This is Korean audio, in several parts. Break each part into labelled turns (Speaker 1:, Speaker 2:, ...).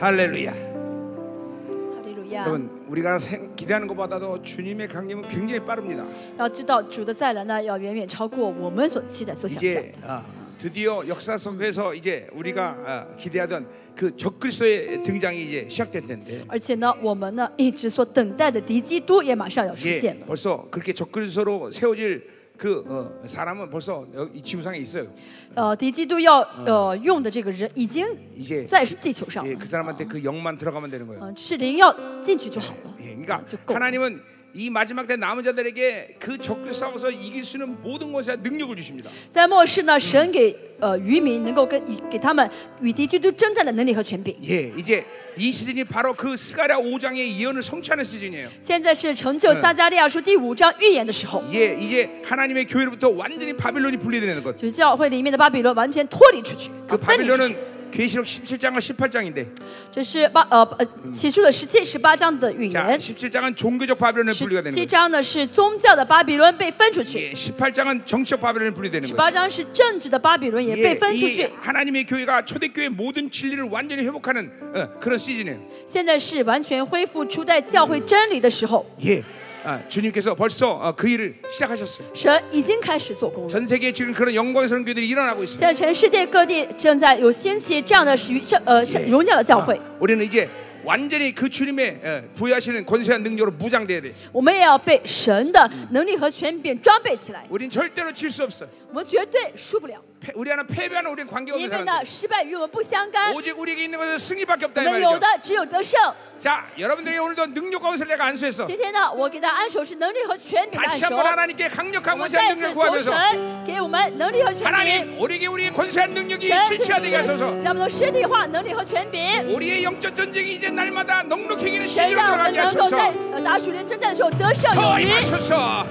Speaker 1: 할렐루야.
Speaker 2: 哈利路亚！
Speaker 1: 여러분 우리가 생- 기대하는 것보다도 주님의 강림은 굉장히 빠릅니다.
Speaker 2: 要知道主的再来呢，要远远超过我们所期待、所想象
Speaker 1: 이제
Speaker 2: 的。
Speaker 1: 아, 드디어 역사 속에서 이제 우리가 아, 기대하던 그 적그리스도의 등장이 이제 시작될 텐데
Speaker 2: 而且呢，我们呢一直所等待的敌基督也马上要出现
Speaker 1: 예,
Speaker 2: 了。
Speaker 1: 벌써 그렇게 적그리스도로 세워질 그 어, 사람은 벌써 여기 이 지구상에 있어요.
Speaker 2: 呃，敌基督要呃用的这个人已经
Speaker 1: 이제
Speaker 2: 在是地球上
Speaker 1: 예,
Speaker 2: 了
Speaker 1: 그 ， 사람한테 그 영만 들어가면 되는 거예요.
Speaker 2: 嗯，只是灵要进去就好了
Speaker 1: 예, 。 그러니까
Speaker 2: 嗯就够了。
Speaker 1: 하나님은 이 마지막 때 남은 자들에게 그 적그리스도 싸워서 이길 수 있는 모든 것에 능력을 주십니다.
Speaker 2: 在末世呢，神给呃渔民能够跟与给他们与敌基督征战的能力和权柄。
Speaker 1: 예, 이제 이 시즌이 바로 그 스가랴 5장의 예언을 성취하는 시즌이에요.
Speaker 2: 现在是成就撒加利亚书第五章预言的时候，
Speaker 1: 예, 이제 하나님의 교회로부터 완전히 바빌론이 분리되는 것.
Speaker 2: 就是教会里面的巴比伦完全脱离出去，
Speaker 1: 그
Speaker 2: 啊分离出去。
Speaker 1: 바빌론은 계시록 17장과 18장인데,
Speaker 2: 这是八呃呃起初的十七、十八章的预
Speaker 1: 자,
Speaker 2: 言，
Speaker 1: 17장은 종교적 바빌론에
Speaker 2: 十
Speaker 1: 분리가 되는
Speaker 2: 七
Speaker 1: 거죠.
Speaker 2: 章呢是宗教的巴比伦被分出去，
Speaker 1: 예, 18장은 정치적 바빌론에 분리되는
Speaker 2: 十
Speaker 1: 거죠.
Speaker 2: 八章是政治的巴比伦也
Speaker 1: 예,
Speaker 2: 被分出
Speaker 1: 이
Speaker 2: 去。
Speaker 1: 하나님의 교회가 초대교회 모든 진리를 완전히 회복하는 어, 그런 시즌이에요.
Speaker 2: 现在是完全恢复初代教会真理的时候，
Speaker 1: 예, 아, 주님께서 벌써 어, 그 일을 시작하셨어요.
Speaker 2: 神已经开始做工了。
Speaker 1: 전 세계에 지금 그런 영광스러운 교회들이 일어나고 있습니다.
Speaker 2: 现在全世界各地正在有兴起这样的是圣呃圣荣耀的教会，
Speaker 1: 어, 우리는 이제 완전히 그 주님의 어, 부여하시는 권세한 능력으로 무장돼야 돼.
Speaker 2: 我们也要被神的能力和权柄装备起来，
Speaker 1: 우린 절대로 질 수 없어.
Speaker 2: 我们绝对输不了，
Speaker 1: 패- 우리 하나 패배하는 우리는 관계
Speaker 2: 因
Speaker 1: 없는
Speaker 2: 为呢
Speaker 1: 사람들.
Speaker 2: 失败与我们不相干，我
Speaker 1: 오직 우리에게 있는 것은 승리밖에 없다 이
Speaker 2: 们有
Speaker 1: 말이죠.
Speaker 2: 的只有得胜。
Speaker 1: 자, 여러분들에게 오늘도 능력 가운데 내가 안수했어.
Speaker 2: 今天呢，我给大家按手是能力和权柄的按
Speaker 1: 다시
Speaker 2: 手。
Speaker 1: 한번 하나님께 강력한
Speaker 2: 我们
Speaker 1: 권세한
Speaker 2: 再次
Speaker 1: 능력을
Speaker 2: 求
Speaker 1: 구하면서
Speaker 2: 神给我们能力和权柄，
Speaker 1: 하나님 우리에게 우리의 권세한 능력이
Speaker 2: 神赐
Speaker 1: 실체화되게
Speaker 2: 给我
Speaker 1: 하소서.
Speaker 2: 们让我们的实体化能力和权柄，
Speaker 1: 우리의 영적 전쟁이 이제 날마다 넉넉히 이기는
Speaker 2: 神
Speaker 1: 시기로
Speaker 2: 让我们
Speaker 1: 돌아가게
Speaker 2: 能够在
Speaker 1: 하소서.
Speaker 2: 呃打属灵征战的时候得胜
Speaker 1: 더
Speaker 2: 有余，
Speaker 1: 임하소서.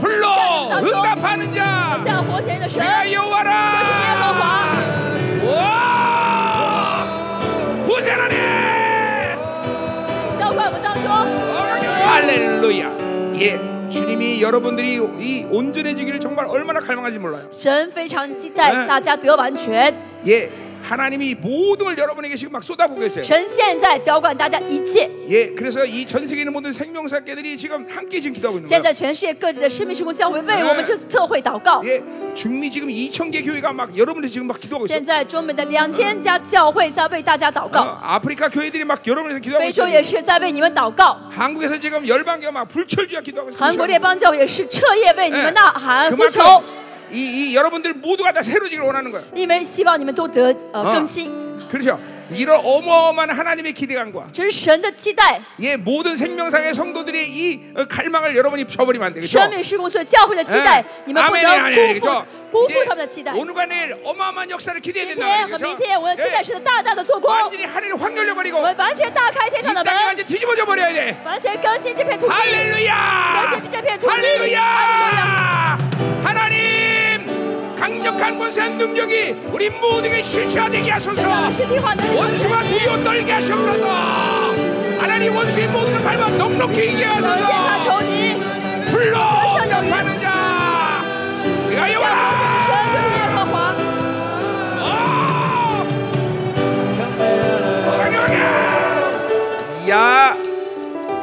Speaker 1: 불러 응답하는 자.
Speaker 2: 像活神的神。
Speaker 1: 내가여 와라 와 무세하네
Speaker 2: 浇灌我们当中，
Speaker 1: 할렐루야 예 주님이 여러분들이 이 온전해지기를 정말 얼마나 갈망하지 몰라요
Speaker 2: 神非常期
Speaker 1: 嗯
Speaker 2: 待大家得完全。
Speaker 1: 예 하나님이 모든 걸 여러분에게 지금 막 쏟아부고 계세요
Speaker 2: 神现在浇灌大家一切。
Speaker 1: 예 그래서 이 전 세계 있는 모든 생명사께들이 지금 함께 지금 기도하고 있는
Speaker 2: 现
Speaker 1: 거예요
Speaker 2: 在全世界各地的生命施工教会为
Speaker 1: 嗯
Speaker 2: 我们这次特会祷告。
Speaker 1: 예 중미 지금 2천 개 교회가 막 여러분들 지금 막 기도하고 있어요
Speaker 2: 现在中美的两千家教会在为大家祷
Speaker 1: 어,
Speaker 2: 告，
Speaker 1: 아프리카 교회들이 막 여러분들
Speaker 2: 非
Speaker 1: 기도하고
Speaker 2: 洲
Speaker 1: 있어요
Speaker 2: 也是在为你们祷告。
Speaker 1: 한국에서 지금 열방교회 막 불철주야 기도하고
Speaker 2: 韩
Speaker 1: 있어요
Speaker 2: 国列邦教会也是彻夜为你们呐喊呼求，
Speaker 1: 아, 그만큼 예. 이, 이 여러분들 모두가 다 새로지길 원하는 거예요.
Speaker 2: 因为希望你们都得呃
Speaker 1: 어.
Speaker 2: 更新。
Speaker 1: 그렇죠. 이런 어마어마한 하나님의 기대감과
Speaker 2: 这是神的期待，
Speaker 1: 예 모든 생명상의 성도들의 이 어, 갈망을 여러분이 펴버리면 안 되겠죠.
Speaker 2: 生命施工所教会的期待
Speaker 1: 예. ，
Speaker 2: 你们不
Speaker 1: 아멘이 아니에요,
Speaker 2: 能辜
Speaker 1: 그렇죠?
Speaker 2: 负辜负
Speaker 1: 이제
Speaker 2: 他们的期待。
Speaker 1: 오늘과 내일 어마어마한 역사를 기대해야
Speaker 2: 今
Speaker 1: 된다.
Speaker 2: 天和明天，我的期待是大大的做工，
Speaker 1: 완전히 하늘이 확 열려버리고
Speaker 2: 我
Speaker 1: 이
Speaker 2: 们完全打开天堂
Speaker 1: 땅이
Speaker 2: 的门，
Speaker 1: 완전 히 뒤집어져 버려야 돼.
Speaker 2: 完全更新这片土地。
Speaker 1: 할렐루야!
Speaker 2: 열심히 잡혀, 도리!
Speaker 1: 할렐루야! 하나님 강력한 권세한 능력이 우리 모두에게 실체화되게 하소서.
Speaker 2: 神让实体化能力
Speaker 1: 원수가 두려워 떨게 하시옵소서. 하나님 원수의 모든 발만 넉넉히 이겨
Speaker 2: 我践踏
Speaker 1: 하소서.
Speaker 2: 仇敌，
Speaker 1: 불러
Speaker 2: 그것이 영이야.
Speaker 1: 응답하는 자. 내가 여호와.
Speaker 2: 神就是耶和华。
Speaker 1: 할렐루야. 야,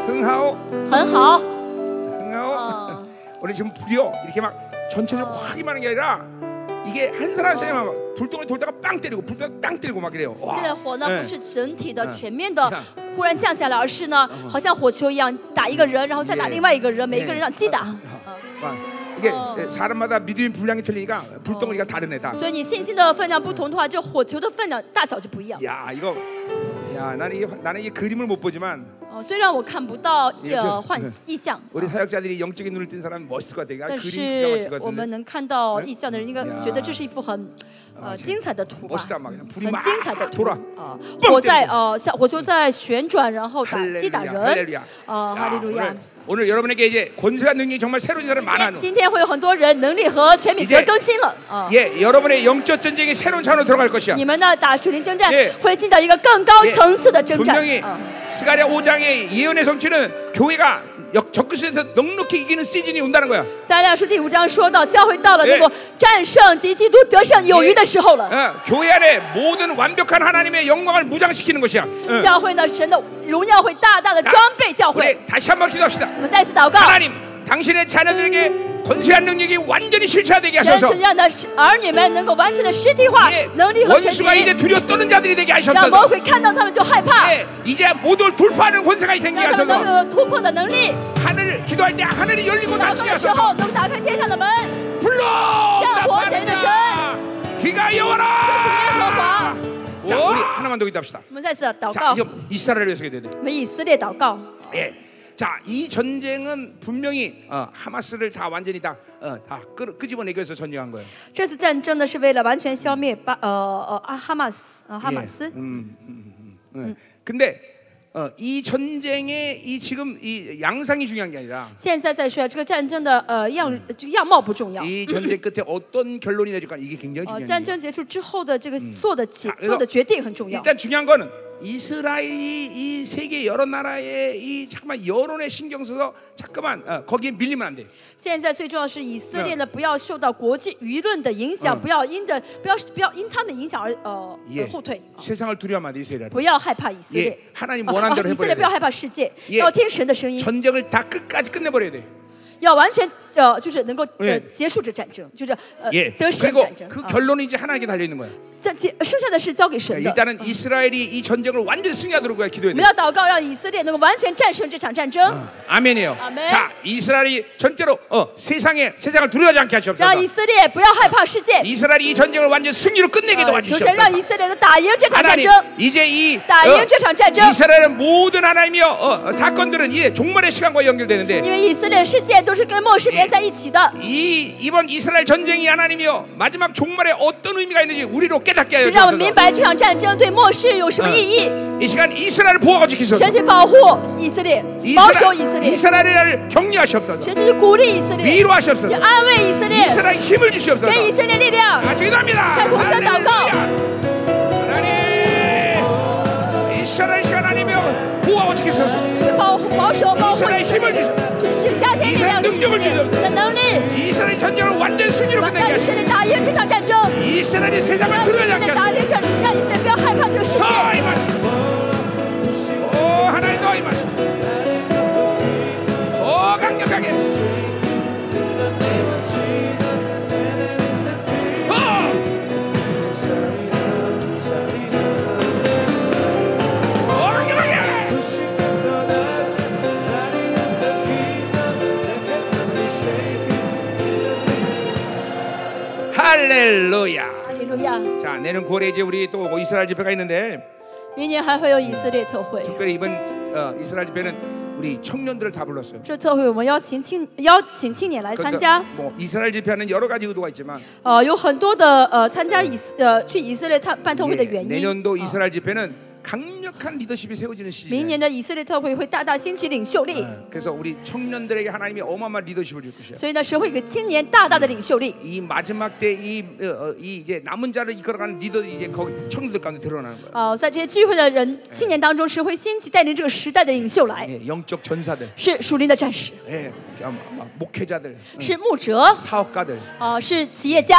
Speaker 1: 흥하오.
Speaker 2: 很好，
Speaker 1: 흥하오.
Speaker 2: 어.
Speaker 1: 우리 지금 불이요 이렇게 막 전체적으로 확 임하는 게 아니라 이게 한 사람 한 사람 막 불덩이 돌다가 빵 때리고 불덩이 빵 때리고 막 이래요.
Speaker 2: 这
Speaker 1: 와.
Speaker 2: 个火呢
Speaker 1: 네.
Speaker 2: 不是整体的、
Speaker 1: 嗯
Speaker 2: 全面的
Speaker 1: 你看嗯
Speaker 2: 忽然降下来，而是呢好像火球一样打一个人，然后再打另外一个人，
Speaker 1: 예.
Speaker 2: 每一个人让击打。
Speaker 1: 어,
Speaker 2: 嗯
Speaker 1: 막 이게
Speaker 2: 어.
Speaker 1: 예, 사람마다 믿음의 분량이 틀리니까 불덩이가 다르네 다.
Speaker 2: 所以你信心的分量不同的话，这火球的分量大小就不一样。
Speaker 1: 야 이거 야 나는 이 나는 이 그림을 못 보지만
Speaker 2: 哦，虽然我看不到
Speaker 1: 也就嗯
Speaker 2: 呃幻意象，
Speaker 1: 우리 사역자들이 영적인 눈을 뜬 사람 멋있을 것 같아. 이거
Speaker 2: 但
Speaker 1: 어. 그림 기가 막힐
Speaker 2: 是
Speaker 1: 것
Speaker 2: 我们
Speaker 1: 같은데.
Speaker 2: 能看到意象的人，应该觉得这是一幅很
Speaker 1: 啊
Speaker 2: 呃精彩的图吧，
Speaker 1: 멋있다막그냥불이
Speaker 2: 很
Speaker 1: 막
Speaker 2: 精彩的图
Speaker 1: 돌아
Speaker 2: 啊
Speaker 1: 뻥！
Speaker 2: 火在
Speaker 1: 때리고
Speaker 2: 呃，像火球在旋转，然后打击打
Speaker 1: 할렐루야.
Speaker 2: 人
Speaker 1: 어, 할렐루야. ，
Speaker 2: 啊，哈利路亚
Speaker 1: 오늘, 。 오늘 여러분에게 이제 권세와 능력이 정말 새로운 사람 많아.
Speaker 2: 今天会有很多人能力和权柄
Speaker 1: 이제
Speaker 2: 得更新了啊！
Speaker 1: 예, 여러분의 영적 전쟁이 새로운 차원으로 들어갈 것이야.
Speaker 2: 你们呢打属灵征战
Speaker 1: 예
Speaker 2: 会进到一个更高
Speaker 1: 예,
Speaker 2: 层次的征战
Speaker 1: 분명히
Speaker 2: 啊！
Speaker 1: 스가랴 5장의 예언의 성취는 교회가 역 적그리스에서 넉넉히 이기는 시즌이 온다는 거야.
Speaker 2: 撒利亚书第五章说到，教会到了
Speaker 1: 哎
Speaker 2: 能够战胜敌基督、得胜有余的时候了。
Speaker 1: 어, 교회 안에 모든 완벽한 하나님의 영광을 무장시키는 것이야. 어.
Speaker 2: 教会呢，神的荣耀会大大的装备教会。
Speaker 1: 우리 다시 한번 기도합시다.
Speaker 2: 我们再次祷告，
Speaker 1: 하나님, 당신의 자녀들에게 권세한 능력이 완전히 실체화되게
Speaker 2: 神
Speaker 1: 하소서.
Speaker 2: 是让他儿女们能够完全的实体化
Speaker 1: 예, ，
Speaker 2: 能力和权
Speaker 1: 원수가 이제
Speaker 2: 柄，
Speaker 1: 두려워 떠는 자들이 되게
Speaker 2: 让
Speaker 1: 하셨소서.
Speaker 2: 魔鬼看到他们就害怕，
Speaker 1: 예, 이제 모두 돌파하는 권세가 생기게
Speaker 2: 让他们
Speaker 1: 하소서.
Speaker 2: 能有突破的能力。
Speaker 1: 하늘을 기도할 때 하늘이 열리고
Speaker 2: 祷告
Speaker 1: 닫히게
Speaker 2: 的时
Speaker 1: 하소서.
Speaker 2: 候能打开天上的门，
Speaker 1: 불러
Speaker 2: 원세는
Speaker 1: 나타나라. 귀가 여워라.
Speaker 2: 그
Speaker 1: 자, 우리 하나만 더 기도합시다.
Speaker 2: 我们再次祷
Speaker 1: 자
Speaker 2: 告，
Speaker 1: 이제 이스라엘을 위해서 기도해야 돼.
Speaker 2: 我们以色列祷告。
Speaker 1: 예. 자, 이 전쟁은 분명히 어, 하마스를 다 완전히 다, 어, 다 끄, 끄집어내기 위해서 전쟁한 거예요.
Speaker 2: 这次战争呢，是为了完全消灭巴呃呃啊哈马斯呃哈马
Speaker 1: 예.
Speaker 2: 斯
Speaker 1: 음, 。 음, 음, 음. 근데 어, 이 전쟁의 이 지금 이 양상이 중요한 게 아니라
Speaker 2: 现在再说这个战争的呃样这个样貌不重要，
Speaker 1: 이 전쟁 끝에 어떤 결론이 내릴까 이게 굉장히
Speaker 2: 呃
Speaker 1: 중요한
Speaker 2: 战
Speaker 1: 거예요.
Speaker 2: 争结束之后的这个做的决
Speaker 1: 자
Speaker 2: 做的决定很重要。
Speaker 1: 일단 중요한 거는 이스라엘이 이 세계 여러 나라의 이 잠깐만 여론에 신경 써서 잠깐만 어, 거기에 밀리면 안 돼.
Speaker 2: 现在最重要的是以色列呢，不要受到国际舆论的影响，不要因着不要不要因他们影响而呃呃
Speaker 1: 예.
Speaker 2: 后退，啊
Speaker 1: 세상을 두려워하면 안 돼, 이스라엘.
Speaker 2: 不要害怕以色列
Speaker 1: 예하나님
Speaker 2: 啊
Speaker 1: 원하는대로
Speaker 2: 啊以色
Speaker 1: 해버려야
Speaker 2: 列
Speaker 1: 돼
Speaker 2: 不要害怕世界，
Speaker 1: 예.
Speaker 2: 要听神的声音，
Speaker 1: 전쟁을 다 끝까지 끝내버려야 돼.
Speaker 2: 要完全呃就是能够呃
Speaker 1: 예
Speaker 2: 结束这战争，就是呃
Speaker 1: 예.
Speaker 2: 得胜
Speaker 1: 그리고
Speaker 2: 战争。
Speaker 1: 그
Speaker 2: 啊
Speaker 1: 결론이 이제 하나님께 달려 있는 거야.
Speaker 2: 这结剩下的是交给神的。
Speaker 1: 일단은 이스라엘이 이 전쟁을 완전히 승리하도록 우리가 기도해야 돼.
Speaker 2: 我们要祷告，让以色列能够完全战胜这场战争，
Speaker 1: 아멘이에요.
Speaker 2: 아멘.
Speaker 1: 자, 이스라엘이 전제로 어, 세상에 세상을 두려워하지 않게
Speaker 2: 让以
Speaker 1: 하시옵소서.
Speaker 2: 色列不要害怕世界。
Speaker 1: 이스라엘이 이 전쟁을 완전 승리로 끝내기도
Speaker 2: 呃求神
Speaker 1: 하시옵소서.
Speaker 2: 让以色列能打赢这场战
Speaker 1: 하나님
Speaker 2: 争。
Speaker 1: 이제 이
Speaker 2: 다 이은 전쟁, 전쟁.
Speaker 1: 이스라엘은 모든 하나님이여 어, 어, 사건들은 이제 종말의 시간과
Speaker 2: 因
Speaker 1: 연결되는데
Speaker 2: 为以色列事件都是跟末世连在一起的，
Speaker 1: 이 이번 이스라엘 전쟁이 하나님이여 마지막 종말에 어떤 의미가 있는지 우리로 깨닫게 하여
Speaker 2: 神让我们明
Speaker 1: 주옵소서. 어,
Speaker 2: 白这场战争对末世有什么意义。
Speaker 1: 이 시간 이스라엘을 보호하고
Speaker 2: 神
Speaker 1: 지키소서.
Speaker 2: 去保护以色列，保守以色
Speaker 1: 이스라엘,
Speaker 2: 列，
Speaker 1: 이스라엘을 격려하시옵소서.
Speaker 2: 神去鼓励以色列，去
Speaker 1: 위로하시옵소서.
Speaker 2: 安慰以色列，啊
Speaker 1: 이스라엘 힘을
Speaker 2: 给
Speaker 1: 주시옵소서.
Speaker 2: 以色列力量。
Speaker 1: 같이 기도합니다.
Speaker 2: 자, 동시에
Speaker 1: 할렐루야.
Speaker 2: 祷告.
Speaker 1: 하나님, 이스라엘 시간 아니면 보호하고 지키소서.
Speaker 2: 保护、保守、保
Speaker 1: 以色
Speaker 2: 护以色
Speaker 1: 列
Speaker 2: 列，去加添力量给以色列的能力，
Speaker 1: 이스라엘 전쟁을 완전 승리로
Speaker 2: 让
Speaker 1: 끝내게
Speaker 2: 以色
Speaker 1: 하시고
Speaker 2: 列打赢这场战争，
Speaker 1: 이스라엘이 세상을
Speaker 2: 让以色
Speaker 1: 두려워하지 않게
Speaker 2: 列
Speaker 1: 하시고
Speaker 2: 打赢这，让以色列不要害怕这个世界。
Speaker 1: 더 임하시고 오 하나님 더 임하시고 더 강력하게 더 강력하게 할렐루야
Speaker 2: 哈利路亚！
Speaker 1: 자, 내년 9월에 이제 우리 또 이스라엘 집회가 있는데
Speaker 2: 明年还会有以色列特会，
Speaker 1: 특별히 이번 어, 이스라엘 집회는 우리 청년들을 다 불렀어요.
Speaker 2: 这特会我们邀请青邀请青年来参加，
Speaker 1: 뭐 이스라엘 집회는 여러 가지 의도가 있지만
Speaker 2: 呃，有很多的呃参加以色呃去以色列探办特会的
Speaker 1: 예,
Speaker 2: 原因。啊
Speaker 1: 내년도 이스라엘 집회는 강력한 리더십이 세워지는
Speaker 2: 明
Speaker 1: 시즌.
Speaker 2: 年的以色列特会会大大兴起领袖力，
Speaker 1: 어, 그래서 우리 청년들에게 하나님이 어마어마한 리더십을 줄 것이야.
Speaker 2: 所以呢，神会给青年大大的领袖力。
Speaker 1: 이 마지막 때이 어, 어, 이 이제 남은 자를 이끌어가는 리더들이 이제 거기 청년들 가운데 드러나는 거야.
Speaker 2: 呃，在这些聚会的人青年当中，神会兴起带领这个时代的领袖来，
Speaker 1: 예, 영적 전사들,
Speaker 2: 是属灵的战士，
Speaker 1: 예, 참, 막 목회자들,
Speaker 2: 是牧者，
Speaker 1: 사업가들.
Speaker 2: 呃，是企业家。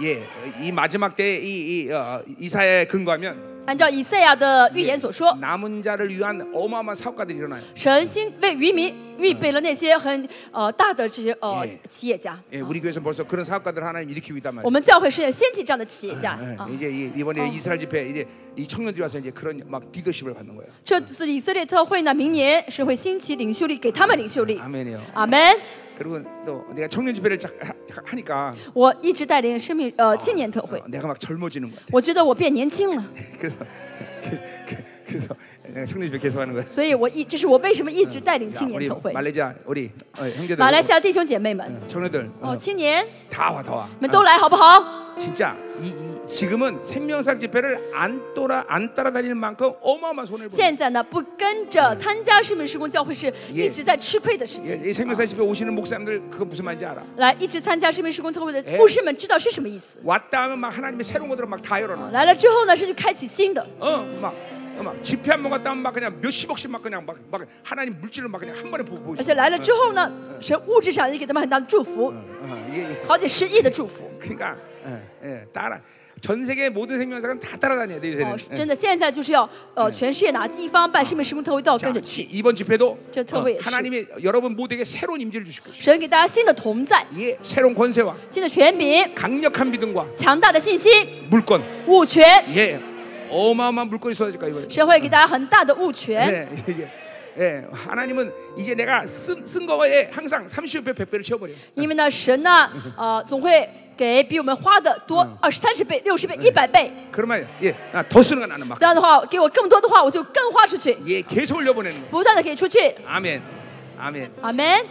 Speaker 1: 예, 이 마지막 때이 이, 어, 이사야에 근거하면
Speaker 2: 按照以赛亚的预言所说，
Speaker 1: 남은 자를 위한 어마어마한 사업가들이 일어나요.
Speaker 2: 神心为渔民预备了那些很呃大的这些呃
Speaker 1: 예
Speaker 2: 企业家。
Speaker 1: 예, 우리 교회에서 벌써 그런 사업가들 하나님 일으키고 있단
Speaker 2: 我
Speaker 1: 말이에요.
Speaker 2: 们教会是掀起这样的企业家
Speaker 1: 예,
Speaker 2: 啊。
Speaker 1: 이제 이- 이번에 이스라엘 집회 이제 이 청년들이 와서 이제 그런 막 리더십을 받는 거예요.
Speaker 2: 这次以色列特会呢，明年是会兴起领袖力，给他们领袖力。
Speaker 1: 아멘이요.
Speaker 2: 阿门。
Speaker 1: 그리고 또 내가 청년 집회를 자- 하- 하니까
Speaker 2: 我一直带领生命呃青年特
Speaker 1: 어,
Speaker 2: 会，
Speaker 1: 내가 막 젊어지는 것 같아.
Speaker 2: 我觉得我变年轻了，
Speaker 1: 그래서 그- 그- 그래서 내가 청년 집회 계속 하는 거예요.
Speaker 2: 所以我一这是我为什么一直带领
Speaker 1: 야,
Speaker 2: 青年
Speaker 1: 우리
Speaker 2: 特会。
Speaker 1: 말레이시아 우리 어, 형제들
Speaker 2: 马来西亚弟兄姐妹们，
Speaker 1: 청년들 어,
Speaker 2: 哦，青年
Speaker 1: 다 와 다 와.
Speaker 2: 你们都来好不好？
Speaker 1: 진짜 이, 이- 지금은 생명상 집회를 안 따라 안 따라다니는 만큼 어마어마한 손해를 보는
Speaker 2: 现在呢，不跟着参加生命施工教会是一直在吃亏的事
Speaker 1: 예,
Speaker 2: 情。
Speaker 1: 이 생명사 집에 오시는 목사님들 그거 무슨 말인지 알아.
Speaker 2: 来，一直参加生命施工特会的
Speaker 1: 哎
Speaker 2: 牧师们知道是什么意思。
Speaker 1: 왔다 하면 막 하나님의 새로운 것들을 막 다 열어놔.
Speaker 2: 来了之后呢，是去开启新的，
Speaker 1: 어, 막 어, 막 집회 한 번 갔다 오면 막 그냥 몇십억씩 막 그냥 막, 막 하나님 물질을 막 그냥 한 번에 보고
Speaker 2: 而
Speaker 1: 보여줘.
Speaker 2: 且来了之后呢，神物质上也给他们很大的祝福，
Speaker 1: 어, 이게, 이게
Speaker 2: 好几十亿的祝福。
Speaker 1: 그러니까 예, 예, 따라 전 세계 모든 생명사는 다 따라다녀야 돼
Speaker 2: 哦
Speaker 1: 요새는. ， 예.
Speaker 2: 真的，现在就是要呃，全世界哪地方办生命施工特会都要
Speaker 1: 자,
Speaker 2: 跟着
Speaker 1: 이-
Speaker 2: 去。
Speaker 1: 이번 집회도 어,
Speaker 2: 저 터보에 시-
Speaker 1: 하나님이 여러분 모두에게 새로운 임재를 주실 것이요.
Speaker 2: 神给大家新的同在，
Speaker 1: 이게 새로운 권세와
Speaker 2: 新的权柄，
Speaker 1: 강력한 믿음과
Speaker 2: 强大的信心，
Speaker 1: 물권,
Speaker 2: 物权，
Speaker 1: 예, 어마어마한 물권이 쏟아질 거야 이번에.
Speaker 2: 神会给大家很大的物权。
Speaker 1: 예, 예, 예. 예, 하나님은 이제 내가 쓴, 쓴 거에 항상 30배, 100배를 채워버려.
Speaker 2: 因为呢，神呢，呃，总会给比我们花的多二十三十倍、六十倍、一百倍。
Speaker 1: 그러면 예, 아, 더 쓰는 건 나는 막.
Speaker 2: 这样的话，给我更多的话，我就更花出去，
Speaker 1: 예, 계속 올려보내는 거.
Speaker 2: 不断的可以出去。
Speaker 1: 아멘, 아멘.
Speaker 2: 阿门。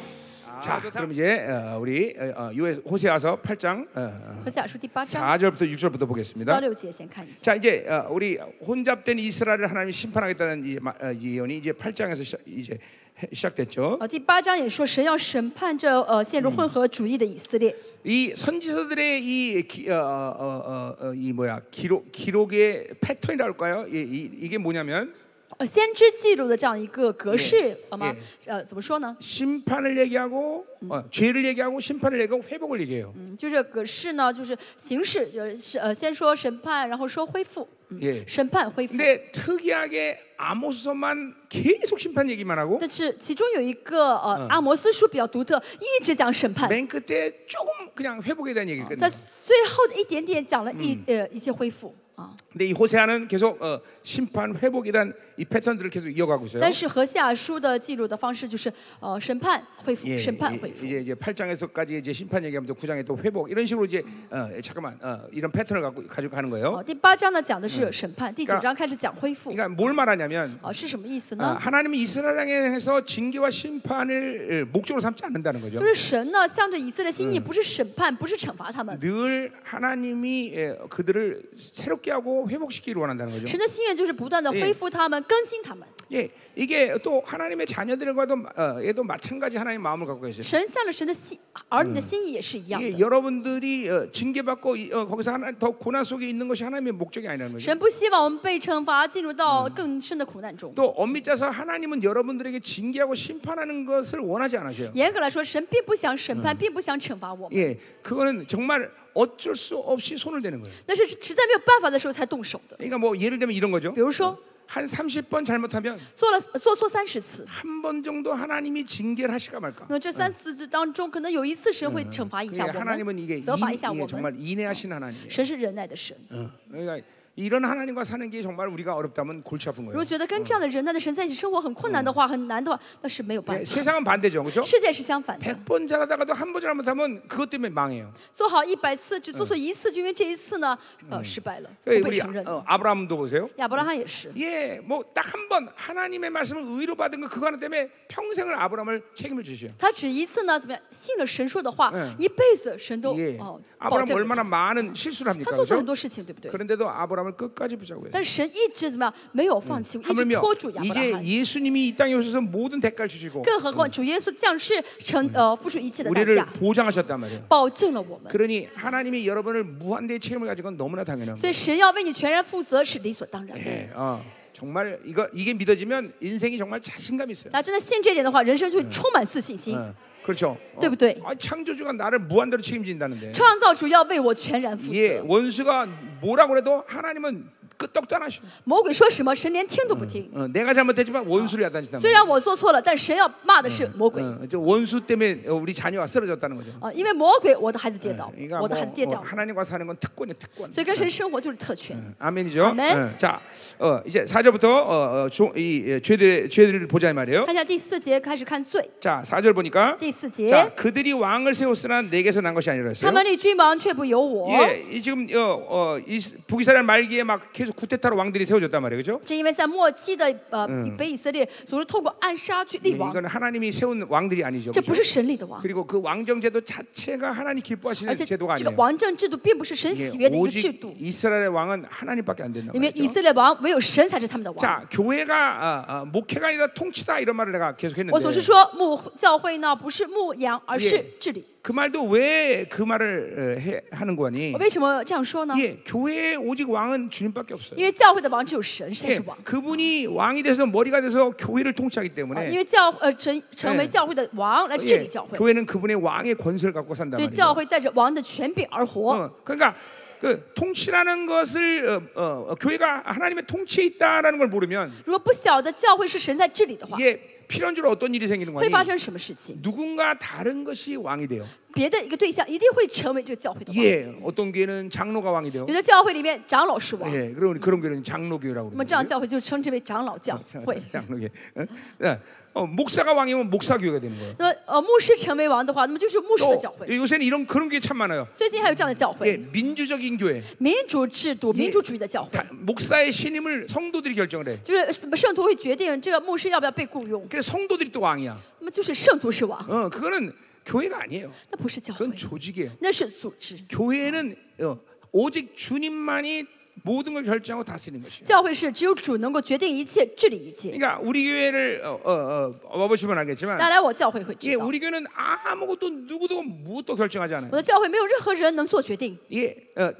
Speaker 2: 아,
Speaker 1: 자, 그럼 이제 어, 우리 어, 어, 요에 호세아서 8장 어,
Speaker 2: 何西雅书第八章
Speaker 1: 4절부터 6절부터
Speaker 2: 到
Speaker 1: 보겠습니다.
Speaker 2: 六节，先看一下。
Speaker 1: 자, 이제 어, 우리 혼잡된 이스라엘을 하나님이 심판하겠다는 이 마- 어, 이 예언이 이제 8장에서 시작, 이제 해- 시작됐죠.
Speaker 2: 啊，第八章也说神要审判这呃陷
Speaker 1: 嗯
Speaker 2: 入混合主义的以色列。
Speaker 1: 이 선지서들의 이, 기, 어, 어, 어, 어, 이 뭐야 기록 기록의 패턴이라 할까요? 이, 이, 이게 뭐냐면
Speaker 2: 呃，先知记录的这样一个格式
Speaker 1: 嗯 Yeah，，
Speaker 2: 好吗？呃，怎么说呢？
Speaker 1: 심판을 얘기하고 어, 죄를 얘기하고 심판을 얘기하고 회복을 얘기해요.
Speaker 2: 嗯，就这格式呢，就是形式，就是呃，先说审判，然后说恢复，嗯
Speaker 1: Yeah
Speaker 2: 审判恢复。
Speaker 1: 근데 특이하게 아모스서만 계속 심판 얘기만 하고
Speaker 2: 但是其中有一个呃，
Speaker 1: 嗯
Speaker 2: 阿摩斯书比较独特，一直讲审判，
Speaker 1: 맨 끝에 조금 그냥 회복에 대한 얘기를
Speaker 2: 在
Speaker 1: 끝내.
Speaker 2: 最后的一点点讲了一
Speaker 1: 嗯
Speaker 2: 呃一些恢复啊。
Speaker 1: 근데 이 호세아는 계속 어, 심판 회복에 대한 이 패턴들을 계속 이어가고 있어요.
Speaker 2: 但是和西雅书的记录的方式就是呃审判恢复，
Speaker 1: 예,
Speaker 2: 审判
Speaker 1: 이-
Speaker 2: 恢复。
Speaker 1: 이제 이제 8장에서까지 이제 심판 얘기하면서 9장에 또 회복 이런 식으로 이제 어, 잠깐만 어, 이런 패턴을 갖고 가지고 가는
Speaker 2: 哦，
Speaker 1: 거예요.
Speaker 2: 第八章呢讲的
Speaker 1: 嗯
Speaker 2: 是审判，第九章开始讲恢复。
Speaker 1: 그러니까 뭘 말하냐면
Speaker 2: 哦，是什么意思
Speaker 1: 아,
Speaker 2: 呢？
Speaker 1: 하나님이 이스라엘 향해서 징계와 심판을 어, 목적으로 삼지 않는다는 거죠.
Speaker 2: 就是神呢，向着以色列心意，不是审判，不是惩罚他们。
Speaker 1: 늘 하나님이 예, 그들을 새롭게 하고 회복시키기를 원한다는 거죠.
Speaker 2: 神的心愿就是不断的恢复他们，更新他们。
Speaker 1: 예, 이게 또 하나님의 자녀들과도 마- 어, 얘도 마찬가지 하나님의 마음을 갖고 계세요.
Speaker 2: 神向着神的心儿女的心意嗯也是一样
Speaker 1: 예,
Speaker 2: 的。
Speaker 1: 여러분들이 어, 징계받고 이- 어, 거기서 하나 더 고난 속에 있는 것이 하나님의 목적이 아니라는 거죠.
Speaker 2: 神不希望我们被惩罚，进入到更深的苦难中。
Speaker 1: 또 엄밀히 따서 하나님은 여러분들에게 징계하고 심판하는 것을 원하지 않으셔요.
Speaker 2: 严格来说，神并不想审判，并不想惩罚我们，
Speaker 1: 예, 그거는 정말 어쩔 수 없이 손을 대는 거예요.
Speaker 2: 但是实在没有办法的时候才动手的。
Speaker 1: 그러니까 뭐 예를 들면 이런 거죠.
Speaker 2: 比如说，
Speaker 1: 한 30번 잘못하면
Speaker 2: 做了做错三十次，
Speaker 1: 한 번 정도 하나님이 징계를 하실까 말까.
Speaker 2: 那么这三次之当中，可能有一次神会惩罚一
Speaker 1: 그게
Speaker 2: 下我
Speaker 1: 하나님은 어. 이게
Speaker 2: 们，
Speaker 1: 인,
Speaker 2: 责罚一下
Speaker 1: 이게 예,
Speaker 2: 我
Speaker 1: 정말
Speaker 2: 们。
Speaker 1: 인애하신 하나님이에요.
Speaker 2: 神是忍耐的神。
Speaker 1: 어. 그러니까 이런 하나님과 사는 게 정말 우리가 어렵다면 골치 아픈
Speaker 2: 如果
Speaker 1: 거예요.
Speaker 2: 觉得跟这样的忍耐的神在一起生活很困难的话，很难的话，那是没有办
Speaker 1: 네,
Speaker 2: 法。
Speaker 1: 세상은 반대죠, 그렇죠?
Speaker 2: 世界是相反的，
Speaker 1: 100번 잘하다가도 한 번 잘못하면 그것 때문에 망해요.
Speaker 2: 做好一百次只做错一次，就因为这一次呢，呃，失败了，不
Speaker 1: 그러니까
Speaker 2: 嗯被
Speaker 1: 우리
Speaker 2: 承认
Speaker 1: 아- 。 어, 아브라함도 보세요.
Speaker 2: 亚伯拉罕也是，
Speaker 1: 예, 뭐 딱 한 번 하나님의 말씀을 의로 받은 거 그거 하나 때문에 평생을 아브라함을 책임을 주셔요.
Speaker 2: 他只一次呢，怎么样信了神说的话
Speaker 1: 嗯，
Speaker 2: 一辈子神都
Speaker 1: 예,
Speaker 2: 哦保
Speaker 1: 아브라함
Speaker 2: 证了
Speaker 1: 얼마나 많은 실수를
Speaker 2: 他
Speaker 1: 합니까,
Speaker 2: 做错很
Speaker 1: 그렇죠?
Speaker 2: 多事情，对不对？
Speaker 1: 그런데도 아브라함을 끝까지 붙잡고 있어요.
Speaker 2: 但是神一直怎么样，嗯没有放弃，一直
Speaker 1: 하물며
Speaker 2: 拖住亚伯拉
Speaker 1: 이제
Speaker 2: 罕。
Speaker 1: 예수님이 이 땅에 오셔서 모든 대가를 주시고
Speaker 2: 更何况主耶稣降世承呃付出一切的代
Speaker 1: 우리를
Speaker 2: 价，
Speaker 1: 보장하셨단 말이에요.
Speaker 2: 保证了我们。
Speaker 1: 그러니 하나님이 여러분을 무한대의 책임을 가진 건 너무나 당연한 거예요.
Speaker 2: 所以神要为你全然负责是理所当然的。
Speaker 1: 예, 어, 정말 이거 이게 믿어지면 인생이 정말 자신감이 있어요.
Speaker 2: 大家真的信这一点的话，人生就充满自信心。
Speaker 1: 어, 그렇죠. 어,
Speaker 2: 对不对?
Speaker 1: 아, 창조주가 나를 무한대로 책임진다는데.
Speaker 2: 创造主要为我全然负
Speaker 1: 예,
Speaker 2: 责。
Speaker 1: 원수가 뭐라고 해도 하나님은 끄떡도 안 하셔.
Speaker 2: 魔鬼说什么，神连听都不听。
Speaker 1: 어, 내가 잘못했지만 원수를 야단친단
Speaker 2: 虽
Speaker 1: 말이야.
Speaker 2: 然我做错了，但神要骂的是魔鬼
Speaker 1: 어, 저 원수 때문에 우리 자녀가 쓰러졌다는 거죠.
Speaker 2: 啊，因为魔鬼我的孩子跌倒
Speaker 1: 그러니까 ， 뭐,
Speaker 2: 我嗯的孩子跌
Speaker 1: 어,
Speaker 2: 倒，
Speaker 1: 하나님과 사는 건 특권이야, 특권.
Speaker 2: 所以跟神生活就是特权。
Speaker 1: 아멘이죠.
Speaker 2: 아멘.
Speaker 1: 어, 자, 어, 이제 4절부터 어, 어, 조- 이 예, 죄들 죄들을 보자 이 말이에요.
Speaker 2: 看一下第四节开始看罪，
Speaker 1: 자, 4절 보니까
Speaker 2: 第四节
Speaker 1: 자 ， 그들이 왕을 세웠으나 내게서 난 것이 아니라 했어요.
Speaker 2: 他们立君王却不由我，
Speaker 1: 예, 이 지금 어, 어, 이 북이스라엘 말기에 막 계속 구테타로 왕들이 세워졌단 말이에요. 그죠?
Speaker 2: 正因为在末期的呃北以色列总是透过暗杀去
Speaker 1: 예,
Speaker 2: 立王，
Speaker 1: 이건 하나님이 세운 왕들이 아니죠.
Speaker 2: 这
Speaker 1: 그죠?
Speaker 2: 不是神立的王，
Speaker 1: 그리고 그 왕정제도 자체가 하나님 기뻐하시는
Speaker 2: 而且这
Speaker 1: 제도가
Speaker 2: 个
Speaker 1: 아니에요.
Speaker 2: 王政制度并不是神
Speaker 1: 예,
Speaker 2: 喜悦的一个制
Speaker 1: 오직
Speaker 2: 度，
Speaker 1: 이스라엘의 왕은 하나님밖에 안 된다
Speaker 2: 因为以
Speaker 1: 말이죠.
Speaker 2: 色列王唯有神才是他们的王。
Speaker 1: 자, 교회가 아, 아, 목회가 아니라 통치다 이런 말을 내가 계속
Speaker 2: 我
Speaker 1: 했는데
Speaker 2: 总是说牧教会呢不是牧羊，而是
Speaker 1: 예
Speaker 2: 治理。
Speaker 1: 그 말도 왜 그 말을 어, 해, 하는 거니?
Speaker 2: 为什么这样说呢？
Speaker 1: 예, 교회의 오직 왕은 주님밖에 없어요.
Speaker 2: 因为教会的王只有神，谁
Speaker 1: 예,
Speaker 2: 是王？
Speaker 1: 그분이 왕이 돼서 머리가 돼서 교회를 통치하기
Speaker 2: 啊因
Speaker 1: 때문에
Speaker 2: 为教呃成成为
Speaker 1: 예
Speaker 2: 教会的王来治
Speaker 1: 예,
Speaker 2: 理教会，
Speaker 1: 교회는 그분의 왕의 권세를 갖고 산단
Speaker 2: 所以
Speaker 1: 말이에요.
Speaker 2: 教会带着王的权柄而活。
Speaker 1: 어, 그러니까 그 통치라는 것을 어, 어, 어, 교회가 하나님의 통치에 있다라는 걸 모르면
Speaker 2: 如果不晓得教会是神在治理的话，
Speaker 1: 이게 필연적으로 어떤 일이 생기는
Speaker 2: 会发
Speaker 1: 거니?
Speaker 2: 生什么事情？
Speaker 1: 누군가 다른 것이 왕이 돼요.
Speaker 2: 别的一个对象一定会成为这个教会的王。
Speaker 1: 예, 어떤 교회는 장로가 왕이 돼요.
Speaker 2: 有的教会里面长老是王，
Speaker 1: 예, 그런 그런 교회는 장로교라고
Speaker 2: 那么
Speaker 1: 그러는
Speaker 2: 这样教会就称之为 长老教会。
Speaker 1: 장로교. 어, 어, 목사가 왕이면 목사교회가 되는 거예요.
Speaker 2: 那呃牧师成为王的话，那么就是牧师的教
Speaker 1: 또
Speaker 2: 会。
Speaker 1: 요새는 이런 그런 교회 참 많아요.
Speaker 2: 最近还有这样的教
Speaker 1: 예,
Speaker 2: 会，
Speaker 1: 민주적인 교회.
Speaker 2: 民主制度、民主主义的教会
Speaker 1: 다- ， 목사의 신임을 성도들이 결정을 해.
Speaker 2: 就是呃圣徒会决定这个牧师要不要被雇佣，
Speaker 1: 그래서 성도들이 또 왕이야.
Speaker 2: 那么就是圣徒是王，
Speaker 1: 어, 그거는 교회가 아니에요.
Speaker 2: 那不是教会
Speaker 1: 그건 ， 조직이에요.
Speaker 2: 那是组织。
Speaker 1: 교회는 어, 오직 주님만이 모든 걸 결정하고 다스리는 것이에요.
Speaker 2: 教会是只有主能够决定一切、治理一切。
Speaker 1: 그러니까 우리 교회를 어, 어, 어, 와보시면
Speaker 2: 大家
Speaker 1: 알겠지만
Speaker 2: 来我教会会
Speaker 1: 이게
Speaker 2: 知道，
Speaker 1: 우리 교회는 아무것도 누구도 무엇도 결정하지
Speaker 2: 我
Speaker 1: 않아요.
Speaker 2: 的教会没有任何人能做决定，
Speaker 1: 이게 어,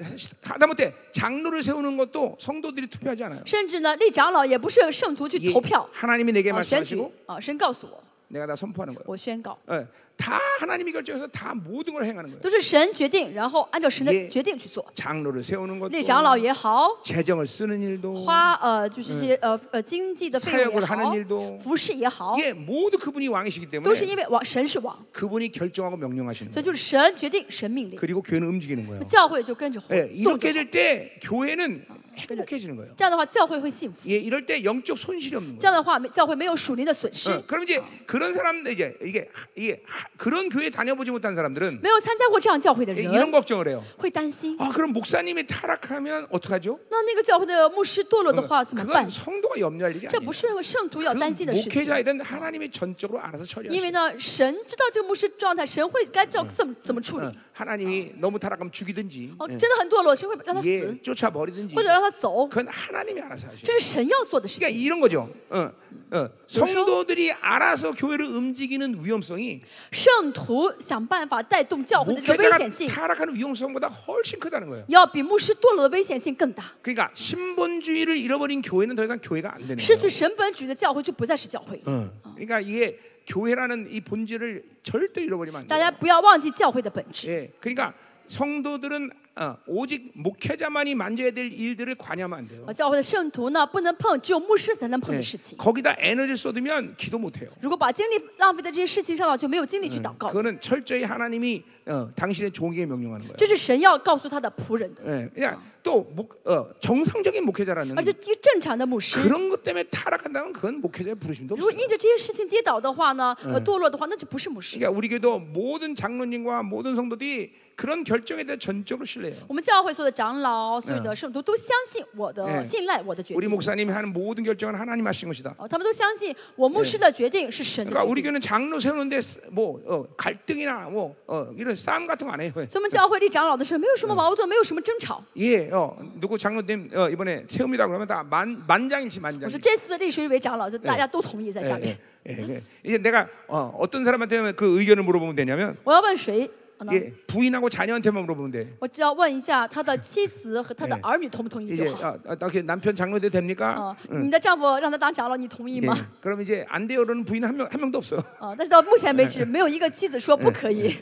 Speaker 1: 하다못해 장로를 세우는 것도 성도들이 투표하지 않아요.
Speaker 2: 甚至呢立长老也不是圣徒去
Speaker 1: 이게
Speaker 2: 投票、
Speaker 1: 하나님이 내게
Speaker 2: 啊、选举
Speaker 1: 말씀하시고
Speaker 2: 啊，神告诉我，
Speaker 1: 내가 다 선포하는 거예요.
Speaker 2: 我宣告，
Speaker 1: 어, 다 하나님이 결정해서 다 모든 걸 행하는 거예요.
Speaker 2: 都是神决定，然后按照神
Speaker 1: 예
Speaker 2: 的决定去做。
Speaker 1: 장로를 세우는 것도
Speaker 2: 立长老也好，
Speaker 1: 재정을 쓰는 일도
Speaker 2: 花呃就是这些呃呃经济的费用也
Speaker 1: 사역을하는일도
Speaker 2: 好，服侍也好，
Speaker 1: 이게 모두 그분이 왕이시기
Speaker 2: 都是
Speaker 1: 때문에
Speaker 2: 因为王神是王，
Speaker 1: 그분이 결정하고 명령하시는
Speaker 2: 所以
Speaker 1: 거예요.
Speaker 2: 就是神决定，神命令，
Speaker 1: 그리고 교회는 움직이는 거예요.
Speaker 2: 教会就哎跟着活
Speaker 1: 예,
Speaker 2: 动
Speaker 1: 이렇게
Speaker 2: 着好。
Speaker 1: 될 때 교회는 행복해지는 거예요.
Speaker 2: 这样的话，教会会幸福。
Speaker 1: 예, 이럴 때 영적 손실이 없는
Speaker 2: 这
Speaker 1: 거예요.
Speaker 2: 样的话，没教会没有属灵的损失。
Speaker 1: 어, 그럼 이제 그런 사람들 이제 이게 하- 이게 하- 그런 교회 다녀보지 못한 사람들은
Speaker 2: 没有参加哎过啊这样教会的
Speaker 1: 예,
Speaker 2: 人，
Speaker 1: 이런 걱정을 해요.
Speaker 2: 会担心。
Speaker 1: 아 그럼 목사님이 타락하면 어떡하죠? 어,
Speaker 2: 那那个教会的牧师堕落的话怎么办
Speaker 1: 그건 ？ 성도가 염려할 일이
Speaker 2: 这
Speaker 1: 아니에요.
Speaker 2: 不是圣徒要担心
Speaker 1: 그
Speaker 2: 的事情，
Speaker 1: 목회자들은 하나님이 전적으로 알아서
Speaker 2: 因
Speaker 1: 처리하시고
Speaker 2: 为呢，神知道这个牧师状态，神会该照怎么怎么处理
Speaker 1: 어, 。 하나님이 너무 타락하면 죽이든지
Speaker 2: 哦，真的很堕落，神会让他
Speaker 1: 예,
Speaker 2: 死，
Speaker 1: 쫓아버리든지
Speaker 2: 或者让他走，
Speaker 1: 그건 하나님이 알아서 하시죠.
Speaker 2: 这是神要做的事
Speaker 1: 그러니까
Speaker 2: 情。
Speaker 1: 이런 거죠. 어, 어, 성도들이 알아서 교회를 움직이는 위험성이
Speaker 2: 圣徒想办法带动教会的这个危
Speaker 1: 목회자가
Speaker 2: 险性，
Speaker 1: 타락하는 위험성보다 훨씬 크다는 거예요.
Speaker 2: 要比牧师堕落的危险性更大。
Speaker 1: 그러니까 신본주의를 잃어버린 교회는 더 이상 교회가 안 되는
Speaker 2: 失去
Speaker 1: 거예요.
Speaker 2: 神本主义的教会就不再是教会，
Speaker 1: 어. 그러니까 이게 교회라는 이 본질을 절대 잃어버리면 안
Speaker 2: 大家
Speaker 1: 돼요.
Speaker 2: 不要忘记教会的本质。
Speaker 1: 예, 그러니까 성도들은 어, 오직 목회자만이 만져야 될 일들을 관여하면 안 돼요.
Speaker 2: 呃教会的圣徒呢，不能碰只有牧师才能碰
Speaker 1: 예,
Speaker 2: 的事情。
Speaker 1: 거기다 에너지를 쏟으면 기도 못 해요.
Speaker 2: 如果把精力浪费在这些事情上了，就没有精力去祷告。
Speaker 1: 그거는 철저히 하나님이 어, 당신의 종에게 명령하는 거예요.
Speaker 2: 这是神要告诉他的仆人的。
Speaker 1: 예, 그냥 또 목, 어, 정상적인 목회자라는
Speaker 2: 而且，这个正常的牧师，
Speaker 1: 그런 것 때문에 타락한다면 그건 목회자의 부르심도
Speaker 2: 如果
Speaker 1: 없어요.
Speaker 2: 因着这些事情跌倒的话呢，呃，堕落的话，那就不是牧师。
Speaker 1: 그러니까 우리 교도 모든 장로님과 모든 성도들이 그런 결정에 대해 전적으로 신뢰해요.
Speaker 2: 我们教会所有的长老、所有的圣徒都相信我的
Speaker 1: 嗯
Speaker 2: 信赖嗯我的决
Speaker 1: 우리
Speaker 2: 定，
Speaker 1: 목사님이 하는 모든 결정은 하나님 하신 것이다.
Speaker 2: 哦，他们都相信我牧师的决定是神的
Speaker 1: 그러니까
Speaker 2: 决
Speaker 1: 우리
Speaker 2: 定。
Speaker 1: 교는 장로 세우는데 쓰- 뭐 어, 갈등이나 뭐 어, 이런 싸움 같은 거 안 해요.
Speaker 2: 所以我们教会立长老的时候，没有什么矛盾，没有什么争吵。
Speaker 1: 예, 어, 누구 장로님 어, 이번에 세웁니다 그러면 다 만, 만장일치
Speaker 2: 我说
Speaker 1: 만장일치.
Speaker 2: 这次立谁为长老，就大家都同意在下
Speaker 1: 예,
Speaker 2: 面
Speaker 1: 예, 。 예, 예. 이제 내가 어, 어떤 사람한테 그 의견을 물어보면 되냐면
Speaker 2: 我要问谁呢？
Speaker 1: 예, 부인하고 자녀한테만 물어보면 돼.
Speaker 2: 我只要问一下他的妻子和他的儿女同不同意
Speaker 1: 이제
Speaker 2: 就好。
Speaker 1: 아, 아, 나 그냥 남편 장로도 됩니까?
Speaker 2: 啊，你的丈夫让他当长老，你同意
Speaker 1: 예.
Speaker 2: 吗？
Speaker 1: 그럼 이제 안 돼요 그러는 부인 한 명 한 명도 없어.
Speaker 2: 啊，但是到目前为止，没有一个妻子说不可以。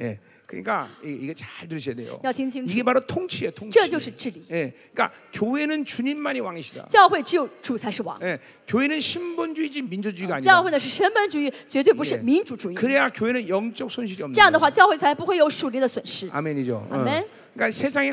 Speaker 1: 예. 그러니까 이- 이게 잘 들으셔야 돼요.
Speaker 2: 要听清楚
Speaker 1: 이게 바로 통치예요, 통치.
Speaker 2: 这就是治理。
Speaker 1: 예. 그러니까 교회는 주님만이 왕이시다.
Speaker 2: 教会只有主才是王，
Speaker 1: 예. 교회는 신본주의지 민주주의가
Speaker 2: 教
Speaker 1: 아니다.
Speaker 2: 会呢是神本主义，绝对不是
Speaker 1: 예
Speaker 2: 民主主义。
Speaker 1: 그래야 교회는 영적 손실이 없는
Speaker 2: 这样的
Speaker 1: 거예요.
Speaker 2: 话，教会才不会有属灵的损失。
Speaker 1: 아멘이죠. 어.
Speaker 2: 아멘.
Speaker 1: 그러니까 세상에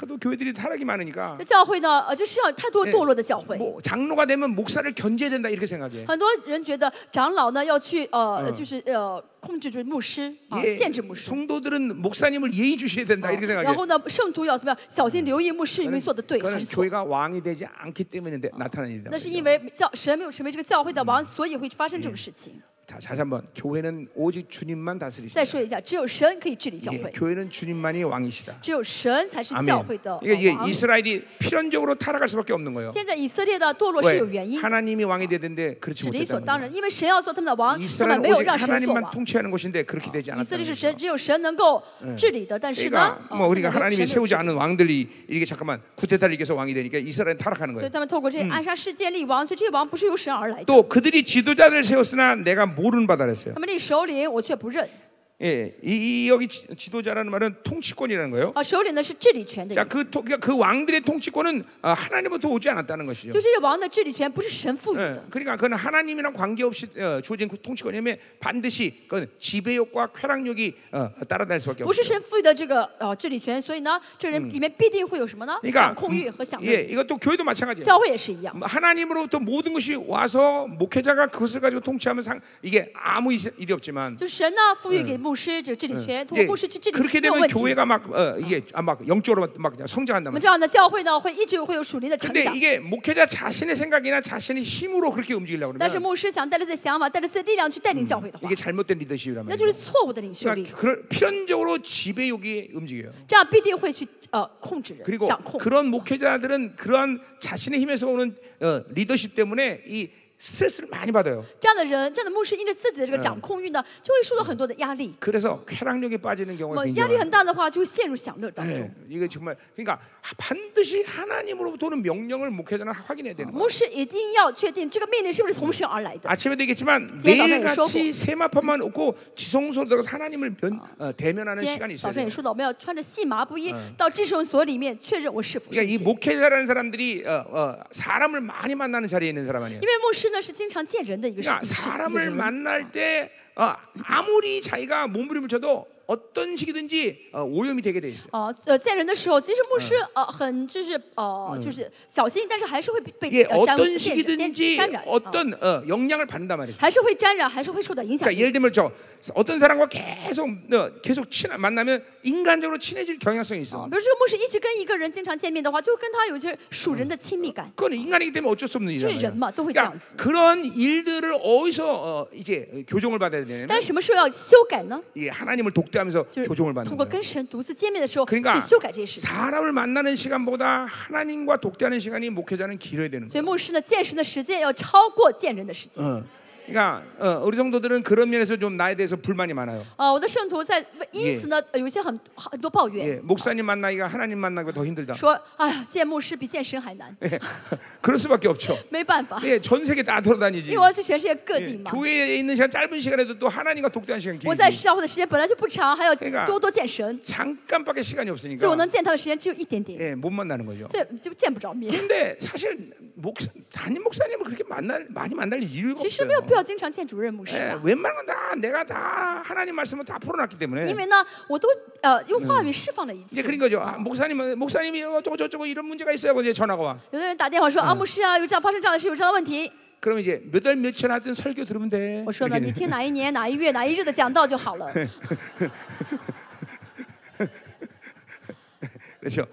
Speaker 1: 하도 교회들이 타락이 많으니까
Speaker 2: 这教会呢，呃，这世上有太多堕落的教会，
Speaker 1: 뭐 장로가 되면 목사를 견제해야 된다 이렇게 생각해.
Speaker 2: 很多人觉得长老呢要去呃，就是呃控制住牧师啊，
Speaker 1: 예,
Speaker 2: 限制牧师。
Speaker 1: 성도들은 목사님을 예의 어. 주셔야 된다 이렇게
Speaker 2: 然
Speaker 1: 생각해.
Speaker 2: 后呢，圣徒要怎么样？小心留意牧师有没有做的对
Speaker 1: 그건
Speaker 2: 还是错。
Speaker 1: 교회가 왕이 되지 않기 때문에 나- 나타난 일이다.
Speaker 2: 嗯那是因为教神没有成为这个教会的王，所以会发生这种事情。
Speaker 1: 자, 다시 한번 교회는 오직 주님만
Speaker 2: 再
Speaker 1: 다스리시다.
Speaker 2: 说一下，只有神可以治理教
Speaker 1: 예,
Speaker 2: 会，
Speaker 1: 교회는 주님만이 왕이시다.
Speaker 2: 只有神才是
Speaker 1: 아멘.
Speaker 2: 教会的
Speaker 1: 이게, 이게
Speaker 2: 王。
Speaker 1: 이스라엘이 필연적으로 타락할 수밖에 없는 거예요.
Speaker 2: 现在以色列的堕落是有原
Speaker 1: 왜
Speaker 2: 因，
Speaker 1: 하나님이 왕이 되야 되는데 그렇지
Speaker 2: 是理所
Speaker 1: 못했다는
Speaker 2: 当
Speaker 1: 거예요.
Speaker 2: 然，因为神要做他们的王，他们
Speaker 1: 이스라엘은
Speaker 2: 没有
Speaker 1: 오직
Speaker 2: 让神做
Speaker 1: 하나님만
Speaker 2: 王。
Speaker 1: 통치하는 곳인데 그렇게 되지
Speaker 2: 以色
Speaker 1: 않았다는
Speaker 2: 列是
Speaker 1: 거죠.
Speaker 2: 神，只有神能够治理的，但是呢
Speaker 1: 그러니까 ，
Speaker 2: 哦
Speaker 1: 뭐
Speaker 2: 现
Speaker 1: 우리가
Speaker 2: 在没有
Speaker 1: 하나님이
Speaker 2: 神没有
Speaker 1: 세우지 않은 왕들이 이렇게 잠깐만 구테타를 이겨서 왕이 되니까 이스라엘은 타락하는
Speaker 2: 所以
Speaker 1: 거예요.
Speaker 2: 他们透过这些暗杀事件立王，所以这些王不是由神而来的。
Speaker 1: 또 그들이 지도자를 세웠으나 내가 모르는 바다 그랬어요.
Speaker 2: 他们立首领，我却不认。
Speaker 1: 예, 이, 이 여기 지- 지도자라는 말은 통치권이라는 거예요.
Speaker 2: 啊，首领呢是治理权的意
Speaker 1: 자,
Speaker 2: 思，
Speaker 1: 그, 통- 그러니까 그 왕들의 통치권은 아, 하나님부터 오지 않았다는 것이죠.
Speaker 2: 就这些王的治理权不是神赋予
Speaker 1: 예,
Speaker 2: 的。
Speaker 1: 그러니까 그건 하나님이랑 관계없이 어, 주어진 그 통치권이면 반드시 그건 지배욕과 쾌락욕이 어, 따라다닐 수밖에
Speaker 2: 不是
Speaker 1: 없어요.
Speaker 2: 神赋予的这个呃治理权，所以呢，这人里面必定会有什么呢？掌
Speaker 1: 그러니까
Speaker 2: 控欲和享
Speaker 1: 예,
Speaker 2: 乐。
Speaker 1: 이것도 교회도 마찬가지예요. 뭐
Speaker 2: 教会也是一样，
Speaker 1: 하나님으로부터 모든 것이 와서 목회자가 그것을 가지고 통치하면 상, 이게 아무 일- 일이 없지만
Speaker 2: 就是神呢赋予给牧师这个治理权，通
Speaker 1: 예,
Speaker 2: 过牧师去治理
Speaker 1: 그렇게
Speaker 2: 没有
Speaker 1: 되면
Speaker 2: 问题。
Speaker 1: 교회가 막 어, 이게 아, 막 영적으로 막 그냥 성장한다
Speaker 2: 我们
Speaker 1: 말이야.
Speaker 2: 这样的教会呢，会一直会有属灵的成
Speaker 1: 근데
Speaker 2: 长。
Speaker 1: 이게 목회자 자신의 생각이나 자신의 힘으로 그렇게 움직이려고
Speaker 2: 但是
Speaker 1: 그러면
Speaker 2: 牧师想带着自己的想法，带着自己的力量去带领教会的话
Speaker 1: 이게 ， 잘못된 리더십이란
Speaker 2: 那就是
Speaker 1: 말이죠.
Speaker 2: 错误的领袖力
Speaker 1: 그러니까 ， 그런 필연적으로 지배욕이 움직여요.
Speaker 2: 这样必定会去呃控制人、
Speaker 1: 그리고
Speaker 2: 掌控。
Speaker 1: 그런 목회자들은 그러한 자신의 힘에서 오는 어, 리더십 때문에 이 스트레스를 많이 받아요.
Speaker 2: 这样的人，这样的牧师，因着自己的这个掌控欲呢，就会受到很多的压力。
Speaker 1: 그래서 쾌락력에 빠지는
Speaker 2: 那
Speaker 1: 경우가
Speaker 2: 么
Speaker 1: 굉장히
Speaker 2: 压力
Speaker 1: 많아요. 예,
Speaker 2: 很大的话，就会陷入享乐当中。
Speaker 1: 이거 정말 그러니까 반드시 하나님으로부터 오는 명령을 목회자는 확인해야 되는 거예요.
Speaker 2: 牧师一定要确定这个命令是不是从神而来的。
Speaker 1: 아침에도 얘기했지만
Speaker 2: 지혜가
Speaker 1: 매일같이
Speaker 2: 없어요.
Speaker 1: 세마판만 없고 지성소로 들어가서 하나님을 면, 어, 대면하는
Speaker 2: 今
Speaker 1: 시간이
Speaker 2: 天早
Speaker 1: 있어야
Speaker 2: 上
Speaker 1: 돼요.
Speaker 2: 也说到，我们要穿着细麻布衣到至圣所里面确认我是否圣
Speaker 1: 그러니까
Speaker 2: 洁。
Speaker 1: 이
Speaker 2: 因
Speaker 1: 목회자라는 사람들이 어, 어, 사람을 많이 만나는 자리에 있는 사람 아니에요.
Speaker 2: 为牧师呢是经常见人的一个
Speaker 1: 그러니까
Speaker 2: 是是一个
Speaker 1: 사람을
Speaker 2: 人，
Speaker 1: 만날 때 어, 아무리 자기가 몸부림을 쳐도 어떤 시기든지 어, 오염이 되게 돼 있어요.
Speaker 2: 呃呃，见人的时候，其实牧师呃很就是呃就是小心，但是还是会被被
Speaker 1: 이게
Speaker 2: 呃
Speaker 1: 어떤
Speaker 2: 沾污沾染
Speaker 1: 시기든지
Speaker 2: 沾染，啊
Speaker 1: 어떤 어, 영향을 받는단 말이죠.
Speaker 2: 还是会沾染，还是会受到影响啊
Speaker 1: 그러니까 。 예를 들면 저 어떤 사람과 계속 어, 계속 친 만나면 인간적으로 친해질 경향성이
Speaker 2: 啊
Speaker 1: 있어.
Speaker 2: 比如说，牧师一直跟一个人经常见面的话，就跟他有一些属人的亲密感。
Speaker 1: 그건 인간이기 때문에 어쩔 수 없는 일이잖아요.
Speaker 2: 这是人嘛，都会
Speaker 1: 그러니까
Speaker 2: 这样子。
Speaker 1: 그런 일들을 어디서 어, 이제 교정을 받아야 되냐면
Speaker 2: 但是什么时候要修改呢？
Speaker 1: 이 하나님을 독대하면서
Speaker 2: 就是
Speaker 1: 교정을
Speaker 2: 通
Speaker 1: 받는
Speaker 2: 过
Speaker 1: 거예요.
Speaker 2: 跟神独自见面的时候，
Speaker 1: 그러니까
Speaker 2: 去修改这些事 情。
Speaker 1: 사람을 만나는 시간보다 하나님과 독대하는 시간이 목회자는 길어야 되는
Speaker 2: 所
Speaker 1: 거예요.
Speaker 2: 以牧师呢，见神的时间要超过见人的时间。
Speaker 1: 어. 그러니까 어, 우리 성도들은 그런 면에서 좀 나에 대해서 불만이 많아요.
Speaker 2: 啊，我的圣徒在为因此呢，呃有一些很很多抱
Speaker 1: 예,
Speaker 2: 怨，
Speaker 1: 목사님 만나기가 하나님 만나기가 더 힘들다.
Speaker 2: 说，哎呀，见牧师比见神还难，
Speaker 1: 예, 그럴 수밖에 없죠.
Speaker 2: 没办法，
Speaker 1: 예, 전 세계 다 돌아다니지.
Speaker 2: 因为我要去全世界各
Speaker 1: 예,
Speaker 2: 地嘛。
Speaker 1: 교회에 있는 시간 짧은 시간에도 또 하나님과 독대한 시간
Speaker 2: 我在
Speaker 1: 길고
Speaker 2: 教会的时间本来就不长，还要
Speaker 1: 그러니까
Speaker 2: 多多见神，
Speaker 1: 잠깐밖에 시간이
Speaker 2: 所以我
Speaker 1: 없으니까
Speaker 2: 能见他的时间只有一点点，
Speaker 1: 예, 못 만나는 거죠.
Speaker 2: 所以就见不着 面。
Speaker 1: 근데 사실 목 담임 목사님을 그렇게 만날 많이 만날 이유가
Speaker 2: 其实没有
Speaker 1: 없어요.
Speaker 2: 必要经常见主任牧师
Speaker 1: 예,
Speaker 2: 吧，
Speaker 1: 웬만한 건 다 내가 다 하나님 말씀을 다 풀어놨기
Speaker 2: 因
Speaker 1: 때문에
Speaker 2: 为呢，我都呃用话语释放了一
Speaker 1: 이제
Speaker 2: 切。
Speaker 1: 그런 거죠. 아, 목사님 목사님이 뭐 어쩌고 저쩌고 이런 문제가 있어요. 하고 이제 전화가 와.
Speaker 2: 有的人打电话说啊，牧师啊，有这样发生这样的事，有这样的问题。
Speaker 1: 그럼 이제 몇 달 며칠 하든 설교 들으면 돼.
Speaker 2: 我说呢，
Speaker 1: 이렇게.
Speaker 2: 你听哪一年哪一月哪一日的讲道就好了。
Speaker 1: 그렇죠.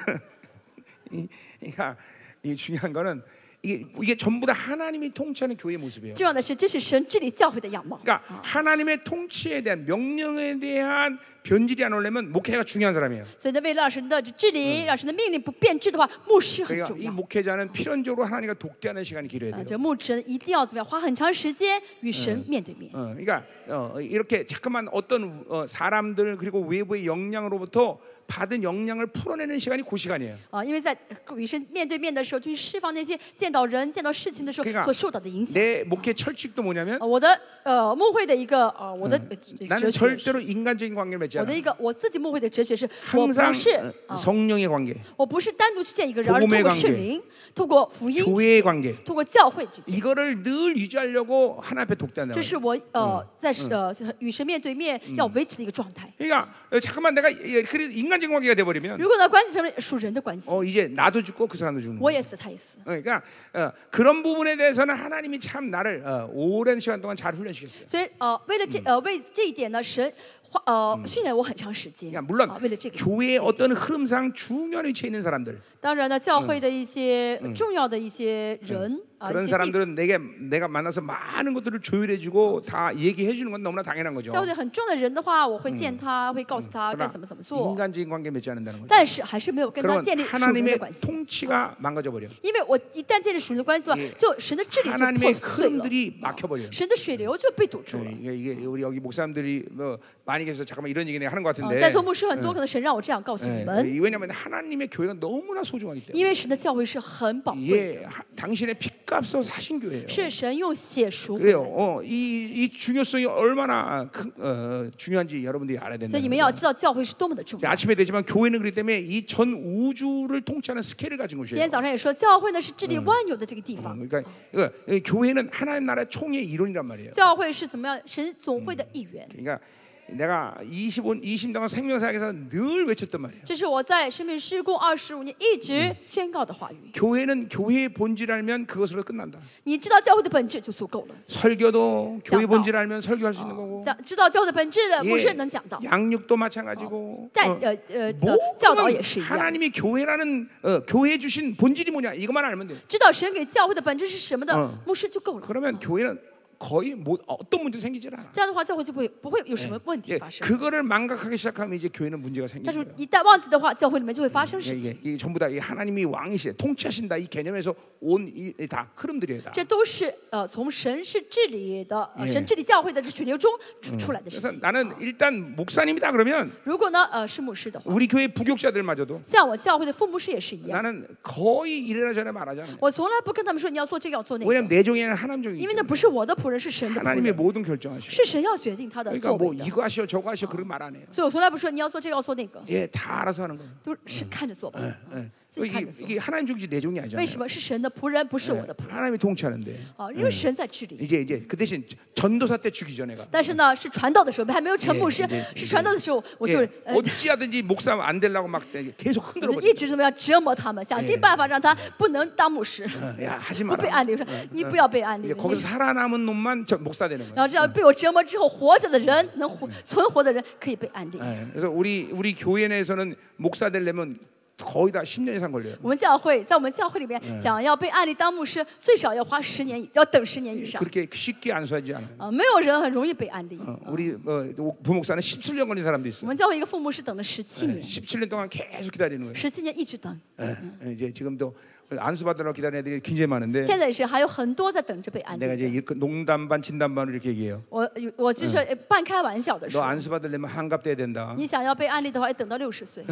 Speaker 1: 이- 그러니까 이 중요한 거는 이게 이게 전부 다 하나님이 통치하는 교회의 모습이에요.
Speaker 2: 重要的是，这是神治理教会的样貌。
Speaker 1: 그러니까 하나님의 통치에 대한 명령에 대한 변질이 안 오려면 목회가 중요한 사람이에요.
Speaker 2: 所以呢，为了让神的治理，让神的命令不变质的话，牧师很
Speaker 1: 그러니까
Speaker 2: 重
Speaker 1: 이
Speaker 2: 要。
Speaker 1: 목회자는 필연적으로 하나님과 독대하는 시간이 길어야
Speaker 2: 啊，
Speaker 1: 돼요.
Speaker 2: 这牧者一定要怎么样？花很长时间与神面对面。
Speaker 1: 어, 그러니까 어, 이렇게 잠깐만 어떤 어, 사람들 그리고 외부의 영향으로부터 받은 영향을 풀어내는 시간이 그 시간이에요.
Speaker 2: 啊，因为在与神面对面的时候，去释放那些见到人、见到事情的时
Speaker 1: 그러니까
Speaker 2: 候所受到的影响。
Speaker 1: 내 목회 철칙도 뭐냐면
Speaker 2: 啊，我的呃牧会的一个呃我的呃
Speaker 1: 나는
Speaker 2: 哲学是，
Speaker 1: 절대로 인간적인 관계를 맺지
Speaker 2: 我
Speaker 1: 않아.
Speaker 2: 的一个我自己牧会的哲学是，我
Speaker 1: 항상
Speaker 2: 不是
Speaker 1: 네. 어,
Speaker 2: 啊，
Speaker 1: 성령의 관계,
Speaker 2: 我不是单独去见一个人，而是
Speaker 1: 복음의
Speaker 2: 通过
Speaker 1: 관계
Speaker 2: 圣灵、通过福音、
Speaker 1: 교회의 관계
Speaker 2: 通过教会去见。
Speaker 1: 이거를 늘 유지하려고 하나 앞에 독대한다.
Speaker 2: 这是我呃在呃与神面对面要维持的一个状态。
Speaker 1: 그러니까 어, 잠깐만 내가 예, 그래 인간적인 관계가 돼버리면
Speaker 2: 如果呢关系成为属人的关系，
Speaker 1: 어, 이제 나도 죽고 그 사람도 죽는
Speaker 2: 我
Speaker 1: 거야.
Speaker 2: 也死，他也死。
Speaker 1: 어, 그러니까 어, 그런 부분에 대해서는 하나님이 참 나를 어, 오랜 시간 동안 잘 훈련시켰어요.
Speaker 2: 所以呃，为了这呃为这一点呢，神花呃训练我很长时间
Speaker 1: 그러니까 。 물론
Speaker 2: 啊为了这个，
Speaker 1: 교회의 어떤
Speaker 2: 嗯
Speaker 1: 흐름상 중요한 위치에 있는 사람들
Speaker 2: 呃当然呢，教会的一些重要的一些人啊一
Speaker 1: 그런
Speaker 2: 些地
Speaker 1: 사람들은 내게 내가 만나서 많은 것들을 조율해주고 다 얘기해 주는 건 너무나 당연한 거죠.
Speaker 2: 教对很重要的人的话，我会见他，会告诉他该
Speaker 1: 아, 그러나
Speaker 2: 怎么怎么做，
Speaker 1: 인간적인 관계 맺지 않는다는 거죠.
Speaker 2: 但是还是没有跟他
Speaker 1: 그러면
Speaker 2: 建立属灵的
Speaker 1: 하나님의 어.
Speaker 2: 关系。
Speaker 1: 통치가 망가져 버려.
Speaker 2: 因为我一旦建立属灵的关系的话
Speaker 1: 예 ，
Speaker 2: 就神的治理就
Speaker 1: 하나님의
Speaker 2: 破碎了，嗯
Speaker 1: 흐름들이 막혀 버려.
Speaker 2: 神的水流就被堵住了
Speaker 1: 네, 。 이게, 이게 우리 여기 목사님들이 뭐 많이 계셔서 잠깐만 이런 얘기는 하는 것
Speaker 2: 啊
Speaker 1: 같은데
Speaker 2: 在座牧师很多，可能神让我这样告诉你
Speaker 1: 네,
Speaker 2: 们，
Speaker 1: 이 왜냐하면 하나님의 교회가 너무나 소중하기 때문에
Speaker 2: 因为神的教诲是很宝贵，
Speaker 1: 예, 하- 당신의 핏값으로 사신 교회예요
Speaker 2: 是神用血赎回
Speaker 1: 그래요 어, 이, 이 중요성이 얼마나 큰, 어, 중요한지 여러분들이 알아야
Speaker 2: 所以
Speaker 1: 된다
Speaker 2: 你们要知道教会是多么的重
Speaker 1: 이제
Speaker 2: 要。
Speaker 1: 네, 아침에 되지만 교회는 그렇기 때문에 이 전 우주를 통치하는 스케일을 가진
Speaker 2: 今
Speaker 1: 곳이에요
Speaker 2: 天早上也说，教会呢是治理万有的这个地
Speaker 1: 어,
Speaker 2: 方，
Speaker 1: 그러니까 이거, 이 교회는 하나님 나라의 총의 이론이란 말이에요
Speaker 2: 教会是怎么样？神总会的一员，
Speaker 1: 그러니까 내가 25, 20년 동안 생명사역에서 늘 외쳤단 말이에요
Speaker 2: 这是我在生命施工二十五年一直宣告的话语。
Speaker 1: 교회는 교회의 본질 알면 그것으로 끝난다
Speaker 2: 你知道教会的本质就足够了，
Speaker 1: 설교도 교회
Speaker 2: 양도.
Speaker 1: 본질 알면 설교할 수 있는 거고
Speaker 2: 讲知道教会的本质的，
Speaker 1: 예,
Speaker 2: 牧师能讲到。
Speaker 1: 양육도 마찬가지고
Speaker 2: 但
Speaker 1: 어,
Speaker 2: 呃呃
Speaker 1: 뭐
Speaker 2: 呃，教导也是一样。
Speaker 1: 하나님이 교회라는 어, 교회 주신 본질이 뭐냐 이것만 알면 돼.
Speaker 2: 知道神给教会的本质是什么的
Speaker 1: 嗯，
Speaker 2: 牧师就够了。
Speaker 1: 그러면 교회는 거의 뭐, 어떤 문제 생기질 않아.
Speaker 2: 这样的话，教会就不会不会有什么问题
Speaker 1: 예,
Speaker 2: 发生。
Speaker 1: 그거를 망각하기 시작하면 이제 교회는 문제가
Speaker 2: 但
Speaker 1: 생기는
Speaker 2: 是
Speaker 1: 거예요.
Speaker 2: 一旦忘记的话，教会里面就会发生
Speaker 1: 예,
Speaker 2: 事
Speaker 1: 이게,
Speaker 2: 情。
Speaker 1: 이게 전부 다이 하나님이 왕이시대 통치하신다 이 개념에서 온이다 흐름들이에요 다.
Speaker 2: 这都是呃从神是治理的，呃
Speaker 1: 예
Speaker 2: 神治理教会的这血流中出出来的事
Speaker 1: 그래서
Speaker 2: 情。
Speaker 1: 나는 일단 목사님이다 그러면
Speaker 2: 如果呢呃是牧师的话，
Speaker 1: 우리 교회 부교자들마저도
Speaker 2: 像我教会的副牧师也是一样，
Speaker 1: 나는 거의 이래라 저래 말하지 않아요.
Speaker 2: 我从来不跟他们说你要做这个要做那个，
Speaker 1: 왜냐면 내 종이는 하나님 네. 종이
Speaker 2: 因为那不是我的仆人，是神的仆
Speaker 1: 하나님의
Speaker 2: 人，
Speaker 1: 모든 결정하시고
Speaker 2: 是神要决定他的
Speaker 1: 그러니까
Speaker 2: 作
Speaker 1: 뭐
Speaker 2: 为的。
Speaker 1: 이거 하시오 저거 하시오 그런 말 안 해요.
Speaker 2: 所以我从来不说你要做这个要做那个，
Speaker 1: 예, 다 알아서 하는 거예요.
Speaker 2: 都是看着做吧。
Speaker 1: 예.
Speaker 2: 自
Speaker 1: 이게,
Speaker 2: 己看着做。
Speaker 1: 이게 하나님 종이지 내 종이
Speaker 2: 为
Speaker 1: 아니잖아요.
Speaker 2: 什么是神的仆人，不是我的仆人
Speaker 1: 하나님이 통치하는데
Speaker 2: 啊？因为神在治理。
Speaker 1: 이제 이제 그 대신 전도사 때 죽이 전에 가.
Speaker 2: 但是呢，是传道的时候，还没有陈牧师
Speaker 1: 예 예 ，
Speaker 2: 是传道的时候，我就
Speaker 1: 예,
Speaker 2: 呃，
Speaker 1: 어찌하든지 목사 안 되려고 막 계속
Speaker 2: 我
Speaker 1: 흔들어
Speaker 2: 就
Speaker 1: 버려.
Speaker 2: 一直哎怎么样折磨他们，想尽办法让他不能当牧师，
Speaker 1: 야 예, 하지
Speaker 2: 不被
Speaker 1: 마라.
Speaker 2: 按理说，你不要被按理
Speaker 1: 이제 。 거기서 살아남은 놈만 저 목사 되는 거예요.
Speaker 2: 然后这样被我折磨之后，活着的人能活，存活的人可以被安利。
Speaker 1: 예, 그래서 우리 우리 교회 내에서는 목사 되려면 거의 다 10년 이상 걸려요.
Speaker 2: 我们教会在我们教会里面，想要被安利当牧师，最少要花十年以，要等十年以上
Speaker 1: 그렇게 쉽게 안수하지 않아요.
Speaker 2: 啊，没有人很容易被安利。
Speaker 1: 어, 우리 어, 부목사는 17년 걸린 사람도
Speaker 2: 我
Speaker 1: 있어요. 예,
Speaker 2: 们教会一个副牧师等了十七年，
Speaker 1: 17년 동안 계속 기다리는 거예요.
Speaker 2: 十七年一直等，
Speaker 1: 예, 이제 지금도 안수 받으러 기다리는 애들이 굉장히 많은데
Speaker 2: 现在也是还有很多在等着被安
Speaker 1: 내가
Speaker 2: 利。
Speaker 1: 이제 이렇게 농담 반 진담 반으로 이렇게 얘기해요.
Speaker 2: 我有我就是半开玩笑的
Speaker 1: 너
Speaker 2: 说，
Speaker 1: 안수 받으려면 한갑 돼야 된다.
Speaker 2: 你想要被安利的话，要等到六十岁。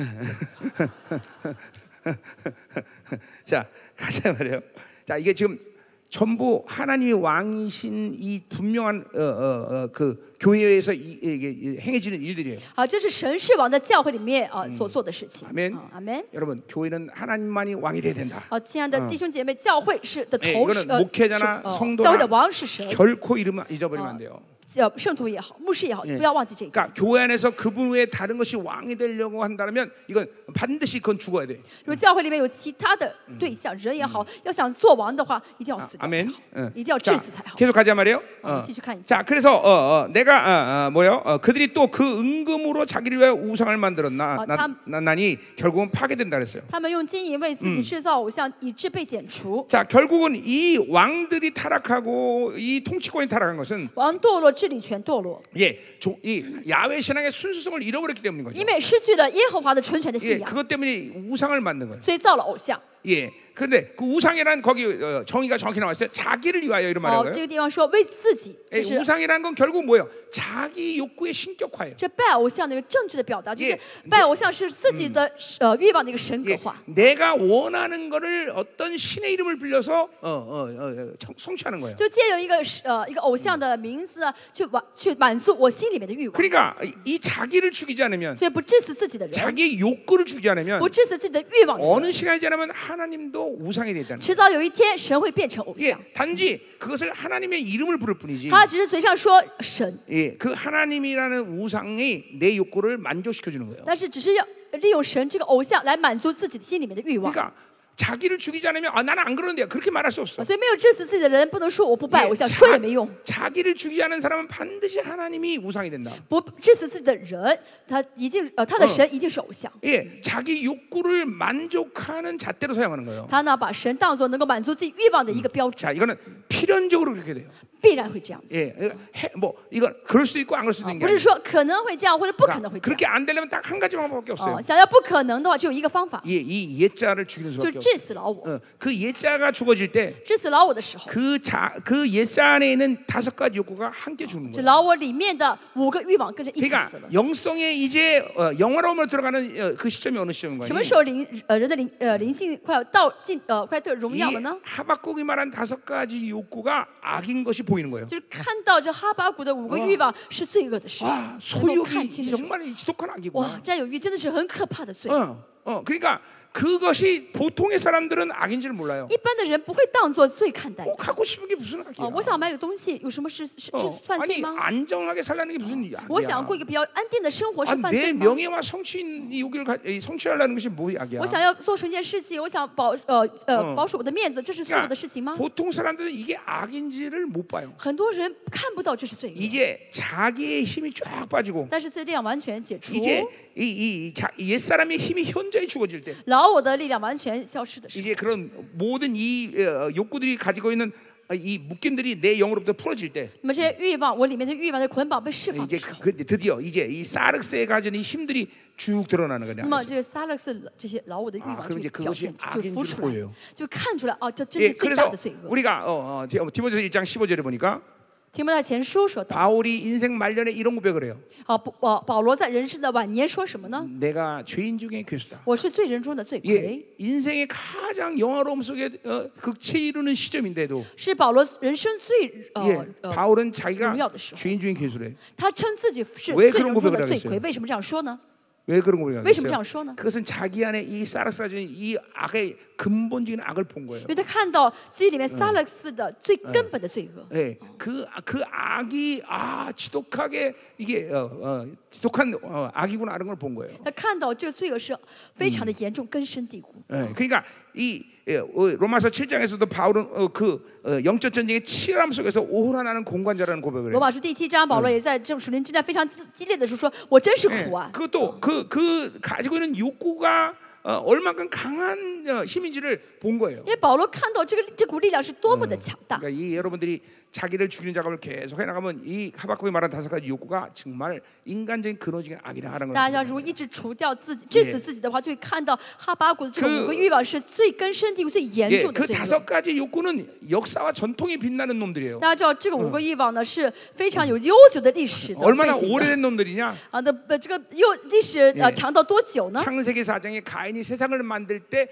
Speaker 1: 자, 가자 말이에요. 자, 이게 지금 전부 하나님이 왕이신 이 분명한 어, 어, 어, 그 교회에서 이, 이게 이 행해지는 일들이에요.
Speaker 2: 好，这是神是王在教会里面啊
Speaker 1: 嗯
Speaker 2: 所做的事情。
Speaker 1: 阿门
Speaker 2: 啊阿门。
Speaker 1: 여러분, 교회는 하나님만이 왕이 돼야 된다.
Speaker 2: 好，亲爱的弟兄姐妹，教会是的
Speaker 1: 嗯哎
Speaker 2: 头
Speaker 1: 이거는
Speaker 2: 是呃
Speaker 1: 목회자나
Speaker 2: 是呃
Speaker 1: 성도나
Speaker 2: 教会的王是神，
Speaker 1: 결코 이름 잊어버리면 안 돼요.
Speaker 2: 呃，圣徒也好，牧师也
Speaker 1: 嗯
Speaker 2: 好，不要忘记这个。
Speaker 1: 그러니까 교회 안에서 그분 외에 다른 것이 왕이 되려고 한다면 이건 반드시 그건 죽어야 돼.
Speaker 2: 如果教会里面有其他的对象，人也
Speaker 1: 嗯
Speaker 2: 好，要想做王的话，一定要死掉才
Speaker 1: 아멘.
Speaker 2: 好
Speaker 1: 응. ，
Speaker 2: 一定要致死才
Speaker 1: 자,
Speaker 2: 好。
Speaker 1: 계속 가자 말이에요.
Speaker 2: 어,
Speaker 1: 어.
Speaker 2: 지식한 인생.
Speaker 1: 자, 그래서 어, 어, 내가 어, 어, 뭐요? 어, 그들이 또 그 은금으로 자기를 위하여 우상을 만들었나
Speaker 2: 어,
Speaker 1: 나-
Speaker 2: 참.
Speaker 1: 나- 나니 결국은 파괴된다 그랬어요.
Speaker 2: 他们用金银为自
Speaker 1: 嗯
Speaker 2: 己制造偶像，以致被剪除。
Speaker 1: 자, 결국은 이 왕들이 타락하고 이 통치권이 타락한 것은
Speaker 2: 王堕落，治理权堕落，
Speaker 1: 예, 조, 이 야외 신앙의 순수성을 잃어버렸기 때문인 거죠.
Speaker 2: 因为失去了耶和华的纯全的
Speaker 1: 예,
Speaker 2: 信仰，
Speaker 1: 그것 때문에 우상을 만든 거예요.
Speaker 2: 所以造了偶像。
Speaker 1: 예. 근데 그 우상이란 거기 어, 정의가 정확히 나와 있어요. 자기를 위하여 이런
Speaker 2: 哦
Speaker 1: 말이에요. ，
Speaker 2: 这个地方说为自己，这
Speaker 1: 예,
Speaker 2: 是
Speaker 1: 우상이라는 건 결국 뭐예요? 자기 욕구의 신격화예요.
Speaker 2: 这拜偶像的一个正确的表达，就
Speaker 1: 예
Speaker 2: 是拜偶像是自己的呃欲望的一个神格
Speaker 1: 예,
Speaker 2: 化。
Speaker 1: 내가 원하는 거를 어떤 신의 이름을 빌려서 어, 어, 어, 어, 청- 성취하는 거예요.
Speaker 2: 就借用一个是呃一个偶像的名字啊去满去满足我心里面的欲望，
Speaker 1: 그러니까 이- 이 자기를 죽이지 않으면
Speaker 2: 所以不致死自己的人，
Speaker 1: 자기의 욕구를 죽이지 않으면
Speaker 2: 不致死自己的欲望的人，
Speaker 1: 어느 시간이 지나면 하나님도 우상이 되다는 거예요.
Speaker 2: 迟早有一天神会变成偶
Speaker 1: 예,
Speaker 2: 像。
Speaker 1: 단지 그것을 하나님의 이름을 부를 뿐이지.
Speaker 2: 他只是嘴上说神，
Speaker 1: 예, 그 하나님이라는 우상이 내 욕구를 만족시켜 주는 거예요.
Speaker 2: 但是只是要利用神这个偶像来满足自己心里面的欲望。
Speaker 1: 그러니까 자기를 죽이지 않으면 아 나는 안 그러는데 그렇게 말할 수 없어. 예,
Speaker 2: 所以没有致死自己的人，不能说我不拜，我
Speaker 1: 자,
Speaker 2: 想说也没用。
Speaker 1: 자기를 죽이지 않은 사람은 반드시 하나님이 우상이 된다.
Speaker 2: 不致死自己的人，他一定呃，他的神一定是偶像。
Speaker 1: 예, 자기 욕구를 만족하는 잣대로 사용하는 거예요.
Speaker 2: 他呢，把神当作能够满足自己欲望的一个标准，
Speaker 1: 자, 이거는 필연적으로 그렇게 돼요.
Speaker 2: 必然会这样子。
Speaker 1: 예, 이거 해, 뭐 이건 그럴 수도 있고 안 그럴 수도
Speaker 2: 啊，
Speaker 1: 있는 게
Speaker 2: 不是
Speaker 1: 아니에요.
Speaker 2: 说可能会这样或者不可能
Speaker 1: 그러니까
Speaker 2: 会这
Speaker 1: 그렇게
Speaker 2: 样。
Speaker 1: 안 되려면 딱 한 가지 방법밖에
Speaker 2: 哦，
Speaker 1: 없어요.
Speaker 2: 想要不可能的话，只有一个方法，
Speaker 1: 예, 이 예자를 죽이는
Speaker 2: 就
Speaker 1: 수밖에
Speaker 2: 是
Speaker 1: 없어요.
Speaker 2: 治死老嗯我。
Speaker 1: 어, 그 예자가 죽어질 때
Speaker 2: 治死老我的时候，
Speaker 1: 그 자, 그 예자 안에 있는 다섯 가지 욕구가 함께 죽는
Speaker 2: 这
Speaker 1: 거예요.
Speaker 2: 老我里面的五个欲望跟着一起
Speaker 1: 그러니까
Speaker 2: 死了。
Speaker 1: 영성에 이제 어, 영화로움으로 들어가는 어, 그 시점이 어느 시점인가요?
Speaker 2: 什么时候灵呃人的灵呃灵性快要到进呃快得荣耀了呢？
Speaker 1: 하박국이 말한 다섯 가지 욕구가 악인 것이 보이는 거예요.
Speaker 2: 就是看到这哈巴谷的五个欲望是罪恶的事，
Speaker 1: 와,
Speaker 2: 能够看
Speaker 1: 소욕이
Speaker 2: 清
Speaker 1: 이-
Speaker 2: 的时候，
Speaker 1: 정말 이 지독한 악이구나.
Speaker 2: 哇，占有欲真的是很可怕的罪。
Speaker 1: 어, 어, 그러니까 그것이 보통의 사람들은 악인 줄 몰라요.
Speaker 2: 一般的人不会当做罪看待。
Speaker 1: 꼭 갖고 싶은 게 무슨 악이야?
Speaker 2: 哦，我想买个东西，有什么是是是
Speaker 1: 어,
Speaker 2: 算罪
Speaker 1: 아니
Speaker 2: 吗？
Speaker 1: 안정하게 살라는 게 무슨 악이야?
Speaker 2: 我想过一个比较安定的生活
Speaker 1: 아,
Speaker 2: 是犯
Speaker 1: 내
Speaker 2: 罪吗？
Speaker 1: 명예와 성취인 여기를 가, 이 성취하려는 것이 뭐 악이야?
Speaker 2: 我想要做成一件事情，我想保呃
Speaker 1: 嗯
Speaker 2: 呃保守我的面子，这是罪恶
Speaker 1: 그러니까
Speaker 2: 的事情吗？
Speaker 1: 보통 사람들은 이게 악인지를 못 봐요.
Speaker 2: 很多人看不到这是罪恶，
Speaker 1: 이제 자기의 힘이 쫙 빠지고
Speaker 2: 但是在这样完全解除，
Speaker 1: 이제 이이옛 사람의 힘이 현저히 죽어질 때
Speaker 2: 老我的力量完全消失的时候，
Speaker 1: 이제 그런 모든 이 어, 욕구들이 가지고 있는 어, 이 묶임들이 내 영으로부터 풀어질 때
Speaker 2: 那么这些欲望，我里面的欲望的捆绑被释放
Speaker 1: 이제
Speaker 2: 的时候，
Speaker 1: 그, 그- 드디어 이제 이 사르스에 가진 이 힘들이 쭉 드러나는
Speaker 2: 那么
Speaker 1: 거냐?
Speaker 2: 这个萨勒斯这些老我的欲
Speaker 1: 啊
Speaker 2: 望
Speaker 1: 그럼
Speaker 2: 就
Speaker 1: 이제
Speaker 2: 表现
Speaker 1: 그것이
Speaker 2: 出，就
Speaker 1: 악인
Speaker 2: 浮
Speaker 1: 줄
Speaker 2: 出
Speaker 1: 보여
Speaker 2: 来
Speaker 1: 요 ，
Speaker 2: 就看出来哦，这真
Speaker 1: 예,
Speaker 2: 是最大
Speaker 1: 그래서
Speaker 2: 的罪恶。
Speaker 1: 우리가 어, 어, 디- 디모데서 1장 15절에 보니까
Speaker 2: 提摩太前书说到，
Speaker 1: 바울이 인생 말년에 이런 고백을 해요.
Speaker 2: 啊，保保保罗在人生的晚年说什么
Speaker 1: 嗯
Speaker 2: 呢？
Speaker 1: 내가 죄인 중에 괴수다.
Speaker 2: 我是罪人中的罪魁，
Speaker 1: 예, 인생의 가장 영화로움 속에 어, 극치 이루는 시점인데도
Speaker 2: 是保罗人生最呃
Speaker 1: 예,
Speaker 2: 呃，
Speaker 1: 바울은 자기가
Speaker 2: 중요하다, 시험.
Speaker 1: 죄인 중에 괴수래.
Speaker 2: 他称自己是
Speaker 1: 왜
Speaker 2: 罪
Speaker 1: 그런
Speaker 2: 人中的
Speaker 1: 고백을하겠어요
Speaker 2: 罪魁，为什么这样说呢？
Speaker 1: 왜 그런 걸
Speaker 2: 왜 지금
Speaker 1: 알겠어요?
Speaker 2: 이렇게 하나?
Speaker 1: 그것은 자기 안에 이 사르사진 이 악의 근본적인 악을 본 거예요.
Speaker 2: 因为他看到自己里面萨勒斯的最根本的罪恶，
Speaker 1: 예, 그, 그 악이 아 지독하게 이게 어, 어, 지독한 어, 악이구나 하는 걸 본 거예요.
Speaker 2: 他看到这个罪恶是非常的严重，根深蒂固。
Speaker 1: 예, 그러니까 이 예, 어, 로마서 7장에서도 바울은 어, 그 어, 영적 전쟁의 치열함 속에서 오호라나는 공관자라는 고백을
Speaker 2: 罗
Speaker 1: 해요.
Speaker 2: 马书第七章，保罗也在这种属灵之战非常激激烈的时候说：“我真是
Speaker 1: 예,
Speaker 2: 苦啊！”
Speaker 1: 그것도 그, 그 가지고 있는 욕구가 어, 얼만큼 강한 어, 힘인지를 본 거예요.
Speaker 2: 因为保罗看到这个这股力量是多么的强大。
Speaker 1: 그러니까 이 여러분들이 자기를 죽이는 작업을 계속 해나가면 이 하박국이 말한 다섯 가지 욕구가 정말 인간적인 근원적인 악이다 하는
Speaker 2: 大家
Speaker 1: 거예요.
Speaker 2: 如果一直除掉自己、致
Speaker 1: 예
Speaker 2: 死自己的话，就会看到哈巴谷的这
Speaker 1: 그
Speaker 2: 种五个欲望是最根深蒂固、最严
Speaker 1: 예,
Speaker 2: 重的
Speaker 1: 그
Speaker 2: 罪恶。
Speaker 1: 다섯 가지 욕구는 역사와 전통이 빛나는 놈들이에요.
Speaker 2: 大家知道这个五个欲望呢是非常有悠久的历史的
Speaker 1: 嗯
Speaker 2: 背
Speaker 1: 얼마나
Speaker 2: 景的
Speaker 1: 오래된 놈들이냐?
Speaker 2: 啊，那呃这个又历史呃
Speaker 1: 예
Speaker 2: 长到多久呢？
Speaker 1: 창세기 사장에 가인이 세상을 만들 때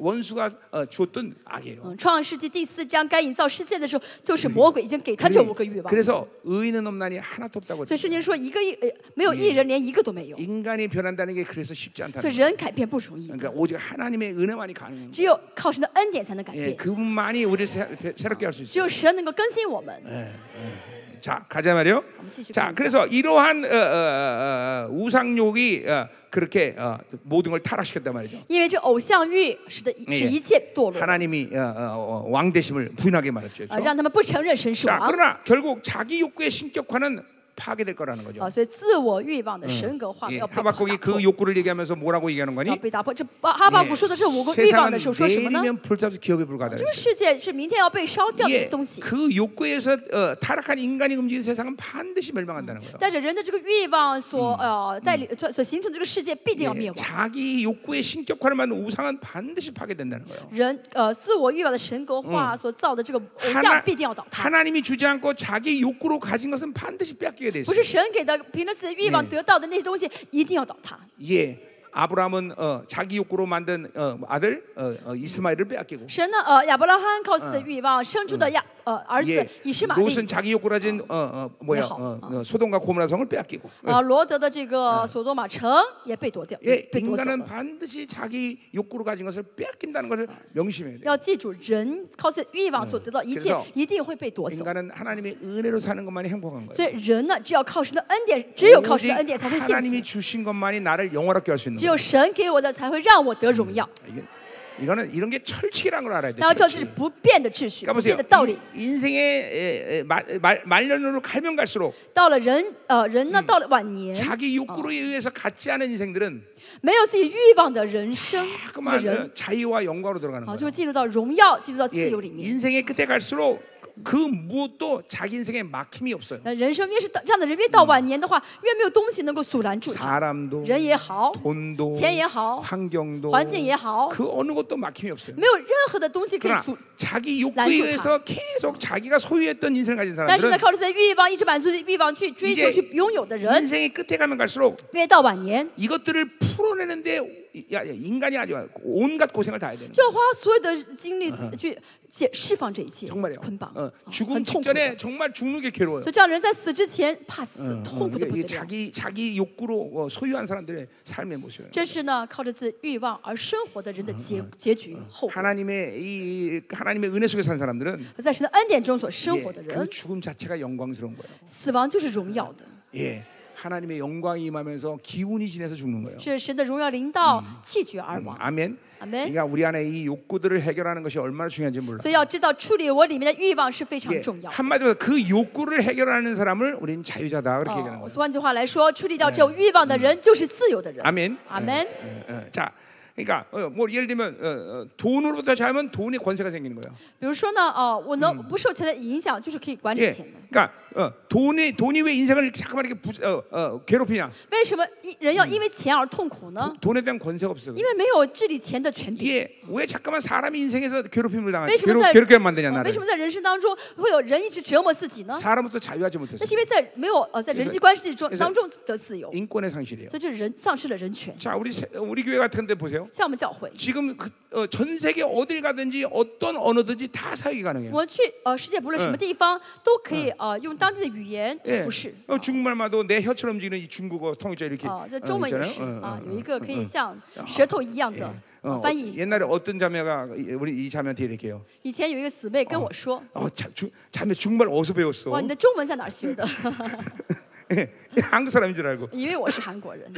Speaker 1: 원수가 어, 주었던 악이에요.
Speaker 2: 嗯，创世纪第四章该营造世界的时候，就是魔鬼已经给他这五个欲望。
Speaker 1: 그래서 의인은 없나니 하나도 없다고
Speaker 2: 所以
Speaker 1: 했어요.
Speaker 2: 圣经说，一个一呃没有一人，连一个都没有。
Speaker 1: 인간이 변한다는 게 그래서 쉽지
Speaker 2: 所
Speaker 1: 않다는
Speaker 2: 以
Speaker 1: 거예요.
Speaker 2: 人改变不容易的
Speaker 1: 그러니까 ， 오직 하나님의 은혜만이 가능해요.
Speaker 2: 只有靠神的恩典才能改
Speaker 1: 예,
Speaker 2: 变，
Speaker 1: 그분만이 우리를 새, 새롭게 할 수 있어요.
Speaker 2: 只有神能够更新我们。
Speaker 1: 자 가자 말이요.
Speaker 2: 치시고
Speaker 1: 자
Speaker 2: 가면서.
Speaker 1: 그래서 이러한 어, 어, 어, 우상욕이 어, 그렇게 어, 모든 걸 타락시켰단 말이죠.
Speaker 2: 因为这偶像欲使得使一切堕落，
Speaker 1: 하나님이 어, 어, 어, 왕 되심을 부인하게 말했죠.
Speaker 2: 啊，
Speaker 1: 그렇죠?
Speaker 2: 让他们不承认神是
Speaker 1: 자
Speaker 2: 王
Speaker 1: 그러나 결국 자기 욕구의 신격화는 파괴될 거라는
Speaker 2: 啊，
Speaker 1: 거죠.
Speaker 2: 所以自我欲望的神格化
Speaker 1: 예,
Speaker 2: 要被打破，
Speaker 1: 하박국이 그 욕구를 얘기하면서 뭐라고 얘기하는
Speaker 2: 要
Speaker 1: 거니? 예.
Speaker 2: 被打破。这巴哈巴谷说的这五个欲望
Speaker 1: 세상은
Speaker 2: 的时候说什么呢？
Speaker 1: 내일이면 불사듯 기업에
Speaker 2: 这
Speaker 1: 불과하다.
Speaker 2: 个世界是明天要被烧掉的
Speaker 1: 예,
Speaker 2: 东西，
Speaker 1: 그 욕구에서 어, 타락한 인간이 움직이는 세상은 반드시 멸망한다는 거예요.
Speaker 2: 带着人的这个欲望所呃带领所所形成的这个世界必定要
Speaker 1: 예,
Speaker 2: 灭亡。
Speaker 1: 자기 욕구의 신격화를 만든 우상은 반드시 파괴된다는 거예요.
Speaker 2: 人呃自我欲望的神格化所造的这个偶像
Speaker 1: 하나,
Speaker 2: 必定要倒塌。
Speaker 1: 님이 주지 않고 자기 욕구로 가진 것은 반드시 뺏기게 돼
Speaker 2: 不
Speaker 1: 있어요.
Speaker 2: 是神给的，凭着自己的欲望得到的那些东西一定要倒塌。
Speaker 1: 예, 아브라함은 어, 자기 욕구로 만든 어, 아들 어, 어, 이스마엘을 빼앗기고
Speaker 2: 神呢，呃，亚伯拉罕靠自己的欲望生出的亚呃儿子
Speaker 1: 예,
Speaker 2: 以实玛利，
Speaker 1: 롯은 자기 욕구로 가진 어, 어, 뭐야
Speaker 2: 내허.
Speaker 1: 어, 어, 소돔과 고모라 성을 빼앗기고
Speaker 2: 啊，罗德的这个索多玛城也被夺掉，
Speaker 1: 예,
Speaker 2: 被夺走
Speaker 1: 인간은
Speaker 2: 了。
Speaker 1: 반드시 자기 욕구로 가진 것을 빼앗긴다는 것을 명심해야 돼요.
Speaker 2: 要记住，人靠自己的欲望所得到一
Speaker 1: 그래
Speaker 2: 切
Speaker 1: 서 ，
Speaker 2: 一定会被夺走。
Speaker 1: 인간은 하나님의 은혜로 사는 것만이 행복한 거예요.
Speaker 2: 所以人呢，只要靠神的恩典，只有靠神
Speaker 1: 오직
Speaker 2: 嗯的恩典才会幸
Speaker 1: 하나님이
Speaker 2: 福，
Speaker 1: 주신 것만이 나를 영화롭게 할 수 있는
Speaker 2: 只
Speaker 1: 거예요. 嗯
Speaker 2: 有神给我的才会让我得荣耀。
Speaker 1: 이게 이거는 이런 게 철칙이라는 걸 알아야 돼.
Speaker 2: 然后这就是
Speaker 1: 철칙.
Speaker 2: 不变的秩序，
Speaker 1: 그러니까
Speaker 2: 不
Speaker 1: 보세요.
Speaker 2: 变的道理。
Speaker 1: 인- 인생의 에, 에, 마- 말- 말년으로 갈면 갈수록
Speaker 2: 到了人呃人呢，到了晚年，
Speaker 1: 자기 욕구로 의해서 갖지 않은 인생들은
Speaker 2: 没有自己欲望的人生，这个
Speaker 1: 자꾸만
Speaker 2: 人
Speaker 1: 어, 자유와 영광으로 들어가는
Speaker 2: 啊，
Speaker 1: 거예요.
Speaker 2: 就会进入到荣耀，进入到
Speaker 1: 예,
Speaker 2: 自由里面。
Speaker 1: 인생의 끝에 갈수록 그 무엇도 자기 인생에 막힘이 없어요.
Speaker 2: 那人生越是到这样的人，越到晚年的话，越没有东西能够阻拦住他。
Speaker 1: 사람도
Speaker 2: 人也好，
Speaker 1: 돈도
Speaker 2: 钱也好,
Speaker 1: 환경도
Speaker 2: 环境也好,
Speaker 1: 그 어느 것도 막힘이 없어요.
Speaker 2: 没有任何的东西可以
Speaker 1: 음, 그러나
Speaker 2: 阻。
Speaker 1: 자기 욕구에
Speaker 2: 난축하.
Speaker 1: 의해서 계속 자기가 소유했던 인생을 가진
Speaker 2: 但是呢，
Speaker 1: 사람들은
Speaker 2: 靠着自己的欲望一直满足自己的欲望去追求、
Speaker 1: 이제
Speaker 2: 去拥有的人，
Speaker 1: 인생의 끝에 가면 갈수록
Speaker 2: 越到晚年
Speaker 1: 이것들을 풀어내는데 이- 야, 야, 인간이 아주 온갖 고생을 다 해야 되는 거예요.
Speaker 2: 就要花所有的精力去解释放这一切
Speaker 1: 정말요.
Speaker 2: 捆绑，
Speaker 1: 어,
Speaker 2: 啊
Speaker 1: 죽음
Speaker 2: 很痛苦的。
Speaker 1: 직전에 정말 죽는 게 괴로워요.
Speaker 2: 所以这样人在死之前怕死，
Speaker 1: 어,
Speaker 2: 痛苦
Speaker 1: 이게,
Speaker 2: 的不
Speaker 1: 이게
Speaker 2: 得了。
Speaker 1: 자기 자기 욕구로 어, 소유한 사람들의 삶의 모습이에요.
Speaker 2: 这是呢，靠着自己欲望而生活的人的结结局后果。
Speaker 1: 하나님의 이 하나님의 은혜 속에 산 사람들은
Speaker 2: 在神的恩典中所生
Speaker 1: 예,
Speaker 2: 活的人
Speaker 1: 그 ， 죽음 자체가 영광스러운 거예요.
Speaker 2: 死亡就是荣耀的，
Speaker 1: 예, 하나님의 영광이 임하면서 기운이 지내서 죽는 거예요. 뭐,
Speaker 2: 是神的荣耀临到，气绝而亡。
Speaker 1: 아멘.
Speaker 2: 아멘.
Speaker 1: 그러니까 우리 안에 이 욕구들을 해결하는 것이 얼마나 중요한지 몰라.
Speaker 2: 所以要知道处理我里面的欲望是非常
Speaker 1: 예,
Speaker 2: 重要的。
Speaker 1: 한마디로 그 욕구를 해결하는 사람을 우리는 자유자다 그렇게 얘기하는
Speaker 2: 哦，
Speaker 1: 거예요.
Speaker 2: 换句话来说，处理掉这种欲望的人就是自由的人。
Speaker 1: 아멘.
Speaker 2: 阿门。
Speaker 1: 예, 예. 자, 그러니까 어, 뭐 예를 들면 어, 어, 돈으로부터 자유하면 돈의 권세가 생기는 거예요.
Speaker 2: 比如说呢，哦，我能不受钱的影响，就是可以管理
Speaker 1: 예,
Speaker 2: 钱的。
Speaker 1: 그러니까 어, 돈이 돈이 왜 인생을 이렇게 자꾸만 이렇게 부, 어, 어, 괴롭히냐?
Speaker 2: 为什么一人要因为钱而痛苦呢？
Speaker 1: 돈에 대한 권세가 없어요.
Speaker 2: 因为没有治理钱的权柄。
Speaker 1: 이게 왜 자꾸만 사람이 인생에서 괴롭힘을 당하냐?
Speaker 2: 为什么在
Speaker 1: 괴롭, 괴롭게 만드냐
Speaker 2: 哦为什
Speaker 1: 나를?
Speaker 2: 么在人生当中会有人一直折磨自
Speaker 1: 어?
Speaker 2: 己呢？
Speaker 1: 사람으로부터 자유하지 못해서 어?
Speaker 2: 那是因为在没有呃在人际关系中当中的自由，
Speaker 1: 인권의 상실이에요.
Speaker 2: 所以这人丧失了人权。
Speaker 1: 자, 우리 세- 우리 교회 같은데 보세요.
Speaker 2: 像我们教会，
Speaker 1: 지금 그, 어, 전 세계 어딜 가든지 어떤 언어든지 다 사역이
Speaker 2: 我
Speaker 1: 가능해요.
Speaker 2: 们去呃世界不论什么地方都可以呃用当地的语言服侍。
Speaker 1: 어, 중국말마도 내 혀처럼 움직이는 이 중국어 통역자 이렇게
Speaker 2: 啊，这
Speaker 1: 어,
Speaker 2: 中文也
Speaker 1: 있잖아요.
Speaker 2: 是
Speaker 1: 어,
Speaker 2: 啊，有一个可以像舌头一样的
Speaker 1: 어,
Speaker 2: 呃
Speaker 1: 어,
Speaker 2: 翻译。
Speaker 1: 옛날에 어떤 자매가 이- 우리 이 자매한테 이렇게 해요.
Speaker 2: 以前有一个姊妹跟我说
Speaker 1: 어 자, 주, 자매 중국말 어디서 ：“
Speaker 2: 哇，
Speaker 1: 배웠어?
Speaker 2: 你的中文在哪儿学的
Speaker 1: 예, 한국 사람인 줄 알고. ？”
Speaker 2: 以为我是韩国人，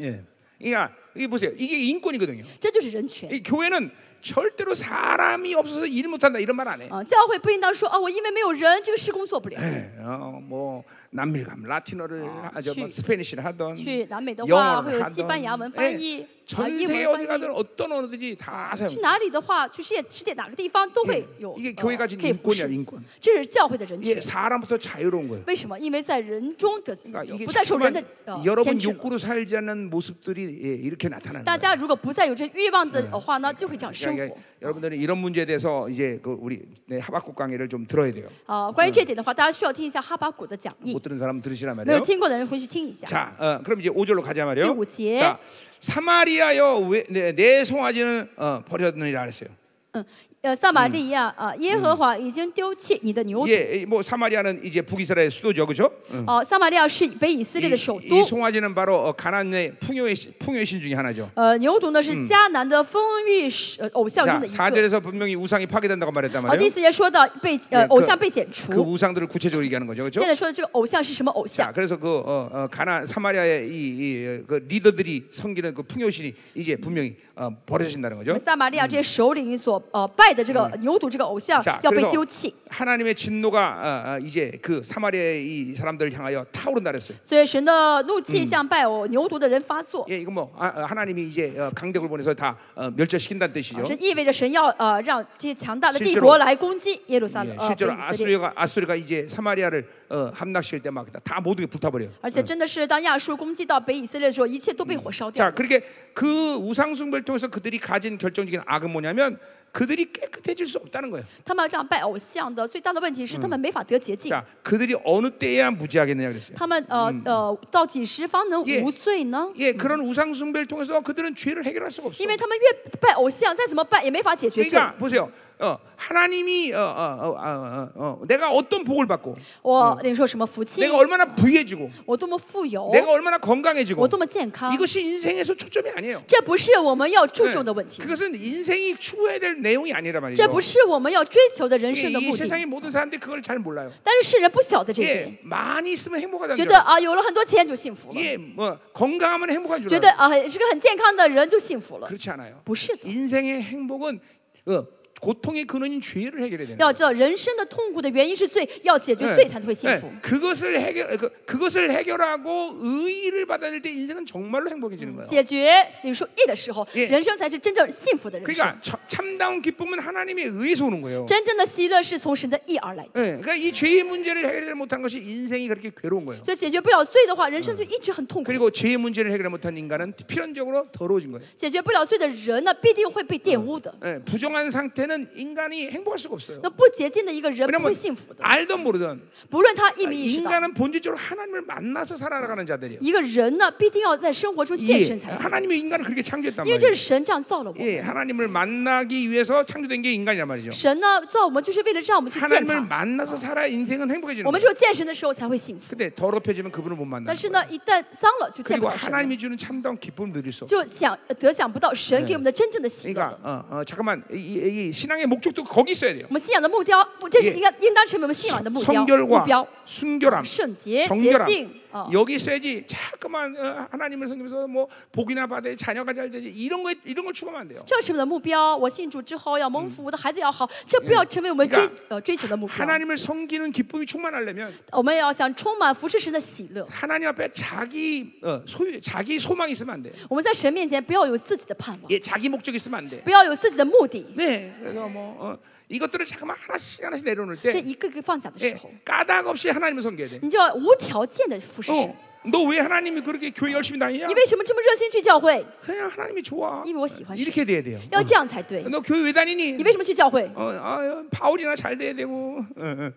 Speaker 1: 예. 그러니까 이게 보세요. 이게 인권이거든요.
Speaker 2: 这就是人权
Speaker 1: 이 교회는 절대로 사람이 없어서 일 못한다 이런 말 안 해.
Speaker 2: 啊！教会不应当说啊，我因为没有人，这个事工做不了。
Speaker 1: 예, 어, 뭐 남미감 라틴어를
Speaker 2: 아,
Speaker 1: 하죠, 뭐
Speaker 2: 치-
Speaker 1: 스페니쉬를 하던
Speaker 2: 去南美的话，会
Speaker 1: 영어를
Speaker 2: 有
Speaker 1: 하던
Speaker 2: 西班牙文翻译
Speaker 1: 예, 、
Speaker 2: 啊
Speaker 1: 전
Speaker 2: 英
Speaker 1: 세계
Speaker 2: 文
Speaker 1: 어디
Speaker 2: 翻译
Speaker 1: 가든 。 어떤 언어든지 다
Speaker 2: 去
Speaker 1: 사용.
Speaker 2: 哪里的话，去世界世界哪个地方都会有
Speaker 1: 이게 어,
Speaker 2: 呃
Speaker 1: 교회가진
Speaker 2: 可以服侍
Speaker 1: 인권이야인권 。
Speaker 2: 这是教会的人
Speaker 1: 예,
Speaker 2: 权。
Speaker 1: 사람부터 자유로운 거예요.
Speaker 2: 为什么？因为在人中的自
Speaker 1: 그러니까
Speaker 2: 由，
Speaker 1: 이게 어,
Speaker 2: 不再受
Speaker 1: 자꾸만
Speaker 2: 人的呃牵
Speaker 1: 여러분
Speaker 2: 制了。
Speaker 1: 욕구로 살지 않는 모습들이 예, 이렇게 나타나는
Speaker 2: 大
Speaker 1: 거예요.
Speaker 2: 家如果不再有这欲望的话呢，就会这样生
Speaker 1: 그러니까
Speaker 2: 活。
Speaker 1: 여러분들은 이런 문제에 대해서 이제 그 우리 네, 하박국 강의를 좀 들어야 돼요.
Speaker 2: 啊，关于这点的话，大家需要听一下哈巴谷的讲义
Speaker 1: 못 ， 들은 사람은 들으시란
Speaker 2: 没有
Speaker 1: 말이에요.
Speaker 2: 听过的人回去听一下。
Speaker 1: 자, 어, 그럼 이제 5절로 가자 말이에요.
Speaker 2: 네, 오지.
Speaker 1: 자, 사마리아여 왜, 내, 내 송아지는 어, 버렸느니라 그랬어요.
Speaker 2: 嗯，呃，撒玛利亚啊，耶和华已经丢弃你的牛犊。
Speaker 1: 예, 뭐 사마리아는 이제 북이스라엘 수도죠, 그렇죠?
Speaker 2: 哦，撒玛利亚是北以色列的首
Speaker 1: 이
Speaker 2: 都。
Speaker 1: 송아지는 바로 어, 가나안의 풍요의 신- 풍요의 신 중에 하나죠.
Speaker 2: 呃，牛犊呢是迦南的丰裕是呃偶像
Speaker 1: 자,
Speaker 2: 中的一个。
Speaker 1: 4절에서 분명히 우상이 파괴된다고 말했단
Speaker 2: 啊，第
Speaker 1: 말이에요.
Speaker 2: 四节说到被
Speaker 1: 예
Speaker 2: 呃偶
Speaker 1: 그
Speaker 2: 像被剪
Speaker 1: 그
Speaker 2: 除，
Speaker 1: 우상들을 구체적으로 얘기하는 거죠, 그렇죠?
Speaker 2: 现在说的这个偶像是什么偶
Speaker 1: 자,
Speaker 2: 像？
Speaker 1: 그래서 그 어, 어, 가나 사마리아의 이그 리더들이 섬기는 그 풍요신이 이제 분명히 어, 버려진다는 거죠.
Speaker 2: 撒玛利亚这些首领所呃拜的这个牛犊这个偶像
Speaker 1: 자,
Speaker 2: 要被
Speaker 1: 그래서
Speaker 2: 丢弃，
Speaker 1: 하나님의 진노가 어, 어, 이제 그 사마리아의 이 사람들을 향하여 타오른다 그랬어요.
Speaker 2: 所以神的怒气向拜偶牛犊的人发作。
Speaker 1: 예, 이거 뭐 아, 아, 하나님이 이제 어, 강력을 보내서 다 어, 멸절시킨다는 뜻이죠. 예,
Speaker 2: 这意味着神要呃让这些强大的帝
Speaker 1: 실제로
Speaker 2: 国来攻击耶路撒冷
Speaker 1: 예,
Speaker 2: 呃北
Speaker 1: 실제로
Speaker 2: 以色列，
Speaker 1: 아수리가 아수리가 이제 사마리아를 어, 함락시킬 때 막 다 모두 불타버려요.
Speaker 2: 而且真的是当亚述攻击到北以色列的时候，一切都被火烧掉
Speaker 1: 자, 。 그렇게 그 우상 숭배를 통해서 그들이 가진 결정적인 악은 뭐냐면 그들이 깨끗해질 수 없다는 거예요.
Speaker 2: 他们这样拜偶像的最大的问题是他们没法得洁净，
Speaker 1: 자, 그들이 어느 때에야 무죄하겠느냐 그랬어요.
Speaker 2: 他们呃呃到几时方能
Speaker 1: 예
Speaker 2: 无罪呢？
Speaker 1: 예, 그런 우상 숭배를 통해서 그들은 죄를 해결할 수가 없어.
Speaker 2: 因为他们越拜偶像，再怎么拜也没法解决罪。
Speaker 1: 그러니까 보세요. 어, 하나님이 어, 어, 어, 어, 어, 어, 내가 어떤 복을 받고
Speaker 2: 我领受什么福气，
Speaker 1: 내가 얼마나 부유해지고
Speaker 2: 我多么富有，
Speaker 1: 내가 얼마나 건강해지고
Speaker 2: 我多么健康，
Speaker 1: 이것이 인생에서 초점이 아니에요.
Speaker 2: 这不是我们要注
Speaker 1: 네.
Speaker 2: 重的问题，
Speaker 1: 그것은 인생이 추구해야 될 내용이 아니라
Speaker 2: 这
Speaker 1: 말이죠. 예,
Speaker 2: 不是我们要追求的人生的
Speaker 1: 이
Speaker 2: 目的。
Speaker 1: 세상의 모든 사람들이 그걸 잘 몰라요.
Speaker 2: 但是世人不晓得这一点，
Speaker 1: 예, 많이 있으면 행복하다는
Speaker 2: 觉
Speaker 1: 줄
Speaker 2: 得
Speaker 1: 알아요.
Speaker 2: 啊有了很多钱就幸福了，
Speaker 1: 예, 뭐 건강하면 행복한 줄
Speaker 2: 觉得
Speaker 1: 알아요.
Speaker 2: 啊是个很健康的人就幸福了，
Speaker 1: 그렇지 않아요.
Speaker 2: 不是的。
Speaker 1: 어. 인생의 행복은 어, 고통의 근원인 죄를 해결해야 되는 거예요.
Speaker 2: 要知道人生的痛苦的原因是罪，要解决
Speaker 1: 예,
Speaker 2: 罪才会幸
Speaker 1: 예,
Speaker 2: 福。
Speaker 1: 그것을 해결 그, 그것을 해결하고 의의를 받아들일 때 인생은 정말로 행복해지는 거예요.
Speaker 2: 解决领受义的时候，
Speaker 1: 예
Speaker 2: 人生才是真正幸福的人生。
Speaker 1: 그러니까 참- 참다운 기쁨은 하나님의 의에서 오는 거예요.
Speaker 2: 真正的喜乐是从神的义而来的。
Speaker 1: 예, 그러니까 이 죄의 문제를 해결 못한 것이 인생이 그렇게 괴로운 거예요.
Speaker 2: 所以解决不了罪的话，人生就一直很痛苦。
Speaker 1: 그리고 죄의 문제를 해결 못한 인간은 필연적으로 더러워진 거예요.
Speaker 2: 解决不了罪的人呢，必定会被玷污的。
Speaker 1: 예, 부정한 상태는 인간이 행복할 수가 없어요.
Speaker 2: 那不洁净的一个人不
Speaker 1: 왜냐면
Speaker 2: 会幸福的，
Speaker 1: 알던 모르던
Speaker 2: 不论他意不意识到，
Speaker 1: 인간은 본질적으로 하나님을 만나서 살아가는 자들이에요.
Speaker 2: 一个人呢必定要在生活中
Speaker 1: 예,
Speaker 2: 健身才行，
Speaker 1: 하나님이 인간을 그렇게 창조했단
Speaker 2: 因为这
Speaker 1: 말이에요.
Speaker 2: 是神这样造了我们。
Speaker 1: 예, 하나님을 만나기 위해서 창조된 게 인간이란 말이죠.
Speaker 2: 神呢造我们就是为了让我们去见
Speaker 1: 하나님을
Speaker 2: 他，
Speaker 1: 만나서 살아야 인생은 행복해지는
Speaker 2: 我们只
Speaker 1: 거예요.
Speaker 2: 有健身的时候才会幸福。
Speaker 1: 근데 더럽혀지면 그분을 못 만나.
Speaker 2: 但是呢，一旦脏了就见不
Speaker 1: 그리고
Speaker 2: 到神了，
Speaker 1: 하나님이 주는 참다운 기쁨을 누릴 수 없어요.
Speaker 2: 就想呃得享不到神给我们的真正的喜乐
Speaker 1: 그러니까
Speaker 2: 了。
Speaker 1: 어, 어, 잠깐만 이, 이- 이 신앙의 목적도 거기 있어야 돼요.
Speaker 2: 我们信仰的目标，不，这是
Speaker 1: 예
Speaker 2: 应该应当成为我们信仰的目标目
Speaker 1: 성결과
Speaker 2: 标。
Speaker 1: 순결함,
Speaker 2: 圣洁,
Speaker 1: 정결함
Speaker 2: 洁净,啊 어.
Speaker 1: 여기 예, 있어야지 자꾸만 어, 하나님을 섬기면서 뭐 복이나 받아야 자녀가 잘 되지 이런 거 이런 걸 추구하면 안 돼요.
Speaker 2: 这是我们的目标。我信主之后要蒙福，我的孩子要好，这不要成为我们追
Speaker 1: 그러니까
Speaker 2: 呃追求的目标。
Speaker 1: 하나님을 섬기는 기쁨이 충만하려면
Speaker 2: 我们要想充满服侍神的喜乐。
Speaker 1: 하나님 앞에 자기 어, 소유, 자기 소망이 있으면 안 돼.
Speaker 2: 我们在神面前不要有自己的盼望，
Speaker 1: 예, 자기 목적이 있으면 안 돼.
Speaker 2: 不要有自己的目的。
Speaker 1: 네, 그래서 뭐 어, 이것들을 잠깐만 하나씩 하나씩 내려놓을
Speaker 2: 这
Speaker 1: 때
Speaker 2: 一个个放下的时
Speaker 1: 예,
Speaker 2: 候，
Speaker 1: 까닭 없이 하나님을 섬겨야 돼.
Speaker 2: 你就要无条件的服侍神。
Speaker 1: 어, 너 왜 하나님이 그렇게 교회 열심히 다니냐?
Speaker 2: 你为什么这么热心去教会？
Speaker 1: 그냥 하나님이 좋아. 어,
Speaker 2: 이거 뭐喜欢
Speaker 1: 이렇게 돼야 돼요.
Speaker 2: 要这样才对。
Speaker 1: 너 교회 왜 다니니?
Speaker 2: 你为什么去教会？
Speaker 1: 어, 아, 바울이나 잘 돼야 되고. 어, 어.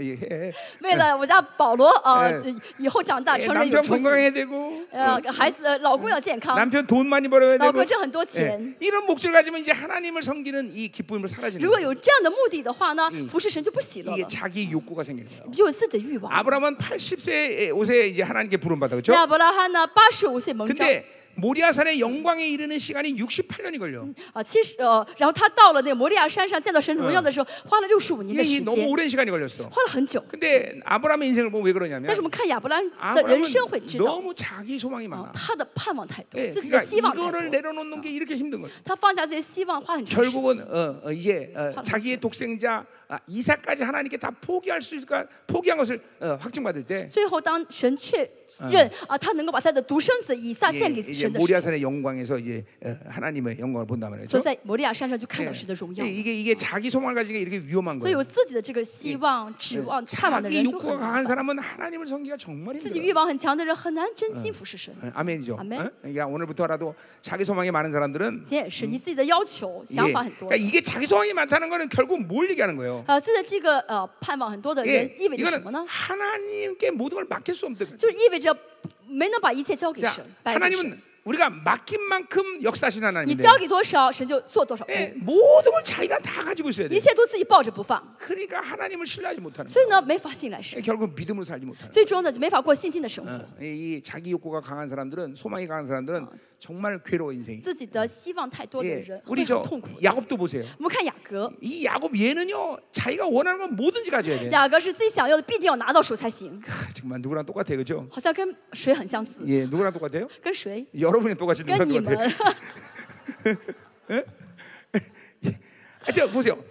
Speaker 1: 예, 예.
Speaker 2: 为了我家保罗呃
Speaker 1: 哎，
Speaker 2: 以后长大
Speaker 1: 예,
Speaker 2: 成人有
Speaker 1: 남편
Speaker 2: 出息，
Speaker 1: 건강해야 되고.
Speaker 2: 呃，孩子呃老公要健康。
Speaker 1: 남편 아. 돈 많이 벌어야
Speaker 2: 나
Speaker 1: 되고. 예.
Speaker 2: 걱정 很多钱.
Speaker 1: 이런 목적을 가지면 이제 하나님을 섬기는 이 기쁨으로 사라지는
Speaker 2: 如果
Speaker 1: 거예요.
Speaker 2: 有这样的目的的话呢，服侍神就不喜乐
Speaker 1: 이게
Speaker 2: 了，
Speaker 1: 자기 욕구가 생기는 거예요.
Speaker 2: 就有自己的欲望。
Speaker 1: 아브라함은 80세 5세에 이제 하나님께 네, 부름받아 그죠?
Speaker 2: 亚伯拉罕呢，八十五岁蒙召
Speaker 1: 근데 모리아산의 영광에 이르는 시간이 68년이 걸려.
Speaker 2: 啊，七十呃，然后他到了那个摩利亚山上见到神荣耀的时候，花了六十五年
Speaker 1: 이게 그러니까 이
Speaker 2: 的时间，
Speaker 1: 너무
Speaker 2: 花
Speaker 1: 오랜 시간이 걸렸어.
Speaker 2: 了很久。
Speaker 1: 근데 아브라함의 인생을 보면 왜 그러냐면
Speaker 2: 但是我们看亚伯拉罕的
Speaker 1: 아브라함은
Speaker 2: 人生会知道，
Speaker 1: 너무 자기 소망이
Speaker 2: 啊
Speaker 1: 많아.
Speaker 2: 他的盼望太多
Speaker 1: 예, ，
Speaker 2: 自己的
Speaker 1: 그러니까
Speaker 2: 希望太
Speaker 1: 이거를 아,
Speaker 2: 多，
Speaker 1: 내려놓는 게 이렇게 힘든 거예요.
Speaker 2: 他放下自己的希望，花很长时间。
Speaker 1: 결국은 어, 어, 이제 어, 자기의 독생자 아, 이삭까지 하나님께 다 포기할 수 있을까 포기한 것을 어, 확증받을 때
Speaker 2: 最后，当神确认啊，他能够把他的独生子以撒
Speaker 1: 이제,
Speaker 2: 献给
Speaker 1: 이제
Speaker 2: 神的时候，
Speaker 1: 모리아산의 영광에서 이제 어, 하나님의 영광을 그렇죠? 본단 말이죠.
Speaker 2: 所以在摩利亚山上就看到神的荣耀
Speaker 1: 예, 。 이게 이게 자기 소망을 가진 게 이렇게 위험한
Speaker 2: 所以
Speaker 1: 거예요.
Speaker 2: 有自己的这个希望、指望、盼望的
Speaker 1: 자기
Speaker 2: 人就
Speaker 1: 욕구가
Speaker 2: 很
Speaker 1: 강한 사람은 하나님을 섬기가 정말
Speaker 2: 自己
Speaker 1: 힘들어요.
Speaker 2: 欲望很强的人很难真心服侍神。
Speaker 1: 예, 아멘이죠.
Speaker 2: 아멘.
Speaker 1: 예? 그러니까 오늘부터라도 자기 소망이 많은 사람들은
Speaker 2: 这也是你自己的要求、
Speaker 1: 예,
Speaker 2: 想法很多
Speaker 1: 그러니까 。 이게 자기 소망이 많다는 거는 결국 뭘 얘기하는 거예요?
Speaker 2: 呃，现在这个呃盼望很多的
Speaker 1: 예,
Speaker 2: 人意味着什么
Speaker 1: 이거는
Speaker 2: 呢？
Speaker 1: 하나님께 모든 걸 맡길 수 없는 거예요.
Speaker 2: 就是意味着没能把一切交给
Speaker 1: 자,
Speaker 2: 神，摆给神。
Speaker 1: 하나님은 우리가 맡긴 만큼 역사하신
Speaker 2: 你
Speaker 1: 하나님인데
Speaker 2: 交给多少，神就做多少工，
Speaker 1: 예, 모든 걸 자기가 다 가지고 있어야 돼.
Speaker 2: 一切都自己抱着不放，
Speaker 1: 그러니까 하나님을 신뢰하지 못하는
Speaker 2: 所以
Speaker 1: 거예요.
Speaker 2: 呢，没法信赖神，
Speaker 1: 결국 믿음으로 살지 못하는
Speaker 2: 最终呢，就没法过信心的生活。
Speaker 1: 거예요. 어, 이, 이 자기 욕구가 강한 사람들은 소망이 강한 사람들은 정말 괴로워 인생이.
Speaker 2: 自己的希望太多的
Speaker 1: 예,
Speaker 2: 人会
Speaker 1: 우리
Speaker 2: 很
Speaker 1: 저
Speaker 2: 痛苦的。
Speaker 1: 야곱도 보세요.
Speaker 2: 我们看雅各，
Speaker 1: 이 야곱 얘는요 자기가 원하는 건 뭐든지 가져야 돼.
Speaker 2: 雅各是自己想要的，必定要拿到手才行，
Speaker 1: 크, 정말 누구랑 똑같아요, 그죠?
Speaker 2: 好像跟谁很相似，
Speaker 1: 예, 누구랑 똑같아요?
Speaker 2: 跟 谁？
Speaker 1: 여러분이 똑같이
Speaker 2: 跟
Speaker 1: 누구랑
Speaker 2: 你们
Speaker 1: 똑같아요? 。하여튼 보세요.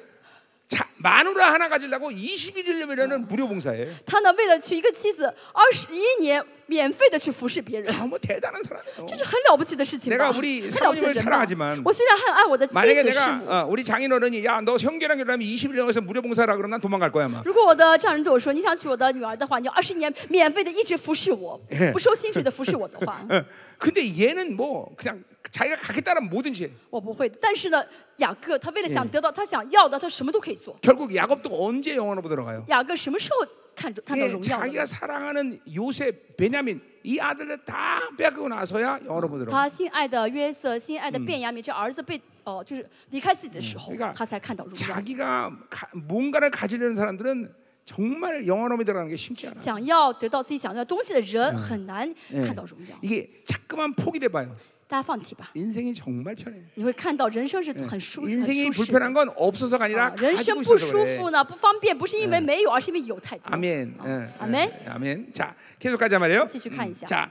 Speaker 1: 자, 마누라 하나 가지려고 21일이면은 무료 봉사예요.
Speaker 2: 他呢，为了娶一个妻子，二十一年免费的去服侍 别人。
Speaker 1: 아, 뭐 대단한 사람이에요.
Speaker 2: 这是很了不起的事情吧，
Speaker 1: 내가우
Speaker 2: 很
Speaker 1: 리
Speaker 2: 了不起
Speaker 1: 사모님을
Speaker 2: 的
Speaker 1: 사 랑하
Speaker 2: 人吧
Speaker 1: 지만 。
Speaker 2: 我虽然很爱我的妻
Speaker 1: 만약에
Speaker 2: 子、师
Speaker 1: 내가
Speaker 2: 母，
Speaker 1: 어, 우리 장인어른이 야 너 형제랑 결혼하면 21년에서 무료 봉사라 그러면 난 도망갈 거야 아마.
Speaker 2: 如果我的丈人对我说：“你想娶我的女儿的话，你要二十年 免费的一直服侍我，不收薪水的服侍我的话
Speaker 1: 어, 근데 얘는 뭐 그냥 자기가 가겠다는 뭐든지 해.
Speaker 2: 我不会。但是呢，雅各他为了想得到他想要的，他什么都可以做。
Speaker 1: 결국 야곱도 언제 영원으로 들어가요?
Speaker 2: 雅各什么时候看着看到
Speaker 1: 예,
Speaker 2: 荣耀的
Speaker 1: 자기가 사랑하는 요셉, 베냐민 이 아들을 다 빼앗기고 나서야 영원으로 들어가.
Speaker 2: 他心爱的约瑟，心爱的便雅悯，这儿子被哦、就是离开自己的时候
Speaker 1: 嗯그러니까 ，
Speaker 2: 他才看到荣耀。
Speaker 1: 자기가 가, 뭔가를 가지려는 사람들은 정말 영원으로 들어가는 게 쉽지 않아.
Speaker 2: 想要得到自己想要的东西的人，很难看到荣耀。
Speaker 1: 이게 자꾸만 포기돼 봐요.
Speaker 2: 大家放弃吧，
Speaker 1: 인생이 정말 편해.
Speaker 2: 你会看到人生是很舒很
Speaker 1: 인생이
Speaker 2: 舒适的。
Speaker 1: 불편한 건 없어서가 아니라
Speaker 2: 啊人嗯
Speaker 1: 가지고
Speaker 2: 生不
Speaker 1: 있어서
Speaker 2: 舒
Speaker 1: 그래.
Speaker 2: 服呢，不方便，不是因为没有，而是因为有太多。
Speaker 1: 아멘. 예, 예,
Speaker 2: 어, 아멘.
Speaker 1: 예, 아멘. 자, 계속 가자 말이에요. 음,
Speaker 2: 지주 칸이죠.
Speaker 1: 자.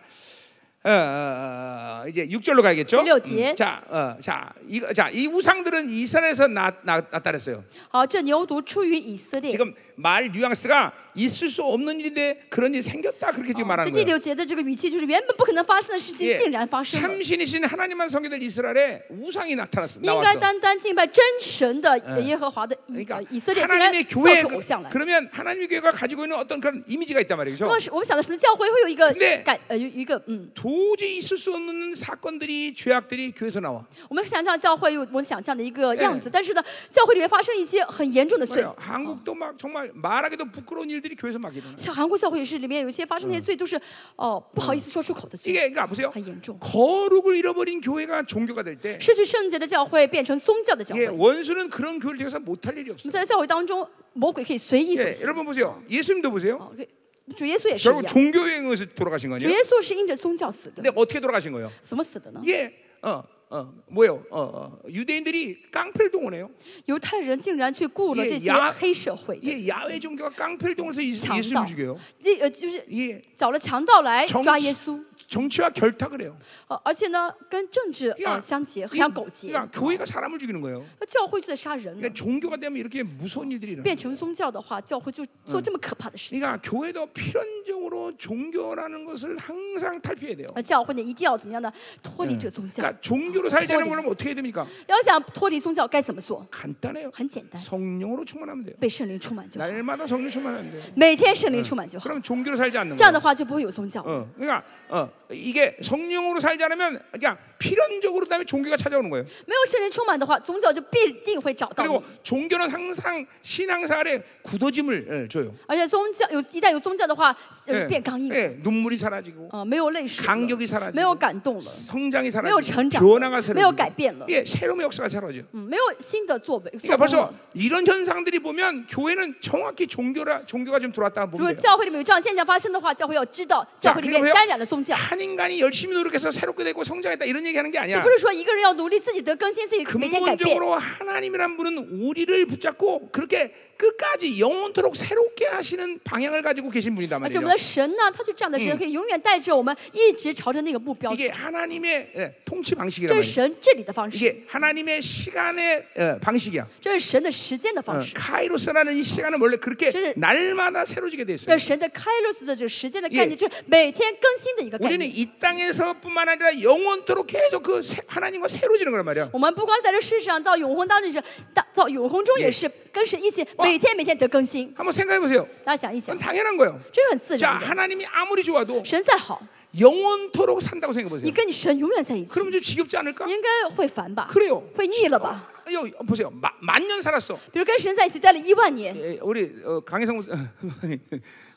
Speaker 1: 어, 어, 어, 이제 6절로 가야겠죠?
Speaker 2: 일요지에.
Speaker 1: 자, 어, 자, 이거 자, 이 우상들은 이스라엘에서 나, 나, 나타났어요.
Speaker 2: 好，这牛犊出于以色列。
Speaker 1: 지금 말 뉘앙스가 있을 수 없는 일인데 그런 일이 생겼다 그렇게 지금
Speaker 2: 这
Speaker 1: 말하는
Speaker 2: 第
Speaker 1: 거예요.
Speaker 2: 六节的这个语气就是原本不可能发生的事情
Speaker 1: 예,
Speaker 2: 竟然发生了。
Speaker 1: 참신이신 하나님만 섬기던 이스라엘에 우상이 나타났어.
Speaker 2: 应该
Speaker 1: 나왔어.
Speaker 2: 单单敬拜真神的耶和华的以
Speaker 1: 그러니까
Speaker 2: 呃以色列竟然
Speaker 1: 하나님의
Speaker 2: 造
Speaker 1: 교회
Speaker 2: 出偶像来。
Speaker 1: 그러면 하나님의 교회가 가지고 있는 어떤 그런 이미지가 있단 말이죠.
Speaker 2: 如果是我们想的是教会会有一个
Speaker 1: 근데
Speaker 2: 感呃有一个嗯，
Speaker 1: 도저히 있을 수 없는 사건들이 죄악들이 교회에서 나와.
Speaker 2: 我们想象教会有我们想象的一个样子
Speaker 1: 예 ，
Speaker 2: 但是呢，教会里面发生一些很严重的罪
Speaker 1: 그래요. 。 한국도 막 정말 말하기도 부끄러운 일들이 교회에서 막 일어나.
Speaker 2: 像韩国教会也是，里面有一些发生那些罪都是哦不好意思说出口的罪，
Speaker 1: 이게 그러니까 보세요.
Speaker 2: 很严重。
Speaker 1: 거룩을 잃어버린 교회가 종교가 될 때,
Speaker 2: 失去圣洁的教会变成宗教的教
Speaker 1: 예,
Speaker 2: 会。我
Speaker 1: 원수는 그런 교회를 통해서 못할 일이
Speaker 2: 们
Speaker 1: 없어요.
Speaker 2: 在教会当中，魔鬼可以随意所
Speaker 1: 예,
Speaker 2: 行。
Speaker 1: 여러분 보세요. 어, 예수님도 보세요.
Speaker 2: 哦可以主耶稣也是一
Speaker 1: 결국
Speaker 2: 样，
Speaker 1: 종교에 의해서 돌아가신 거
Speaker 2: 主
Speaker 1: 아니에요?
Speaker 2: 耶稣是因着宗教死的
Speaker 1: 근데 ， 어떻게 돌아가신 거예요?
Speaker 2: 怎么死的呢？
Speaker 1: 예, 어, 어, 뭐요? 어, 어, 유대인들이 깡패를 동원해요.
Speaker 2: 犹太人竟然去雇了
Speaker 1: 예
Speaker 2: 这些
Speaker 1: 야
Speaker 2: 黑社会的
Speaker 1: 예, 야외 종교가 깡패를 동원해서 예수,
Speaker 2: 强盗
Speaker 1: 예수님 죽여요. ，
Speaker 2: 那呃就是
Speaker 1: 예,
Speaker 2: 找了强盗来
Speaker 1: 정치
Speaker 2: 抓耶稣，
Speaker 1: 정치와 결탁을 해요.
Speaker 2: 呃而且呢跟政治
Speaker 1: 야
Speaker 2: 呃相结，很
Speaker 1: 그러니까-
Speaker 2: 像勾结。
Speaker 1: 그러니까 교회가 사람을 죽이는 거예요.
Speaker 2: 那教会就在杀人了
Speaker 1: 그러니까 ， 종교가 되면 이렇게 무서운 일들이 일어나.
Speaker 2: 变成宗教的话，教会就做这么可怕的事情。
Speaker 1: 그러니까 교회도 필연적으로 종교라는 것을 항상 탈피해야 돼요.
Speaker 2: 而教会呢，一定要怎么样呢？脱离这个宗教。
Speaker 1: 그러니까 종교로 살자는 거면 어떻게 해야 됩니까?
Speaker 2: 要想脱离宗教该怎么做？
Speaker 1: 간단해요.
Speaker 2: 很简单，
Speaker 1: 성령으로 충만하면 돼요.
Speaker 2: 被圣灵充满就好，
Speaker 1: 날마다 성령 충만하면 돼요.
Speaker 2: 每天圣灵充满就好。
Speaker 1: 그럼 종교로 살지 않는
Speaker 2: 这样的
Speaker 1: 거예요.
Speaker 2: 话就不会有宗教。
Speaker 1: 어, 그러니까 어, 이게 성령으로 살지 않으면 그러니까 필연적으로 그다음에 종교가 찾아오는 거예요.
Speaker 2: 没有圣灵充满的话，宗教就必定会找到你
Speaker 1: 그리고 。 종교는 항상 신앙사활에 굳어짐을 예, 줘요.
Speaker 2: 而且宗教有一旦有宗教的话，呃
Speaker 1: 예,
Speaker 2: 变刚硬，
Speaker 1: 예, 눈물이 사라지고
Speaker 2: 呃，没有泪水了，
Speaker 1: 강격이사라지고
Speaker 2: 没有感动了，
Speaker 1: 성장이
Speaker 2: 没有
Speaker 1: 사라지고
Speaker 2: 成长了，
Speaker 1: 변화가 새로워.
Speaker 2: 没有改变了。
Speaker 1: 예, 새로운 역사가 사라져.
Speaker 2: 嗯，没有新的作为。
Speaker 1: 그러니까
Speaker 2: 作风
Speaker 1: 벌써
Speaker 2: 了
Speaker 1: 이런 현상들이 보면 교회는 정확히 종교라 종교가 지금 들어왔다고
Speaker 2: 如果
Speaker 1: 보면 돼요.
Speaker 2: 教会里面有这样现象发生的话，教会要知道，教会里面
Speaker 1: 그렇죠. 그리고요,
Speaker 2: 沾染了宗教。
Speaker 1: 한 인간이 열심히 노력해서 새롭게 되고 성장했다 이런 얘기하는 게
Speaker 2: 这
Speaker 1: 아니야.
Speaker 2: 不是说一个人要努力自己的更新自己，每天改变。
Speaker 1: 근본적으로 하나님이란 분은 우리를 붙잡고 그렇게 끝까지 영원토록 새롭게 하시는 방향을 아, 가지고 계신 분이단
Speaker 2: 而且我
Speaker 1: 말이에요.
Speaker 2: 们的神呢，他就这样的神，可以永远带着我们一直朝着那个目标走。
Speaker 1: 이게 하나님의 예, 통치 방식이란
Speaker 2: 这是
Speaker 1: 말이에요.
Speaker 2: 神治理的方式，
Speaker 1: 이게 하나님의 시간의 어, 방식이야.
Speaker 2: 这是神的时间的
Speaker 1: 어,
Speaker 2: 方式，
Speaker 1: 카이로스라는 이 시간은 원래 그렇게
Speaker 2: 저를-
Speaker 1: 날마다 새로지게 돼 있어요.
Speaker 2: 这是神的开路的这个时间的概
Speaker 1: 예
Speaker 2: 念，就是每天更新的一个概
Speaker 1: 우리는
Speaker 2: 念。
Speaker 1: 이 땅에서뿐만 아니라 영원토록 계속 그 새- 하나님과 새로지는 거란 말이야.
Speaker 2: 我们不光在这世上到永恒当中是，到到永恒中也是跟神一起，
Speaker 1: 哇
Speaker 2: 每天每天得更新。
Speaker 1: 한번 생각해 보세요.
Speaker 2: 大家想一想
Speaker 1: 건 ， 당연한 거예요.
Speaker 2: 这是很自
Speaker 1: 자
Speaker 2: 然的。
Speaker 1: 하나님이 아무리 좋아도
Speaker 2: 神再好，
Speaker 1: 영원토록 산다고 생각해
Speaker 2: 你
Speaker 1: 보세요.
Speaker 2: 跟你神永远在一起，
Speaker 1: 그러면 좀 지겹지 않을까?
Speaker 2: 你应该会烦吧？
Speaker 1: 그래요.
Speaker 2: 会腻了吧？
Speaker 1: 여기 보세요. 마- 만년 살았어.
Speaker 2: 比如跟神在一起待了一万年，
Speaker 1: 예, 우리 어, 강혜성 사모님,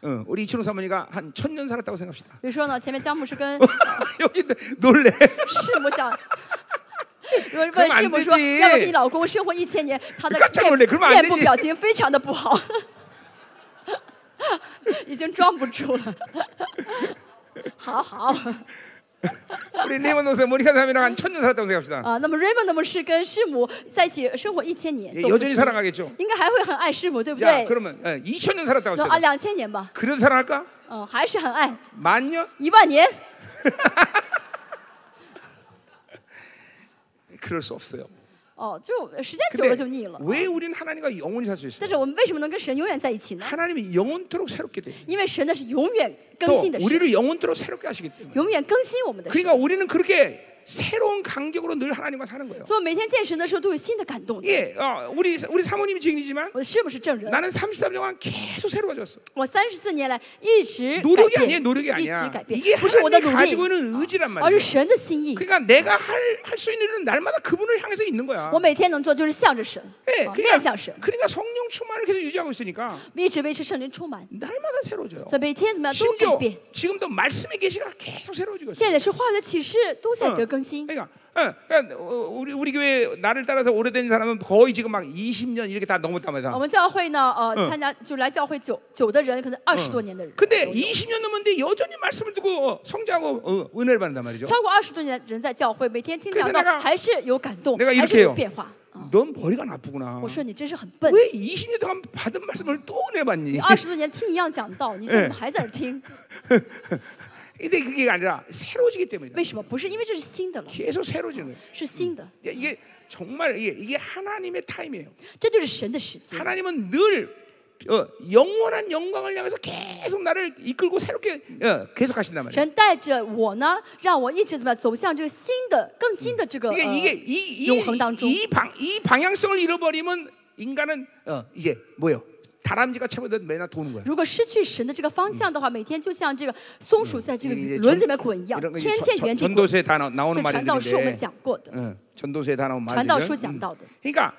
Speaker 1: 어, 우리 이치로 사모님가 한 천년 살았다고 생각합시다.
Speaker 2: 比如说呢，前面姜牧师跟
Speaker 1: 여기 놀래.
Speaker 2: 是我想，有人
Speaker 1: 그러면
Speaker 2: 问
Speaker 1: 안
Speaker 2: 师母说
Speaker 1: 되지 ：“
Speaker 2: 要不你老公生活一千年，他的
Speaker 1: 깜짝 놀래. 그러면안
Speaker 2: 面面部
Speaker 1: 되지
Speaker 2: 表情非常的不好， 已经装不住了。” 好好
Speaker 1: 우리 레몬 노사 모니카 사모님이랑 한 천년 살았다고 생각합시다.
Speaker 2: 啊，那么 Raymond 牧师跟师母在一起生活一千年，
Speaker 1: 예,
Speaker 2: 走不
Speaker 1: 여전히
Speaker 2: 出
Speaker 1: 사랑하겠죠.
Speaker 2: 应该还会很爱师母，对不
Speaker 1: 자,
Speaker 2: 对？
Speaker 1: 그러면 예, 2천년 살았다고
Speaker 2: 那啊，
Speaker 1: 했어요.
Speaker 2: 两千年吧，
Speaker 1: 그래도 사랑할까?
Speaker 2: 嗯，还是很爱，
Speaker 1: 만년?
Speaker 2: 一万年
Speaker 1: 그럴 수 없어요.
Speaker 2: 哦，就时间久
Speaker 1: 근데
Speaker 2: 了就腻了。
Speaker 1: 왜 우리는 하나님과 영원히 살 수 있어요?
Speaker 2: 但是我们为什么能跟神永远在一起呢？
Speaker 1: 하나님이 영원토록 새롭게 돼.
Speaker 2: 因为神呢是永远更
Speaker 1: 또
Speaker 2: 新的神，
Speaker 1: 우리를 영원토록 새롭게 하시기 때문에.
Speaker 2: 永远更新我们的神。
Speaker 1: 그러니까 우리는 그렇게 새로운 간격으로 늘 하나님과 사는 거예요.
Speaker 2: 所以每天见神的时候都有新的感动。
Speaker 1: 예, 어, 우리 우리 사모님이 증인이지만
Speaker 2: 我是不是证人？
Speaker 1: 나는 33년간 계속 새로워졌어.
Speaker 2: 我三十四年来一直改
Speaker 1: 노력이 아니야,
Speaker 2: 变，
Speaker 1: 노력이
Speaker 2: 啊一直
Speaker 1: 아니야.
Speaker 2: 改变
Speaker 1: 이게 ，
Speaker 2: 不是我的
Speaker 1: 하나님이
Speaker 2: 努
Speaker 1: 가지고
Speaker 2: 力，
Speaker 1: 있는 의지란
Speaker 2: 而是
Speaker 1: 말이야.
Speaker 2: 神的心意。
Speaker 1: 그러니까 내가 할 할 수 있는 일은 날마다 그분을 향해서 있는 거야.
Speaker 2: 我每天能做就是向着神，
Speaker 1: 예,
Speaker 2: 啊面
Speaker 1: 그러니까,
Speaker 2: 向神，
Speaker 1: 그러니까 성령 충만을 계속 유지하고 있으니까
Speaker 2: 一直维持圣灵充满。
Speaker 1: 날마다 새로워져요.
Speaker 2: 所以每天怎么样都改
Speaker 1: 심지어
Speaker 2: 变。
Speaker 1: 지금도 말씀의 계시가 계속 새로워지고 있어요.
Speaker 2: 现在是话语的启示都在得更新，
Speaker 1: 그러니까, 어, 그러니까 어, 우리 우리 교회 나를 따라서 오래된 사람은 거의 지금 막 20년 이렇게 다 넘었단 말이야.
Speaker 2: 啊我们教会呢，呃，参加就来教会久久的嗯人，可能二十多年的人，
Speaker 1: 근데 20년 넘었는데 여전히 말씀을 듣고 어, 성장하고 어, 은혜를 받는단 말이죠.
Speaker 2: 超过二十多年的人在教会，每天听讲
Speaker 1: 그래서내가
Speaker 2: 到还是有感动，
Speaker 1: 내가
Speaker 2: 还是
Speaker 1: 이렇게
Speaker 2: 有
Speaker 1: 해요.
Speaker 2: 变化。
Speaker 1: 넌 머리가 나쁘구나.
Speaker 2: 我说你真是很笨，
Speaker 1: 왜 20년 동안 받은 말씀을 또 은혜 받니?
Speaker 2: 二十多年听一样讲道，你现在怎么还在这听？
Speaker 1: 근데 그게 아니라 새로워지기 때문이다.
Speaker 2: 为什么？不是因为这是新的了，
Speaker 1: 계속 새로워지는 거예요.
Speaker 2: 是新的，
Speaker 1: 이게 정말 이게, 이게 하나님의 타임이에요.
Speaker 2: 这就是神的时间。
Speaker 1: 하나님은 늘 어, 영원한 영광을 향해서 계속 나를 이끌고 새롭게 어, 계속 하신단 말이에요.
Speaker 2: 神带着我呢，让我一直怎么样走向这个新的、更新的这个、
Speaker 1: 그러니까 이게
Speaker 2: 呃
Speaker 1: 이게 이, 이,
Speaker 2: 永恒当中。
Speaker 1: 이, 방, 이 방향성을 잃어버리면 인간은 어, 이제 뭐요? 다람쥐가 채보듯 맨날 도는 거야.
Speaker 2: 如果失去神的这个方向的话，每天就像这个松鼠在这个
Speaker 1: 이게
Speaker 2: 轮子里
Speaker 1: 전-
Speaker 2: 面滚一样
Speaker 1: 이런 ，거
Speaker 2: 天
Speaker 1: 이제
Speaker 2: 天
Speaker 1: 전-
Speaker 2: 原
Speaker 1: 전-
Speaker 2: 地滚。
Speaker 1: 전도서에 다 나-
Speaker 2: 这
Speaker 1: 나오는
Speaker 2: 传道书我们
Speaker 1: 말인데.
Speaker 2: 讲过的，
Speaker 1: 응, 전도서에 다 나온 말이죠.
Speaker 2: 传道书讲到的。
Speaker 1: 그러니까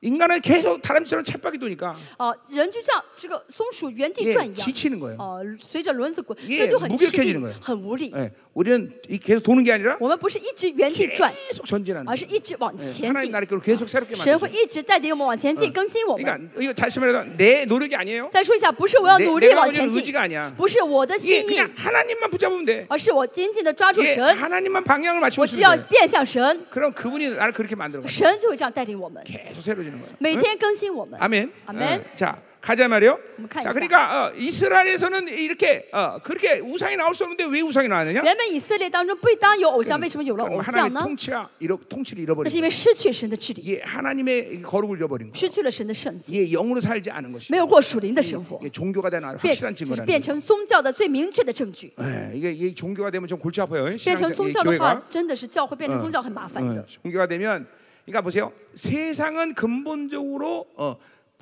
Speaker 1: 인간은 계속 다람쥐처럼 쳇바퀴 도니까
Speaker 2: 呃，人就像这个松鼠原地
Speaker 1: 이게
Speaker 2: 转一样，
Speaker 1: 지치는 거예요.
Speaker 2: 呃，随着轮子滚，
Speaker 1: 예
Speaker 2: 这就很
Speaker 1: 무력해
Speaker 2: 吃
Speaker 1: 지는거예
Speaker 2: 力
Speaker 1: 요 ，
Speaker 2: 很无力。
Speaker 1: 예, 우리는 이 계속 도는 게 아니라
Speaker 2: 我们不是一直原地转，
Speaker 1: 계속 전진하는
Speaker 2: 而
Speaker 1: 거예요.
Speaker 2: 是一直往
Speaker 1: 예,
Speaker 2: 前
Speaker 1: 하나님
Speaker 2: 进。
Speaker 1: 나를 이끌고 계속 새롭게
Speaker 2: 神会
Speaker 1: 만드세요.
Speaker 2: 一直带着我们往前进，更新我们。
Speaker 1: 그러니까 이거 다시 말해서 내 노력이 아니에요.
Speaker 2: 再说一下，不是我要
Speaker 1: 내
Speaker 2: 努力
Speaker 1: 내가
Speaker 2: 往
Speaker 1: 가지고있는
Speaker 2: 前
Speaker 1: 의지
Speaker 2: 进
Speaker 1: 가아니야 ，
Speaker 2: 不是我的
Speaker 1: 이게
Speaker 2: 心意，
Speaker 1: 그냥 하나님만 붙잡으면 돼.
Speaker 2: 而是我紧紧的抓住
Speaker 1: 이게
Speaker 2: 神，
Speaker 1: 하나님만 방향을
Speaker 2: 我
Speaker 1: 맞추면
Speaker 2: 只要
Speaker 1: 돼.
Speaker 2: 变向神，
Speaker 1: 그럼 그분이 나를 그렇게 만들어 가요.
Speaker 2: 神就会这样带领我们，
Speaker 1: 계속 새로지는 거예요.
Speaker 2: 每天更新我们。
Speaker 1: 네. 아멘.
Speaker 2: 아멘.
Speaker 1: 어, 자 가자 말이요.
Speaker 2: 한번
Speaker 1: 자
Speaker 2: 가자.
Speaker 1: 그러니까 어, 이스라엘에서는 이렇게 어, 그렇게 우상이 나올 수 없는데 왜 우상이 나왔느냐?
Speaker 2: 人们以色列当中不当有偶像，为什么有了
Speaker 1: 그건
Speaker 2: 偶
Speaker 1: 하나님의
Speaker 2: 像呢？
Speaker 1: 통치야, 잃어, 통치를
Speaker 2: 那是
Speaker 1: 잃어버린
Speaker 2: 因
Speaker 1: 거예요.
Speaker 2: 为失去神的治理，
Speaker 1: 이게 하나님의 이 거룩을 잃어버린 거예요.
Speaker 2: 失去了神的圣洁，
Speaker 1: 이게 영으로 살지 않은
Speaker 2: 没
Speaker 1: 것이죠.
Speaker 2: 有过属灵的生活，
Speaker 1: 이게 종교가 되는 아주
Speaker 2: 变
Speaker 1: 확실한
Speaker 2: 就是
Speaker 1: 증거라는
Speaker 2: 变
Speaker 1: 거예요.
Speaker 2: 成宗教的最明确的证据。
Speaker 1: 예, 이게, 이게 종교가 되면 좀 골치 아파요.
Speaker 2: 变成
Speaker 1: 신앙생-
Speaker 2: 宗
Speaker 1: 이
Speaker 2: 教的话
Speaker 1: 교회가 ，
Speaker 2: 真的是教会嗯变成宗教很麻烦的
Speaker 1: 어, 。 종교가 되면 그러니까 보세요. 세상은 근본적으로 어,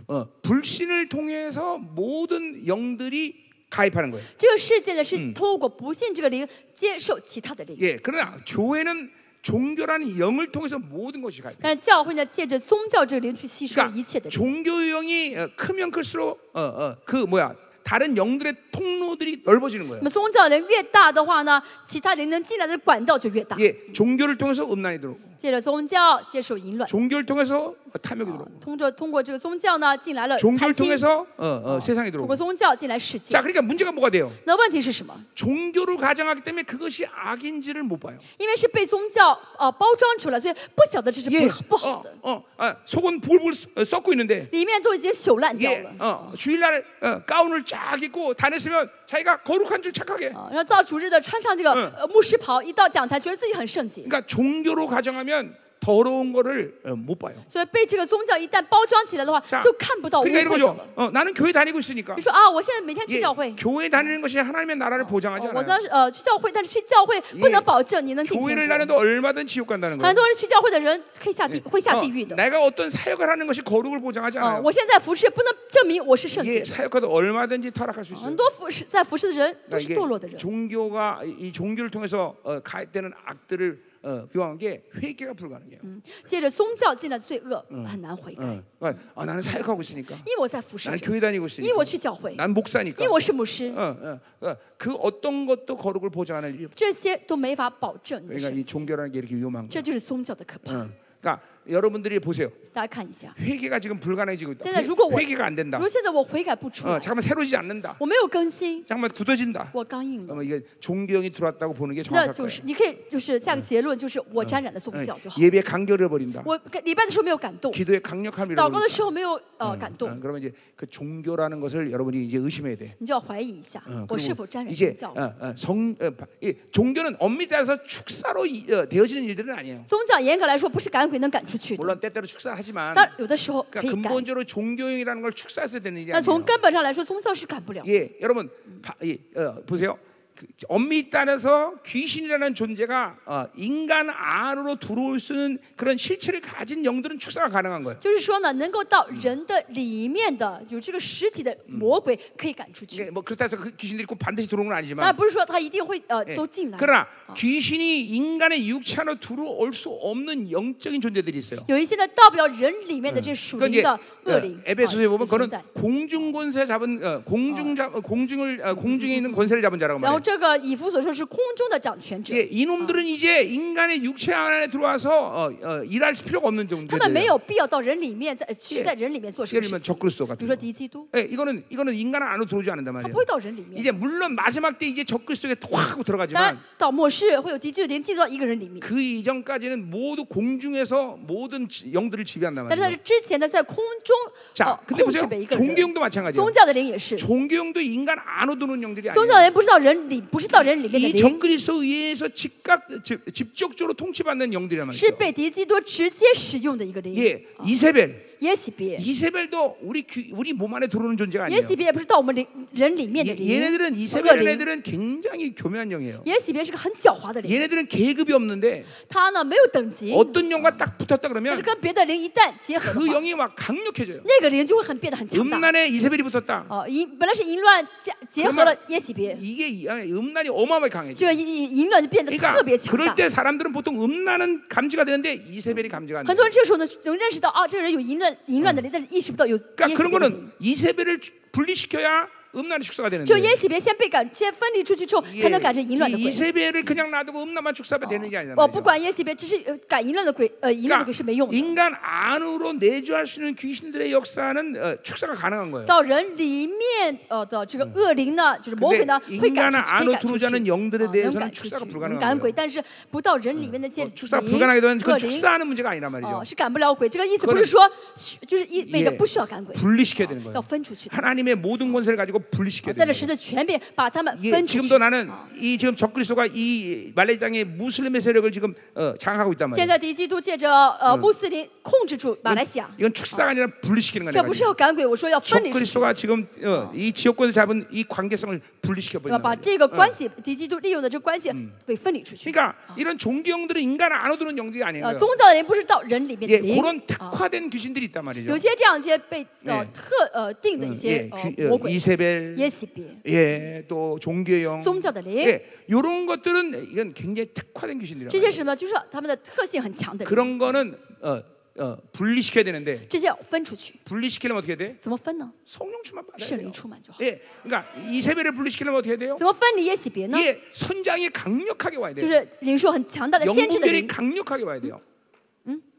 Speaker 1: 어, 불신을 통해서 모든 영들이 가입하는 거예요.
Speaker 2: 这个世界呢，是透过不信这个灵接受其他的灵，
Speaker 1: 예, 그러나 교회는 종교라는 영을 통해서 모든 것이 가요.
Speaker 2: 但是教会呢，借着宗教这个灵去吸收一切
Speaker 1: 그러니까
Speaker 2: 的灵。
Speaker 1: 종교의 영이 어, 크면 클수록 어, 어, 그 뭐야 다른 영들의 통로들이 넓어지는
Speaker 2: 那
Speaker 1: 거예요.
Speaker 2: 么宗教灵越大的话呢，其他灵能进来的管道就越大。
Speaker 1: 예, 종교를 통해서 음란이 들어오고,
Speaker 2: 借着宗教接受淫乱，
Speaker 1: 종교를 통해서 어, 탐욕이 들어오고,
Speaker 2: 通过通过这个宗教呢，进来了贪
Speaker 1: 종교를
Speaker 2: 心，
Speaker 1: 통해서 어, 아, 어, 세상이
Speaker 2: 通
Speaker 1: 들어오고.
Speaker 2: 过宗教进来世界
Speaker 1: 자 。 그러니까 문제가 뭐가 돼요?
Speaker 2: 那问题是什么？
Speaker 1: 종교를 가장하기 때문에 그것이 악인지를 못 봐요.
Speaker 2: 因为是被宗教呃包装出来，所以不晓得这是
Speaker 1: 예,
Speaker 2: 不不好
Speaker 1: 어,
Speaker 2: 的，
Speaker 1: 어, 아, 속은 부글부글 썩- 어, 썩고 있는데
Speaker 2: 里面都已经朽烂掉
Speaker 1: 예,
Speaker 2: 了。
Speaker 1: 어, 주일날 어, 가운을 쫙 입고 다녔으면 자기가 거룩한 줄 착하게.
Speaker 2: 啊，然后到主日的穿上这个
Speaker 1: 嗯
Speaker 2: 呃牧师袍，一到讲台，觉得自己很圣洁，
Speaker 1: 그러니까 종교로 가정하면 더러운 거를 어, 못 봐요.
Speaker 2: 所以被这个宗教一旦包装起来的话，
Speaker 1: 자,
Speaker 2: 就看不到污
Speaker 1: 그러니까
Speaker 2: 秽
Speaker 1: 이런
Speaker 2: 的
Speaker 1: 거죠.
Speaker 2: 了。
Speaker 1: 어, 나는 교회 다니고 있으니까.
Speaker 2: 你说啊，我现在每天去
Speaker 1: 예,
Speaker 2: 教会，
Speaker 1: 교회 다니는 것이 하나님의 나라를 보장하지
Speaker 2: 哦我
Speaker 1: 않아요.
Speaker 2: 当时呃去教会，但是去教会不
Speaker 1: 예
Speaker 2: 能保证你能进
Speaker 1: 교회를
Speaker 2: 天国。
Speaker 1: 다녀도 얼마든 지옥 간다는
Speaker 2: 很
Speaker 1: 거예요.
Speaker 2: 多人去教会的人可以下地会下地狱
Speaker 1: 어,
Speaker 2: 的。
Speaker 1: 내가 어떤 사역을 하는 것이 거룩을 보장하지
Speaker 2: 啊，
Speaker 1: 않아요.
Speaker 2: 我现在服侍不能证明我是圣
Speaker 1: 이게
Speaker 2: 洁的，哦
Speaker 1: 사역하도 얼마든지 타락할 수 있어요.
Speaker 2: 很多服侍在服侍的人都
Speaker 1: 그러니까
Speaker 2: 是
Speaker 1: 이게
Speaker 2: 堕落的人。
Speaker 1: 종교가 이- 이 종교를 통해서 어, 가입되는 악들을 어, 교환한 게 회개가 불가능해요.
Speaker 2: 借着宗教进来的罪恶很难悔改，
Speaker 1: 어, 그러니까, 아, 나는 사역하고 있으니까,
Speaker 2: 因为我在服侍
Speaker 1: 난
Speaker 2: 着，
Speaker 1: 교회 다니고
Speaker 2: 因为我
Speaker 1: 있으니까,
Speaker 2: 去教会，
Speaker 1: 난 목사니까.
Speaker 2: 因为我是牧师，
Speaker 1: 어, 어, 어, 그 어떤 것도 거룩을 보장하는 일.
Speaker 2: 这些都没法保证你的
Speaker 1: 그러니까
Speaker 2: 圣
Speaker 1: 이
Speaker 2: 洁。
Speaker 1: 종교라는 게 이렇게 위험한 거.
Speaker 2: 这就是宗教的可怕。
Speaker 1: 어. 그러니까 여러분들이 보세요.
Speaker 2: 大家看一下，
Speaker 1: 회개가 지금 불가능해지고 있다.
Speaker 2: 쟤는 如果我-
Speaker 1: 회, 개가안
Speaker 2: 如
Speaker 1: 된다.
Speaker 2: 果现在我悔改啊不出来，
Speaker 1: 어, 잠깐만 새로지지 않는다.
Speaker 2: 我没有更新，
Speaker 1: 잠깐만 굳어진다.
Speaker 2: 我刚硬了，
Speaker 1: 그러면 이게 종교형이 들어왔다고 보는 게
Speaker 2: 那
Speaker 1: 정확할 거예요. 어,
Speaker 2: 就是你嗯可以嗯就是下个结论就是我沾染了宗教就好。
Speaker 1: 예배 에 강결해 버린다.
Speaker 2: 我礼拜的时候没有感动，
Speaker 1: 기도에 강력함을
Speaker 2: 祷告
Speaker 1: 잃어버린다.
Speaker 2: 的时候没有呃感
Speaker 1: 어,
Speaker 2: 动，
Speaker 1: 그러면 이제 그 종교라는 것을 여러분이 이제 의심해야 돼.
Speaker 2: 你就要怀疑一下
Speaker 1: 어,
Speaker 2: 我是
Speaker 1: 그리고
Speaker 2: 否沾染
Speaker 1: 이제
Speaker 2: 宗教。
Speaker 1: 어, 어, 성 어, 바- 이 종교는 엄밀히 따서 축사로 이- 어, 되어지는 일들은 아니에요.
Speaker 2: 宗教严格来说不是赶鬼能赶出去的，
Speaker 1: 물론 때때로 축사하지만
Speaker 2: 但有的时候可
Speaker 1: 그러니까
Speaker 2: 以赶。
Speaker 1: 근본적으로 종교형이라는 걸 축사해서 되는 일이
Speaker 2: 但
Speaker 1: 아니에요.
Speaker 2: 从根本上来说，宗教是赶不了。
Speaker 1: 예, 여러분 바- 예, 어, 보세요. 그 엄밀히 따라서 귀신이라는 존재가 어, 인간 안으로 들어올 수 있는 그런 실체를 가진 영들은 축사가 가능한 거예요.
Speaker 2: 就是说呢，能够到人的里面的有这个实体的魔鬼可以赶出去，
Speaker 1: 이게 뭐 그렇다 해서 그 귀신들이 꼭 반드시 들어온 건
Speaker 2: 当然
Speaker 1: 아니지만
Speaker 2: 不是说他一定会呃
Speaker 1: 예.
Speaker 2: 都进来。
Speaker 1: 그러나 귀신이 인간의 육체 안으로 들어올 수 없는 영적인 존재들이 있어요.
Speaker 2: 有一些呢到不了人里面的这属
Speaker 1: 그
Speaker 2: 灵
Speaker 1: 이제
Speaker 2: 的恶
Speaker 1: 어,
Speaker 2: 灵，啊
Speaker 1: 에베소서에
Speaker 2: 也
Speaker 1: 보면
Speaker 2: 存
Speaker 1: 그는
Speaker 2: 在。
Speaker 1: 공중 권세 잡은 어, 공중 잡 어, 공중을 어, 공중에 있는 권세를 잡은 자라고
Speaker 2: 然后
Speaker 1: 말해요.
Speaker 2: 这个以弗所说是空中的掌权者，
Speaker 1: 예, 이놈들은 이제 인간의 육체 안에 들어와서 어, 어, 일할 필요가 없는
Speaker 2: 他们
Speaker 1: 존재들.
Speaker 2: 没有必要到人里面再去
Speaker 1: 예
Speaker 2: 在人里面做什么
Speaker 1: 예를
Speaker 2: 事
Speaker 1: 들면
Speaker 2: 情。
Speaker 1: 적그리스도
Speaker 2: 比
Speaker 1: 같은
Speaker 2: 如说
Speaker 1: 거.
Speaker 2: 敌基督，
Speaker 1: 예, 이거는 이거는 인간 안으로 들어오지 않는단
Speaker 2: 他
Speaker 1: 말이에요.
Speaker 2: 不会到人里面。
Speaker 1: 이제 물론 마지막 때 이제 적그리스도에 확
Speaker 2: 当然
Speaker 1: 들어가지만 ，
Speaker 2: 到末世会有敌基督灵进入到一个人里面，
Speaker 1: 그 이전까지는 모두 공중에서 모든 지- 영들을 지배한단
Speaker 2: 但是他
Speaker 1: 말이에요.
Speaker 2: 是之前呢在空中
Speaker 1: 자,
Speaker 2: 呃
Speaker 1: 근데
Speaker 2: 控制
Speaker 1: 보세요.
Speaker 2: 每一个人。
Speaker 1: 종교형도 마찬가지예요.
Speaker 2: 宗教的灵也是，
Speaker 1: 종교형도 인간 안으로 드는 영들이
Speaker 2: 宗
Speaker 1: 아니에요.
Speaker 2: 教的灵不是到人里，不是到人里面的
Speaker 1: 이
Speaker 2: 灵，
Speaker 1: 적그리스도 의해서 즉각 즉, 직접적으로 통치받는 영들이란
Speaker 2: 是
Speaker 1: 말이죠.
Speaker 2: 被敌基督直接使用的一个灵。
Speaker 1: 예, 이세벨.
Speaker 2: 耶洗
Speaker 1: 예.
Speaker 2: 别，
Speaker 1: 이세벨도 우리 귀, 우리 몸 안에 들어오는 존재가
Speaker 2: 耶
Speaker 1: 아니에요. 예,
Speaker 2: 洗别也不是到我们灵人里面的
Speaker 1: 얘,
Speaker 2: 灵。
Speaker 1: 얘네들은
Speaker 2: 恶
Speaker 1: 이세벨
Speaker 2: 灵。
Speaker 1: 얘네들은 굉장히 교묘한 영이에요.
Speaker 2: 耶洗别是个很狡猾的灵，
Speaker 1: 얘네들은 계급이 없는데
Speaker 2: 他呢没有等级，
Speaker 1: 예. 어떤 그러니까 영과 딱 붙었다
Speaker 2: 但
Speaker 1: 그러면
Speaker 2: 是跟别的灵一旦结合的
Speaker 1: 그
Speaker 2: 话，
Speaker 1: 영이 막 강력해져요.
Speaker 2: 那个灵就会很变得很强大。
Speaker 1: 음란에 이세벨이 붙었다.
Speaker 2: 哦，淫本来是淫乱结
Speaker 1: 네,
Speaker 2: 结合了耶洗别，
Speaker 1: 이게 이- 아니, 음란이 어마어마하게
Speaker 2: 这
Speaker 1: 강해져.
Speaker 2: 个淫淫淫乱就变得
Speaker 1: 그러니까
Speaker 2: 特别强大
Speaker 1: 그럴 。때 사람들은 보통 음란은 감지가 되는데 이세벨이 감지가 안 돼.
Speaker 2: 很多人这时候呢能认识到啊，这个人有淫乱淫乱的灵，但是意识不到有耶洗
Speaker 1: 그러니까
Speaker 2: 别
Speaker 1: 그런
Speaker 2: 的灵
Speaker 1: 거는 이세벨을 분리시켜야 음란의 축사가
Speaker 2: 就
Speaker 1: 되는데. 예.
Speaker 2: 耶洗别先被赶，先分离出去之后，才能赶这淫乱的
Speaker 1: 이
Speaker 2: 鬼。
Speaker 1: 이세벨을 그냥 놔두고 음란만 축사하면 되는 게 아니라
Speaker 2: 我不
Speaker 1: 말이죠.
Speaker 2: 管耶洗别，只是呃赶淫乱的鬼，呃，淫乱的鬼是没用
Speaker 1: 어, 그러니까
Speaker 2: 的。
Speaker 1: 인간 안으로 내주할 수 있는 귀신들의 역사는 어, 축사가 가능한 거예요.
Speaker 2: 到人里面，呃的这个恶灵呢，就是魔鬼呢，
Speaker 1: 근데
Speaker 2: 会赶出
Speaker 1: 인간안으로
Speaker 2: 去，可以赶出
Speaker 1: 들어오지않은
Speaker 2: 去。
Speaker 1: 영들에대해서는
Speaker 2: 能赶出
Speaker 1: 축사가불가능한
Speaker 2: 去，能赶
Speaker 1: 거예요
Speaker 2: 鬼，但是不到人里面那些灵
Speaker 1: 어, 축사가 불가능하기도 한데
Speaker 2: 恶
Speaker 1: 그건
Speaker 2: 灵
Speaker 1: 축사하는 문제가 아니란 어,
Speaker 2: 哦
Speaker 1: 말이죠.
Speaker 2: 是赶不了鬼。这个意思不
Speaker 1: 그거는
Speaker 2: 是说需就是意味着
Speaker 1: 예,
Speaker 2: 不需要赶鬼，
Speaker 1: 어, 분리시켜야 되는
Speaker 2: 要
Speaker 1: 거예요.
Speaker 2: 分出去的。
Speaker 1: 하나님의 모든 권세를 가지고 분리시켜야
Speaker 2: 带
Speaker 1: 되는
Speaker 2: 着
Speaker 1: 거예요.
Speaker 2: 神的权柄把他们
Speaker 1: 예,
Speaker 2: 分出去
Speaker 1: 지금도 。 나는 이 지금 적그리스도가 이 말레이시 땅의 무슬림의 세력을 지금 어, 장악하고 있단
Speaker 2: 现
Speaker 1: 말이에요.
Speaker 2: 在敌基督借着呃穆斯林控制住马来西亚，
Speaker 1: 이건 축사가 아니라 분리시키는
Speaker 2: 这
Speaker 1: 거예요.
Speaker 2: 不是要赶鬼，我嗯说要分离出去。
Speaker 1: 적그리스도가 지금 어, 그러니까 이 지역권에서 잡은 이 관계성을 분리시켜 버린다.
Speaker 2: 那把这个关系，敌基督利用的这个关系给分离出去。
Speaker 1: 그러니까 이런 종교형들은 인간 안으로드는 영들이
Speaker 2: 呃，
Speaker 1: 아니에요.
Speaker 2: 宗教的人不是到人里面的
Speaker 1: 예,
Speaker 2: 灵，
Speaker 1: 그런 특화된 귀신들이 있단
Speaker 2: 有
Speaker 1: 말이죠.
Speaker 2: 些这样一些被呃
Speaker 1: 예
Speaker 2: 特呃定的一
Speaker 1: 예,
Speaker 2: 些呃
Speaker 1: 귀-
Speaker 2: 魔
Speaker 1: 어,
Speaker 2: 鬼，
Speaker 1: 이세벨,
Speaker 2: 耶洗别，
Speaker 1: 예, 또 종교형,
Speaker 2: 종교들이.
Speaker 1: 예, 이런 것들은 이건 굉장히 특화된 귀신들이야.
Speaker 2: 这些什么呢就是他们的特性很强的人，
Speaker 1: 그런 거는 어, 어, 분리시켜야 되는데
Speaker 2: 这些要分出去，
Speaker 1: 분리시키려면 어떻게 돼?
Speaker 2: 怎么分呢？
Speaker 1: 성령 충만 받아야
Speaker 2: 圣灵
Speaker 1: 돼요.
Speaker 2: 充满就好。
Speaker 1: 예, 그러니까 이세벨을 분리시키려면 어떻게 돼요?
Speaker 2: 怎么分离耶洗别呢？
Speaker 1: 예, 선장이 강력하게 와야 돼요.
Speaker 2: 就是领受很
Speaker 1: 아,
Speaker 2: 强大的先知的
Speaker 1: 영분별이
Speaker 2: 灵，
Speaker 1: 강력하게 와야 돼요.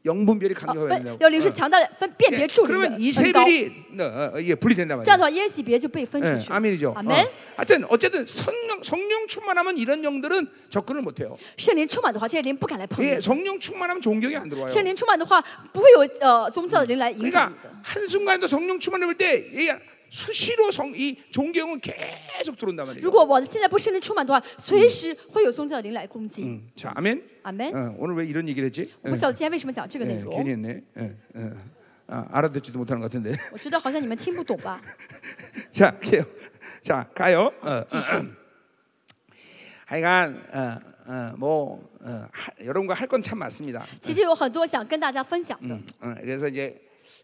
Speaker 1: 영분별이
Speaker 2: 啊
Speaker 1: 강력하게 와야
Speaker 2: 分
Speaker 1: 된다고.
Speaker 2: 要领受
Speaker 1: 어.
Speaker 2: 强大的分辨
Speaker 1: 예,
Speaker 2: 别众人的
Speaker 1: 그러면
Speaker 2: 恩高。
Speaker 1: 이세벨이 어, 어, 예, 분리된단
Speaker 2: 这
Speaker 1: 말이에요.
Speaker 2: 样的话，耶洗别就被分出
Speaker 1: 예,
Speaker 2: 去了。
Speaker 1: 아멘이죠.
Speaker 2: 嗯阿门
Speaker 1: 어. 。 하여튼 어쨌든 성령 성령 충만하면 이런 영들은 접근을 못 해요.
Speaker 2: 圣灵充满的话，这些灵不敢来碰你
Speaker 1: 예, 。 성령 충만하면 종교가 안 들어와요.
Speaker 2: 圣灵充满的话，不会有呃宗教的灵来影响
Speaker 1: 그러니까
Speaker 2: 你的。
Speaker 1: 한 순간도 성령 충만을 볼때 수시로 성, 이 종교형은 계속 들어온단
Speaker 2: 如
Speaker 1: 말이에요.
Speaker 2: 果我现在不圣灵充满的话，随时会有宗教的灵来攻击。
Speaker 1: 음, 자, 아멘.
Speaker 2: 아멘.
Speaker 1: 어, 오늘 왜 이런 얘기를 했지?
Speaker 2: 我不晓得今天为什么讲这个内
Speaker 1: 예,
Speaker 2: 容，
Speaker 1: 괜히 했네. 예, 예. 아, 알아듣지도 못하는 것 같은데.
Speaker 2: 我觉得好像你们听不懂吧？
Speaker 1: 자, 가요. 자, 가요. 어, 하여간 어, 어, 뭐 어, 하, 여러분과 할 건 참 많습니다.
Speaker 2: 其实有很多想跟大家分享的。
Speaker 1: 어, 그래서 이제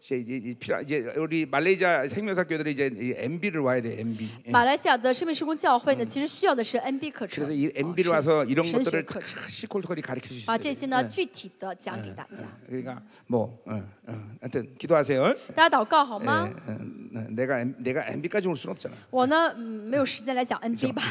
Speaker 1: 이제 이제 이 필요 이제 우리 말레이시아 생명사 교들이 이제 이 MB를 와야 돼 MB. 예.
Speaker 2: 马来西亚的生命施工教会呢，其实需要的是 NB 课程，
Speaker 1: 그래서 이
Speaker 2: 哦
Speaker 1: MB를 와서 이런
Speaker 2: 神学嗯
Speaker 1: 것들을
Speaker 2: 课程，
Speaker 1: 시콜토콜이 가르쳐 주시죠.
Speaker 2: 把这些呢具体的讲给大家。
Speaker 1: 그러니까 뭐 어, 어, 하여튼 기도하세요.
Speaker 2: 大家祷告好
Speaker 1: 어,
Speaker 2: 吗？
Speaker 1: 어, 내가 M- 내가 MB까지 올 수는 없잖아.
Speaker 2: 我呢，嗯，没有时间来讲 NB 吧，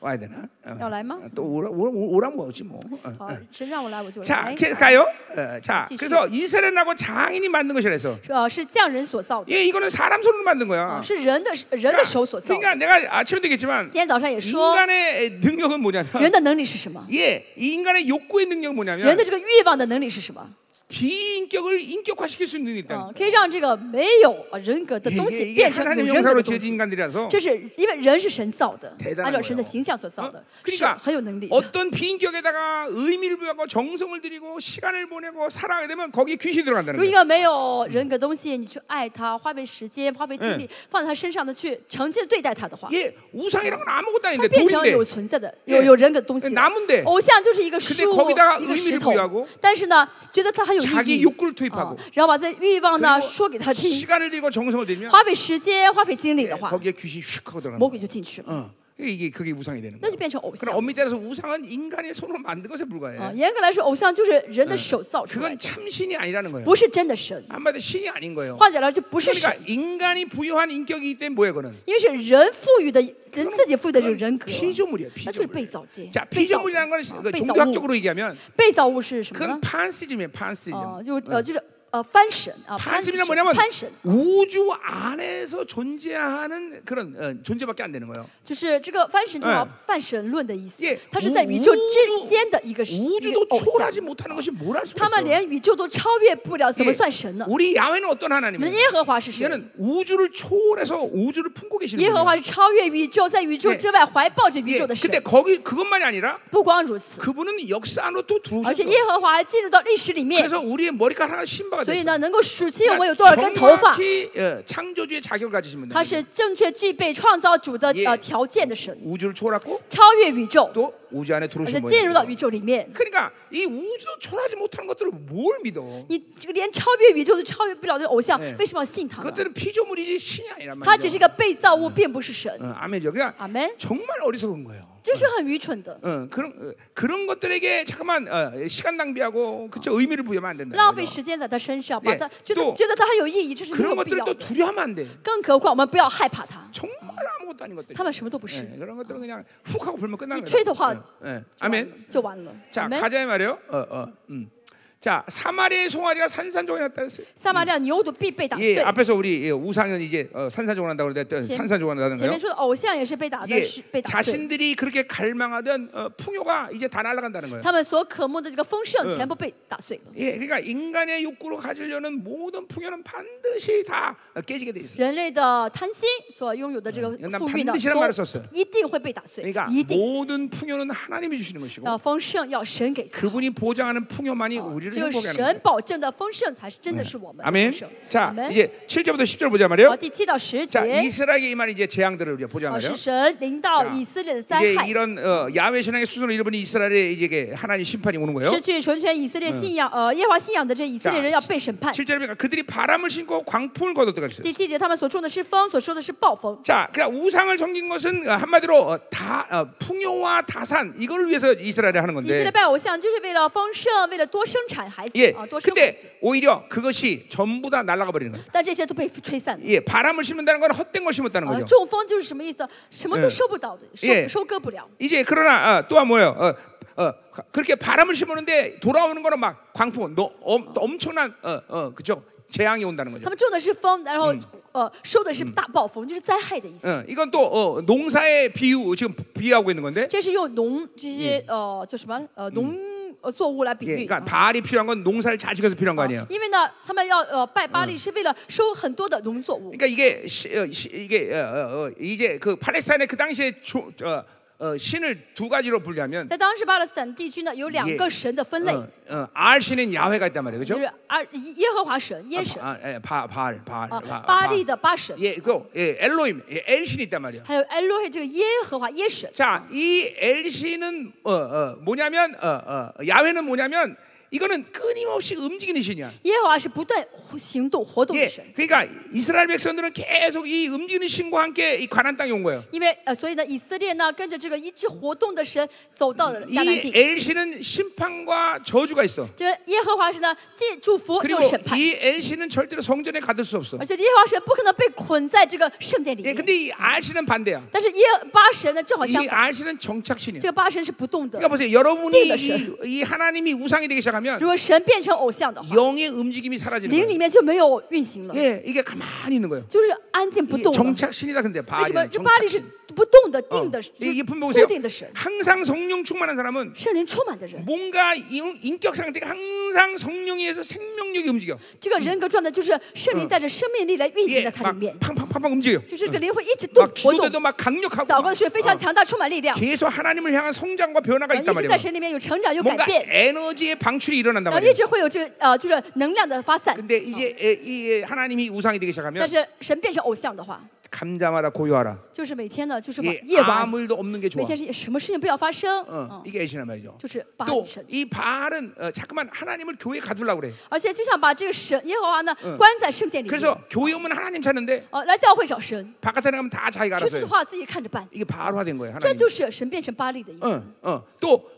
Speaker 1: 와야 되나? 어.
Speaker 2: 要来吗？
Speaker 1: 또 오라 오라 오라면 오지 뭐. 어.
Speaker 2: 好，神让我来我哎就
Speaker 1: 자
Speaker 2: 来。
Speaker 1: 계속 가요. 어, 자
Speaker 2: 지시.
Speaker 1: 그래서 이스라엘하고 장인이 만든 것이라서.
Speaker 2: 呃，是匠人所造的，
Speaker 1: 예 이거는 사람 손으로 만든 거야.
Speaker 2: 是人的人的手所造的。
Speaker 1: 그러니까 내가 아침에 되겠지만
Speaker 2: 今天早上也说，
Speaker 1: 인간의 능력은 뭐냐면
Speaker 2: 人的能力是什么？
Speaker 1: 예, 이 인간의 욕구의 능력은
Speaker 2: 人
Speaker 1: 뭐냐면
Speaker 2: 的这个欲望的能力是什么？
Speaker 1: 비인격을 인격화시킬 수 있는 능력이 있다는
Speaker 2: 啊，
Speaker 1: 거예요.
Speaker 2: 可以让这个没有人格的东
Speaker 1: 이게,
Speaker 2: 西
Speaker 1: 이게
Speaker 2: 变成有
Speaker 1: 하나님
Speaker 2: 人格
Speaker 1: 형상으로
Speaker 2: 的东
Speaker 1: 지어진
Speaker 2: 西。
Speaker 1: 인간들이라서
Speaker 2: 这是因为人是神造的
Speaker 1: 대단한，
Speaker 2: 按照神的
Speaker 1: 거예요
Speaker 2: 形象所造
Speaker 1: 어?
Speaker 2: 的，是
Speaker 1: 그러니까
Speaker 2: 很有能力的。
Speaker 1: 어떤 비인격에다가 의미를 부여하고 정성을 들이고 시간을 보내고 사랑하게 되면 거기에 귀신이
Speaker 2: 如
Speaker 1: 들어간다는
Speaker 2: 果一
Speaker 1: 거예요.
Speaker 2: 个没有人格的东西，你去爱他，花费时间、花费精力放在他身上的去诚切地对待他的话，
Speaker 1: 예, 우상이란 건 아무것도
Speaker 2: 它
Speaker 1: 아닌데
Speaker 2: 变成
Speaker 1: 돌인데
Speaker 2: 有存在的、
Speaker 1: 예
Speaker 2: 有有人格的东西了
Speaker 1: 나무인데 。
Speaker 2: 偶像就是一个树
Speaker 1: 근데 ， 거기다가
Speaker 2: 一个
Speaker 1: 의미를
Speaker 2: 石头，
Speaker 1: 부여하고
Speaker 2: 但是呢，觉得它很有意
Speaker 1: 자기
Speaker 2: 义，
Speaker 1: 욕구를
Speaker 2: 啊
Speaker 1: 투입하고
Speaker 2: 然后把这欲望呢
Speaker 1: 그리고
Speaker 2: 说给他听，
Speaker 1: 시간을 들이고 정성을 들면
Speaker 2: 花费时间、花费精力
Speaker 1: 예,
Speaker 2: 的话，
Speaker 1: 거기에 귀신이 슉 하고 들어간다.
Speaker 2: 魔鬼就进去了，
Speaker 1: 어, 이게 그게 우상이 되는
Speaker 2: 那
Speaker 1: 거예요.
Speaker 2: 就变成偶像
Speaker 1: 그럼 。 엄밀히 따져서 우상은 인간의 손으로 만든 것에
Speaker 2: 啊，
Speaker 1: 불과해.
Speaker 2: 严格来说，偶像就是人的手造出来
Speaker 1: 嗯 그건
Speaker 2: 的，
Speaker 1: 참 신이 아니라는 거예요.
Speaker 2: 不是真的神。
Speaker 1: 한마디로 신이 아닌 거예요.
Speaker 2: 换起来就不是神
Speaker 1: 그러니까 ， 인간이 부여한 인격이기 때문에 뭐예요, 그는?
Speaker 2: 因为是人赋予的，人自己赋予的这个人格。
Speaker 1: 피조물이야,
Speaker 2: 那就是被
Speaker 1: 피조물.
Speaker 2: 造界。
Speaker 1: 자,
Speaker 2: 被造物
Speaker 1: 피조물이라는 건
Speaker 2: 啊
Speaker 1: 그
Speaker 2: 被造物
Speaker 1: 종교학적으로 얘기하면
Speaker 2: 被造物是什么
Speaker 1: 그건
Speaker 2: 呢？
Speaker 1: 판시즘이에요, 판시즘.
Speaker 2: 哦，就呃就是呃翻神啊，攀神
Speaker 1: 어, 판시즘이란 뭐냐면
Speaker 2: 攀神
Speaker 1: 우주 안에서 존재하는 그런 어, 존재밖에 안 되는 거예요.
Speaker 2: 就是这个翻神就是
Speaker 1: 嗯
Speaker 2: 泛神论的意思
Speaker 1: 예 ，
Speaker 2: 它是在宇宙之间的一个神一个
Speaker 1: 우주도
Speaker 2: 偶
Speaker 1: 초월하지
Speaker 2: 像，
Speaker 1: 못하는 것이 뭘 할 수가
Speaker 2: 他
Speaker 1: 있어?
Speaker 2: 们连宇宙都超越不了，怎么
Speaker 1: 예.
Speaker 2: 算神呢？ 네,
Speaker 1: 우리 야훼는 어떤
Speaker 2: 我们
Speaker 1: 하나님이에요?
Speaker 2: 耶和华是谁？
Speaker 1: 얘는 우주를 초월해서 우주를 품고 계시는
Speaker 2: 耶和
Speaker 1: 분이에요.
Speaker 2: 华是超越宇宙，在宇宙
Speaker 1: 예
Speaker 2: 之外怀抱着宇
Speaker 1: 예,
Speaker 2: 宙的
Speaker 1: 근데
Speaker 2: 神。
Speaker 1: 거기 그것만이 아니라
Speaker 2: 不光如此，
Speaker 1: 그분은 역사 안으로 또
Speaker 2: 而且
Speaker 1: 들어오셨어.
Speaker 2: 耶和华还进入到历史里面，
Speaker 1: 그래서 우리의 머리카락 하나 신바가
Speaker 2: 所以
Speaker 1: 됐어.
Speaker 2: 呢，能够数清我们有多少根头发，
Speaker 1: 정확히 예, 창조주의 자격을 가지신
Speaker 2: 他
Speaker 1: 분들.
Speaker 2: 是正确具备创造主的
Speaker 1: 예
Speaker 2: 呃条件的神，
Speaker 1: 우주를 초월했고
Speaker 2: 超越宇宙，
Speaker 1: 또 우주 안에
Speaker 2: 而且
Speaker 1: 들어오신
Speaker 2: 进入到
Speaker 1: 분이에요.
Speaker 2: 宇宙里面。
Speaker 1: 그러니까 이 우주도 초월하지 못하는 것들을 뭘 믿어?
Speaker 2: 你这个连超越宇宙都超越不了的偶像
Speaker 1: 예 ，
Speaker 2: 为什么要信他呢？
Speaker 1: 그것들은 피조물이지 신이 아니란
Speaker 2: 他只
Speaker 1: 말이죠.
Speaker 2: 是一个被造物，并不是神
Speaker 1: 어, ， 아멘이죠. 그러니까
Speaker 2: 아멘.
Speaker 1: 정말 어리석은 거예요.
Speaker 2: 这是很愚蠢的，
Speaker 1: 어, 그런 어, 그런 것들에게 잠깐만 어, 시간 낭비하고 그쵸 의미를 부여하면 안 된다.
Speaker 2: 浪费时间在他身上，把
Speaker 1: 예
Speaker 2: 他觉得
Speaker 1: 또
Speaker 2: 觉得他很有意义，这是没
Speaker 1: 그런
Speaker 2: 有必
Speaker 1: 것들을
Speaker 2: 要
Speaker 1: 또
Speaker 2: 的。
Speaker 1: 두려워하면 안 돼.
Speaker 2: 更何况我们不要害怕他，
Speaker 1: 정말 아무것도 아닌 것들.
Speaker 2: 他们什么都不是，
Speaker 1: 예, 그런 것들은 그냥 훅 하고 불면 끝나는
Speaker 2: 이
Speaker 1: 거예요.
Speaker 2: 트레이더 화-
Speaker 1: 예, 예.
Speaker 2: 就完
Speaker 1: 아멘.
Speaker 2: 了就完了。
Speaker 1: 자,
Speaker 2: 我们
Speaker 1: 가자 이 말이에요. 어, 어. 음. 자, 사마리아의 송아리가 산산조각났다 했어요.
Speaker 2: 撒玛利亚牛犊必被打
Speaker 1: 예,
Speaker 2: 碎。
Speaker 1: 앞에서 우리 예, 우상은 이제 어, 산산조각난다고 그랬더니
Speaker 2: 제-
Speaker 1: 산산조각난다는
Speaker 2: 前
Speaker 1: 거예요.
Speaker 2: 面说的偶像也是被打断，
Speaker 1: 예,
Speaker 2: 是被打碎。
Speaker 1: 자신들이 그렇게 갈망하던 어, 풍요가 이제 다 날아간다는 거예요.
Speaker 2: 他们所渴慕的这个丰盛
Speaker 1: 嗯
Speaker 2: 全部被打碎了。
Speaker 1: 예, 그러니까 인간의 욕구로 가지려는 모든 풍요는 반드시 다 어, 깨지게 돼 있어요.
Speaker 2: 人类的贪心所拥有的这个
Speaker 1: 嗯那
Speaker 2: 富裕呢，
Speaker 1: 반드시란말을썼어요
Speaker 2: 都一定会被打碎
Speaker 1: 그러니까 ，
Speaker 2: 一定。
Speaker 1: 모든 풍요는 하나님이 주시는 것이고
Speaker 2: 要丰盛，要神给。
Speaker 1: 그분이 보장하는 풍요만이 우리를
Speaker 2: 只有
Speaker 1: 행복하게 하는 거예요.
Speaker 2: 神保证的丰盛才是真的是我们的
Speaker 1: 아멘. 네.
Speaker 2: 丰盛。
Speaker 1: 자,
Speaker 2: 我们
Speaker 1: 이제 7절부터 10절 보자
Speaker 2: 好，
Speaker 1: 말이에요.
Speaker 2: 第七到十节，
Speaker 1: 자, 이스라엘의 이만 이제 재앙들을 우리가 보자
Speaker 2: 啊
Speaker 1: 말이에요.
Speaker 2: 是神临到
Speaker 1: 자
Speaker 2: 以色列的灾
Speaker 1: 이제
Speaker 2: 害，
Speaker 1: 이런 어, 야외 신앙의 수준을 잃어버린 이스라엘의 이제 이게 하나님 심판이 오는 거예요.
Speaker 2: 失去纯全以色列信仰，呃，耶和华信仰的这以色列人要被审判。
Speaker 1: 7절에 보니까 그들이 바람을 신고 광풍을 거뒀다고 했어요.
Speaker 2: 第七节，他们所种的是风，所说的是暴风。
Speaker 1: 자, 그러니까 우상을 섬긴 것은 어, 한마디로 어, 다 어, 풍요와 다산 이걸 위해서 이스라엘이 하는
Speaker 2: 以色列
Speaker 1: 건데.
Speaker 2: 拜偶像就是为了丰盛，为了多生产孩子
Speaker 1: 예.
Speaker 2: 啊，多生孩子。
Speaker 1: 근데 오히려 그것이 전부 다 날아가 버리는 거예요.
Speaker 2: 但这些都被吹散了。
Speaker 1: 예, 바람을 심는다는 건 헛된 걸 심었다는
Speaker 2: 啊，
Speaker 1: 거죠.
Speaker 2: 中风就是什么意思？什么
Speaker 1: 嗯
Speaker 2: 都收不到的，
Speaker 1: 예
Speaker 2: 收收割不了。
Speaker 1: 이제 그러나 어, 또한 뭐예요? 어, 어, 가- 그렇게 바람을 심었는데 돌아오는 거는 막 광풍, 너, 엄, 엄청난 어, 어, 그죠? 재앙이 온다는
Speaker 2: 他
Speaker 1: 거죠.
Speaker 2: 们种的是风，然后呃收的是大暴风，就是灾害的意思。
Speaker 1: 어, 이건 또 어, 농사의 비유 지금 비유하고 있는 건데.
Speaker 2: 这是用农这些呃就什么呃农呃作物来比
Speaker 1: 예,
Speaker 2: 喻。
Speaker 1: 그러니까 바알이 필요한 건 농사를 잘 지켜서 필요한 거
Speaker 2: 啊
Speaker 1: 아니에요.
Speaker 2: 因为呢，他们要呃拜巴利是为了收很多的农作物。
Speaker 1: 그러니까 이게 시, 어, 시, 이게 어, 어, 어, 이제 그 팔레스타인의 그 당시에 조, 어, 어, 신을 두 가지로 분류하면
Speaker 2: 在当时巴勒斯坦地区呢，有两
Speaker 1: 예
Speaker 2: 个神的分类， 예,
Speaker 1: 어, 어, 알 신은 야훼가 있단 말이에요,
Speaker 2: 就
Speaker 1: 그렇죠?
Speaker 2: 是阿耶和华神、耶神
Speaker 1: 아, 예, 바, 바알, 바알,
Speaker 2: 啊
Speaker 1: 바- ，
Speaker 2: 巴
Speaker 1: 바알.
Speaker 2: 利的巴神，
Speaker 1: 예, 그 예, 엘로임, 예, 엘신이 있단 말이에요.
Speaker 2: 还有埃洛黑这个耶和华耶神。
Speaker 1: 자, 이 엘신은 어, 어, 뭐냐면 어, 어, 야훼는 뭐냐면 이거는 끊임없이 움직이는 신이야.
Speaker 2: 耶和华是不断行动活动
Speaker 1: 예,
Speaker 2: 的神，
Speaker 1: 그러니까 이스라엘 백성들은 계속 이 움직이는 신과 함께 이 가나안 땅에 온 거예요.
Speaker 2: 因为呃，所以呢，以色列呢跟着这个一直活动的神走到了迦南
Speaker 1: 이
Speaker 2: 地。
Speaker 1: 엘신은 심판과 저주가 있어.
Speaker 2: 这耶和华神呢既祝福又
Speaker 1: 그리고
Speaker 2: 审判，
Speaker 1: 이 엘신은 절대로 성전에 가둘 수 없어.
Speaker 2: 而且耶和华神不可能被捆在这个圣殿里
Speaker 1: 예,
Speaker 2: 面。
Speaker 1: 근데 이 알신은 반대야.
Speaker 2: 但是耶巴神呢正好相
Speaker 1: 이
Speaker 2: 反，
Speaker 1: 알신은 정착신이야.
Speaker 2: 这个巴神是不动的
Speaker 1: 그러니까 。 보세요, 여러분이
Speaker 2: 띵 것이야.
Speaker 1: 이, 이 하나님이 우상이 되기 나가면
Speaker 2: 如果神变成偶像的话，
Speaker 1: 영의 움직임이 사라지는
Speaker 2: 灵
Speaker 1: 거예요.
Speaker 2: 里面就没有运行了，
Speaker 1: 예, 이게 가만히 있는 거예요.
Speaker 2: 就是安静不
Speaker 1: 이게
Speaker 2: 动了。
Speaker 1: 정착신이다 근데
Speaker 2: 为什么
Speaker 1: 바알이
Speaker 2: 这巴黎是
Speaker 1: 정착신.
Speaker 2: 不动的、
Speaker 1: 어.
Speaker 2: 定的、就是
Speaker 1: 이게 분명
Speaker 2: 固
Speaker 1: 보세요.
Speaker 2: 定的神？
Speaker 1: 항상 성령 충만한 사람은
Speaker 2: 圣灵充满的人，
Speaker 1: 뭔가 인- 인격 상태가 항상 성령에 의해서 생명력이 움직여.
Speaker 2: 这个人格状态就是圣灵带着生命力来运行
Speaker 1: 예,
Speaker 2: 在他
Speaker 1: 막
Speaker 2: 里面，
Speaker 1: 팡팡팡팡 움직여.
Speaker 2: 就是这个灵魂一直动
Speaker 1: 막
Speaker 2: 活动
Speaker 1: 기도대도 ，막 강력하고
Speaker 2: 祷
Speaker 1: 막
Speaker 2: 告是非常强大、充满力量，
Speaker 1: 계속 하나님을 향한 성장과 변화가 있단
Speaker 2: 然后一直
Speaker 1: 말이에요.
Speaker 2: 在神里面有成长、有改
Speaker 1: 뭔가
Speaker 2: 变，
Speaker 1: 에너지의 방출이 일어난단
Speaker 2: 然后一
Speaker 1: 말이에요.
Speaker 2: 直会有这个呃，就是能量的发散。
Speaker 1: 근데 이제 에, 이 하나님이 우상이 되기 시작하면
Speaker 2: 但是神变成偶像的话，
Speaker 1: 감자마라 고요하라.
Speaker 2: 就是每天呢，就是
Speaker 1: 예
Speaker 2: 晚夜晚，
Speaker 1: 아무 일도 없는 게 좋아.
Speaker 2: 每天是什么事情不要发生，
Speaker 1: 어,
Speaker 2: 嗯，
Speaker 1: 이게 애신한 말이죠.
Speaker 2: 就是巴黎神。
Speaker 1: 또이 바알은 어, 자꾸만 하나님을 교회에 가두려고 그래.
Speaker 2: 而且就想把这个神耶和华呢关在圣殿里面，
Speaker 1: 그래서 교회 오면 하나님 찾는데
Speaker 2: 哦，来教会找神，
Speaker 1: 바깥에 나가면 다 자기가
Speaker 2: 出去
Speaker 1: 알아서
Speaker 2: 的
Speaker 1: 해요.
Speaker 2: 话自己看着办。
Speaker 1: 이게 바알화된 거예요.
Speaker 2: 这
Speaker 1: 하나님.
Speaker 2: 就是神变成巴利的意思。
Speaker 1: 어, 어.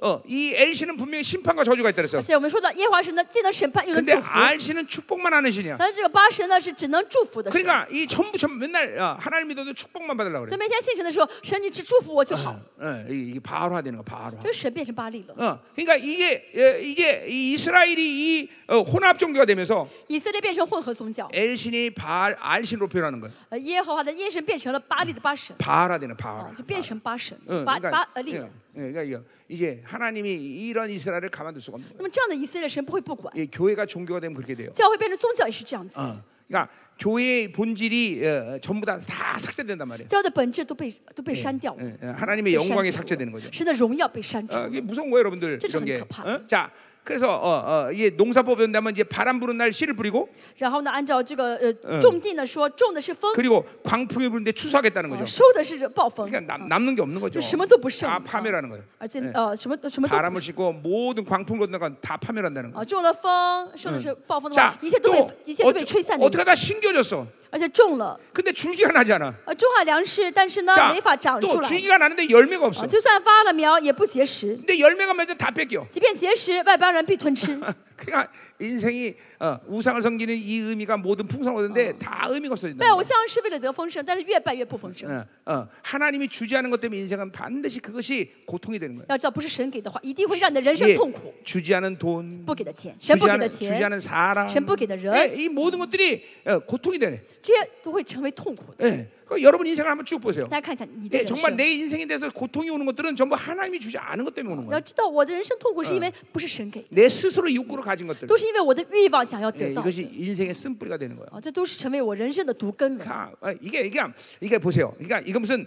Speaker 1: 또이 엘신은 분명히 심판과 저주가 있다
Speaker 2: 而
Speaker 1: 그랬어.
Speaker 2: 且我们说到耶和华神呢，既能审判又能
Speaker 1: 근데
Speaker 2: 祝福，
Speaker 1: 알신은 축복만 하는 신이야.
Speaker 2: 但是这个巴神呢是只能祝福的神。
Speaker 1: 그러니까 이 전부 전 맨날 어, 하나님 믿어도 축복만 받으려고 그래.
Speaker 2: 所以每天信神的时候，神你只祝福我就好。
Speaker 1: 어, 이- 이게 바알화되는 거 바알화.
Speaker 2: 这个神变成巴利了。
Speaker 1: 어, 그러니까 이게 예, 이게 이 이스라엘이 이 어, 혼합 종교가 되면서
Speaker 2: 以色列变成混合宗
Speaker 1: 哎
Speaker 2: 教，
Speaker 1: 엘신이 바알 알신으로 표현하는 거예요.
Speaker 2: 呃，耶和华的耶神变成了巴利的巴神，
Speaker 1: 바알화되는 바알화.
Speaker 2: 啊，就变成巴神，
Speaker 1: 응,
Speaker 2: 巴巴
Speaker 1: 그러니까,
Speaker 2: 呃利
Speaker 1: 예,
Speaker 2: 了。
Speaker 1: 예, 그러니까 이거 이제 하나님이 이런 이스라엘을 가만둘 수가 없는 거예요.
Speaker 2: 那么这样的以色列神不会不管，
Speaker 1: 예, 교회가 종교가 되면 그렇게 돼요.
Speaker 2: 教会变成宗教也是这样子，
Speaker 1: 어, 그러니까 교회의 본질이 어, 전부 다, 다 삭제된단 말이에요.
Speaker 2: 教会的本质都被都被删掉了，
Speaker 1: 예, 예, 하나님의
Speaker 2: 嗯被删
Speaker 1: 영광이
Speaker 2: 除了嗯
Speaker 1: 삭제되는 거죠.
Speaker 2: 神的荣耀被删除
Speaker 1: 어, 。 이게 무서운 거예요, 여러분들.
Speaker 2: 진짜
Speaker 1: 이런 게.
Speaker 2: 큰
Speaker 1: 어? 자, 그래서 어, 어, 이게 농사법 연다면 이제 바람 부는 날 씨를 뿌리고
Speaker 2: 然后呢，按照这个呃种地呢说，种的是风，
Speaker 1: 그리고 광풍이 부는데 추수하겠다는
Speaker 2: 呃
Speaker 1: 거죠.
Speaker 2: 收的是暴风，
Speaker 1: 그러니까 남, 남는 게 없는 거죠.
Speaker 2: 저什么都不剩
Speaker 1: 다
Speaker 2: 啊
Speaker 1: 파멸하는 거예요.
Speaker 2: 而且呃什么都什么都不
Speaker 1: 바람을 싣고 모든 광풍을 건너간다 파멸한다는 거예요.
Speaker 2: 啊，中了风，受的是暴风的话
Speaker 1: 자 ，
Speaker 2: 一切都被一切都被吹散的意思，
Speaker 1: 어떻게 다 신겨졌어.
Speaker 2: 而且中了，
Speaker 1: 근데 줄기가 나지 않아.
Speaker 2: 呃，种好粮食，但是呢，
Speaker 1: 자,
Speaker 2: 没法长出
Speaker 1: 또
Speaker 2: 来，
Speaker 1: 줄기가 아, 나는데 열매가 없어.
Speaker 2: 啊，就算发了苗也不结实，
Speaker 1: 근데 열매가 맺어 다 뺏겨.
Speaker 2: 即便结实，外邦人必吞吃，
Speaker 1: 그러니까 인생이 어, 우상을 섬기는 이 의미가 모든 풍성을 얻는데 다 의미가 없어진다.
Speaker 2: 拜偶像是为了得丰盛，但是越拜越不丰盛。
Speaker 1: 어, 어, 하나님이 주지하는 것 때문에 인생은 반드시 그것이 고통이 되는 거예요.
Speaker 2: 要知道，不是神给的话，一定会让你的
Speaker 1: 아,
Speaker 2: 人生痛苦。
Speaker 1: 주지하는 돈,
Speaker 2: 不给的钱，神不给
Speaker 1: 주지하는,
Speaker 2: 的钱，
Speaker 1: 주지하는 사람,
Speaker 2: 神不给的人，
Speaker 1: 예, 이 모든 것들이 어, 고통이 되네.
Speaker 2: 这些都会成为痛苦的。
Speaker 1: 예, 그 여러분 인생을 한번 쭉 보세요.
Speaker 2: 大家看一下你的
Speaker 1: 예,
Speaker 2: 人
Speaker 1: 정말
Speaker 2: 生，
Speaker 1: 내 인생에 대해서 고통이 오는 것들은 전부 하나님이 주지 않은 것 때문에 오는
Speaker 2: 你要
Speaker 1: 거예요.
Speaker 2: 知道，我的人生痛苦是因为不是神给的，
Speaker 1: 내 스스로 욕구로 가진 것들.
Speaker 2: 都是因为我的欲望想要
Speaker 1: 예,
Speaker 2: 得到的
Speaker 1: 이것이 인생의 쓴뿌리가 되는 거예요.
Speaker 2: 啊，这都是成为我人生的毒根了。
Speaker 1: 가- 아, 이게 이게 이게 보세요. 그러니까 이거 무슨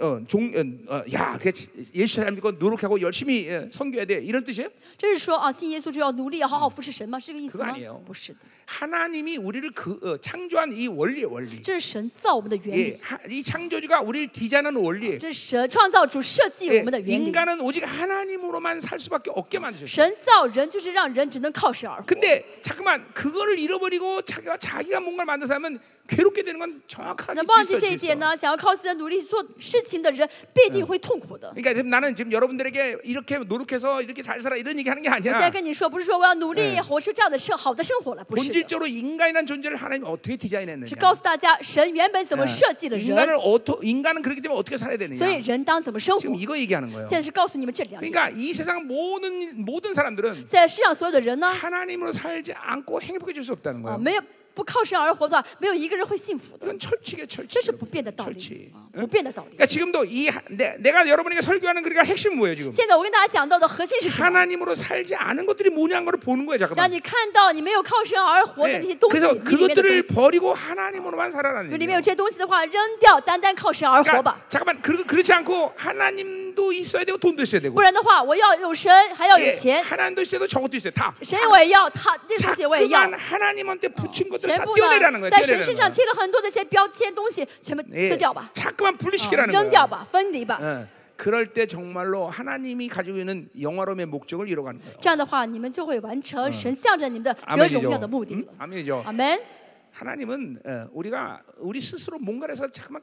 Speaker 1: 어, 종종야 예수 사람 믿고 노력하고 열심히 예, 섬겨야 돼 이런 뜻이에요?
Speaker 2: 这是说啊，信耶稣就要努力，要好好服侍神吗？是这个意思
Speaker 1: 그거
Speaker 2: 吗
Speaker 1: 아니에요 ？
Speaker 2: 不是的，
Speaker 1: 하나님이 우리를 그 어, 창조한 이 원리 원리.
Speaker 2: 这是神造我们的原
Speaker 1: 예,
Speaker 2: 理，
Speaker 1: 하- 이 창조주가 우리를 디자인한 원리.
Speaker 2: 这是神创造主设计我
Speaker 1: 예,
Speaker 2: 们的原理。
Speaker 1: 인간은 오직 하나님으로만 살 수밖에 없게 만드셨어요.
Speaker 2: 神造人就是让人只能靠神而活。
Speaker 1: 근데 잠깐만 그거를 잃어버리고 자기가 자기가 뭔가를 만들어서 하면 괴롭게 되는 건 정확하게
Speaker 2: 那忘记
Speaker 1: 질서,
Speaker 2: 这一
Speaker 1: 질서.
Speaker 2: 点呢？想要靠自己的努力做事情的人，必定会痛苦的。
Speaker 1: 그러니까 지금 나는 지금 여러분들에게 이렇게 노력해서 이렇게 잘 살아 이런 얘기 하는 게
Speaker 2: 我现在
Speaker 1: 아니야.
Speaker 2: 跟你说，不是说我要努力活出这样的生好的生活了，不是的，
Speaker 1: 본질적으로 인간이란 존재를 하나님이 어떻게 디자인했느냐.
Speaker 2: 是告诉大家神原本怎么设计的
Speaker 1: 예.
Speaker 2: 人，
Speaker 1: 인간을 어떠, 인간은 그렇기 때문에 어떻게 살아야
Speaker 2: 所以
Speaker 1: 되느냐.
Speaker 2: 人当怎么生活
Speaker 1: 지금 。 이거 얘기하는 거예요.
Speaker 2: 现在是告诉你们这两点，
Speaker 1: 그러니까 이 세상 모든 모든 사람들은
Speaker 2: 在世上所有的人呢，
Speaker 1: 하나님으로 살지 않고 행복해질 수 없다는
Speaker 2: 啊，
Speaker 1: 거예요.
Speaker 2: 没有不靠神而活的话，没有一个人会幸福的，
Speaker 1: 이건 철칙이에요, 철칙.
Speaker 2: 这是不变的道
Speaker 1: 철칙.
Speaker 2: 理，啊不变的道理
Speaker 1: 그러니까 。 지금도 이 하- 내, 내가 여러분에게 설교하는 그러니까 핵심 뭐예요 지금?
Speaker 2: 现在我跟大家讲到的核心是什么？
Speaker 1: 하나님으로 살지 않은 것들이 뭐냐는 걸 보는 거예요,
Speaker 2: 让
Speaker 1: 잠깐만.
Speaker 2: 你看到你没有靠神而活的
Speaker 1: 예.
Speaker 2: 那些东西，
Speaker 1: 그래서
Speaker 2: 你里面的东
Speaker 1: 그것들을
Speaker 2: 西。
Speaker 1: 버리고 하나님으로만
Speaker 2: 如
Speaker 1: 살아라는
Speaker 2: 果里
Speaker 1: 얘기예요.
Speaker 2: 面有这些东西的话，扔掉，单单靠神而活吧
Speaker 1: 그러니까 。 잠깐만 그, 그렇지 않고 하나님도 있어야 되고 돈도 있어야 되고
Speaker 2: 不然的话，我要有神，还要有
Speaker 1: 예,
Speaker 2: 钱，
Speaker 1: 하나님도 있어야 되고 저것도 있어야 돼, 다
Speaker 2: 神我也要，他那东西我也要
Speaker 1: 자꾸만 。 하나님한테 붙인 것들을
Speaker 2: 全
Speaker 1: 다
Speaker 2: 部
Speaker 1: 떼어내라는
Speaker 2: 呢，
Speaker 1: 거예요
Speaker 2: 在神身
Speaker 1: 떼어내라는
Speaker 2: 上
Speaker 1: 거예요
Speaker 2: 贴了很多的一些标签东西，全部
Speaker 1: 예,
Speaker 2: 撕掉吧，
Speaker 1: 자꾸만 분리시키라는
Speaker 2: 啊扔
Speaker 1: 거예요
Speaker 2: 掉吧，分离吧。
Speaker 1: 예, 그럴 때 정말로 하나님이 가지고 있는 영화로움의 목적을 이뤄가는 거예요
Speaker 2: 这样的话，你们就会完成神向着你们的得荣
Speaker 1: 아멘이죠
Speaker 2: 耀的目的
Speaker 1: 음?
Speaker 2: 了。
Speaker 1: 아멘이죠
Speaker 2: 嗯阿门。嗯
Speaker 1: 하나님은 어, 우리가 우리 스스로 뭔가를 해서 잠깐만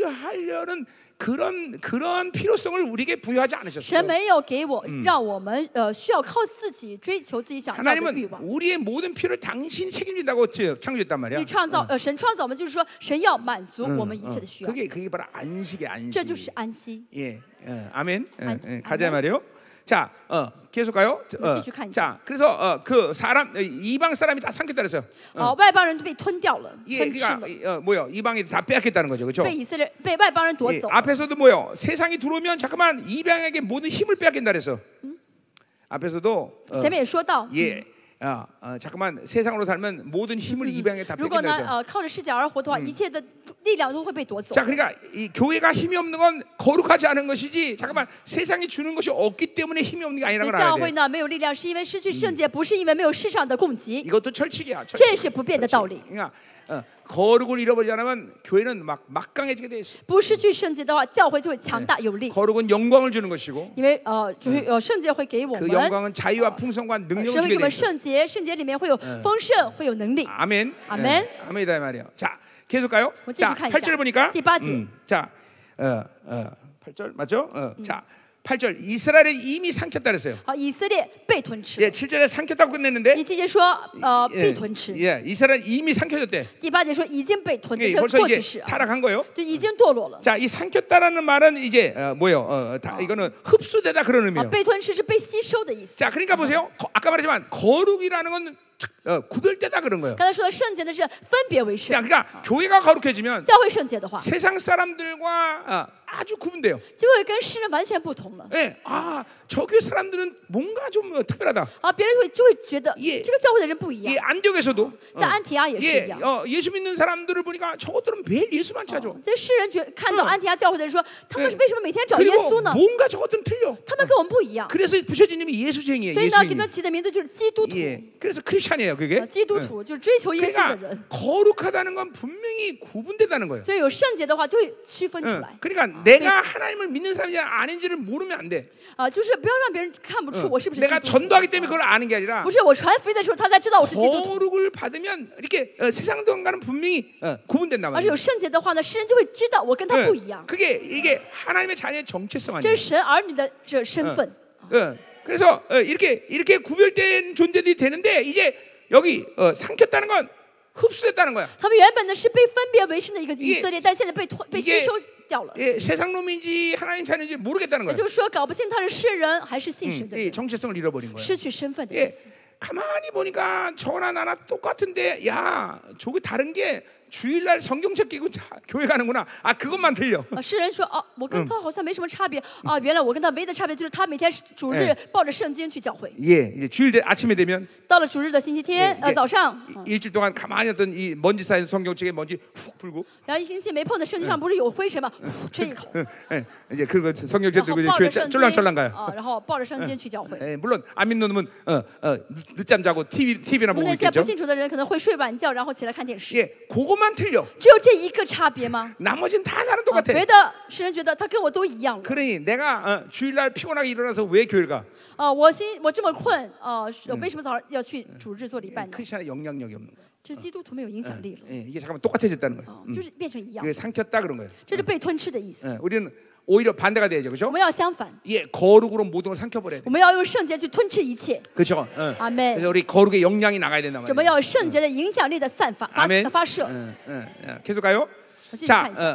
Speaker 1: 소유하려는 그런 그런 필요성을 우리에게 부여하지
Speaker 2: 神
Speaker 1: 않으셨어요
Speaker 2: 没有给我，让我们呃需要靠自己追求自己想要的欲
Speaker 1: 하나님은
Speaker 2: 望。
Speaker 1: 우리의 모든 필요를 당신이 책임진다고 지- 창조했단 말이야
Speaker 2: 你嗯创造呃，神创造我们就是说，神要满足我们一切的需要，
Speaker 1: 그게 그게 바로 안식의 안식.
Speaker 2: 这就是安息。
Speaker 1: 예, 예, 아. 아멘. 예,
Speaker 2: 안-
Speaker 1: 예, 가자 말이요. 자, 어, 계속 가요. 어,
Speaker 2: 지수 칸지.
Speaker 1: 자, 그래서 어, 그 사람 어, 이방 사람이 다 삼켰다 그랬어요.
Speaker 2: 啊，外邦人就被吞掉了，
Speaker 1: 예,
Speaker 2: 吞吃
Speaker 1: 그러니까
Speaker 2: 了，
Speaker 1: 어, 뭐요? 이방이 다 빼앗겼다는 거죠, 그렇죠?
Speaker 2: 被以色列被外邦人夺
Speaker 1: 예,
Speaker 2: 走了。
Speaker 1: 앞에서도 뭐요? 세상이 들어오면 잠깐만 이방에게 모든 힘을 빼앗긴다 그랬어. 앞에서도 어,
Speaker 2: 前面也说到，
Speaker 1: 예, 어, 어, 잠깐만 세상으로 살면 모든 힘을 이방에 다
Speaker 2: 음, 如果
Speaker 1: 뺏긴다
Speaker 2: 呢
Speaker 1: 그랬어.
Speaker 2: 呃靠着世界而活的话，一切的力量都会被夺走
Speaker 1: 자 。 그러니까 이 교회가 힘이 없는 건 거룩하지 않은 것이지 잠깐만 세상이 주는 것이 없기 때문에 힘이 없는 게
Speaker 2: 所
Speaker 1: 아니라는
Speaker 2: 以
Speaker 1: 걸
Speaker 2: 教
Speaker 1: 알아야
Speaker 2: 会
Speaker 1: 돼.
Speaker 2: 呢没有力量，是因为失去圣洁，不是因为没有世上的供给，
Speaker 1: 이것도 철칙이야. 철칙.
Speaker 2: 这是不变的道理。
Speaker 1: 그러니까 어, 거룩을 잃어버리지 않으면 교회는 막 막강해지게 돼 있어.
Speaker 2: 不失去圣洁的话，教会就会强大有力，
Speaker 1: 거룩은 영광을 주는 것이고
Speaker 2: 因为呃就是
Speaker 1: 嗯
Speaker 2: 呃圣洁会给我
Speaker 1: 그
Speaker 2: 们，
Speaker 1: 영광은
Speaker 2: 어.
Speaker 1: 자유와 풍성과
Speaker 2: 呃
Speaker 1: 능력을
Speaker 2: 神会给
Speaker 1: 주게
Speaker 2: 我
Speaker 1: 돼 있어.
Speaker 2: 们
Speaker 1: 嗯
Speaker 2: 圣洁，圣洁里面会有丰盛，会有能力。
Speaker 1: 아멘.
Speaker 2: 아멘.
Speaker 1: 예, 아멘이다 이 말이에요. 자, 계속 가요.
Speaker 2: 뭐
Speaker 1: 자,
Speaker 2: 계속하니까.
Speaker 1: 8절 보니까 음.
Speaker 2: 뒷바지.
Speaker 1: 자, 어, 어, 8절 맞죠? 어,
Speaker 2: 음.
Speaker 1: 자, 8절 이스라엘을 이미 삼켰다 그랬어요.
Speaker 2: 好，以色列被吞吃了
Speaker 1: 예, 7절에 삼켰다고 끝냈는데
Speaker 2: 第七节说，呃，被
Speaker 1: 예,
Speaker 2: 吞吃；
Speaker 1: 예, 이스라엘 이미 삼켜졌대.
Speaker 2: 第八节说已经被吞，这
Speaker 1: 예,
Speaker 2: 是
Speaker 1: 벌써
Speaker 2: 过
Speaker 1: 이제
Speaker 2: 去式啊，
Speaker 1: 타락한 거예요.
Speaker 2: 就已经堕落了。
Speaker 1: 자, 이 삼켰다라는 말은 이제 어, 뭐예요? 어, 다, 이거는 흡수되다 그런
Speaker 2: 啊，
Speaker 1: 의미예요.
Speaker 2: 被吞吃是被吸收的意思。
Speaker 1: 자, 그러니까 보세요. 거- 아까 말했지만 거룩이라는 건 특- 어, 구별되다 그런 거예요.
Speaker 2: 刚才说的圣洁呢是分别为圣
Speaker 1: 자, ， 그러니까 교회가 거룩해지면
Speaker 2: 教会圣洁的话，
Speaker 1: 세상 사람들과 어, 아주 구분돼요.
Speaker 2: 就会跟世人完全不同了。
Speaker 1: 예, 아, 저 교회 사람들은 뭔가 좀 어, 특별하다.
Speaker 2: 啊，别人会就会觉得
Speaker 1: 예
Speaker 2: 这个教会的人不一
Speaker 1: 예,
Speaker 2: 样，
Speaker 1: 안디옥에서도
Speaker 2: 在安提阿也是
Speaker 1: 예,
Speaker 2: 一样。
Speaker 1: 어, 예수 믿는 사람들을 보니까 저것들은 매일 예수만 찾아.
Speaker 2: 这世人觉看到
Speaker 1: 嗯
Speaker 2: 安提阿教会的人说，他们是为什么每天找耶
Speaker 1: 어. 그리고
Speaker 2: 稣呢？
Speaker 1: 뭔가 저것들은 틀려.
Speaker 2: 他们跟我们不一样，
Speaker 1: 그래서 부처님이 예수쟁이에요.
Speaker 2: 所以呢，给
Speaker 1: 예수쟁이.
Speaker 2: 他们起的名字就是基督徒。
Speaker 1: 예, 그래서 크리스천이에요, 그게.
Speaker 2: 啊基督
Speaker 1: 응.
Speaker 2: 徒就是追求耶稣的
Speaker 1: 그러니까
Speaker 2: 人，
Speaker 1: 거룩하다는 건 분명히 구분되다는 거예요.
Speaker 2: 所以有圣洁的话就会区分出
Speaker 1: 응.
Speaker 2: 来
Speaker 1: 그러니까 내가 하나님을 믿는 사람이 아닌지를 모르면 안 돼.
Speaker 2: 啊，就是不要让别人看不出
Speaker 1: 응.
Speaker 2: 我是不是基
Speaker 1: 내가
Speaker 2: 督徒。啊
Speaker 1: 전도하기 때문에 그걸 아는 게 아니라
Speaker 2: 不是我传福音的时候，他才知道我是基督徒，
Speaker 1: 거룩을 받으면 이렇게 어, 세상 동과는 분명히 어, 구분된단
Speaker 2: 而是
Speaker 1: 말이에요.
Speaker 2: 有圣洁的话呢，世人就会知道我跟他不一
Speaker 1: 응. 네.
Speaker 2: 样。
Speaker 1: 그게 이게 하나님의 자녀의 정체성
Speaker 2: 这
Speaker 1: 아니에요.
Speaker 2: 是神儿女的这身份。
Speaker 1: 응. 그래서 어, 이렇게 이렇게 구별된 존재들이 되는데 이제 여기 어, 삼켰다는 건 흡수됐다는 거야.
Speaker 2: 他们原本呢是被分别为圣的一个以色列，但现在被脱被
Speaker 1: 耶
Speaker 2: 吸收掉了。
Speaker 1: 예, 세상 놈인지 하나님 편인지 모르겠다는
Speaker 2: 也
Speaker 1: 거야.
Speaker 2: 就是说，搞不清他是世人还是信神的
Speaker 1: 이
Speaker 2: 人，
Speaker 1: 정체성을 잃어버린 거야.
Speaker 2: 失去身份的意
Speaker 1: 예,
Speaker 2: 思。
Speaker 1: 가만히 보니까 저나 나나 똑같은데 야 저게 다른 게 주일날 성경책 끼고 자, 교회 가는구나 아 그것만 들려
Speaker 2: 啊，世人说哦，我跟他好像没什么差别啊，原来我跟他唯一的差别就是他每天主日抱着圣经去教会，
Speaker 1: 예 이제 주일 때 아침에 되면
Speaker 2: 到了主日的星期天
Speaker 1: 예
Speaker 2: 呃早上，
Speaker 1: 이- 일주일 동안 가만히 했던 이 먼지 쌓인 성경책에 먼지 훅 불고 어,
Speaker 2: 然后一星期没碰的圣经上不是有灰尘吗？呼吹一口，
Speaker 1: 예, 이제 그거 성경책
Speaker 2: 然后
Speaker 1: 들고 이제
Speaker 2: 抱
Speaker 1: 교회
Speaker 2: 着
Speaker 1: 짜-
Speaker 2: 圣经
Speaker 1: 쫄랑쫄랑 가요
Speaker 2: 啊，然后抱着圣经去教会。
Speaker 1: 예, 물론 안 믿는 놈은 어, 어, 늦- 늦잠 자고 TV, TV나
Speaker 2: 那
Speaker 1: 보고
Speaker 2: 那些不
Speaker 1: 있겠죠
Speaker 2: 信主的人可能会睡晚觉，然后起来看电视。
Speaker 1: 예 그것만 틀려
Speaker 2: 只有这一个差别吗？
Speaker 1: 나머지는 다 나랑
Speaker 2: 啊
Speaker 1: 똑같아
Speaker 2: 别的世人觉得他跟我都一样了。
Speaker 1: 그러니 내가 어, 주일날 피곤하게 일어나서 왜 교회 가
Speaker 2: 啊，我心我这么困啊，是为什么早上要去主日做礼拜呢？
Speaker 1: 크리스천의 영향력이 없는 거야
Speaker 2: 这基督徒没有影响力了，
Speaker 1: 예, 이게 잠깐만 똑같아졌다는 거야
Speaker 2: 啊就是变成一样
Speaker 1: 그 ， 삼켰다 그런 거예요.
Speaker 2: 这是被吞吃的意思。
Speaker 1: 예, 우리는 오히려 반대가 돼야죠, 그렇죠?
Speaker 2: 我们要相反，
Speaker 1: 예, 거룩으로 모든 걸 삼켜버려야 돼.
Speaker 2: 我们要用圣洁去吞吃一切，
Speaker 1: 그렇죠?
Speaker 2: 아멘.
Speaker 1: 그래서 우리 거룩의 영향이 나가야 된단
Speaker 2: 我们
Speaker 1: 말이에요.
Speaker 2: 要有圣洁的影响力的散发发
Speaker 1: 아멘.
Speaker 2: 发射。
Speaker 1: 응, 응, 응. 계속 가요.
Speaker 2: 어찌
Speaker 1: 자,
Speaker 2: 잘
Speaker 1: 어,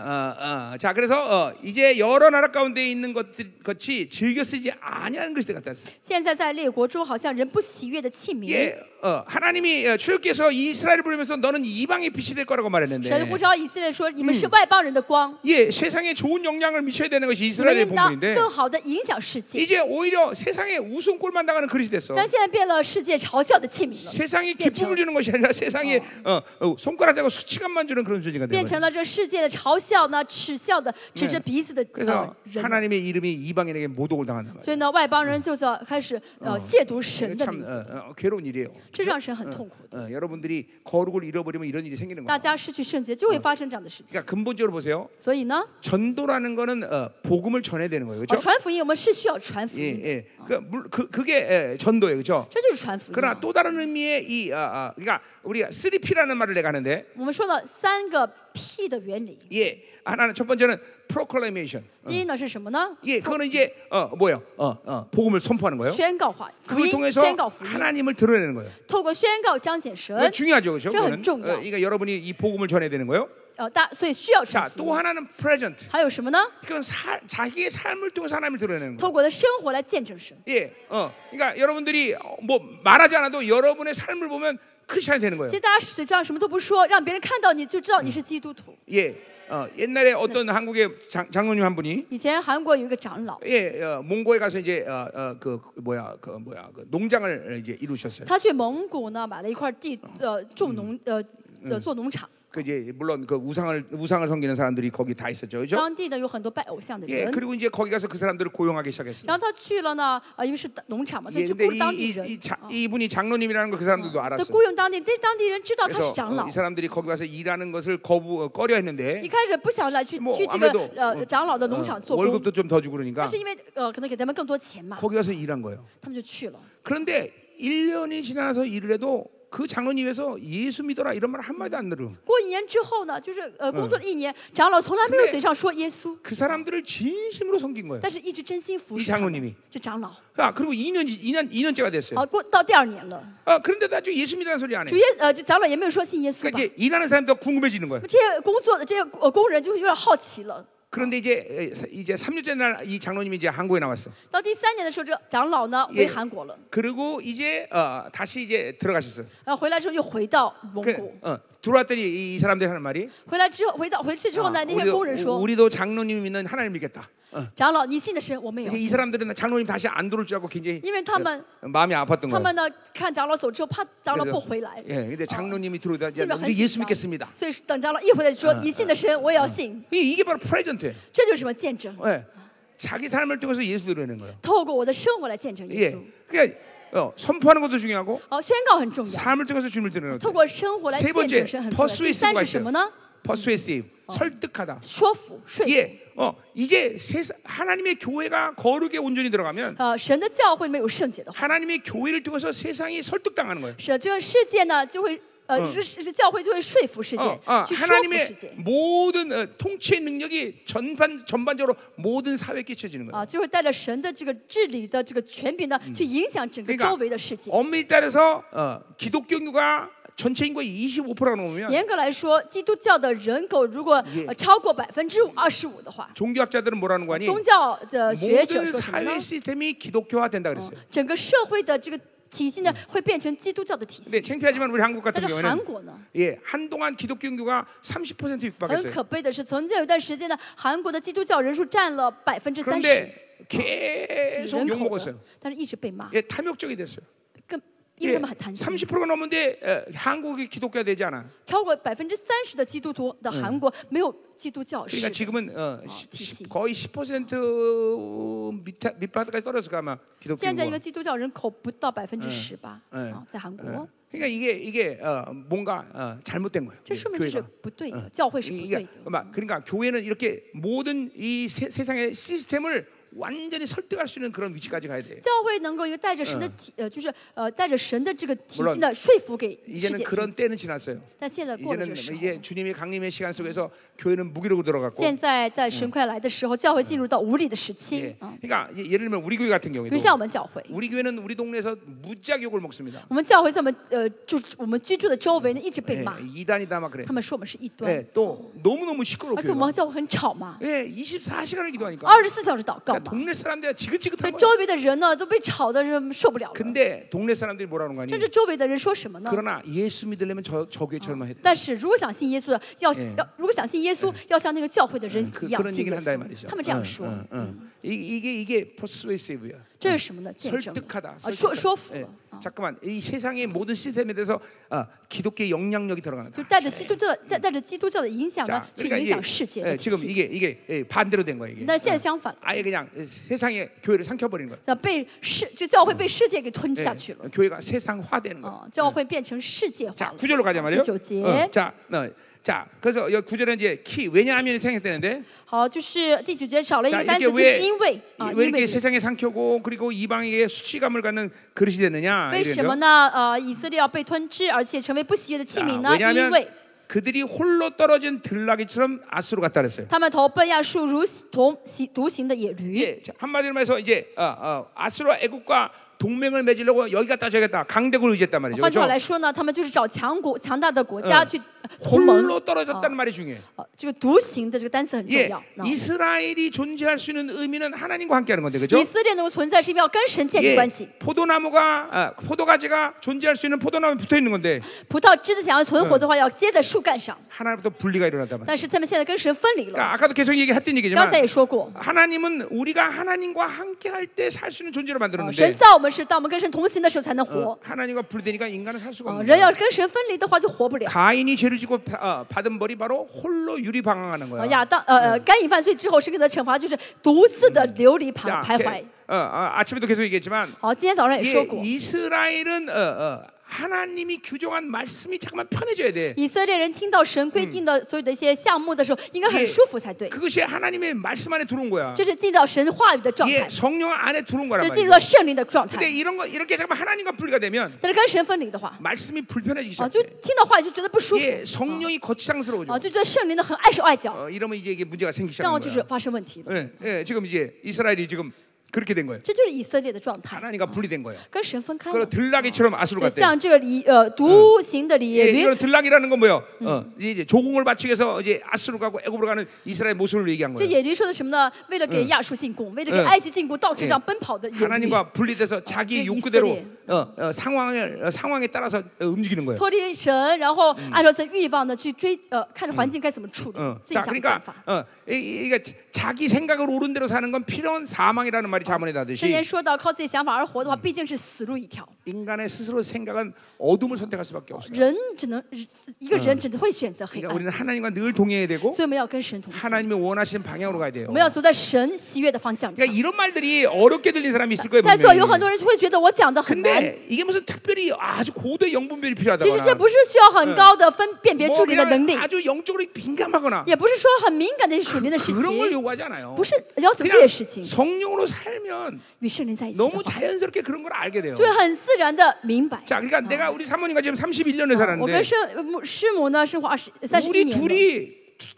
Speaker 1: 어, 어. 자, 그래서 어, 이제 여러 나라 가운데 있는 것들 같이 즐겨 쓰지 아니하는 그리스도 같다.
Speaker 2: 现在在列国中，好像人不喜悦的器皿，
Speaker 1: 예, 어, 하나님이 어, 출애굽께서 이스라엘을 부르면서 너는 이방의 빛이 될 거라고
Speaker 2: 神呼
Speaker 1: 말했는데,
Speaker 2: 召以色列说：“你们是外邦人的光，
Speaker 1: 예, 세상에 좋은 영향을 미쳐야 되는 것이
Speaker 2: 你们
Speaker 1: 이스라엘의
Speaker 2: 应当
Speaker 1: 본분인데,
Speaker 2: 更好的影响世界。
Speaker 1: 이제 오히려 세상에 우스운꼴만 당하는 그릇이 됐어. ”
Speaker 2: 但现在变了世界嘲笑的器皿了，
Speaker 1: 세상에 기쁨을 주는 것이 아니라 세상에 어, 어, 손가락하고 수치감만 주는 그런 존재가
Speaker 2: 变成
Speaker 1: 되는
Speaker 2: 了这世界的嘲笑呢、耻笑的、指着鼻子的呃
Speaker 1: 그래서
Speaker 2: 人了。
Speaker 1: 하나님의 이름이 이방인에게 모독을 당한단 말이에요.
Speaker 2: 所以呢，外邦人就是要开始呃亵渎神的
Speaker 1: 참
Speaker 2: 名字，
Speaker 1: 어, 어, 괴로운 일이에요.
Speaker 2: 这让神很痛苦的。
Speaker 1: 어, 여러분들이 거룩을 잃어버리면 이런 일이 생기는
Speaker 2: 大
Speaker 1: 거예요.
Speaker 2: 家失去圣洁，就会发生嗯这样的事情。
Speaker 1: 그러니까 근본적으로 보세요.
Speaker 2: 所以呢，
Speaker 1: 전도라는 거는 어, 복음을 전해야 되는 거예요.
Speaker 2: 呃
Speaker 1: 그렇죠?
Speaker 2: 传福音我们是需要传福
Speaker 1: 예,
Speaker 2: 音的，
Speaker 1: 예. 그, 물- 그, 그게 예, 전도예요. 그렇죠?
Speaker 2: 这就是传福音
Speaker 1: 그러나
Speaker 2: 嘛。
Speaker 1: 또 다른 의미의 이 아, 아, 그러니까 우리가 3P라는 말을 내가 하는데
Speaker 2: 我们说了三个 P 的原理，
Speaker 1: 예. 하나는 첫 번째는 proclamation.
Speaker 2: 第一呢是什么呢？
Speaker 1: 예, 그거는 이제 어 뭐요? 어, 어, 복음을 선포하는 거예요.
Speaker 2: 宣告话福
Speaker 1: 그걸
Speaker 2: 音，
Speaker 1: 통해서
Speaker 2: 宣告福音，
Speaker 1: 하나님을 드러내는 거예요.
Speaker 2: 透过宣告彰显神
Speaker 1: 그거 。 중요하죠, 그렇죠?
Speaker 2: 저
Speaker 1: 그거는
Speaker 2: 중요.
Speaker 1: 어, 그러니까 여러분이 이 복음을 전해야 되는 거예요.
Speaker 2: 呃大，所以需要
Speaker 1: 자
Speaker 2: 顺服。
Speaker 1: 또 하나는 present.
Speaker 2: 还有什么呢？
Speaker 1: 그건 사, 자기의 삶을 통해서 하나님을 드러내는 거예요.
Speaker 2: 透过他的生活来见证神。
Speaker 1: 예, 어, 그러니까 여러분들이 어, 뭐 말하지 않아도 여러분의 삶을 보면 크리스천이 되는
Speaker 2: 其
Speaker 1: 거예요.
Speaker 2: 实大家嘴上什么都不说，让别人看到你就知道你是基督徒。
Speaker 1: 예, 어, 옛날에 어떤 한국의 장, 장로님 한 분이
Speaker 2: 以前韩国有一个长老，
Speaker 1: 예, 어, 몽고에 가서 이제 어, 어, 그 뭐야, 그 뭐야, 그 농장을 이제 이루셨어요.
Speaker 2: 他去蒙古呢买了一块地，呃，种农呃呃做农场，
Speaker 1: 그 이제 물론 그 우상을 우상을 섬기는 사람들이 거기 다 있었죠, 그렇죠?
Speaker 2: 当地呢有很多拜偶像的
Speaker 1: 예,
Speaker 2: 人。
Speaker 1: 그리고 이제 거기 가서 그 사람들을 고용하기 시작했어요.
Speaker 2: 然后他去了呢，啊，因为是农场嘛，所
Speaker 1: 예,
Speaker 2: 以就
Speaker 1: 근데
Speaker 2: 雇当
Speaker 1: 이,
Speaker 2: 地
Speaker 1: 이,
Speaker 2: 人。
Speaker 1: 이 자, 이분이 장로님이라는 걸 그 사람들도 어.
Speaker 2: 他
Speaker 1: 알았어요.
Speaker 2: 雇佣当地，但是当地人知道他
Speaker 1: 그래서
Speaker 2: 是长
Speaker 1: 어,
Speaker 2: 老
Speaker 1: 이 ， 사람들이 거기 가서 일하는 것을 거부 어, 꺼려 했는데
Speaker 2: 一开始不想来去
Speaker 1: 뭐
Speaker 2: 去这个
Speaker 1: 아무래도
Speaker 2: 呃
Speaker 1: 어
Speaker 2: 长老的
Speaker 1: 어,
Speaker 2: 农场做工，
Speaker 1: 월급도 좀 더 주고 그러니까
Speaker 2: 但是因为呃可能给他们更多钱嘛，
Speaker 1: 거기 가서 일한 거예요.
Speaker 2: 他们就去了。
Speaker 1: 그런데 1년이 지나서 일을 해도 그 장로님에서 예수 믿어라 이런 말 한마디 안 들어.
Speaker 2: 过一年之后呢，就是呃工作了一年，长老从来没有嘴上说耶稣，
Speaker 1: 그 사람들을 진심으로 섬긴 거예요.
Speaker 2: 但是一直真心服
Speaker 1: 이
Speaker 2: 侍他
Speaker 1: 장로님이
Speaker 2: 们。这长老，
Speaker 1: 아, 그리고 2년 2년 2년째가 됐어요.
Speaker 2: 好过到第二年了，
Speaker 1: 아, 그런데 아. 나주 예수 믿으라는 소리 안 해.
Speaker 2: 主耶呃这长老也没有说信耶稣吧
Speaker 1: 그러니까 。 이제 일하는 사람도 궁금해지는 거예요.
Speaker 2: 这些工作的这些呃工人就有点好奇了。
Speaker 1: 그런데 이제 에, 사- 이제 3년째 날 이 장로님이 이제 한국에 나왔어.
Speaker 2: 到第三年的时候，这长老呢
Speaker 1: 예
Speaker 2: 回韩国了，
Speaker 1: 그리고 이제 어, 다시 이제 들어가셨어요.
Speaker 2: 然后回来之后又回到蒙古
Speaker 1: 그 。 어, 들어왔더니 이, 이 사람들이 하는 말이
Speaker 2: 回来之后，回到回去之后
Speaker 1: 아,
Speaker 2: 呢，那些
Speaker 1: 우리도-
Speaker 2: 工人说
Speaker 1: 우리도 장로님 믿는 하나님 믿겠다. ：“
Speaker 2: 长老，你信的神我们
Speaker 1: 이제
Speaker 2: 有。
Speaker 1: 이 사람들은 장로님 다시 안 들어올 줄 알고 굉장히 어,
Speaker 2: 因为他们
Speaker 1: 마음이 아팠던
Speaker 2: 他
Speaker 1: 거예요.
Speaker 2: 们呢看长老走之后，怕长老不回来，
Speaker 1: 예, 근데 장로님이 들어오다
Speaker 2: 心里
Speaker 1: 야,
Speaker 2: 面很
Speaker 1: 우리 예수
Speaker 2: 紧张
Speaker 1: 믿겠습니다. 。
Speaker 2: 所以等长老一回来就说：‘你信的神我也要信。
Speaker 1: 이- 이게 바로 프레젠트예요.
Speaker 2: 这就是什么见证？
Speaker 1: 예. 자기 삶을 통해서 예수 드러내는 거예요.
Speaker 2: 透过我的生活来见证
Speaker 1: 예.
Speaker 2: 耶稣。
Speaker 1: 그러니까 어, 선포하는 것도 중요하고
Speaker 2: 好，宣告很重要。
Speaker 1: 삶을 통해서 주님을 드러내는
Speaker 2: 透
Speaker 1: 거예요.
Speaker 2: 过生活来
Speaker 1: 세
Speaker 2: 见证
Speaker 1: 번째
Speaker 2: 神很重要。第
Speaker 1: persuasive가
Speaker 2: 三
Speaker 1: 있어요.
Speaker 2: 是什么呢？
Speaker 1: persuasive
Speaker 2: 어.
Speaker 1: 설득하다.
Speaker 2: 说服、说服。
Speaker 1: 예. 어, 이제 세상, 하나님의 교회가 거룩에 온전히 들어가면
Speaker 2: 呃，神的教会里面有圣洁的话，
Speaker 1: 하나님의 교회를 통해서 세상이 설득당하는 거예요.
Speaker 2: 是这个世界呢就会呃，是是教会就会说服世界
Speaker 1: 어, ， 아,
Speaker 2: 去说服世
Speaker 1: 하나님의
Speaker 2: 界
Speaker 1: 모든 어, 통치의 능력이 전반 전반적으로 모든 사회에 끼쳐지는 거예요.
Speaker 2: 啊，就会带着神的这个治理的这个权柄呢，去影响整个
Speaker 1: 그러니까
Speaker 2: 周围的世界。
Speaker 1: 엄밀히 따라서 어, 기독교가 전체 인구의 25%가 넘으면
Speaker 2: 严格来说，基督教的人口如果呃超过百分之二十五的话，
Speaker 1: 종교학자들은 뭐라는 거 아니?
Speaker 2: 宗教的学者
Speaker 1: 모든
Speaker 2: 说什么呢
Speaker 1: 사회 ？ 시스템이 기독교화 된다 그랬어요.
Speaker 2: 整个社会的这个体系呢，
Speaker 1: 嗯
Speaker 2: 会变成基督教的体
Speaker 1: 근데
Speaker 2: 系。
Speaker 1: 창피하지만 우리 한국
Speaker 2: 但
Speaker 1: 같은
Speaker 2: 是韩
Speaker 1: 경우에는
Speaker 2: 国呢，
Speaker 1: 예, 한동안 기독교 인구가 30%
Speaker 2: 很
Speaker 1: 육박했어요.
Speaker 2: 可悲的是，曾经有一段时间呢，韩国的基督教人数占了百分之三十
Speaker 1: 그런데 계속
Speaker 2: 人
Speaker 1: 욕
Speaker 2: 口的
Speaker 1: 먹었어요. ，
Speaker 2: 但是一直被骂，
Speaker 1: 예, 탐욕적이 됐어요.
Speaker 2: 更因为
Speaker 1: 예,
Speaker 2: 他们很贪心。
Speaker 1: 30%가 넘는데 어, 한국이 기독교가 되지 않아.
Speaker 2: 超过百分之三十的基督徒的韩国没有基督教
Speaker 1: 嗯 그러니까
Speaker 2: 是
Speaker 1: 지금은 어, 시-
Speaker 2: 티-
Speaker 1: 시-
Speaker 2: 티.
Speaker 1: 거의 10% 밑, 밑바닥까지 떨어져서 아마 기독교
Speaker 2: 现在一
Speaker 1: 인구가.
Speaker 2: 个基督教人口不到百分之十吧？
Speaker 1: 嗯
Speaker 2: 啊，在韩
Speaker 1: 어,
Speaker 2: 国，
Speaker 1: 그러니까 이게 이게 어, 뭔가 어, 잘못된 거예요.
Speaker 2: 这
Speaker 1: 예,
Speaker 2: 说明这是
Speaker 1: 교회가.
Speaker 2: 不对
Speaker 1: 嗯
Speaker 2: 的，教会是不
Speaker 1: 이-
Speaker 2: 对
Speaker 1: 이게
Speaker 2: 的。
Speaker 1: 막 그러니까 교회는 이렇게 모든 이 세, 상의 시스템을 완전히 설득할 수 있는 그런 위치까지 가야 돼.
Speaker 2: 教会能够一个带着神的体，呃，就是呃带着神的这个体
Speaker 1: 물론
Speaker 2: 系呢，说服给世
Speaker 1: 이제는
Speaker 2: 界。
Speaker 1: 그런 때는 지났어요.
Speaker 2: 但现在过了
Speaker 1: 이제는
Speaker 2: 这个时候，
Speaker 1: 이제 주님의 강림의 시간 속에서 교회는 무기력으로 들어갔고
Speaker 2: 现在在神快来的时候，教会进入到无理的时
Speaker 1: 예.
Speaker 2: 期啊。
Speaker 1: 그러니까 예- 예를 들면 우리 교회 같은
Speaker 2: 比
Speaker 1: 경우에도
Speaker 2: 如像我们教会，
Speaker 1: 우리 교회는 우리 동네에서 무작욕을 먹습니다.
Speaker 2: 我们教会在我们呃住我们居住的周围呢，一直
Speaker 1: 예,
Speaker 2: 被骂，
Speaker 1: 이단이다 막 그래.
Speaker 2: 他们说我们是异端，
Speaker 1: 예, 또 너무너무 시끄러워
Speaker 2: 而且我
Speaker 1: 교회가.
Speaker 2: 们教会很吵嘛，
Speaker 1: 예, 24시간을 기도하니까
Speaker 2: 二十四小时祷告
Speaker 1: 뭐 그러니까
Speaker 2: 嘛，
Speaker 1: 동네 사람들이 지긋지긋한
Speaker 2: 对
Speaker 1: 거야.
Speaker 2: 周围的人呢都被吵的是受不了了。
Speaker 1: 근데 동네 사람들이 뭐라는 거 아니?
Speaker 2: 甚至周围的人说什么呢？
Speaker 1: 그러나 예수 믿으려면 저, 저 교회 철마해야 돼.
Speaker 2: 但是如果想信耶稣的，要要如果想信耶稣，要像那个教会的人
Speaker 1: 그,
Speaker 2: 一样
Speaker 1: 그런
Speaker 2: 信
Speaker 1: 얘기를
Speaker 2: 耶
Speaker 1: 한다 이 말이죠.
Speaker 2: 稣。他们这样说，
Speaker 1: 응, 응. 어, 이, 게 이게 퍼스웨이시브야.
Speaker 2: 这是什么呢？见证了
Speaker 1: 설득하다.
Speaker 2: 啊，说说服
Speaker 1: 예.
Speaker 2: 了，
Speaker 1: 잠깐만 이 세상의 모든 시스템에 대해서 아, 기독교의 영향력이 들어간다.
Speaker 2: 就带着基督教带带着基督教的影响呢
Speaker 1: 자, ，
Speaker 2: 去
Speaker 1: 그러니까
Speaker 2: 影
Speaker 1: 이게,
Speaker 2: 响世界
Speaker 1: 예,
Speaker 2: 的体
Speaker 1: 지금
Speaker 2: 系。
Speaker 1: 이게 이게 예, 반대로 된 거야 이게. 어.
Speaker 2: 但是现在相反了，
Speaker 1: 아예 그냥 세상의 교회를 상켜버린 거야.
Speaker 2: 那被世这教会被世界给吞
Speaker 1: 예,
Speaker 2: 下去了，
Speaker 1: 교회가 세상화되는 거야.
Speaker 2: 啊，教会变成世界化
Speaker 1: 자,
Speaker 2: 了。
Speaker 1: 구절로 가자 말이에요.
Speaker 2: 그죠, 예.
Speaker 1: 어, 자, 어, 자, 그래서 여기 구절은 이제 키 왜냐하면이 생겼다는데
Speaker 2: 好，就是第九节少了一
Speaker 1: 자
Speaker 2: 个单
Speaker 1: 이렇게 어,
Speaker 2: 词，就是
Speaker 1: 왜
Speaker 2: 因为啊，
Speaker 1: 왜
Speaker 2: 因为
Speaker 1: 이렇게
Speaker 2: 的意思
Speaker 1: 세상에 삼켜고 그리고 이방에게 수치감을 갖는 그릇이 됐느냐
Speaker 2: 为什
Speaker 1: 이래요.
Speaker 2: 么呢？呃，以色列要被吞吃，而且成为不喜悦的器
Speaker 1: 자,
Speaker 2: 皿呢？因
Speaker 1: 왜냐하면
Speaker 2: 为
Speaker 1: 그들이 홀로 떨어진 들나귀처럼 아수로 같다 그랬어요.
Speaker 2: 他们投奔亚述如同行独行的野驴。
Speaker 1: 예, 자, 한마디로 말해서 이제 어, 어, 아수로 애국과 동맹을 맺으려고 여기 갔다 저기 갔다 강대국을 의지했단 말이죠.
Speaker 2: 换句话
Speaker 1: 그렇죠?
Speaker 2: 嗯来说呢，他们就是找强国、强大的国家去鸿蒙
Speaker 1: 홀로 떨어졌다는 말이 중요해.
Speaker 2: 啊，这个独行的这个单词很重
Speaker 1: 예,
Speaker 2: 要。啊
Speaker 1: 이스라엘이 존재할 수 있는 의미는 하나님과 함께하는 건데 그렇죠?
Speaker 2: 以
Speaker 1: 그죠?
Speaker 2: 色列能够存在，是因为要跟神建立
Speaker 1: 예,
Speaker 2: 关系。
Speaker 1: 포도나무가 아, 포도가지가 존재할 수 있는 포도나무에 붙어 있는 건데
Speaker 2: 葡萄枝子想要存活的话，要接在树干上。
Speaker 1: 하나로부터 분리가 일어났단 말이야.
Speaker 2: 但是他们现在跟神分离了。
Speaker 1: 그러니까 아까도 계속 얘기했던
Speaker 2: 刚
Speaker 1: 얘기지만
Speaker 2: 才也说过，
Speaker 1: 하나님은 우리가 하나님과 함께할 때 살 수 있는 존재로
Speaker 2: 啊神
Speaker 1: 만들었는데
Speaker 2: 造我们是当我们跟神同行的时候才能
Speaker 1: 어,
Speaker 2: 活。
Speaker 1: 하나님과 분리되니까 인간은 살 수가
Speaker 2: 啊，
Speaker 1: 없는
Speaker 2: 人
Speaker 1: 거야.
Speaker 2: 要跟神分离的话就活不了。
Speaker 1: 가인이 죄를 짓고 파- 어, 받은 벌이 바로 홀로 유리방황하는
Speaker 2: 啊
Speaker 1: 어, 거야.
Speaker 2: 亚当呃呃，该隐犯罪之后，神给他的惩罚就是独自的流离徘
Speaker 1: 자,
Speaker 2: 徘
Speaker 1: 게-
Speaker 2: 徊。
Speaker 1: 어, 어, 아침에도 계속 얘기했지만
Speaker 2: 好，今天早上也
Speaker 1: 예,
Speaker 2: 说过，
Speaker 1: 이스라엘은 어, 어, 하나님이 규정한 말씀이 잠깐만 편해져야 돼.
Speaker 2: 以色列人听到神规定的所有的一些项目的时候，应该
Speaker 1: 예
Speaker 2: 很舒服才对。
Speaker 1: 그것이 하나님의 말씀 안에 들어온 거야.
Speaker 2: 这是进到神话语的状
Speaker 1: 예,
Speaker 2: 态，
Speaker 1: 성령 안에 들어온
Speaker 2: 这
Speaker 1: 거란
Speaker 2: 是进入
Speaker 1: 말이야.
Speaker 2: 到圣灵的状
Speaker 1: 근데
Speaker 2: 态。
Speaker 1: 이런 거 이렇게 잠깐 하나님과 분리가 되면
Speaker 2: 但是跟神分离的话，
Speaker 1: 말씀이 불편해지기
Speaker 2: 啊，就
Speaker 1: 시작해.
Speaker 2: 听到话语就觉得不舒服，
Speaker 1: 예, 성령이 거치장스러워져.
Speaker 2: 啊，就觉得圣灵的很碍手碍脚，
Speaker 1: 어, 이러면 이제 이게 문제가 생기기
Speaker 2: 这样就
Speaker 1: 시작하는
Speaker 2: 是
Speaker 1: 거야.
Speaker 2: 发生问题了。
Speaker 1: 예, 예, 지금 이제 이스라엘이 지금 그렇게 된 거예요.
Speaker 2: 这就是以色列的状态，
Speaker 1: 하나님과 분리된 거예요.
Speaker 2: 跟神分开
Speaker 1: 그리고
Speaker 2: 了。
Speaker 1: 들락이처럼 아수르
Speaker 2: 就
Speaker 1: 같대.
Speaker 2: 像这个以呃独行的李
Speaker 1: 예,
Speaker 2: 驴，
Speaker 1: 이거는 들락이라는 건 뭐예요?
Speaker 2: 음.
Speaker 1: 어, 이제 조공을 바치기 위해서 이제 아수르 가고 애굽으로 가는 이스라엘 모습을 얘기한
Speaker 2: 这
Speaker 1: 거예요.
Speaker 2: 野驴说的什么呢？为了给亚述进贡，为了给
Speaker 1: 嗯
Speaker 2: 埃及进贡，到处这样奔跑的野驴，
Speaker 1: 하나님과 분리돼서 자기
Speaker 2: 예,
Speaker 1: 욕구대로
Speaker 2: 이스라엘.
Speaker 1: 어, 어, 상황을 어, 상황에 따라서 어, 움직이는 거예요.
Speaker 2: 脱离神，然后按照自己欲望的去追，呃，看着环境该怎么处理
Speaker 1: 어, ，
Speaker 2: 自己
Speaker 1: 자
Speaker 2: 想的办
Speaker 1: 그러니까
Speaker 2: 法。
Speaker 1: 어, 이, 이게 자기 생각을 옳은 대로 사는 건 필요한 사망이라는 말이 자문에
Speaker 2: 之前
Speaker 1: 나듯이
Speaker 2: 说到靠自己想法而活的话，毕竟是死路一条。
Speaker 1: 인간의 스스로 생각은 어둠을 선택할 수밖에 없어요.
Speaker 2: 人只能一个人只能会选择黑暗
Speaker 1: 그러니까 ， 우리는 하나님과 늘 동의해야 되고
Speaker 2: 所以我们要跟神同行，
Speaker 1: 하나님이 원하시는 방향으로 가야 돼요.
Speaker 2: 我们要走在神喜悦的方向上。
Speaker 1: 그러니까 이런 말들이 어렵게 들리는 사람이 있을 거예요.
Speaker 2: 在座有
Speaker 1: 분명히.
Speaker 2: 很多人会觉得我讲的很难，
Speaker 1: 근데 이게 무슨 특별히 아주 고도의 영분별이
Speaker 2: 其实
Speaker 1: 필요하다거나
Speaker 2: 这不是需要很高的分辨别
Speaker 1: 뭐
Speaker 2: 助理的
Speaker 1: 그냥
Speaker 2: 能力，
Speaker 1: 아주 영적으로 민감하거나
Speaker 2: 也不是说很敏感的属灵的事
Speaker 1: 예, 그런 걸
Speaker 2: 情，
Speaker 1: 요구하지 않아요.
Speaker 2: 不是要求这
Speaker 1: 그냥
Speaker 2: 些事情。
Speaker 1: 성령으로 살면
Speaker 2: 与圣灵在一起的
Speaker 1: 너무
Speaker 2: 话，
Speaker 1: 자연스럽게 그런 걸 알게 돼요.
Speaker 2: 就会很自然的明白。
Speaker 1: 자, 그러니까 내가 우리 사모님과 지금 31년을
Speaker 2: 我跟
Speaker 1: 살았는데
Speaker 2: 师母师母呢生活二十三十一
Speaker 1: 우리
Speaker 2: 年了，
Speaker 1: 둘이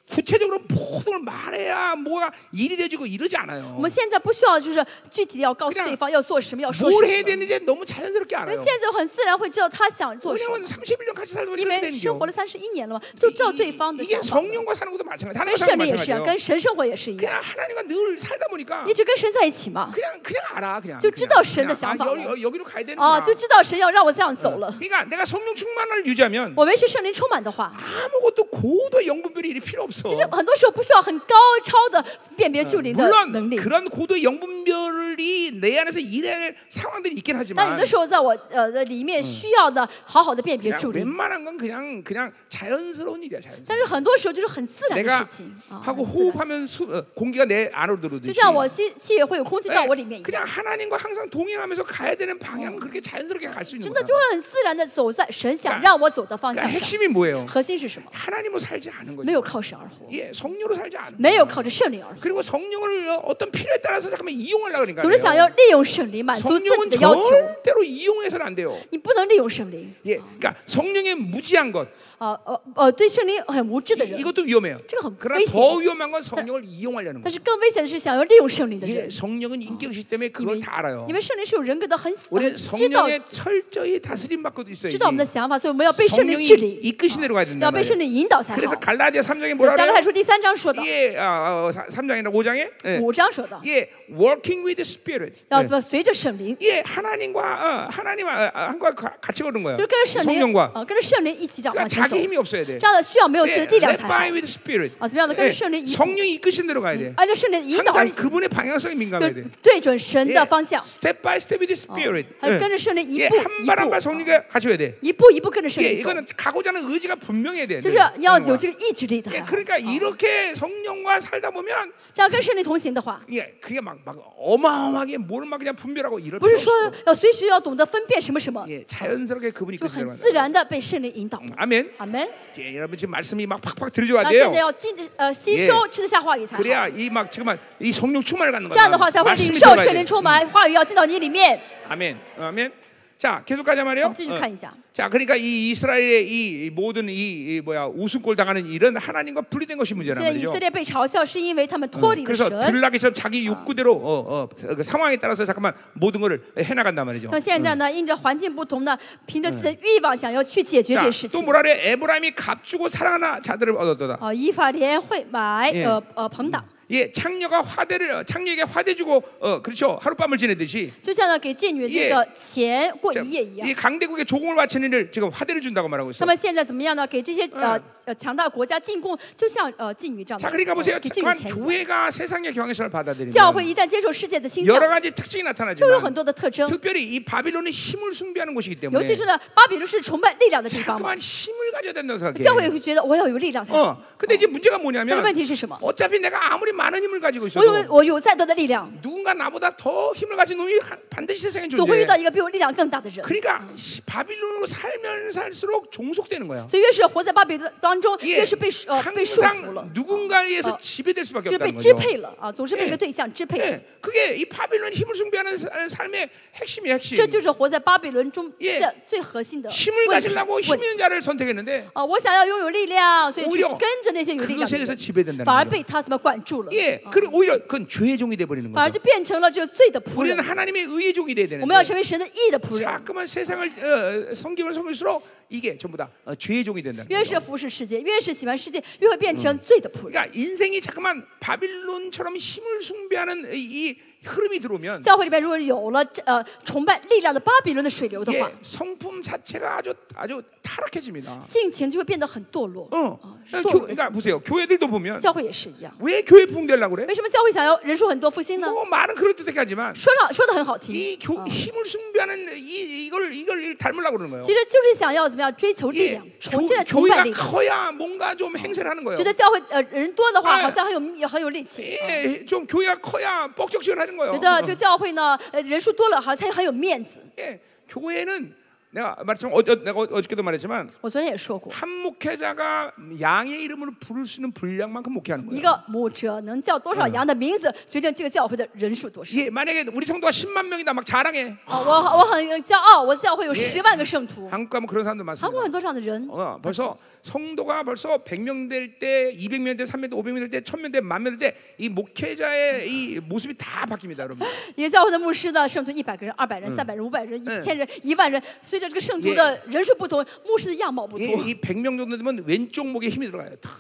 Speaker 1: 구체적으로 모든 걸 말해야 뭐가 일이 돼지고 이러지
Speaker 2: 我
Speaker 1: 않아요.
Speaker 2: 们现在不需要就是具体的要告诉
Speaker 1: 그냥
Speaker 2: 对方要做什么，要说什
Speaker 1: 뭘 해야
Speaker 2: 么。
Speaker 1: 되는지 너무 자연스럽게
Speaker 2: 而
Speaker 1: 알아요.
Speaker 2: 现在很自然会知道他想做什么，
Speaker 1: 왜냐면 31년 같이 살다 보니까
Speaker 2: 因
Speaker 1: 이렇게
Speaker 2: 为
Speaker 1: 되는
Speaker 2: 生活
Speaker 1: 거예요.
Speaker 2: 了三十一年了嘛，就知道对方的
Speaker 1: 이- 이게
Speaker 2: 想法。
Speaker 1: 성령과 사는 것도 마찬가지.
Speaker 2: 跟
Speaker 1: 하나님과
Speaker 2: 圣
Speaker 1: 사는
Speaker 2: 灵
Speaker 1: 것
Speaker 2: 也是啊，
Speaker 1: 마찬가지예요.
Speaker 2: 跟神生活也是一样，
Speaker 1: 그냥 하나님과 늘 살다 보니까
Speaker 2: 一直跟神在一起嘛，
Speaker 1: 그냥 그냥 알아 그냥.
Speaker 2: 저
Speaker 1: 그냥,
Speaker 2: 知道神的
Speaker 1: 그냥,
Speaker 2: 想法了。
Speaker 1: 아, 여기, 여기로 가야 되는구나.
Speaker 2: 啊，就知道神要让我这样走了。
Speaker 1: 그러니까 내가 성령 충만을 유지하면
Speaker 2: 我维持圣灵充满的话，
Speaker 1: 아무것도 고도의 영분별이 일이 필요 없어.
Speaker 2: 其实很多时候不需要很高超的辨别助灵的
Speaker 1: 물론
Speaker 2: 能力。
Speaker 1: 그런 고도의 영분별이 내 안에서 일할 상황들이 있긴
Speaker 2: 但有
Speaker 1: 하지만
Speaker 2: 的时候，在我呃的里面需要的好好的辨别
Speaker 1: 그냥
Speaker 2: 助灵，
Speaker 1: 웬만한 건 그냥 그냥 자연스러운 일이야 자연.
Speaker 2: 但是很多时候就是很自然的
Speaker 1: 내가
Speaker 2: 事情啊。
Speaker 1: 하고
Speaker 2: 很自然
Speaker 1: 호흡하면 수, 어, 공기가 내 안으로
Speaker 2: 就
Speaker 1: 들어오듯이.
Speaker 2: 像我吸气也会有空气
Speaker 1: 네,
Speaker 2: 到我里面一样，
Speaker 1: 그냥 하나님과 항상 동행하면서 가야 되는 방향은 그렇게 자연스럽게 갈 수 있는
Speaker 2: 真的
Speaker 1: 거야.
Speaker 2: 就会很自然的走在神想
Speaker 1: 그러니까
Speaker 2: 让我走的方向
Speaker 1: 그러니까
Speaker 2: 上。
Speaker 1: 핵심이 뭐예요?
Speaker 2: 核心是什么？
Speaker 1: 하나님으로 살지 않은
Speaker 2: 没
Speaker 1: 거지.
Speaker 2: 有靠神而活，
Speaker 1: 예, 성령으로 살지 않은
Speaker 2: 没
Speaker 1: 거예요.
Speaker 2: 有靠着圣灵而活，
Speaker 1: 그리고 성령을 어떤 필요에 따라서 잠깐만 이용하려고 그러니까
Speaker 2: 总是想要利用圣灵
Speaker 1: 아,
Speaker 2: 满足自己
Speaker 1: 성령은
Speaker 2: 的要求。
Speaker 1: 절대로 이용해서는 안 돼요.
Speaker 2: 你不能利用圣灵，
Speaker 1: 예, 그러니까 성령의 무지한 것
Speaker 2: 啊呃呃，对圣灵很无知的
Speaker 1: 이,
Speaker 2: 人。
Speaker 1: 이것도 위험해요. 그러니까
Speaker 2: 지금
Speaker 1: 그러나
Speaker 2: 페이스.
Speaker 1: 더 위험한 건 성령을 이용하려는
Speaker 2: 但
Speaker 1: 거예요.
Speaker 2: 是更危险的是想要利用圣灵的
Speaker 1: 예,
Speaker 2: 人，
Speaker 1: 성령은 인격이기 때문에
Speaker 2: 因
Speaker 1: 그걸
Speaker 2: 为
Speaker 1: 다 알아요.
Speaker 2: 因为圣灵是有人格的，很很
Speaker 1: 우리
Speaker 2: 知道
Speaker 1: 성령의 철저히 다스림 받고도 있어요.
Speaker 2: 知道我们的想法，所以我们要被圣灵
Speaker 1: 성령이
Speaker 2: 治理，
Speaker 1: 이끄신 대로 가야
Speaker 2: 要
Speaker 1: 된다
Speaker 2: 被圣
Speaker 1: 말이에요.
Speaker 2: 灵引导才好。
Speaker 1: 그래서 갈라디아 3장에
Speaker 2: 加
Speaker 1: 뭐라
Speaker 2: 拉太
Speaker 1: 그래요?
Speaker 2: 书第三章说的，
Speaker 1: 예, 아, 어, 3장이나 5장에 예,
Speaker 2: 五章说的，
Speaker 1: 예, working with the spirit.
Speaker 2: 要
Speaker 1: 예.
Speaker 2: 怎么随着圣灵，
Speaker 1: 예, 하나님과 어, 하나님 어, 한과 가- 같이 걸은 거예요.
Speaker 2: 就是跟着圣灵，
Speaker 1: 성령과.
Speaker 2: 啊，跟着圣灵一起这样往
Speaker 1: 그러니까
Speaker 2: 前走。
Speaker 1: 자기 힘이 없어야 돼.
Speaker 2: 这样的需要没有自己
Speaker 1: 예,
Speaker 2: 的力量
Speaker 1: led
Speaker 2: 才好
Speaker 1: by，with spirit.
Speaker 2: 어, 怎么样的？
Speaker 1: 예,
Speaker 2: 跟着圣灵 이-
Speaker 1: 성령이 아, 이끄신 대로 가야 돼.
Speaker 2: 按照圣灵的引导而
Speaker 1: 항상
Speaker 2: 行，
Speaker 1: 그분의 방향성에
Speaker 2: 就
Speaker 1: 민감해야 돼.
Speaker 2: 对准神
Speaker 1: 예,
Speaker 2: 的方向，
Speaker 1: step by step with the spirit. 예.
Speaker 2: 还有跟着圣灵一步一步，
Speaker 1: 한발한발
Speaker 2: 啊
Speaker 1: 성령과 그 같이 해야 돼.
Speaker 2: 一步一步跟着圣
Speaker 1: 예,
Speaker 2: 灵走，
Speaker 1: 이거는 가고자 하는 의지가 분명해야 돼.
Speaker 2: 就是
Speaker 1: 네,
Speaker 2: 要
Speaker 1: 성령과.
Speaker 2: 有这个意志力的。
Speaker 1: 예, 그러니까 이렇게 성령과 살다 보면
Speaker 2: 这样跟圣灵同行的话，
Speaker 1: 예, 그게 막, 막 어마어마하게 뭘 막 그냥 분별하고 이런
Speaker 2: 不是
Speaker 1: 필요
Speaker 2: 说
Speaker 1: 없어.
Speaker 2: 要随时要懂得分辨什么什么，
Speaker 1: 예, 자연스럽게 그분이
Speaker 2: 就
Speaker 1: 이끄신 대로
Speaker 2: 很
Speaker 1: 간다.
Speaker 2: 自然的被圣灵引导。
Speaker 1: 아멘.
Speaker 2: 阿门。
Speaker 1: 예, 여러분 지금 말씀이 막 팍팍 들어줘야
Speaker 2: 那现
Speaker 1: 돼요.
Speaker 2: 在要进呃吸收
Speaker 1: 예
Speaker 2: 吃得下话语才好，
Speaker 1: 그래야 이 막 지금 막이 성령 충만을 갖는
Speaker 2: 这样
Speaker 1: 거야.
Speaker 2: 的话才会领
Speaker 1: 말씀이
Speaker 2: 受
Speaker 1: 들어가야
Speaker 2: 圣灵
Speaker 1: 돼.
Speaker 2: 充满，话语要进到你里面。
Speaker 1: 어, 아멘. 아멘. 자, 계속 가자
Speaker 2: 我
Speaker 1: 말이에요.
Speaker 2: 们继续
Speaker 1: 어.
Speaker 2: 看一下，
Speaker 1: 자, 그러니까 이 이스라엘의 이- 이 모든 이, 이 뭐야 우승골 당하는 일은 하나님과 분리된 것이
Speaker 2: 现
Speaker 1: 문제란
Speaker 2: 在以
Speaker 1: 말이죠. 어,
Speaker 2: 色列被嘲笑是因为他们脱离了
Speaker 1: 그래서
Speaker 2: 神。
Speaker 1: 들락이처럼 자기 욕구대로 어, 어, 그 상황에 따라서 잠깐만 모든 것을 해나간단 말이죠.
Speaker 2: 那现在
Speaker 1: 嗯
Speaker 2: 呢，因着环境不同呢，凭着自己的欲望想要去解决
Speaker 1: 자,
Speaker 2: 这事
Speaker 1: 또
Speaker 2: 情。
Speaker 1: 뭐라 그래? 에브라임이 값주고 사랑하나 자들을 얻었도다.
Speaker 2: 哦，以法莲会买
Speaker 1: 예
Speaker 2: 呃呃朋党，
Speaker 1: 예, 창녀가 화대를 어, 창녀에게 화대 주고 어, 그렇죠. 하룻밤을 지내듯이
Speaker 2: 就像呢给妓女
Speaker 1: 예
Speaker 2: 那个钱过
Speaker 1: 자,
Speaker 2: 一夜一样
Speaker 1: 어, 이 。 강대국의 조공을 바치는 일 지금 화대를 준다고 말하고
Speaker 2: 那
Speaker 1: 있어.
Speaker 2: 么现在怎么样呢？给这些呃呃强大国家进贡，就像呃妓女这样
Speaker 1: 嗯 자,
Speaker 2: 的，呃
Speaker 1: 그러니까 보세요.
Speaker 2: 给妓
Speaker 1: 잠깐
Speaker 2: 女钱一样。
Speaker 1: 교회가 세상의 경향성을 받아들이면
Speaker 2: 教会一旦接受世界的倾
Speaker 1: 여러
Speaker 2: 向，
Speaker 1: 가지 특징이
Speaker 2: 就有
Speaker 1: 나타나지만
Speaker 2: 很多的特征，
Speaker 1: 특별히 이 바빌론은 힘을 숭배하는 곳이기
Speaker 2: 尤
Speaker 1: 때문에
Speaker 2: 其是呢，巴比伦是崇拜力量的地方嘛，
Speaker 1: 자꾸만 힘을 가져야 된다고
Speaker 2: 教会
Speaker 1: 생각해.
Speaker 2: 会觉得我要有力量才行。
Speaker 1: 어, 근데 이제 문제가
Speaker 2: 但是
Speaker 1: 뭐냐면
Speaker 2: 问题是什么？
Speaker 1: 어차피 내가 아무리 많은 힘을 가지고
Speaker 2: 我有
Speaker 1: 있어도
Speaker 2: 我有再嗯多的力量，
Speaker 1: 누군가 나보다 더 힘을 가진 놈이 한- 반드시 세상에
Speaker 2: 总会
Speaker 1: 존재해.
Speaker 2: 遇到一个比我力量更大的人。
Speaker 1: 그러니까 시- 바빌론으로 살면 살수록 종속되는 거야.
Speaker 2: 所以越是活在巴比伦当中，
Speaker 1: 이게
Speaker 2: 越是被
Speaker 1: 어,
Speaker 2: 呃被束缚了
Speaker 1: 항상 ， 누군가에 의해서
Speaker 2: 어.
Speaker 1: 지배될 수밖에
Speaker 2: 就是被
Speaker 1: 없다는
Speaker 2: 支
Speaker 1: 거죠.
Speaker 2: 配了啊，总是被一个对哎象支配着。
Speaker 1: 예, 그게 이 바빌론 힘을 숭배하는 사- 삶의 핵심이 핵심.
Speaker 2: 这就是活在巴比伦中
Speaker 1: 예
Speaker 2: 的最核心的
Speaker 1: 힘을
Speaker 2: 问题。
Speaker 1: 가지려고 힘
Speaker 2: 问题
Speaker 1: 있는 자를 선택했는데
Speaker 2: 啊，我想要拥有力量，所以去
Speaker 1: 오히려
Speaker 2: 跟着那些有力量的
Speaker 1: 그것에서
Speaker 2: 人，
Speaker 1: 지배된다는
Speaker 2: 反而
Speaker 1: 거죠.
Speaker 2: 被他什么管住了，
Speaker 1: 예, 그리고 오히려 그건 죄의 종이 돼 버리는
Speaker 2: 反而
Speaker 1: 거죠.
Speaker 2: 就变成了这个罪的仆
Speaker 1: 우리는
Speaker 2: 人。
Speaker 1: 하나님의 의의 종이 돼야
Speaker 2: 我们要
Speaker 1: 되는데
Speaker 2: 成为神的义的仆人，
Speaker 1: 자꾸만 세상을 어, 성김을 섬길수록 이게 전부 다 어, 죄의 종이 된다는
Speaker 2: 越
Speaker 1: 거죠.
Speaker 2: 是服侍世界，越是喜欢世界，越会变成罪的仆人。
Speaker 1: 그러니까 인생이 자꾸만 바빌론처럼 힘을 숭배하는 이, 이 흐름이 들어오면
Speaker 2: 教会里边如果有了这呃崇拜力量的巴比伦的水流的
Speaker 1: 예,
Speaker 2: 话，
Speaker 1: 성품 자체가 아주 아주 타락해집니다.
Speaker 2: 性情就会变得很堕落。
Speaker 1: 어,
Speaker 2: 啊，
Speaker 1: 교,
Speaker 2: 堕落的
Speaker 1: 그러니까 보세요. 교회들도 보면
Speaker 2: 教会也是一样。
Speaker 1: 왜 교회 부흥되려고 그래?
Speaker 2: 为什么教会想要人数很多复兴呢？
Speaker 1: 뭐 말은 그럴듯하게 하지만
Speaker 2: 说上说的很好听，
Speaker 1: 이 교, 힘을 숭배하는 이, 이걸 이걸 닮으려고 그러는 거예요.
Speaker 2: 其实就是想要怎么样追求力
Speaker 1: 예,
Speaker 2: 量，
Speaker 1: 교,
Speaker 2: 重建崇
Speaker 1: 교회가
Speaker 2: 拜力量。
Speaker 1: 커야 뭔가 좀 행세를 하는 거예요.
Speaker 2: 觉得教会呃人多的话，
Speaker 1: 哎
Speaker 2: 好像很有也很有力气。
Speaker 1: 예, 좀 교회가 커야 뻑적지근 하는 거예요.
Speaker 2: 觉得这个教会呢，呃，人数多了，好像很有面子。
Speaker 1: 예, 교회는 내가 말씀 어, 어, 내가 어- 어저께도 말했지만
Speaker 2: 我昨天也说过，
Speaker 1: 한 목회자가 양의 이름으로 부를 수 있는 분량만큼 목회하는 거예요.
Speaker 2: 一个牧者能叫多少羊的名字，决定这个教会的人数多少。
Speaker 1: 예, 만약에 우리 성도가 10만 명이다 막 자랑해.
Speaker 2: 啊，我我很骄傲，我的教会有十万个圣徒，
Speaker 1: 한국 가면 뭐 그런 사람들
Speaker 2: 韩国
Speaker 1: 많습니다.
Speaker 2: 很多这样的人。
Speaker 1: 어, 벌써 성도가 벌써 100명 될 때, 200명 될 때, 300명 될 때, 500명 될 때, 1000명 될 때, 만명 될 때 이 목회자의 이 모습이 다 바뀝니다, 여러분.
Speaker 2: 一个教会的牧师呢，圣徒一百个人、二百人、三百人、五百人、一千人、一万人，随着这个圣徒的人数不同，牧师的样貌不
Speaker 1: 이,
Speaker 2: 同。
Speaker 1: 이 100명 정도 되면 왼쪽 목에 힘이 들어가요. 탁.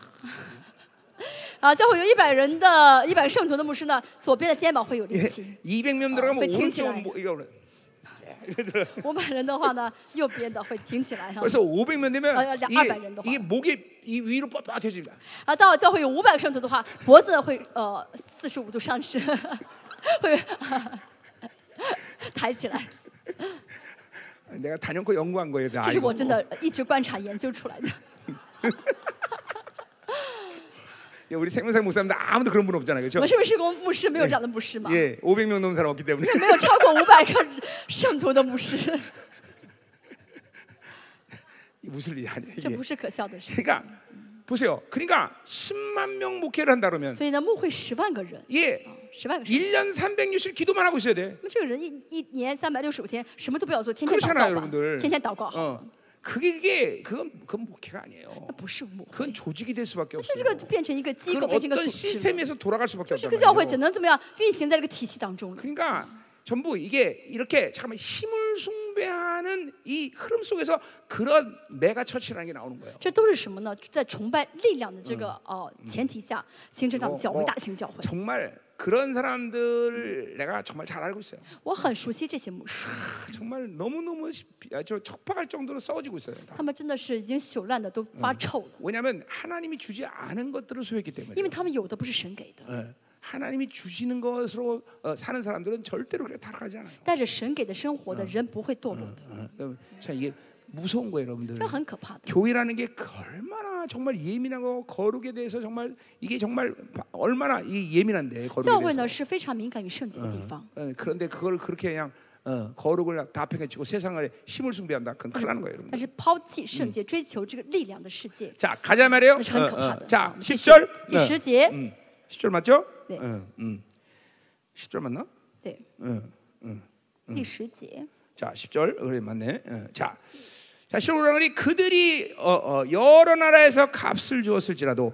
Speaker 2: 啊，教会有一百人的一百个圣徒的牧师呢，左边的肩膀会有力气。
Speaker 1: 예? 200명
Speaker 2: 어,
Speaker 1: 들어가면 어.
Speaker 2: 왜 튕기지
Speaker 1: 오른쪽
Speaker 2: 않아요?
Speaker 1: 목 이거 그래.
Speaker 2: 五百人的话呢，右边的会挺起来哈。
Speaker 1: 벌써 500명
Speaker 2: 아, 아, 아,
Speaker 1: 되면
Speaker 2: 아, 아, 아, 아,
Speaker 1: 이게, 이게 목이 이 위로 뻣뻣해집니다.
Speaker 2: 啊，到教会有五百个圣徒的话，脖子会呃四十五度上升，会抬起来。
Speaker 1: 내가 단연코 연구한 거예요. 다 어,
Speaker 2: 这是
Speaker 1: 이거.
Speaker 2: 我真的一直观察研究出来的。
Speaker 1: 야, 우리 생명상 목사님들 아무도 그런 분 없잖아요,
Speaker 2: 我
Speaker 1: 그렇죠?
Speaker 2: 们是不是工牧师没有这样的牧师吗？
Speaker 1: 예, 500명 넘는 사람 없기 때문에.
Speaker 2: 没有超过五百个圣徒的牧师，
Speaker 1: 무슨 일이 아니야
Speaker 2: 这
Speaker 1: 이게.
Speaker 2: 不是可笑的事。
Speaker 1: 그러니까 보세요. 그러니까 10만 명 목회를 한다 그러면
Speaker 2: 所以呢，牧会十万个人，
Speaker 1: 예,
Speaker 2: 十万个人。
Speaker 1: 1년 360일 기도만 하고 있어야 돼.
Speaker 2: 那么这个人一一年三百六十五天什么都不要做，天天祷
Speaker 1: 그렇잖아요,
Speaker 2: 告吧
Speaker 1: 여러분들. ，
Speaker 2: 天天祷告好，啊
Speaker 1: 어. 그게 그게 그건 그건 목회가 아니에요.
Speaker 2: 那不是牧会，
Speaker 1: 그건 조직이 될 수밖에
Speaker 2: 那
Speaker 1: 없어요.
Speaker 2: 这个就变成一个机
Speaker 1: 그건
Speaker 2: 构，变成一个
Speaker 1: 어떤
Speaker 2: 组织了。
Speaker 1: 시스템에서 돌아갈 수밖에
Speaker 2: 就是个教会只
Speaker 1: 없잖아요.
Speaker 2: 能怎么样运行在这个体系当中了。
Speaker 1: 그러니까 전부 이게 이렇게 잠깐만 힘을 숭배하는 이 흐름 속에서 그런 메가 처치라는 게 나오는 거예요.
Speaker 2: 这都是什么呢？在崇拜力量的这个哦、呃前提下，形成这样的教会，大型教会。
Speaker 1: 정말 그런 사람들 내가 정말 잘 알고 있어요.
Speaker 2: 我很熟悉这些牧师，
Speaker 1: 정말 너무 너무 아, 저 척박할 정도로 싸워지고 있어요.
Speaker 2: 他们真的是已经朽烂的都发臭了，
Speaker 1: 왜냐하면 하나님이 주지 않은 것들을 소유했기 때문에.
Speaker 2: 因为他们有的不是神给的，
Speaker 1: 예. 하나님이 주시는 것으로 어, 사는 사람들은 절대로 그렇게 타락하지 않아요.
Speaker 2: 带着神给的生活的人不会堕落的，
Speaker 1: 어, 여러분, 참 이게 무서운 거예요, 여러분들.
Speaker 2: 这很可怕的。
Speaker 1: 교회라는 게그 얼마나 정말 예민하고 거룩에 대해서 정말 이게 정말 바- 얼마나 이 예민한데
Speaker 2: 教
Speaker 1: 거룩에
Speaker 2: 会
Speaker 1: 대해서.
Speaker 2: 呢是非常敏感与圣洁的地方，
Speaker 1: 어, 그런데 그걸 그렇게 그냥 어, 거룩을 다 팽개치고 세상에 힘을 숭배한다. 그건 큰일 나는 거예요, 여러분.
Speaker 2: 但是抛弃圣洁，追求这个力量的世界，
Speaker 1: 자, 가자 말이에요.
Speaker 2: 那是很可
Speaker 1: 어,
Speaker 2: 怕
Speaker 1: 어.
Speaker 2: 的。
Speaker 1: 자,
Speaker 2: 好继续
Speaker 1: 10절. 어.
Speaker 2: 第十节，
Speaker 1: 10절 맞죠? 어, 음.
Speaker 2: 네.
Speaker 1: 응, 응. 10절 맞나?
Speaker 2: 对，
Speaker 1: 嗯
Speaker 2: 第十节，
Speaker 1: 자, 10절. 그래 맞네. 어, 자. 자, 시로라니 그들이 어, 어, 여러 나라에서 값을 주었을지라도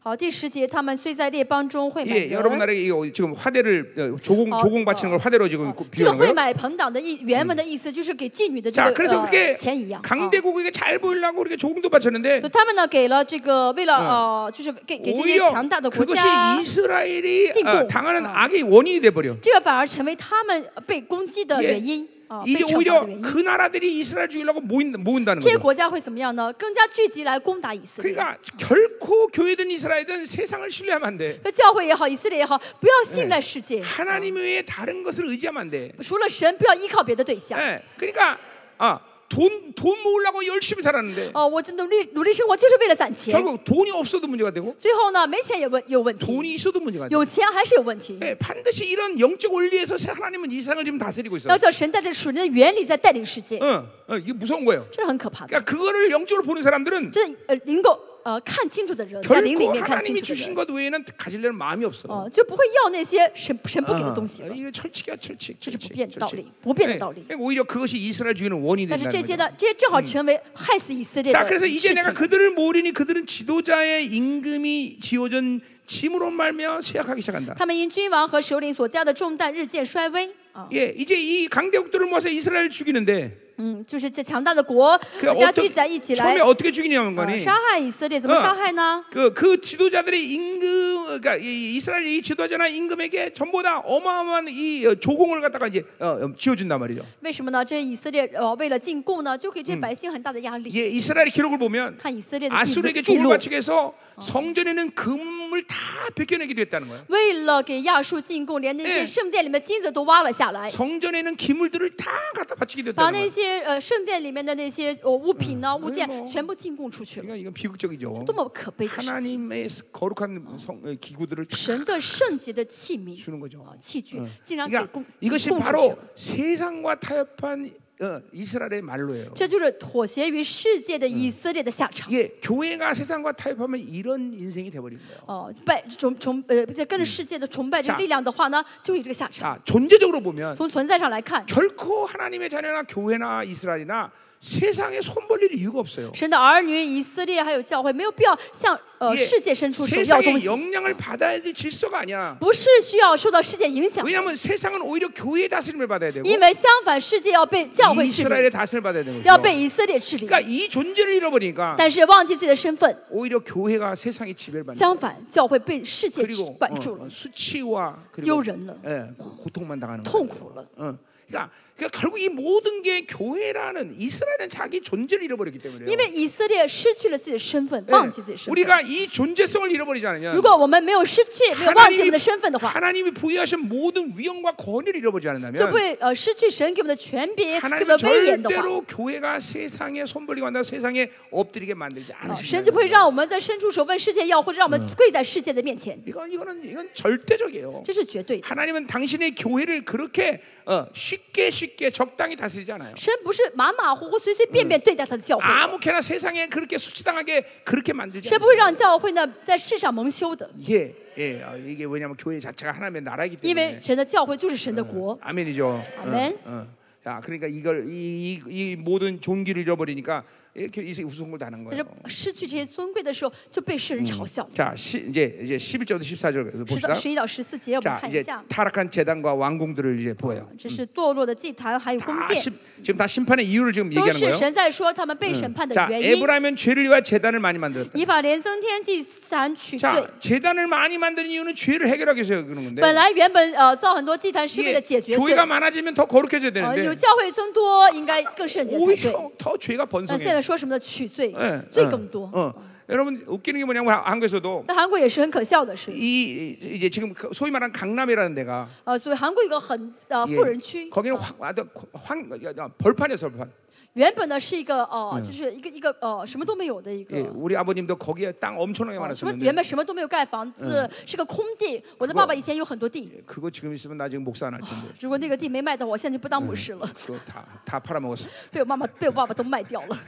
Speaker 2: 好，第十节，他们虽在列邦中会买
Speaker 1: 예, 여러분
Speaker 2: 人，
Speaker 1: 나라에 이거 지금 화대를 어, 조공
Speaker 2: 어,
Speaker 1: 조공 바치는 걸 화대로 지금
Speaker 2: 这个
Speaker 1: 비교하는
Speaker 2: 会
Speaker 1: 거예요.
Speaker 2: 买朋党的意原文的意思就是给妓女的这
Speaker 1: 자,
Speaker 2: 个
Speaker 1: 그래서
Speaker 2: 呃
Speaker 1: 그렇게
Speaker 2: 钱一样。啊
Speaker 1: 강대국에게 잘 보이려고 어. 그렇게 조공도 바쳤는데
Speaker 2: 所以他们呢给了这个为了呃就是给给这些
Speaker 1: 오히려
Speaker 2: 强大的国
Speaker 1: 그것이
Speaker 2: 家，
Speaker 1: 이스라엘이 어,
Speaker 2: 찌고.
Speaker 1: 당하는
Speaker 2: 어.
Speaker 1: 악의 원인이 돼 버려.
Speaker 2: 这个反而成为他们被攻击的原因啊，被
Speaker 1: 예, 이게
Speaker 2: 惩罚
Speaker 1: 오히려
Speaker 2: 的原因。
Speaker 1: 그 나라들이 이스라엘 죽이려고 모인, 모인다는
Speaker 2: 这些
Speaker 1: 거죠.
Speaker 2: 国家会怎么样呢？更加聚集来攻打以啊色列。
Speaker 1: 그러니까 결코 교회든 이스라엘든 세상을 신뢰하면 안 돼.
Speaker 2: 那教会也好，以色列也好，不要信赖世
Speaker 1: 예.
Speaker 2: 界，
Speaker 1: 하나님 외에 다른 것을 의지하면 안 돼.
Speaker 2: 除了神，不要依靠别的对象。
Speaker 1: 예, 그러니까 아, 돈, 돈 모으려고 열심히 살았는데
Speaker 2: 哦，我真努力努力生活就是为了攒钱，
Speaker 1: 결국 돈이 없어도 문제가 되고
Speaker 2: 最后呢，没钱也问有问题，
Speaker 1: 돈이 있어도 문제가 돼.
Speaker 2: 有钱还是有问题。
Speaker 1: 예, 반드시 이런 영적 원리에서 하나님은 이 세상을 지금 다스리고 있어.
Speaker 2: 要叫神带着属灵的原理在带领世界，
Speaker 1: 응, 응, 이게 무서운 거예요.
Speaker 2: 这是很可怕的。
Speaker 1: 그러니까 그거를 영적으로 보는 사람들은
Speaker 2: 这呃，能够呃看清楚的人，在灵里
Speaker 1: 결코
Speaker 2: 面看清
Speaker 1: 하나님이
Speaker 2: 楚的
Speaker 1: 주신
Speaker 2: 人，
Speaker 1: 것 외에는 가지려는 마음이 없어.
Speaker 2: 哦、就不会要那些神神不给的
Speaker 1: 어,
Speaker 2: 东西了。
Speaker 1: 이게 철칙이야 철칙.
Speaker 2: 这是
Speaker 1: 철칙,
Speaker 2: 不变的道
Speaker 1: 철칙.
Speaker 2: 理，不变的
Speaker 1: 네,
Speaker 2: 道理。
Speaker 1: 그러니까 오히려 그것이 이스라엘 주의는 원인이
Speaker 2: 但是
Speaker 1: 된다는
Speaker 2: 这些
Speaker 1: 거죠.
Speaker 2: 呢，这些
Speaker 1: 嗯
Speaker 2: 正好成为害死以色列
Speaker 1: 자
Speaker 2: 的
Speaker 1: 그래서
Speaker 2: 事
Speaker 1: 이제
Speaker 2: 情。
Speaker 1: 내가 그들을 모으리니 그들은 지도자의 임금이 지어준 짐으로 말며 쇠약하기 시작한다.
Speaker 2: 他们因君王和首领所加的重担日渐衰微啊，
Speaker 1: 예, 이제 이 강대국들을 모아서 이스라엘을 죽이는데
Speaker 2: 嗯，就是这强大的国
Speaker 1: 그
Speaker 2: 国家聚在一
Speaker 1: 어떻게
Speaker 2: 起来
Speaker 1: 처음에 ， 어떻게 죽이냐는
Speaker 2: 呃
Speaker 1: 거니?
Speaker 2: 杀害以色列，怎么
Speaker 1: 嗯
Speaker 2: 杀害呢？
Speaker 1: 그, 그 지도자들이 임금, 그러니까 이 이스라엘 이 지도자나 임금에게 전부 다 어마어마한 이 어, 조공을 갖다가 이제 어, 어, 지어준단 말이죠.
Speaker 2: 为什么呢？这以色列呃，为了进贡呢，就给
Speaker 1: 嗯
Speaker 2: 这百姓很大的压力。
Speaker 1: 예, 이스라엘 기록을 보면
Speaker 2: 看以色列的记录
Speaker 1: 아수르에게
Speaker 2: 记
Speaker 1: 종을
Speaker 2: 录，
Speaker 1: 바치게 해서 성전에는 금을 다 벗겨내기도 했다는 거예요.
Speaker 2: 为了给亚述进贡，连那些
Speaker 1: 嗯
Speaker 2: 圣殿里面金子都挖了下来，
Speaker 1: 성전에는 기물들을 다 갖다 바치기도
Speaker 2: 把
Speaker 1: 했다는
Speaker 2: 那
Speaker 1: 거예요.
Speaker 2: 些呃圣殿里面的那些呃物品呢、物件
Speaker 1: 哎呦
Speaker 2: 全部进贡出去了，
Speaker 1: 그러니까 이건 비극적이죠.
Speaker 2: 多么可
Speaker 1: 그
Speaker 2: 悲的事情！
Speaker 1: 하나님의 거룩한 성, 어, 기구들을 다
Speaker 2: 神的圣洁的器皿
Speaker 1: 주는 거죠.
Speaker 2: 啊器具，竟然给
Speaker 1: 그러니까
Speaker 2: 供供出
Speaker 1: 이것이
Speaker 2: 去
Speaker 1: 바로
Speaker 2: 了。
Speaker 1: 세상과 타협한 어, 이스라엘의 말로예요.
Speaker 2: 这就是妥协于世界的以色列的下场。
Speaker 1: 예, 교회가 세상과 타협하면 이런 인생이 돼버린 거예요.
Speaker 2: 哦，拜崇崇呃，不是跟着世界的崇拜这
Speaker 1: 자
Speaker 2: 个力量的话呢，就有这个下场。
Speaker 1: 자, 존재적으로 보면
Speaker 2: 从存在上来看，
Speaker 1: 결코 하나님의 자녀나 교회나 이스라엘이나 세상에 손 벌릴 이유가 없어요.
Speaker 2: 神的儿女、以色列还有教会，没有必要向呃
Speaker 1: 이게
Speaker 2: 世界伸出手要东
Speaker 1: 세상의
Speaker 2: 西，
Speaker 1: 영향을 받아야 될 질서가 아니야.
Speaker 2: 不是需要受到世界影响，
Speaker 1: 왜냐하면 세상은 오히려 교회의 다스림을 받아야 되고
Speaker 2: 因为相反，世界要被教会治理，
Speaker 1: 이스라엘의 다스림을 받아야 되는
Speaker 2: 要
Speaker 1: 거죠.
Speaker 2: 被以色列治理。
Speaker 1: 그러니까 이 존재를 잃어버리니까
Speaker 2: 但是忘记自己的身份，
Speaker 1: 오히려 교회가 세상의 지배를 받는
Speaker 2: 相反，教会被世界
Speaker 1: 그리고
Speaker 2: 绊
Speaker 1: 어,
Speaker 2: 住
Speaker 1: 어,
Speaker 2: 了，
Speaker 1: 수치와 그리고
Speaker 2: 丢人了。
Speaker 1: 예, 고- 고통만 당하는
Speaker 2: 痛
Speaker 1: 거예요.
Speaker 2: 苦了。
Speaker 1: 어. 그러니까, 그러니까 결국 이 모든 게 교회라는 이스라엘은 자기 존재를 잃어버렸기 때문에요.
Speaker 2: 因为以色列失去了自己的身份，
Speaker 1: 예,
Speaker 2: 忘记自己的身份。
Speaker 1: 우리가 이 존재성을 잃어버리지 않느냐?
Speaker 2: 如果我们没有失去，没有忘记我们的身份的话，
Speaker 1: 하나님이 부여하신 모든 위엄과 권위를 잃어버리지
Speaker 2: 就
Speaker 1: 않는다면
Speaker 2: 不会呃失去神给我们的权柄，给我们
Speaker 1: 하나님은
Speaker 2: 的威严的话，
Speaker 1: 절대로 교회가 세상에 손벌리고 한다 세상에 엎드리게 만들지
Speaker 2: 呃神
Speaker 1: 않으신다.
Speaker 2: 就不会让我们在伸出手问世界要，或者让我们跪在世界的面前，
Speaker 1: 이건 이거는 이건 절대적이에요.
Speaker 2: 这是绝对的。
Speaker 1: 하나님은 당신의 교회를 그렇게 어, 쉽게 쉽게 적당히 다스리지 않아요.
Speaker 2: 神不是马马虎虎、随随
Speaker 1: 嗯
Speaker 2: 便便对待他的教会，
Speaker 1: 아무렇게나 세상에 그렇게 수치당하게 그렇게 만들지
Speaker 2: 神不会
Speaker 1: 않아요.
Speaker 2: 让教会呢在世上蒙羞的，
Speaker 1: 예, 예, 어, 이게 왜냐하면 교회 자체가 하나님의 나라이기
Speaker 2: 因为
Speaker 1: 때문에
Speaker 2: 神的教会就是神的
Speaker 1: 嗯
Speaker 2: 国。
Speaker 1: 예, 네. 아멘이죠.
Speaker 2: 아멘.
Speaker 1: 어, 어. 자, 그러니까 이걸 이, 이, 이 모든 종기를 잃어버리니까 이렇게 이세 우승을 다는
Speaker 2: 但是
Speaker 1: 거예요.
Speaker 2: 失去这些尊贵的时候，就被世人嘲笑。
Speaker 1: 자, 시, 이제 이제 11절부터 14절 그
Speaker 2: 十
Speaker 1: 봅시다.
Speaker 2: 到十一到十四节，我们
Speaker 1: 자,
Speaker 2: 看一
Speaker 1: 이제
Speaker 2: 下，
Speaker 1: 타락한 재단과 왕궁들을 이제 보여요.
Speaker 2: 这是堕落的祭坛，还有宫
Speaker 1: 다
Speaker 2: 殿，
Speaker 1: 심, 지금 다 심판의 이유를 지금
Speaker 2: 都
Speaker 1: 얘기하는
Speaker 2: 是
Speaker 1: 거예요.
Speaker 2: 神在说他们
Speaker 1: 嗯
Speaker 2: 被审判的
Speaker 1: 자,
Speaker 2: 原因。
Speaker 1: 에브라임은 죄를 위하여 재단을 많이 만들었다.
Speaker 2: 以法连增添祭坛取罪。
Speaker 1: 자, 재단을 많이 만드는 이유는 죄를 해결하기 위해서 그런 건데.
Speaker 2: 本来原本呃造很多祭坛是为
Speaker 1: 이게
Speaker 2: 了解决罪，
Speaker 1: 교회가 많아지면 그 더 거룩해져야
Speaker 2: 呃
Speaker 1: 되는데
Speaker 2: 有教会增多应该更圣洁才对。
Speaker 1: 오히려 더 죄가
Speaker 2: 但现
Speaker 1: 번성해.
Speaker 2: 在说什么呢？取罪
Speaker 1: 예, ，
Speaker 2: 罪
Speaker 1: 예,
Speaker 2: 更多。
Speaker 1: 어. 여러분 웃기는 게 뭐냐면 한- 한국에서도
Speaker 2: 在韩国也是很可笑的事，
Speaker 1: 이 이- 이제 지금 그 소위 말하는 강남이라는 데가
Speaker 2: 呃，所以韩国有一个很呃
Speaker 1: 예,
Speaker 2: 富人区，
Speaker 1: 거기는
Speaker 2: 어
Speaker 1: 황, 아주 황 야, 야, 벌판이었어 벌판.
Speaker 2: 原本呢是一个呃就是一个一个呃什么都没有的一个
Speaker 1: 예, 。 우리 아버님도 거기에 땅 엄청나게
Speaker 2: 呃什么嗯原
Speaker 1: 많았었는데
Speaker 2: 本什么都没有盖房子，是个空地。我的爸爸以前有很多地，
Speaker 1: 그거 지금 있으면 나 지금 목사 안 할 텐데
Speaker 2: 如果那个地没卖掉，我现在就不当牧
Speaker 1: 아.
Speaker 2: 师了，
Speaker 1: 그거 다 다 팔아먹었어.
Speaker 2: 被我妈妈被我爸爸都卖掉了。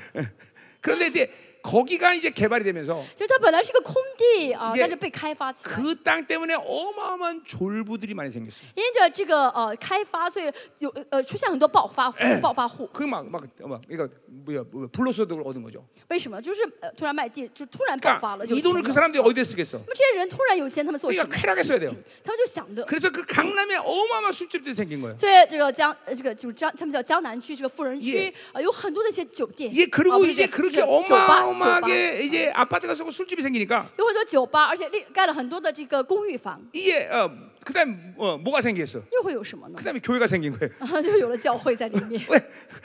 Speaker 1: 그런데 이제 거기가 이제 개발이 되면서
Speaker 2: 其实它本来是个空地啊，
Speaker 1: 이제
Speaker 2: 但是被开发起来。
Speaker 1: 그 땅 때문에 어마어마한 졸부들이 많이 생겼어요.
Speaker 2: 因着这个呃开发，所以有呃出现很多暴发户、暴发户。
Speaker 1: 그막막막 이거 뭐야 뭐야, 불로소득을 얻은 거죠.
Speaker 2: 为什么？就是呃突然卖地，就突然爆
Speaker 1: 그러니까
Speaker 2: 发了，就
Speaker 1: 이
Speaker 2: 有钱
Speaker 1: 돈을
Speaker 2: 了
Speaker 1: 그 사람들이 어디에 쓰겠어?
Speaker 2: 那么这些人突然有钱，他们做什
Speaker 1: 그러니까
Speaker 2: 么？
Speaker 1: 쾌락에 써야 돼요.
Speaker 2: 他们就想着，
Speaker 1: 그래서 그 강남에 어마어마한 술집들이 생긴 거예요.
Speaker 2: 所以这个江呃这个就是江，他们叫江南区这个富人区
Speaker 1: Yeah.
Speaker 2: 啊、有很多的一些酒店，
Speaker 1: 이게
Speaker 2: 啊
Speaker 1: 아, 그리고
Speaker 2: 不是
Speaker 1: 이제
Speaker 2: 就是
Speaker 1: 그렇게
Speaker 2: 酒吧酒吧，
Speaker 1: 어마어마하게 이제 아파트가 쓰고 술집이 생기니까
Speaker 2: 有很多酒吧，而且立盖了很多的这个公寓房，
Speaker 1: 이게 어, 그다음 어, 뭐가 생겼어?
Speaker 2: 又会有什么呢？
Speaker 1: 그다음에 교회가 생긴 거예요.
Speaker 2: 就有了教会在里面，
Speaker 1: 왜?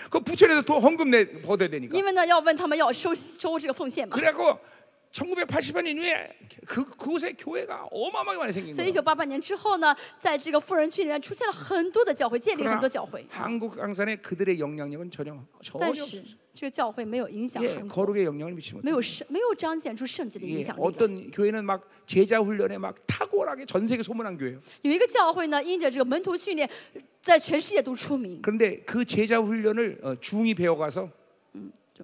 Speaker 1: 그 부천에서 돈 헌금 내 버려야 되니까.
Speaker 2: 因为呢要问他们要收收这个奉献嘛，
Speaker 1: 그래갖고 1980년 이후에 그 그곳에 교회가 어마어마하게 많이 생긴
Speaker 2: 所以一
Speaker 1: 거예요.
Speaker 2: 九八八年之后呢，在这个富人区里面出现了很多的教会，建立了很
Speaker 1: 그러나
Speaker 2: 多教会，
Speaker 1: 한국 강산에 그들의 영향력은 전혀
Speaker 2: 但
Speaker 1: 전혀
Speaker 2: 是
Speaker 1: 없어요.
Speaker 2: 这个教会没有影响
Speaker 1: 예,
Speaker 2: 韩国，
Speaker 1: 거룩의 영향을 미치지 못.
Speaker 2: 没有圣没有彰显出圣洁的影
Speaker 1: 예,
Speaker 2: 响力来。
Speaker 1: 어떤 교회는 막 제자 훈련에 막 탁월하게 전 세계 소문난 교회예요.
Speaker 2: 有一个教会呢，因着这个门徒训练，在全世界都出名。
Speaker 1: 그런데 그 제자 훈련을 어, 중이 배워가서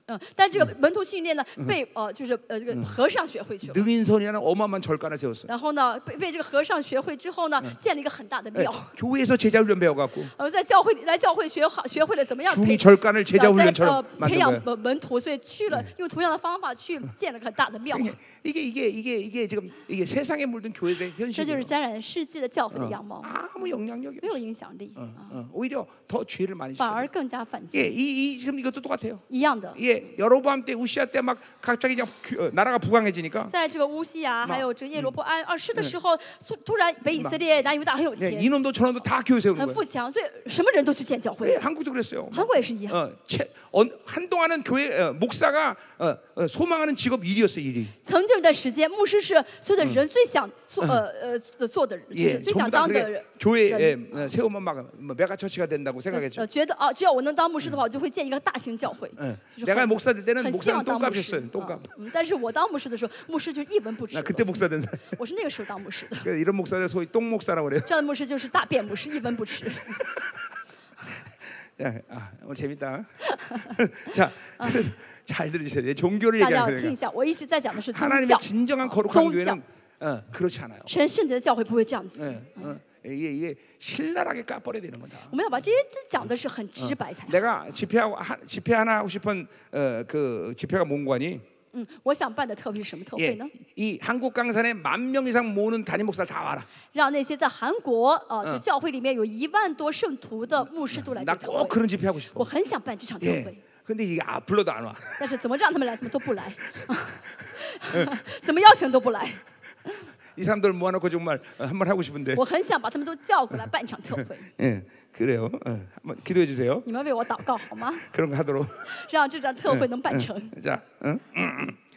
Speaker 2: 嗯，但这个门徒训练呢，被呃就是呃这个和尚学会去了。
Speaker 1: 능인선이라는 어마어마한 절간을 세웠어요.
Speaker 2: 然后呢，被被这个和尚学会之后呢，建了一个很大的
Speaker 1: 예,
Speaker 2: 庙。
Speaker 1: 교회에서 제자 훈련 배워갖고
Speaker 2: 呃，在教会里来教会学好学会了怎么样培
Speaker 1: 중이 절간을 제자
Speaker 2: 呃在呃
Speaker 1: 훈련처럼
Speaker 2: 培
Speaker 1: 만든
Speaker 2: 养
Speaker 1: 거예요.
Speaker 2: 门门徒，所以去了用同样的方法去建了个很大的庙。
Speaker 1: 이게- 이게 이게 이게 이게 지금 이게 세상에 물든 교회의
Speaker 2: 这就
Speaker 1: 현실이에요.
Speaker 2: 是嗯沾染世界的教会的样貌，
Speaker 1: 아무 영향력이
Speaker 2: 没
Speaker 1: 어. 없어요. 아,
Speaker 2: 有影响力，
Speaker 1: 어, 오히려 더 죄를 많이
Speaker 2: 反
Speaker 1: 시켜요.
Speaker 2: 而更加反
Speaker 1: 예,
Speaker 2: 击。
Speaker 1: 이, 이 지금 이것도 똑같아요.
Speaker 2: 一样的，
Speaker 1: 예, 여로보암 때 우시아 때 막 갑자기 그냥 그, 어, 나라가 부강해지니까
Speaker 2: 在这个乌西亚还有这个耶罗波安二世的时候，突突然北以色列、南犹大很有
Speaker 1: 예,
Speaker 2: 钱，
Speaker 1: 이놈도 저놈도 다 교회 세우는
Speaker 2: 很
Speaker 1: 거예요.
Speaker 2: 富强，所以什么人都去建教
Speaker 1: 예,
Speaker 2: 会。
Speaker 1: 한국도 그랬어요.
Speaker 2: 韩国也是一样，
Speaker 1: 어, 채, 언- 한동안은 교회 어, 목사가 어, 어, 소망하는 직업 1위였어요, 1위.
Speaker 2: 曾经有一段时间，牧师是所有的人最想做呃呃做做的人，就
Speaker 1: 예,
Speaker 2: 是最想
Speaker 1: 전부 다
Speaker 2: 当的人
Speaker 1: 그래 。 교회 예, 어, 세우면 막 뭐, 메가처치가 된다고
Speaker 2: 呃，
Speaker 1: 생각했죠.
Speaker 2: 觉得啊，只要我能当牧师的话，我就会建一个大型教会。
Speaker 1: 예,
Speaker 2: 就是
Speaker 1: 내가
Speaker 2: 很
Speaker 1: 목사 될 때는
Speaker 2: 很希
Speaker 1: 목사는
Speaker 2: 望当牧师
Speaker 1: 똥값이었어요, 。 똥값.
Speaker 2: 嗯，但是我当牧师的时候，牧师就一文不值
Speaker 1: 나 。 그때 목사 된 사람.
Speaker 2: 我是那个时候当牧师的，
Speaker 1: 그래서 이런 목사를 소위 똥 목사라고 그래요.
Speaker 2: 这样的牧师就是大便牧师，一文不值。
Speaker 1: 야, 아, 오늘 재밌다. 자, 그래서 잘 들으셔야 돼. 종교를
Speaker 2: 大家要
Speaker 1: 얘기하는
Speaker 2: 听一
Speaker 1: 거예요.
Speaker 2: 下，我一直在讲的是宗
Speaker 1: 하나님의
Speaker 2: 教。
Speaker 1: 진정한
Speaker 2: 啊
Speaker 1: 거룩한
Speaker 2: 宗教
Speaker 1: 교회는 ， 어, 그렇지 않아요.
Speaker 2: 神圣洁的教会不会这样子。
Speaker 1: 예, 어, 이게, 이게 신랄하게 까버려야 되는 거다.
Speaker 2: 我们要把这些字讲的是很直白才好。
Speaker 1: 내가 집회하고 하, 집회 하나 하고 싶은 어, 그 집회가 뭔관이
Speaker 2: 嗯，我想办的特会是什么特
Speaker 1: 예,
Speaker 2: 会呢？
Speaker 1: 이 한국 강산에 만 명 이상 모으는 단임 목사 다 와라.
Speaker 2: 让那些在韩国呃，就教会里面有一万多圣徒的牧师都来这
Speaker 1: 나
Speaker 2: 个特会
Speaker 1: 꼭 。 그런 집회 하고
Speaker 2: 我
Speaker 1: 싶어.
Speaker 2: 很想办这场特
Speaker 1: 예.
Speaker 2: 会，
Speaker 1: 근데 이게 아 불러도 안 와.
Speaker 2: 但是怎么让他们来，他们都不来， 怎么邀请都不来。
Speaker 1: 이 사람들 모아놓고 정말 어, 한번 하고 싶은데.
Speaker 2: 我很想把他们都叫过来办一场特会，
Speaker 1: 예, 그래요. 어, 한번 기도해 주세요.
Speaker 2: 你们为我祷告好吗？
Speaker 1: 그런 거 하도록.
Speaker 2: 让这场特会能办成。
Speaker 1: 자, 응?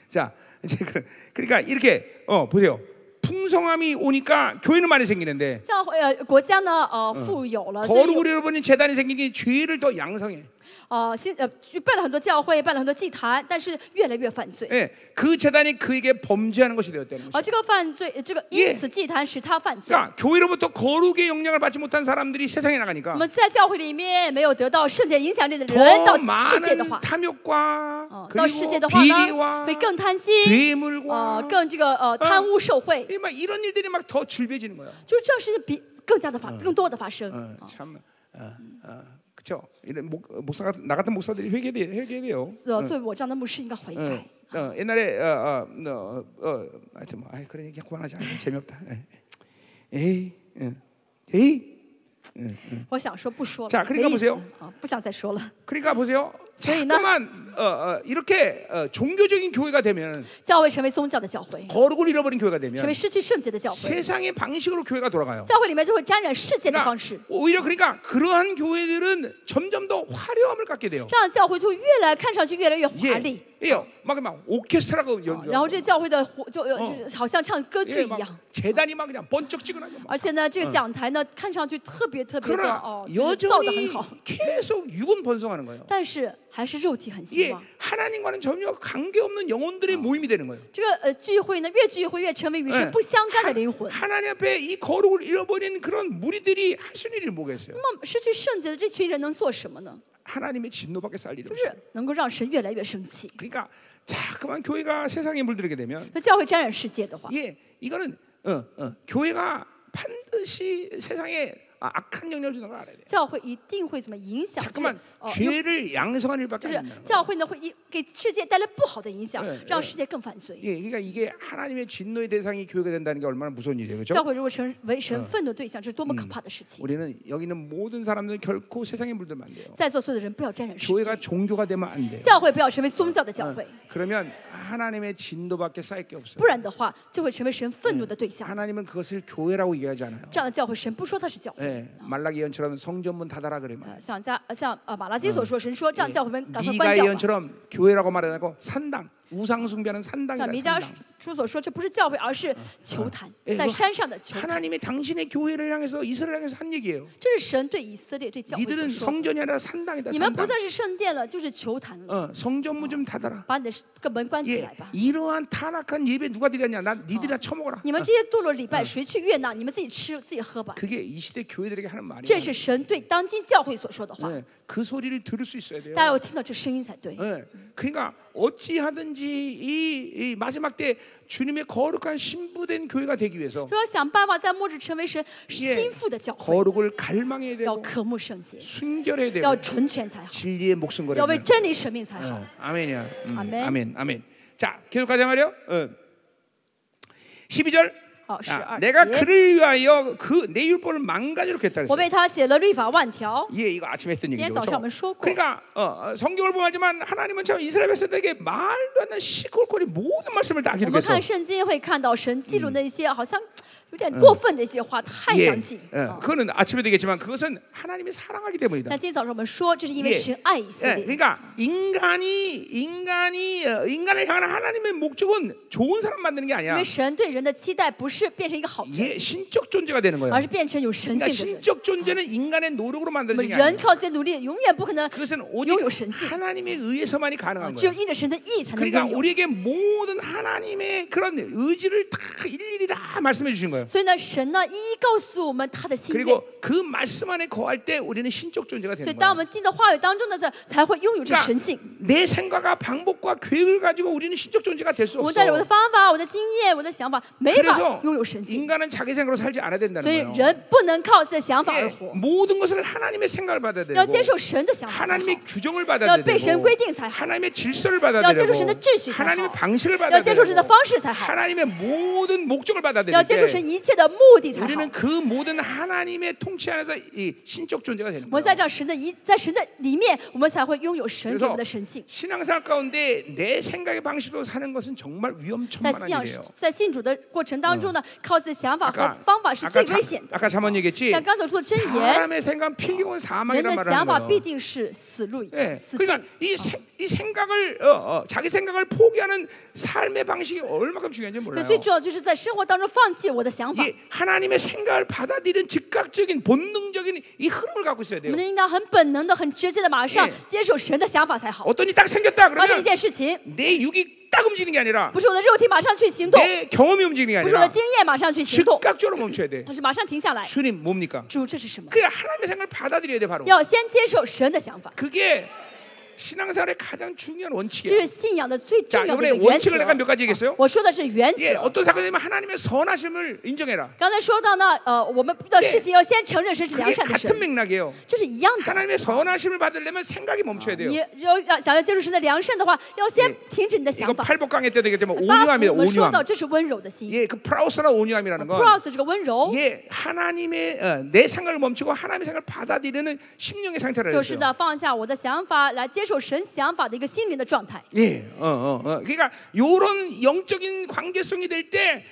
Speaker 1: 자, 이제 그, 그러니까 이렇게 어 보세요. 풍성함이 오니까 교회는 많이 생기는데
Speaker 2: 教会呃国家呢呃富有
Speaker 1: 嗯
Speaker 2: 了，所以有
Speaker 1: 거룩을 잃어버린 재단이 생기니 죄를 더 양성해.
Speaker 2: 呃新呃举办了很多教会，办了很多祭坛，但是越来越犯罪。
Speaker 1: 예, 그 재단이 그에게 범죄하는 것이 되었다는
Speaker 2: 而
Speaker 1: 것이죠.
Speaker 2: 这个犯罪，呃这个
Speaker 1: 耶
Speaker 2: 因此祭坛使他犯罪。
Speaker 1: 그러니까 교회로부터 거룩의 영향을 받지 못한 사람들이 세상에
Speaker 2: 我
Speaker 1: 나가니까
Speaker 2: 们在教会里面没有得到圣洁影响力的人，
Speaker 1: 뭐, 더 어,
Speaker 2: 到世界的
Speaker 1: 많은
Speaker 2: 话，
Speaker 1: 탐욕과
Speaker 2: 哦，到世界
Speaker 1: 그리고
Speaker 2: 的话呢，
Speaker 1: 비리와
Speaker 2: 会更贪心，
Speaker 1: 괴물과
Speaker 2: 呃，更这个呃贪污受贿，
Speaker 1: 이막 이런 일들이 막 더 질비해지는 거예요.
Speaker 2: 就是这样事情比更加的发，更多的发生。
Speaker 1: 어, 참, 어, 어, 그렇죠. 이런 목, 목사 같은- 나 같은 목사들이 회개돼 회개돼요.
Speaker 2: 呃，作为我这样的牧师应该悔改
Speaker 1: 어, 。 어, 옛날에 어, 어, 어, 어, 하여튼 뭐, 아이 그런 얘기 그만하자. 아이, 재미없다. 예. 에이, 에이, 에이.
Speaker 2: 我想说不说
Speaker 1: 자
Speaker 2: 了，
Speaker 1: 그러니까
Speaker 2: 没意思
Speaker 1: 보세요
Speaker 2: 啊，不想再说了。
Speaker 1: 그러니까 보세요.
Speaker 2: 저희나-
Speaker 1: 자꾸만 어, 어, 이렇게 어, 종교적인 교회가 되면
Speaker 2: 教会成为宗教的教会，
Speaker 1: 거룩을 잃어버린 교회가
Speaker 2: 成
Speaker 1: 되면
Speaker 2: 为失去圣洁的教会，
Speaker 1: 세상의 방식으로 교회가 돌아가요.
Speaker 2: 教会里面就会沾染世界的方
Speaker 1: 그러니까
Speaker 2: 式，
Speaker 1: 오히려 그러니까 그러한 교회들은 점점 더 화려함을 갖게 돼요.
Speaker 2: 这样教会就越来看上去越来越华
Speaker 1: 예,
Speaker 2: 丽。
Speaker 1: 예요. 막, 막 오케스트라가
Speaker 2: 啊然后
Speaker 1: 연주하고
Speaker 2: 这教会的活就呃就是好像唱歌
Speaker 1: 예,
Speaker 2: 剧一
Speaker 1: 막
Speaker 2: 样。
Speaker 1: 재단이 막 그냥 번쩍지근하게 막.
Speaker 2: 而且呢，这个讲台呢，看上去特别特别的
Speaker 1: 아, 그러나
Speaker 2: 哦，就是造得很
Speaker 1: 여전히
Speaker 2: 好，
Speaker 1: 계속 유분 번성하는 거예요.
Speaker 2: 但是还是肉体很希
Speaker 1: 이게
Speaker 2: 望。
Speaker 1: 하나님과는 전혀 관계없는 영혼들의 모임이 되는 거예요.
Speaker 2: 这个呃聚会呢，越聚会越成为与神
Speaker 1: 예.
Speaker 2: 不相干的灵魂。
Speaker 1: 하나님 앞에 이 거룩을 잃어버린 그런 무리들이 할 수 있는 일이 뭐겠어요?
Speaker 2: 那么失去圣洁的这群人能做什么呢？
Speaker 1: 하나님의 진노밖에 쌀 일이
Speaker 2: 就
Speaker 1: 없어요.
Speaker 2: 是能够让神越来越生气。
Speaker 1: 그러니까 자꾸만 교회가 세상에 물들게 되면
Speaker 2: 那教会沾染世界的话，
Speaker 1: 예, 이거는 어, 어, 교회가 반드시 세상에 아, 악한 영향을 주는 걸 알아야 돼.
Speaker 2: 教会一定会怎么影响？就是
Speaker 1: 자꾸만
Speaker 2: 哦，用
Speaker 1: 죄를 양성한 일밖에
Speaker 2: 就
Speaker 1: 안
Speaker 2: 是
Speaker 1: 된다는 거예요.
Speaker 2: 教会呢会一给世界带来不好的影响
Speaker 1: 嗯嗯，
Speaker 2: 让世界更犯罪。
Speaker 1: 예, 그러니까 이게 하나님의 진노의 대상이 교회가 된다는 게 얼마나 무서운 일이에요, 그렇죠?
Speaker 2: 教会如果成为神愤怒对象，这是多么可怕的事情！
Speaker 1: 우리는 여기 있는 모든 사람들은 결코 세상에 물들면 안 돼요.
Speaker 2: 在座所有的人不要沾染世
Speaker 1: 교회가
Speaker 2: 界，
Speaker 1: 종교가 되면 안 돼요.
Speaker 2: 教会不要成为宗教的教会，
Speaker 1: 嗯 그러면 하나님의 진도밖에 쌓일 게 없어요.
Speaker 2: 不然的话就会成为神愤怒的对象。
Speaker 1: 하나님은 그것을 교회라고 얘기하지 않아요.
Speaker 2: 这样的教会，神不说它是教会。
Speaker 1: 예, 말라기 예언처럼 성전문 닫아라 그래요.
Speaker 2: 呃，像加呃像呃马拉基所说，神说这样教会们赶快关
Speaker 1: 네. 미가
Speaker 2: 掉吧。
Speaker 1: 예언처럼 교회라고 말하지 않고 산당, 우상 숭배하는
Speaker 2: 像
Speaker 1: 산당이다.
Speaker 2: 弥迦
Speaker 1: 산당.
Speaker 2: 书所说，这不是教会，而是球坛
Speaker 1: 哎，
Speaker 2: 在山上的球坛。
Speaker 1: 하나님이 당신의 교회를 향해서 이스라엘 향해서 한 얘기예요.
Speaker 2: 这是神对以色列对教会所
Speaker 1: 니들은
Speaker 2: 说的。
Speaker 1: 성전이 아니라 산당이다.
Speaker 2: 你们不
Speaker 1: 산당.
Speaker 2: 再是圣殿了，就是球坛了。
Speaker 1: 어, 성전문 좀 닫아라.
Speaker 2: 把你的个门关起
Speaker 1: 예,
Speaker 2: 来吧。
Speaker 1: 이러한 타락한 예배 누가 드렸냐? 난 니들이나 처먹어라.
Speaker 2: 你们这些堕落礼拜，谁去悦纳？你们自己吃自己喝吧。
Speaker 1: 그게 이 시대 교회들에게 하는 말이에요.
Speaker 2: 这是神对当今教会所说的话，
Speaker 1: 예, 그 소리를 들을 수 있어야 돼요.
Speaker 2: 大家要听到这声音才对。
Speaker 1: 예, 그러니까 어찌하든지 이, 이 마지막 때 주님의 거룩한 신부된 교회가 되기 위해서
Speaker 2: 就要想办法在末日成为神心腹的教会，
Speaker 1: 거룩을 갈망해야
Speaker 2: 要
Speaker 1: 되고
Speaker 2: 渴慕圣洁，
Speaker 1: 순결해야
Speaker 2: 要
Speaker 1: 되고
Speaker 2: 纯全才好，
Speaker 1: 진리의 목숨
Speaker 2: 要
Speaker 1: 걸어야
Speaker 2: 为
Speaker 1: 돼.
Speaker 2: 真理舍命才
Speaker 1: 嗯
Speaker 2: 好。
Speaker 1: 아멘이야. 음,
Speaker 2: 아멘.
Speaker 1: 아멘. 아멘. 자, 계속 가자 말이요. 어. 12절.
Speaker 2: 어, 12
Speaker 1: 내가
Speaker 2: 예.
Speaker 1: 그를 위하여 그 내 율법을 망가지로 했다
Speaker 2: 我
Speaker 1: 그랬어.
Speaker 2: 为他写了律法万条，
Speaker 1: 예, 이거 아침에 했던 얘기죠.
Speaker 2: 뒤에서
Speaker 1: 그렇죠?
Speaker 2: 한번 쉬었고.
Speaker 1: 그러니까 어, 어, 성경을 보지만 하나님은 참 이스라엘 백성들에게 말도 안 되는 시골거리 모든 말씀을 다
Speaker 2: 我们
Speaker 1: 기록해서
Speaker 2: 看圣经会看到神记录那些好像有点过分的一些话，太
Speaker 1: 예,
Speaker 2: 详细
Speaker 1: 예,
Speaker 2: 了。
Speaker 1: 그거는 아침에 되겠지만 그것은 하나님이 사랑하기 때문이다.
Speaker 2: 但今天早上我们说，这是因为
Speaker 1: 예,
Speaker 2: 神爱以色
Speaker 1: 예,
Speaker 2: 列。
Speaker 1: 그러니까 인간이 인간이 어, 인간을 향한 하나님의 목적은 좋은 사람 만드는 게
Speaker 2: 因
Speaker 1: 아니야.
Speaker 2: 为神对人的期待不是变成一个好人，
Speaker 1: 예, 신적 존재가 되는 거야.
Speaker 2: 而是变成有神
Speaker 1: 그러니까
Speaker 2: 性的人。
Speaker 1: 신적 존재는 인간의 노력으로
Speaker 2: 我们
Speaker 1: 만들어진 게
Speaker 2: 人
Speaker 1: 아니야.
Speaker 2: 靠自己的努力，永远不可能
Speaker 1: 그것은
Speaker 2: 拥
Speaker 1: 오직
Speaker 2: 有神性，
Speaker 1: 하나님에 의해서만이 가능한
Speaker 2: 只有
Speaker 1: 거야.
Speaker 2: 因着神的意才能
Speaker 1: 그러니까
Speaker 2: 拥有。
Speaker 1: 우리에게 모든 하나님의 그런 의지를 다 일일이 다 말씀해 주신 거예요.
Speaker 2: 所以呢，神呢一一告诉我们他的心愿。
Speaker 1: 그리고 그 말씀 안에 거할 때 우리는 신적 존재가
Speaker 2: 所以，
Speaker 1: 되는
Speaker 2: 当我
Speaker 1: 거예요.
Speaker 2: 们进到话语当中的时候，才会拥有这神性
Speaker 1: 그러니까 。내 생각과 방법과 계획을 가지고 우리는 신적 존재가 될 수
Speaker 2: 我带着
Speaker 1: 없어.
Speaker 2: 我的方法、我的经验、我的想法，没法
Speaker 1: 그래서
Speaker 2: 拥有神性。
Speaker 1: 인간은 자기 생각으로 살지 않아야
Speaker 2: 所
Speaker 1: 된다는
Speaker 2: 以，
Speaker 1: 거예요.
Speaker 2: 人不能靠自己的想法而
Speaker 1: 이게
Speaker 2: 活，
Speaker 1: 모든 것을 아, 하나님의 생각을 받아야
Speaker 2: 要接
Speaker 1: 되고
Speaker 2: 受神的想法才好。
Speaker 1: 하나님의 규정을 받아야
Speaker 2: 야, 그被神
Speaker 1: 되고
Speaker 2: 规定才好。
Speaker 1: 하나님의 질서를 받아야
Speaker 2: 要接受神的
Speaker 1: 되고
Speaker 2: 秩序才
Speaker 1: 하나님의
Speaker 2: 好，
Speaker 1: 방식을
Speaker 2: 要
Speaker 1: 받아야
Speaker 2: 接受神的
Speaker 1: 되고
Speaker 2: 方式才好，
Speaker 1: 하나님의 모든 목적을 받아야
Speaker 2: 要接受神
Speaker 1: 되는데
Speaker 2: 一切的目的才好
Speaker 1: 우리는。그 모든 하나님의 통치 안에서 이 신적 존재가 되는
Speaker 2: 我们在
Speaker 1: 거예요.
Speaker 2: 这样神的一在神的里面，我们才会拥有神给我们的神性。
Speaker 1: 신앙생활 가운데 내 생각의 방식으로 사는 것은 정말
Speaker 2: 在信
Speaker 1: 위험천만한
Speaker 2: 仰
Speaker 1: 일이에요.
Speaker 2: 在信主的过程当中呢，靠自己的想法和方法是
Speaker 1: 아까
Speaker 2: 最
Speaker 1: 자,
Speaker 2: 危险的。
Speaker 1: 아까 잠언 얘기했지.
Speaker 2: 像刚才说的箴言，
Speaker 1: 사람의 생각 필경은
Speaker 2: 人
Speaker 1: 사망이란
Speaker 2: 的
Speaker 1: 말을
Speaker 2: 想
Speaker 1: 하는
Speaker 2: 法必
Speaker 1: 거예요.
Speaker 2: 定是死路一条
Speaker 1: 예,
Speaker 2: 死径
Speaker 1: 그러니까 。이, 세, 이 생각을 어, 어, 자기 생각을 포기하는 삶의 방식이 얼마큼 중요한지
Speaker 2: 所以
Speaker 1: 몰라요.
Speaker 2: 最重要就是在生活当中放弃我的想法。
Speaker 1: 예, 하나님의 생각을 받아들이는 즉각적인 본능적인 이 흐름을 갖고 있어야
Speaker 2: 我
Speaker 1: 돼요.
Speaker 2: 们应当很本能的、很直接的，马上
Speaker 1: 예
Speaker 2: 接受神的想法才好。
Speaker 1: 어떤 일이 딱 생겼다
Speaker 2: 发生一
Speaker 1: 그러면
Speaker 2: 件事情，
Speaker 1: 내 육이 딱 움직이는 게 아니라
Speaker 2: 不是我的肉体马上去行动，
Speaker 1: 내 경험이 움직이는 게
Speaker 2: 不是我的
Speaker 1: 아니라
Speaker 2: 经验马上哎去行动，
Speaker 1: 즉각적으로 멈춰야 돼.
Speaker 2: 而是马上停下来。
Speaker 1: 주님 뭡니까?
Speaker 2: 主，这是什么？
Speaker 1: 그 하나님의 생각을 받아들여야 돼 바로.
Speaker 2: 要先接受神的想法，
Speaker 1: 그게 신앙생활의 가장 중요한
Speaker 2: 这
Speaker 1: 원칙이에요.
Speaker 2: 是信仰的最重
Speaker 1: 자,
Speaker 2: 要的一
Speaker 1: 이번에
Speaker 2: 个原
Speaker 1: 원칙을 내가 몇
Speaker 2: 则。
Speaker 1: 가지 얘기했어요.
Speaker 2: 我说的是原
Speaker 1: 예,
Speaker 2: 则。
Speaker 1: 어떤 사건이면 하나님의 선하심을 인정해라.
Speaker 2: 刚才说到呢，呃，我们遇到事情要先承认神是良
Speaker 1: 그게
Speaker 2: 善的
Speaker 1: 같은
Speaker 2: 神，
Speaker 1: 맥락이에요.
Speaker 2: 这是一样的。
Speaker 1: 하나님의 선하심을 받으려면 생각이 멈춰야 돼요.
Speaker 2: 你要要想要接受神的良善的话，要先停止你的
Speaker 1: 이거
Speaker 2: 想法。
Speaker 1: 팔복강의 때도 얘기했지만
Speaker 2: 八福
Speaker 1: 온유함이다.
Speaker 2: 我们说到
Speaker 1: 온유함.
Speaker 2: 这是温柔的心
Speaker 1: 예, 그 프라우스나 온유함이라는 건
Speaker 2: ，cross 这个温柔，
Speaker 1: 예, 하나님의 어, 내 생각을 멈추고 하나님의 생각을 받아들이는 심령의 상태라는
Speaker 2: 就是
Speaker 1: 거죠.
Speaker 2: 呢放下我的想法，来接受神想法的一个心灵的状态。
Speaker 1: 예, 어, 어, 어. 그러니까 요런 영적인 관계성이 될 때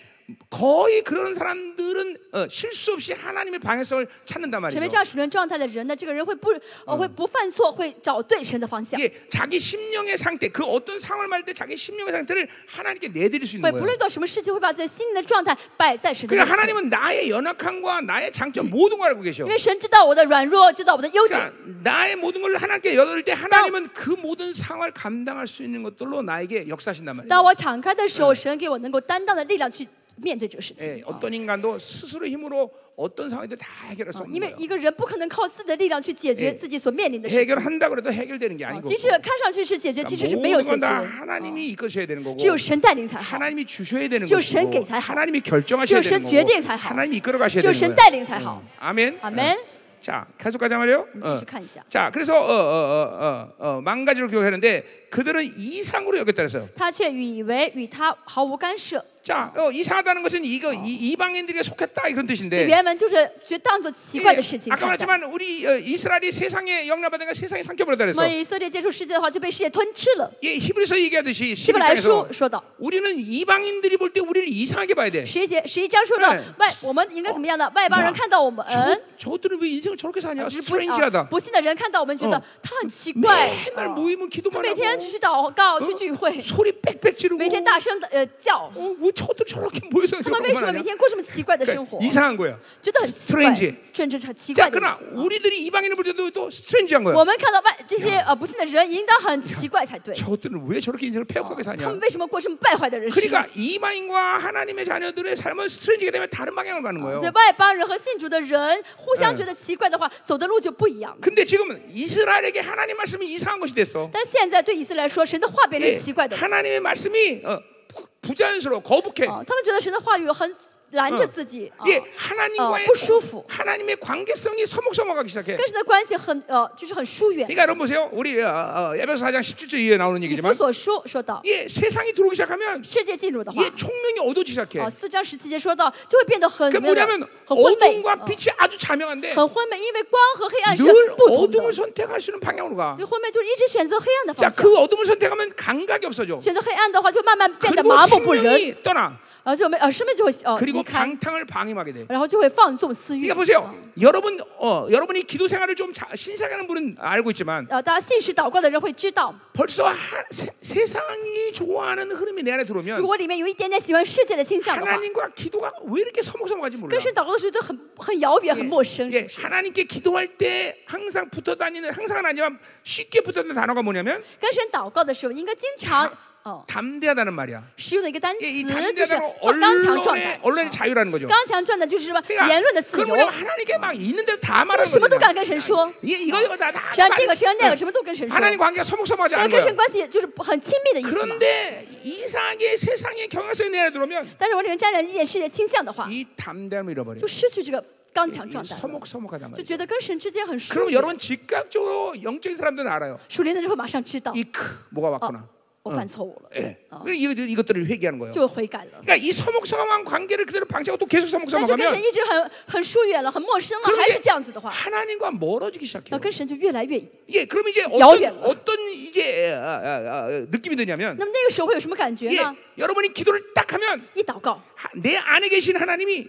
Speaker 1: 거의 그런 사람들은 어, 실수 없이 하나님의 방해성을 찾는단
Speaker 2: 成
Speaker 1: 말이죠.
Speaker 2: 为这样属灵状态的人呢，这个人会不呃会不犯错，会找对神的方向，
Speaker 1: 예, 자기 심령의 상태, 그 어떤 상황을 말할 때 자기 심령의 상태를 하나님께 내드릴 수
Speaker 2: 会
Speaker 1: 있는
Speaker 2: 不论
Speaker 1: 거예요.
Speaker 2: 遇到什么事情，会把自己的心灵的状态摆在神的面
Speaker 1: 그러니까
Speaker 2: 前。
Speaker 1: 하나님은 나의 연약함과 나의 장점 모든 걸 알고 계셔.
Speaker 2: 因为神知道我的软弱，知道我的优点，
Speaker 1: 그러니까 나의 모든 걸 하나님께 열어줄 때 하나님은 그 모든 상황을 감당할 수 있는 것들로 나에게 역사하신단 말이에요.
Speaker 2: 当我敞开的时候，神给我能够担当的力量去面对这个事情
Speaker 1: 예, 。
Speaker 2: 啊
Speaker 1: 어떤 인간도 스스로 힘으로 어떤 상황에도 다 해결할 수 없는
Speaker 2: 因为
Speaker 1: 거예요.
Speaker 2: 一个人不可能靠自己的力量去解决自己所面
Speaker 1: 哎
Speaker 2: 临的事情。
Speaker 1: 해결한다 그래도 해결되는 게
Speaker 2: 啊
Speaker 1: 아니고 그러니까
Speaker 2: 即使看上去是解决，其实是没有
Speaker 1: 모든
Speaker 2: 解
Speaker 1: 건
Speaker 2: 决
Speaker 1: 다
Speaker 2: 啊。
Speaker 1: 하나님이 이끄셔야 되는 거고
Speaker 2: 只有神带领才好，
Speaker 1: 하나님이 주셔야 되는
Speaker 2: 只有神
Speaker 1: 것이고
Speaker 2: 给才好，
Speaker 1: 하나님이 결정하셔야
Speaker 2: 只有神
Speaker 1: 되는 거고
Speaker 2: 决定才好，
Speaker 1: 하나님이 이끌어 가셔야
Speaker 2: 只有
Speaker 1: 되는
Speaker 2: 神
Speaker 1: 거예요.
Speaker 2: 带领才好。
Speaker 1: 아멘.
Speaker 2: 아멘.
Speaker 1: 어. 자, 계속 가자 말이요.
Speaker 2: 我们继续看一下，
Speaker 1: 자, 그래서 어, 어, 어, 어, 어, 망가지로 교회하는데 그들은 이상으로 여겼다 그래서
Speaker 2: 他却以为与他毫无干涉。
Speaker 1: 자, 어, 이상하다는 것은 이거 이, 이방인들에게 속했다 이런
Speaker 2: 这
Speaker 1: 뜻인데
Speaker 2: 原文就是觉得当做奇怪的事
Speaker 1: 이게
Speaker 2: 情
Speaker 1: 아까
Speaker 2: 看待。
Speaker 1: 말했지만 우리 어, 이스라엘이 세상에 영락받은 걸 세상에 삼켜버렸다
Speaker 2: 那么
Speaker 1: 그래서
Speaker 2: 以色列接触世界的话，就被世界吞吃了。
Speaker 1: 예, 히브리서 얘기하듯이
Speaker 2: 希伯来书
Speaker 1: 11장에서
Speaker 2: 说到，
Speaker 1: 우리는 이방인들이 볼 때 우리를 이상하게 봐야 돼.
Speaker 2: 十一节十一章说到
Speaker 1: 哎
Speaker 2: 外，我们应该怎么样呢？外邦人看到我们，嗯，
Speaker 1: 저, 저들은 왜 인생을 저렇게 사냐?
Speaker 2: 就是不啊
Speaker 1: 스트레인지하다.
Speaker 2: 不信的哦人看到我们，觉
Speaker 1: 嗯
Speaker 2: 得他很奇怪，
Speaker 1: 맨날
Speaker 2: 啊
Speaker 1: 모이면
Speaker 2: 他
Speaker 1: 기도만
Speaker 2: 每
Speaker 1: 하고
Speaker 2: 天只去祷告、
Speaker 1: 嗯
Speaker 2: 去聚会，
Speaker 1: 소리 빽빽 지르고
Speaker 2: 每天大声的呃叫，
Speaker 1: 어, 왜 저들 저렇게 모여서
Speaker 2: 他们为什
Speaker 1: 저러고만
Speaker 2: 么每
Speaker 1: 하냐?
Speaker 2: 天过这么奇怪的生活
Speaker 1: 그러니까 ？ 이상한 거야.
Speaker 2: 觉得很奇怪，
Speaker 1: strange
Speaker 2: 甚至是很奇怪
Speaker 1: 자
Speaker 2: 的意
Speaker 1: 그러나
Speaker 2: 思。
Speaker 1: 우리들이 이방인을 볼 때도 또 스트레인지한 거야.
Speaker 2: 我们看到外这些呃不信的人，应当很奇怪才对。
Speaker 1: 저들은 왜 저렇게 인생을 폐역하게
Speaker 2: 他
Speaker 1: 사냐?
Speaker 2: 们为什么过这么败坏的人生？
Speaker 1: 그러니까 이방인과 하나님의 자녀들의 삶은 스트레인지가 되면 다른 방향으로 가는 거예요.
Speaker 2: 所以外邦人和信主的人互相
Speaker 1: 嗯
Speaker 2: 觉得奇怪的话，走的路就不一样了。
Speaker 1: 근데 지금은 이스라엘에게 하나님 말씀이 이상한 것이 됐어.
Speaker 2: 但是现在对以色列来说，神的话变
Speaker 1: 예,
Speaker 2: 成奇怪的了
Speaker 1: 하나님의 말씀이 어, 부- 부자연스러워 거북해.
Speaker 2: 啊！他们觉得神的话语很拦着
Speaker 1: 嗯
Speaker 2: 自己啊，
Speaker 1: 예, 하나님과의
Speaker 2: 어, 不舒服。
Speaker 1: 하나님의 관계성이 서먹서먹하기 시작해.
Speaker 2: 跟神的关系很呃，就是很疏远。
Speaker 1: 그러니까 여러분 보세요. 우리 어, 어, 에베소 4장 17절 이에 나오는
Speaker 2: 以弗
Speaker 1: 얘기지만
Speaker 2: 所书说到，
Speaker 1: 예, 세상이 들어오기 시작하면
Speaker 2: 世界进入的话，
Speaker 1: 예, 총명이 어두워지기 시작해.
Speaker 2: 哦，四章十七节说到，就会变得很
Speaker 1: 그
Speaker 2: 明亮
Speaker 1: 뭐냐면
Speaker 2: 很昏昧，
Speaker 1: 어둠과 그 빛이 아주 자명한데
Speaker 2: 呃很昏昧，因为光和黑暗是
Speaker 1: 늘
Speaker 2: 不同
Speaker 1: 어둠을
Speaker 2: 的。
Speaker 1: 선택할 수 있는 방향으로 가.
Speaker 2: 这昏昧就是一直选择黑暗的方
Speaker 1: 자,
Speaker 2: 向，
Speaker 1: 그 어둠을 선택하면 감각이 없어져.
Speaker 2: 选择黑暗的话，就慢慢变得
Speaker 1: 그리고
Speaker 2: 麻木不仁，
Speaker 1: 생명이 떠나.
Speaker 2: 然后就没呃，生命就会呃离
Speaker 1: 어, 그리고
Speaker 2: 开，
Speaker 1: 방탕을 방임하게 돼.
Speaker 2: 然后就会放纵私欲
Speaker 1: 그러니까 。 보세요. 여러분, 어, 여러분이 기도 생활을 좀 자- 신실하게 하는 분은 알고 있지만
Speaker 2: 呃，大家信实祷告的人会知道，
Speaker 1: 벌써 하, 세, 세상이 좋아하는 흐름이 내 안에
Speaker 2: 如
Speaker 1: 들어오면
Speaker 2: 果里面有一点点喜欢世界的倾向的话，
Speaker 1: 하나님과 기도가 왜 이렇게 서먹서먹한지 몰라.
Speaker 2: 跟神祷告的时候就很很遥远、很陌生，
Speaker 1: 예,
Speaker 2: 是不是？
Speaker 1: 하나님께 기도할 때 항상 붙어 다니는 항상은 아니지만 쉽게 붙어 다니는 단어가 뭐냐면
Speaker 2: 跟神祷告的时候，应该经 常哦
Speaker 1: 어. 담대하다는 말이야.
Speaker 2: 使用的一哦个单词
Speaker 1: 예, 이
Speaker 2: 就是
Speaker 1: 담대하다는
Speaker 2: 刚强
Speaker 1: 언론의
Speaker 2: 壮胆。
Speaker 1: 언론의 자유라는 거죠. 그러니까
Speaker 2: 刚强赚的就是什么言论的自由，
Speaker 1: 그러면 하나님께 막 있는 대로 다 말하는
Speaker 2: 什么都
Speaker 1: 거야.
Speaker 2: 敢跟神说，
Speaker 1: 이게 이거 그 이거 다 다.
Speaker 2: 实际上这个实际
Speaker 1: 다-
Speaker 2: 上哎那个什么都跟神说，
Speaker 1: 하나님 관계가 서먹서먹하지
Speaker 2: 然后
Speaker 1: 않은
Speaker 2: 跟
Speaker 1: 거야.
Speaker 2: 神关系就是很亲密的意思嘛。
Speaker 1: 그런데 이상하게 세상의 경향성이 내려 들어오면
Speaker 2: 但是我里面沾染一点世界倾向的话，
Speaker 1: 이 담대함을 잃어버려.
Speaker 2: 就失去这个刚强
Speaker 1: 이
Speaker 2: 壮胆了，
Speaker 1: 서먹서먹하단
Speaker 2: 就
Speaker 1: 말이야.
Speaker 2: 觉得跟神之间很疏
Speaker 1: 그럼
Speaker 2: 远。
Speaker 1: 여러분 즉각적으로 영적인 사람들은 알아요.
Speaker 2: 属灵的人会马上知道，
Speaker 1: 이 크 뭐가 왔구나.
Speaker 2: 我犯错误了，
Speaker 1: 예. 그래서 이- 이것들을 회개하는 거예요.
Speaker 2: 就会悔改 了。
Speaker 1: 그러니까 이 서먹서먹한 관계를 그대로 방치하고 또 계속
Speaker 2: 但是跟
Speaker 1: 서먹서먹하면
Speaker 2: 神一直很很疏远了，很陌生了，
Speaker 1: 그러면
Speaker 2: 还
Speaker 1: 이제
Speaker 2: 是这样子的话，
Speaker 1: 하나님과 멀어지기
Speaker 2: 那
Speaker 1: 시작해요.
Speaker 2: 跟神就越来越。
Speaker 1: 예, 그럼 이제
Speaker 2: 야오면.
Speaker 1: 어떤 어떤 이제 아, 아, 아, 느낌이 드냐면
Speaker 2: 那么那个时候会有什么感觉
Speaker 1: 예,
Speaker 2: 呢？
Speaker 1: 여러분이 기도를 딱 하면
Speaker 2: 一祷告，
Speaker 1: 하- 내 안에 계신 하나님이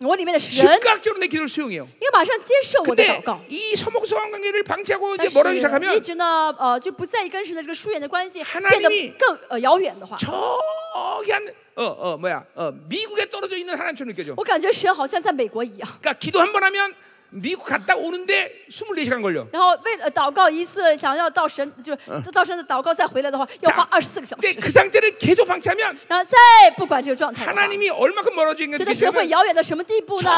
Speaker 2: 我里面的神
Speaker 1: 즉각적으로 내 기도를 수용해요.
Speaker 2: 应该马上接受我的
Speaker 1: 근데
Speaker 2: 祷告。
Speaker 1: 이 서먹서먹한 관계를 방치하고
Speaker 2: 但
Speaker 1: 이제
Speaker 2: 是
Speaker 1: 멀어지기 시작하면
Speaker 2: 一直呢，呃，就不在意跟神的这个疏远的关系，
Speaker 1: 하나님이
Speaker 2: 变得更呃遥远的话，
Speaker 1: 저기 한 어 어 뭐야 어 미국에 떨어져 있는 하나님처럼 느껴져.
Speaker 2: 我感觉神好像在美国一样。
Speaker 1: 그러니까 기도 한 번 하면 미국 갔다 오는데 24시간 걸려.
Speaker 2: 然后为了祷告一次，想要到神就是到神的祷告再回来的话，要花二十四个小
Speaker 1: 근데
Speaker 2: 时。
Speaker 1: 그 상태를 계속 방치하면
Speaker 2: 然后再不管这个状态的话，
Speaker 1: 하나님이 얼마큼 멀어진
Speaker 2: 觉
Speaker 1: 아. 건지
Speaker 2: 得神会遥远到什么地步呢？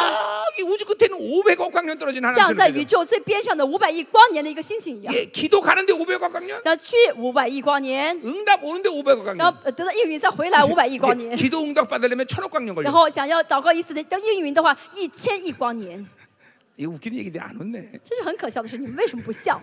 Speaker 1: 저기 우주 끝에는 500억 광년 떨어진
Speaker 2: 像在
Speaker 1: 하나님처럼
Speaker 2: 宇
Speaker 1: 느껴져.
Speaker 2: 宙最边上的五百亿光年的一个星星一样，
Speaker 1: 예, 기도 가는데 500억 광년,
Speaker 2: 然后去五百亿光年，
Speaker 1: 응답 오는데 500억
Speaker 2: 然
Speaker 1: 광년.
Speaker 2: 后呃得到应允再回
Speaker 1: 嗯
Speaker 2: 来五百亿光
Speaker 1: 이제
Speaker 2: 年，
Speaker 1: 기도 응답 받으려면 1000억 광년
Speaker 2: 然
Speaker 1: 걸려.
Speaker 2: 后想要祷告一次的得应允的话，一千亿光年。
Speaker 1: 이거 웃기는 얘기인데 안 웃네.
Speaker 2: 这是很可笑的事，你们为什么不笑？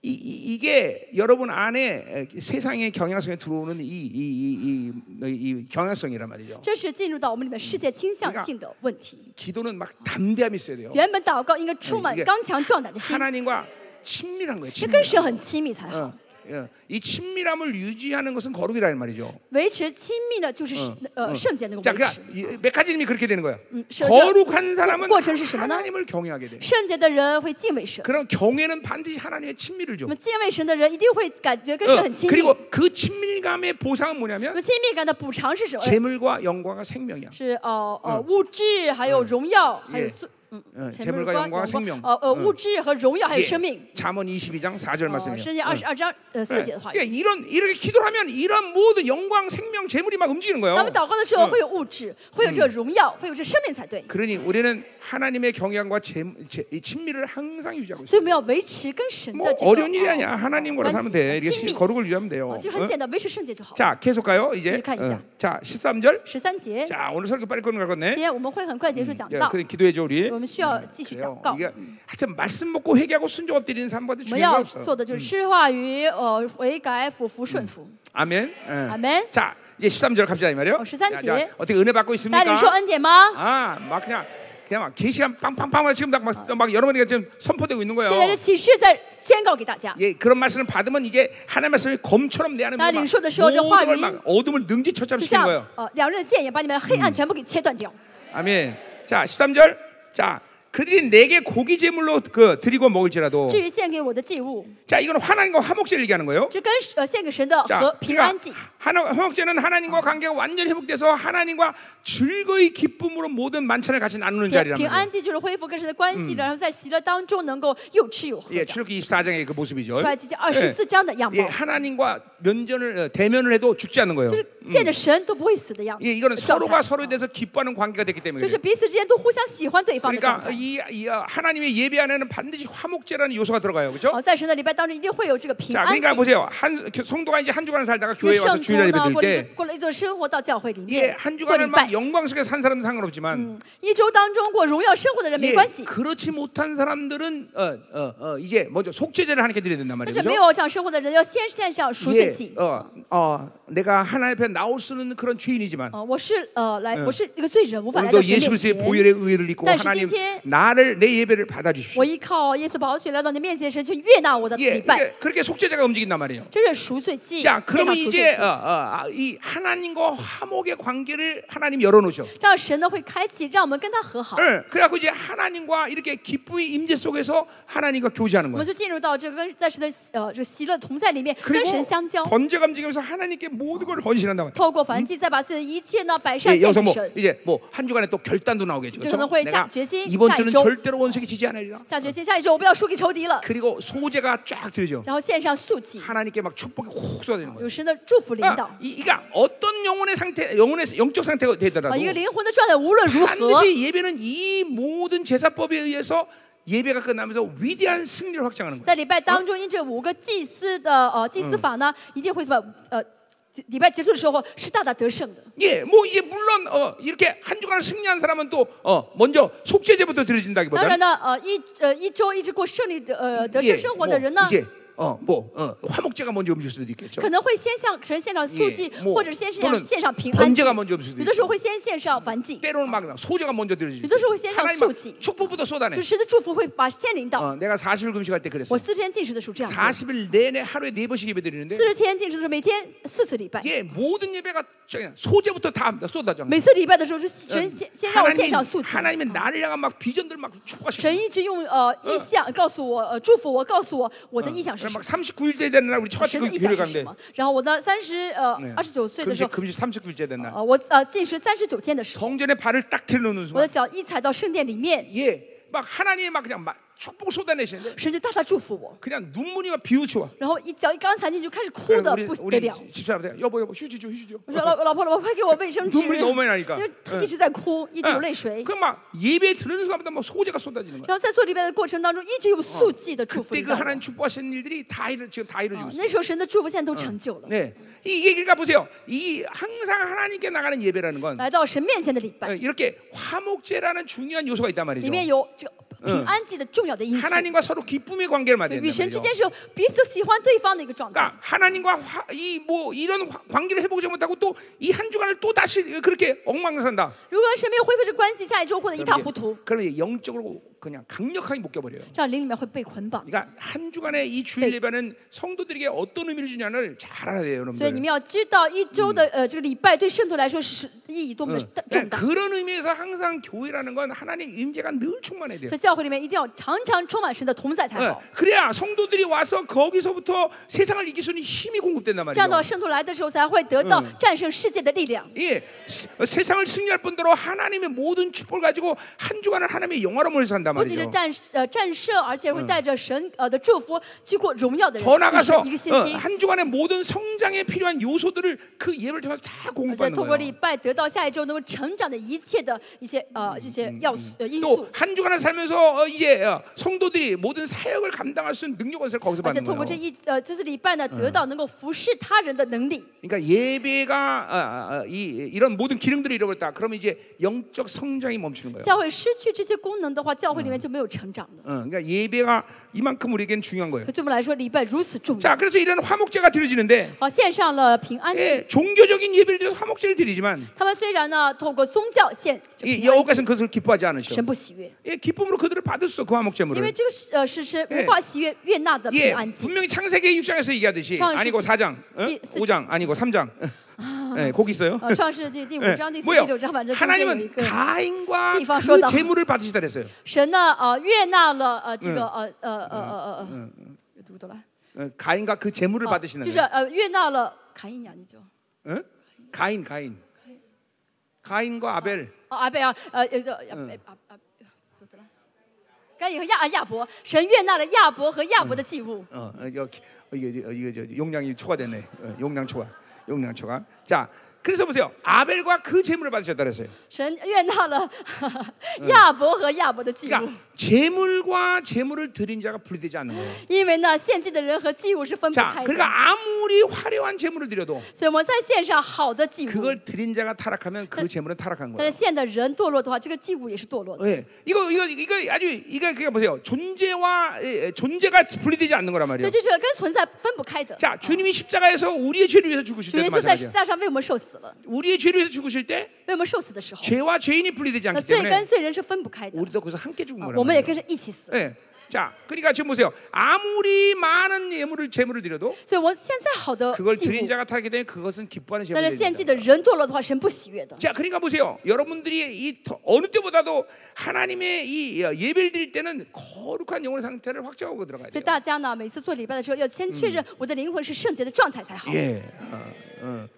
Speaker 1: 이, 이, 이게 여러분 안에 에, 세상의 경향성에 들어오는 이, 이, 이, 이, 이 경향성이란 말이죠.
Speaker 2: 这是进入到我们里面世界倾向性的问题。
Speaker 1: 기도는 막 담대함이 있어야 네. 돼요.
Speaker 2: 原本祷告应该充满
Speaker 1: 이게
Speaker 2: 刚强壮胆的心，
Speaker 1: 하나님과 친밀한 거예요.
Speaker 2: 这
Speaker 1: 친밀함.
Speaker 2: 跟神很亲密才好。
Speaker 1: 어, 어. 이 친밀함을 유지하는 것은 거룩이라는 말이죠.
Speaker 2: 维持亲密的，就是是呃圣洁那个
Speaker 1: 자,
Speaker 2: 维持
Speaker 1: 그러니까 。이 메카지님이 음, 그렇게 되는 거야.
Speaker 2: 저- 저-
Speaker 1: 거룩한 사람은
Speaker 2: 고- 过程是什么呢?
Speaker 1: 하나님을 경외하게 돼.
Speaker 2: 圣洁的人会敬畏神，
Speaker 1: 그럼 경외는 반드시 하나님의 친밀을 줘.
Speaker 2: 那么敬畏神的人一定会感觉跟神
Speaker 1: 어,
Speaker 2: 很亲密。
Speaker 1: 그리고 그 친밀감의 보상은
Speaker 2: 那
Speaker 1: 뭐냐면
Speaker 2: 么亲密感的补
Speaker 1: 어,
Speaker 2: 偿是什么？
Speaker 1: 재물과 영광과 생명이야.
Speaker 2: 呃嗯是哦哦、呃物质，还有荣耀，还有
Speaker 1: 예.
Speaker 2: 尊
Speaker 1: 어, 재물과
Speaker 2: 재물과
Speaker 1: 영광과
Speaker 2: 영광
Speaker 1: 생명.
Speaker 2: 呃呃物质和荣耀还有
Speaker 1: 예.
Speaker 2: 生命。
Speaker 1: 잠언 22장 4절
Speaker 2: 哦，
Speaker 1: 말씀이에요.
Speaker 2: 圣经二十二章呃四节的话
Speaker 1: 예.
Speaker 2: 语。
Speaker 1: 이런 이렇게 기도를 하면 이런 모든 영광, 생명, 재물이 막 움직이는
Speaker 2: 咱们
Speaker 1: 거예요. 어.
Speaker 2: 祷告的时候会有物质，会有这个荣耀，会有这生命才对。
Speaker 1: 그러니 우리는 하나님의 경향과 제, 제, 이 친밀을 항상 유지하고 있어요.
Speaker 2: 所以我们要维持跟神
Speaker 1: 뭐
Speaker 2: 的这个
Speaker 1: 어려운 일이
Speaker 2: 哦
Speaker 1: 아니야. 하나님과로
Speaker 2: 关
Speaker 1: 살면
Speaker 2: 系
Speaker 1: 돼.
Speaker 2: 哦
Speaker 1: 이게
Speaker 2: 亲密
Speaker 1: 거룩을 유지하면 돼요.
Speaker 2: 哦其实
Speaker 1: 어?
Speaker 2: 很简单，维持圣洁就好。
Speaker 1: 자, 계속 가요. 이제.
Speaker 2: 계속하자.
Speaker 1: 어. 자, 13절.
Speaker 2: 十三节，今
Speaker 1: 자, 오늘 설교 빨리 끝나겠네.
Speaker 2: 天我们会很快结束讲
Speaker 1: 예,
Speaker 2: 道，
Speaker 1: 그래 기도해 줘 우리.
Speaker 2: 我们需要继续祷
Speaker 1: 그래요.
Speaker 2: 告。
Speaker 1: 이게
Speaker 2: 啊我
Speaker 1: 하여튼 말씀 먹고 회개하고 순종 엎드리는 삶보다
Speaker 2: 们
Speaker 1: 중요한 거
Speaker 2: 要
Speaker 1: 음. 없어.
Speaker 2: 做的就是施化于呃悔改、俯伏、顺服。
Speaker 1: 아멘. 예.
Speaker 2: 아멘.
Speaker 1: 자, 이제 13절 갑시다 이 말이요.
Speaker 2: 어, 13 지.
Speaker 1: 어떻게 은혜 받고
Speaker 2: 大
Speaker 1: 있습니까?
Speaker 2: 家领受恩典吗？
Speaker 1: 아, 막 그냥 그냥 막 계시한 빵빵빵 지금 막막 막 여러 번이 지금 선포되고 있는 거예요.
Speaker 2: 现在这启示在宣告给大家。
Speaker 1: 예, 그런 말씀을 받으면 이제 하나님 말씀이 검처럼 내 안에
Speaker 2: 나
Speaker 1: 막
Speaker 2: 링쇼드 씌워져
Speaker 1: 모든 걸
Speaker 2: 화위.
Speaker 1: 막 어둠을 능지처참
Speaker 2: 就
Speaker 1: 시키는
Speaker 2: 像
Speaker 1: 거예요.
Speaker 2: 呃两刃的剑也把你们的黑暗全部给切断掉。
Speaker 1: 아멘. 자, 13절. 자, 그들이 내게 고기 제물로 그 드리고 먹을지라도
Speaker 2: 至于献给我的祭物，
Speaker 1: 자, 이건 하나님과 화목제를 얘기하는 거예요.
Speaker 2: 这跟呃献给神的
Speaker 1: 자,
Speaker 2: 和平安祭
Speaker 1: 어, 그러니까 。 어. 하나, 화목제는 하나님과 관계가 완전히 회복돼서 하나님과 즐거이 기쁨으로 모든 만찬을 같이 나누는
Speaker 2: 平
Speaker 1: 자리란
Speaker 2: 平
Speaker 1: 말이에요.
Speaker 2: 安祭就是恢复跟神的关系，然后在喜乐当中能够又吃又喝
Speaker 1: 예,
Speaker 2: 的。
Speaker 1: 출애굽기 24장의 그 모습이죠.
Speaker 2: 出来记二十
Speaker 1: 예.
Speaker 2: 四章的样
Speaker 1: 예,
Speaker 2: 貌，
Speaker 1: 하나님과 면전을 어, 대면을 해도 죽지 않는 거예요.
Speaker 2: 就是见着神都不会死的样子
Speaker 1: 예, 。 이거는
Speaker 2: 状态
Speaker 1: 서로가 서로에 대해서 기뻐하는 관계가 됐기 때문에
Speaker 2: 就是
Speaker 1: 그래요.
Speaker 2: 彼此之间都互相喜欢对方的状
Speaker 1: 그러니까
Speaker 2: 态。
Speaker 1: 이, 이 어, 하나님의 예배 안에는 반드시 화목제라는 요소가 들어가요. 그렇죠?
Speaker 2: 哦，在神的礼拜当中一定会有这个平
Speaker 1: 자,
Speaker 2: 安祭
Speaker 1: 그러니까 。 보세요. 한 교- 성도가 이제 한 주간 살다가
Speaker 2: 这
Speaker 1: 교회
Speaker 2: 圣
Speaker 1: 와서
Speaker 2: 徒
Speaker 1: 주일날
Speaker 2: 呢，
Speaker 1: 예배
Speaker 2: 过了
Speaker 1: 드릴 때
Speaker 2: 一种过了一段生活到教会里
Speaker 1: 예,
Speaker 2: 面
Speaker 1: 한
Speaker 2: 做礼
Speaker 1: 주간을 막
Speaker 2: 拜，
Speaker 1: 영광 속에 산 사람은 상관없지만
Speaker 2: 嗯一周当中过荣耀生活的人
Speaker 1: 예,
Speaker 2: 没关系，
Speaker 1: 그렇지 못한 사람들은 어, 어, 어, 이제 먼저 속죄제를 하나님께 드려야 된단
Speaker 2: 但
Speaker 1: 말이죠.
Speaker 2: 是没
Speaker 1: 그렇죠?
Speaker 2: 有这样生活的人要先献上赎罪
Speaker 1: 예,
Speaker 2: 祭。
Speaker 1: 어, 어, 내가 하나님 앞에 나올 수는 그런 죄인이지만
Speaker 2: 哦，我是呃来，我是一个罪人，无法来到
Speaker 1: 오늘도
Speaker 2: 神
Speaker 1: 예수 어,
Speaker 2: 面
Speaker 1: 그리스도의
Speaker 2: 前。
Speaker 1: 보혈의 의를 입고
Speaker 2: 다시
Speaker 1: 하나님
Speaker 2: 찐텐.
Speaker 1: 나를 내 예배를 받아
Speaker 2: 我
Speaker 1: 주십시오.
Speaker 2: 依靠耶稣宝血来到你面前，神去悦纳我的
Speaker 1: 예,
Speaker 2: 礼拜，
Speaker 1: 이게 그렇게 속죄자가 움직인단 말이에요.
Speaker 2: 这是赎罪祭，献
Speaker 1: 자,
Speaker 2: 上赎
Speaker 1: 그러면
Speaker 2: 罪
Speaker 1: 이제
Speaker 2: 祭
Speaker 1: 어,。 어, 아, 이 하나님과 화목의 관계를 하나님 열어놓으셔.
Speaker 2: 这样神呢会开启，让我们跟他和好。
Speaker 1: 예, 그래갖고 이제 하나님과 이렇게 기쁨의 임재 속에서 하나님과 교제하는
Speaker 2: 我
Speaker 1: 거예요.
Speaker 2: 们就进入到这个跟在神的呃这个喜乐同在里面，跟
Speaker 1: 그리고
Speaker 2: 神相交，
Speaker 1: 번제감 지면서 하나님께 모든 걸 헌신한다 말이에요.
Speaker 2: 透过凡祭再把自己的一切呢摆上
Speaker 1: 예,
Speaker 2: 献
Speaker 1: 여기서
Speaker 2: 给
Speaker 1: 뭐
Speaker 2: 神。
Speaker 1: 이제 뭐 한 주간에 또 결단도 나오겠죠. 그렇죠?
Speaker 2: 저는 회사,
Speaker 1: 내가
Speaker 2: 죄심,
Speaker 1: 이번 주는
Speaker 2: 사이죠.
Speaker 1: 절대로 원수에게 지지 않으리라.
Speaker 2: 下决心，下一周我不要输给仇敌了，
Speaker 1: 그리고 소제가 쫙 들죠.
Speaker 2: 然后献上素祭，
Speaker 1: 하나님께 막 축복이 확 쏟아지는 거예요.
Speaker 2: 有神的祝福领导
Speaker 1: 그러니까 。 이, 그러니까 어떤 영혼의 상태, 영혼의 영적 상태가
Speaker 2: 啊，
Speaker 1: 되더라도
Speaker 2: 一个灵魂的状态无论如何，
Speaker 1: 반드시 예배는 이 모든 제사법에 의해서 예배가 끝나면서 위대한 승리를 확장하는 거예요.
Speaker 2: 在礼拜当中，因这五个祭司的呃祭司法呢，一定会怎么呃礼拜结束的时候是大大得胜的。
Speaker 1: 예, 뭐 이게 물론 어, 이렇게 한 주간을 승리한 사람은 또 어, 먼저 속죄제부터 드려진다기보다는
Speaker 2: 当然呢，呃一呃一周一直过胜利的呃得
Speaker 1: 예,
Speaker 2: 胜生
Speaker 1: 뭐
Speaker 2: 活的人呢，
Speaker 1: 이제 어, 뭐 어, 화목제가 먼저 음식 수도 있겠죠.
Speaker 2: 可能会先向神献上素
Speaker 1: 예,
Speaker 2: 祭，
Speaker 1: 뭐
Speaker 2: 或者是先上
Speaker 1: 또는
Speaker 2: 献上平安祭。
Speaker 1: 번제가 먼저 음식 수도
Speaker 2: 有的时候
Speaker 1: 있고
Speaker 2: 会先献上燔祭，
Speaker 1: 때로는 막 소제가 먼저 드려지죠.
Speaker 2: 유도시고 세상
Speaker 1: 하나님 막
Speaker 2: 소지.
Speaker 1: 축복부터
Speaker 2: 就
Speaker 1: 쏟아내.
Speaker 2: 神的祝福会把先领到。
Speaker 1: 어, 내가 40일 금식할 때
Speaker 2: 我
Speaker 1: 그랬어요.
Speaker 2: 四十天禁食的时候这样做，
Speaker 1: 40일 내내 하루에 네 번씩 예배 드리는데
Speaker 2: 四十天禁食的时候每天四次礼拜，
Speaker 1: 예, 모든 예배가 저기 소제부터 다 합니다. 쏟아져.
Speaker 2: 每次礼拜的时候是神先先让我献
Speaker 1: 하나님,
Speaker 2: 上素祭，
Speaker 1: 하나님의 나를 향한 막 비전들 막 축복하시고
Speaker 2: 神一直用呃意向告诉我，呃祝福我，告诉我我的意向是什
Speaker 1: 막
Speaker 2: 么，
Speaker 1: 39일 때 되는 날 우리
Speaker 2: 神
Speaker 1: 처갓집
Speaker 2: 的意向
Speaker 1: 교회를
Speaker 2: 是
Speaker 1: 가는데
Speaker 2: 什么。然后我到三十呃
Speaker 1: 네.
Speaker 2: 二十九岁的时
Speaker 1: 금식
Speaker 2: 候，
Speaker 1: 금식 39일째 된 날.
Speaker 2: 呃我呃禁食三十九天的时候，
Speaker 1: 성전에 발을 딱 들여놓는
Speaker 2: 我
Speaker 1: 순간
Speaker 2: 的脚一踩到圣殿里面，
Speaker 1: 예, 막 하나님이 막 그냥 막 축복 쏟아내시는데
Speaker 2: 神就大大祝福我。
Speaker 1: 그냥 눈물이 막 비우쳐와.
Speaker 2: 然后一脚一刚踩进去就开始哭
Speaker 1: 그래서
Speaker 2: 的
Speaker 1: 우리
Speaker 2: 不得
Speaker 1: 우리
Speaker 2: 了。
Speaker 1: 집사람한테 여보 여보 휴지 줘 휴지 줘.
Speaker 2: 我说老老婆老婆快给我卫 生纸，
Speaker 1: 눈물이너무많이나니까
Speaker 2: 因为一嗯哎直在哭，一直有泪水。
Speaker 1: 예, 그막 예배 드는 순간부터 막 소재가 쏟아지는 거야.
Speaker 2: 然后在做礼拜的过程当中，一直有素祭的祝福
Speaker 1: 그때
Speaker 2: 领
Speaker 1: 그
Speaker 2: 导。
Speaker 1: 하나님 축복하신 일들이 다 이루 지금 다 이루어지고 있어.
Speaker 2: 那时候神的祝福现在都成就了。
Speaker 1: 아, 네, 이게 그러니까 보세요. 이 항상 하나님께 나가는 예배라는 건
Speaker 2: 来到神面前的礼
Speaker 1: 어,
Speaker 2: 拜，
Speaker 1: 이렇게 화목제라는 중요한 요소가 있단
Speaker 2: 里
Speaker 1: 말이죠.
Speaker 2: 面哎有嗯这个平安祭的重要的因素，
Speaker 1: 하나님과 서로 기쁨의 관계를 만드는
Speaker 2: 与神之
Speaker 1: 말이죠.
Speaker 2: 间是有彼此喜欢对方的一个状态
Speaker 1: 그러니까 。 하나님과 이 뭐 이런 화- 관계를 회복하지 못하고 또 이 한 주간을 또 다시 그렇게 엉망진창 산다.
Speaker 2: 如果神没有恢复这关系，下一周过得一塌糊涂，
Speaker 1: 그러면 영적으로 그냥 강력하게 묶여버려요.
Speaker 2: 这样灵里面会被捆绑。
Speaker 1: 그러니까 한 주간의 이 주일 예배는 성도들에게 어떤 의미를 주냐를 잘 알아야 돼요,
Speaker 2: 所以
Speaker 1: 여러분들.
Speaker 2: 你们要知道，一周的呃这个礼拜对圣徒来说是意义多么的
Speaker 1: 응.
Speaker 2: 大
Speaker 1: 그러니까
Speaker 2: 重大。
Speaker 1: 그런 의미에서 항상 교회라는 건 하나님 의 임재가 늘 충만해야 돼요.
Speaker 2: 所以教会里面一定要常常充满神的同在才
Speaker 1: 응.
Speaker 2: 好。
Speaker 1: 그래야 성도들이 와서 거기서부터 세상을 이길 수 있는 힘이 공급된단
Speaker 2: 这样的
Speaker 1: 말이에요.
Speaker 2: 话圣徒来的时候才会得到战胜世界的力量。
Speaker 1: 예, 세- 어, 세상을 승리할 뿐더러 하나님의 모든 축복을 가지고 한 주간을 하나님의 영화로움을 산단
Speaker 2: 不仅是
Speaker 1: 말이죠.
Speaker 2: 战呃战胜，而且会带着神呃的祝福去过荣耀的人
Speaker 1: 더
Speaker 2: 一生
Speaker 1: 나가서
Speaker 2: 一个信
Speaker 1: 어,
Speaker 2: 心，
Speaker 1: 한 주간의 모든 성장에 필요한 요소들을 그 예배를 통해서 다
Speaker 2: 而且
Speaker 1: 공급받는
Speaker 2: 通过礼
Speaker 1: 거예요.
Speaker 2: 拜得到下一周能够成长的一切的一些呃这些要素呃因素
Speaker 1: 또 。한 주간을 살면서 어, 이제 어, 성도들이 모든 사역을 감당할 수 있는 능력 원세를 거기서
Speaker 2: 而且
Speaker 1: 받는
Speaker 2: 通过这
Speaker 1: 거예요.
Speaker 2: 一呃这次礼拜呢，得到能够服侍他人的能力。
Speaker 1: 그러니까 예배가 아, 아, 아, 이, 이런 모든 기능들을 잃어버렸다. 그러면 이제 영적 성장이 멈추는 거예요.
Speaker 2: 教会失去这些功能的话，教会里面就没有成长了。
Speaker 1: 어, 그러니까 예배가 이만큼 우리에겐 중요한 거예요.
Speaker 2: 可对我们来说，礼拜如此重要。
Speaker 1: 자, 그래서 이런 화목제가 드려지는데
Speaker 2: 好，献上了平安祭。
Speaker 1: 예, 종교적인 예배를 드려서 화목제를 드리지만
Speaker 2: 他们虽然呢透过宗教献这
Speaker 1: 이
Speaker 2: 平安祭，
Speaker 1: 여호와께서는 그것을 기뻐하지 않으셔.
Speaker 2: 神不喜悦，
Speaker 1: 예, 기쁨으로 그들을 받으소 그
Speaker 2: 因为
Speaker 1: 화목제물을.
Speaker 2: 这个是呃是是
Speaker 1: 예
Speaker 2: 无法喜悦悦纳的
Speaker 1: 예,
Speaker 2: 平安祭。
Speaker 1: 분명히 창세기 6장에서 얘기하듯이
Speaker 2: 창세기
Speaker 1: 아니고 4장, 어?
Speaker 2: 이- 스-
Speaker 1: 5장 아니고 3장. 예, 거기 있어요.
Speaker 2: 呃，创世纪第五
Speaker 1: 예,
Speaker 2: 章、第四、第
Speaker 1: 뭐요?
Speaker 2: 六章，反正中间有一
Speaker 1: 하나님은
Speaker 2: 个
Speaker 1: 가인과
Speaker 2: 이방
Speaker 1: 그
Speaker 2: 쇼다.
Speaker 1: 재물을 받으시다 그랬어요.
Speaker 2: 神呢，呃，悦纳了呃这个呃呃呃呃呃呃，有读不读了？
Speaker 1: 어, 가인과 그 재물을
Speaker 2: 啊就
Speaker 1: 받으시는
Speaker 2: 是
Speaker 1: 거예요.
Speaker 2: 呃悦纳了卡因亚，你就
Speaker 1: 어? 가인, 가인. 가인과 아벨.
Speaker 2: 哦阿贝尔呃呃呃呃阿阿，读得了。该隐和亚啊亚伯，神悦纳了亚伯和亚伯的祭物。
Speaker 1: 어, 어, 여기 어, 이게 어, 이게 저 용량이 초과됐네. 어, 용량 초과. 용량 초과. 자, 그래서 보세요. 아벨과 그 재물을 받으셨다 그랬어요.
Speaker 2: 神悦纳了亚伯和亚伯的祭物
Speaker 1: 그러니까 ， 재물과 재물을 드린 자가 분리되지 않는 거예요.
Speaker 2: 因为呢，献祭的人和祭物是分不
Speaker 1: 자,
Speaker 2: 开的。
Speaker 1: 그러니까 아무리 화려한 재물을 드려도
Speaker 2: 所以我们在献上好的祭物，
Speaker 1: 그걸 드린 자가 타락하면 그 재물은 타락한
Speaker 2: 但
Speaker 1: 거예요.
Speaker 2: 是献的人堕落的话，这个祭物也是堕落的。
Speaker 1: 예, 이거 이거 이거 아주 이거 그게 보세요. 존재와 예, 예, 존재가 분리되지 않는 거란
Speaker 2: 所
Speaker 1: 말이에요.
Speaker 2: 以这是跟存在分不开的。
Speaker 1: 자, 주님이 십자가에서 우리의 죄를 위해서 죽으실
Speaker 2: 主
Speaker 1: 때
Speaker 2: 耶
Speaker 1: 도
Speaker 2: 稣在十字
Speaker 1: 마찬가지예요.
Speaker 2: 架上为我们受死了，
Speaker 1: 우리의 죄를 위해서 죽으실 때
Speaker 2: 为我们受死的时候，
Speaker 1: 죄와 죄인이 분리되지
Speaker 2: 那
Speaker 1: 않기
Speaker 2: 罪
Speaker 1: 때문에
Speaker 2: 跟罪人是分不开的，
Speaker 1: 우리도 거기서 함께 죽은
Speaker 2: 啊
Speaker 1: 거란
Speaker 2: 我们也
Speaker 1: 말이에요.
Speaker 2: 跟着一起死。
Speaker 1: 예. 자, 그러니까 지금 보세요. 아무리 많은 예물을 재물을 드려도
Speaker 2: 所以，我现在好的
Speaker 1: 그걸
Speaker 2: 祭
Speaker 1: 드린
Speaker 2: 物，
Speaker 1: 자가 타게 되면 그것은 기뻐하는
Speaker 2: 但是献
Speaker 1: 재물이
Speaker 2: 祭
Speaker 1: 되
Speaker 2: 的人堕落的话，神不喜悦的。
Speaker 1: 자, 그러니까 보세요. 여러분들이 이 더- 어느 때보다도 하나님의 이 어, 예배를 드릴 때는 거룩한 영혼 상태를 확정하고 들어가야
Speaker 2: 所以
Speaker 1: 돼요.
Speaker 2: 大家呢，每次做礼拜的时候，要先确认我的灵魂是圣洁的状态才好，
Speaker 1: 예. 어, 어,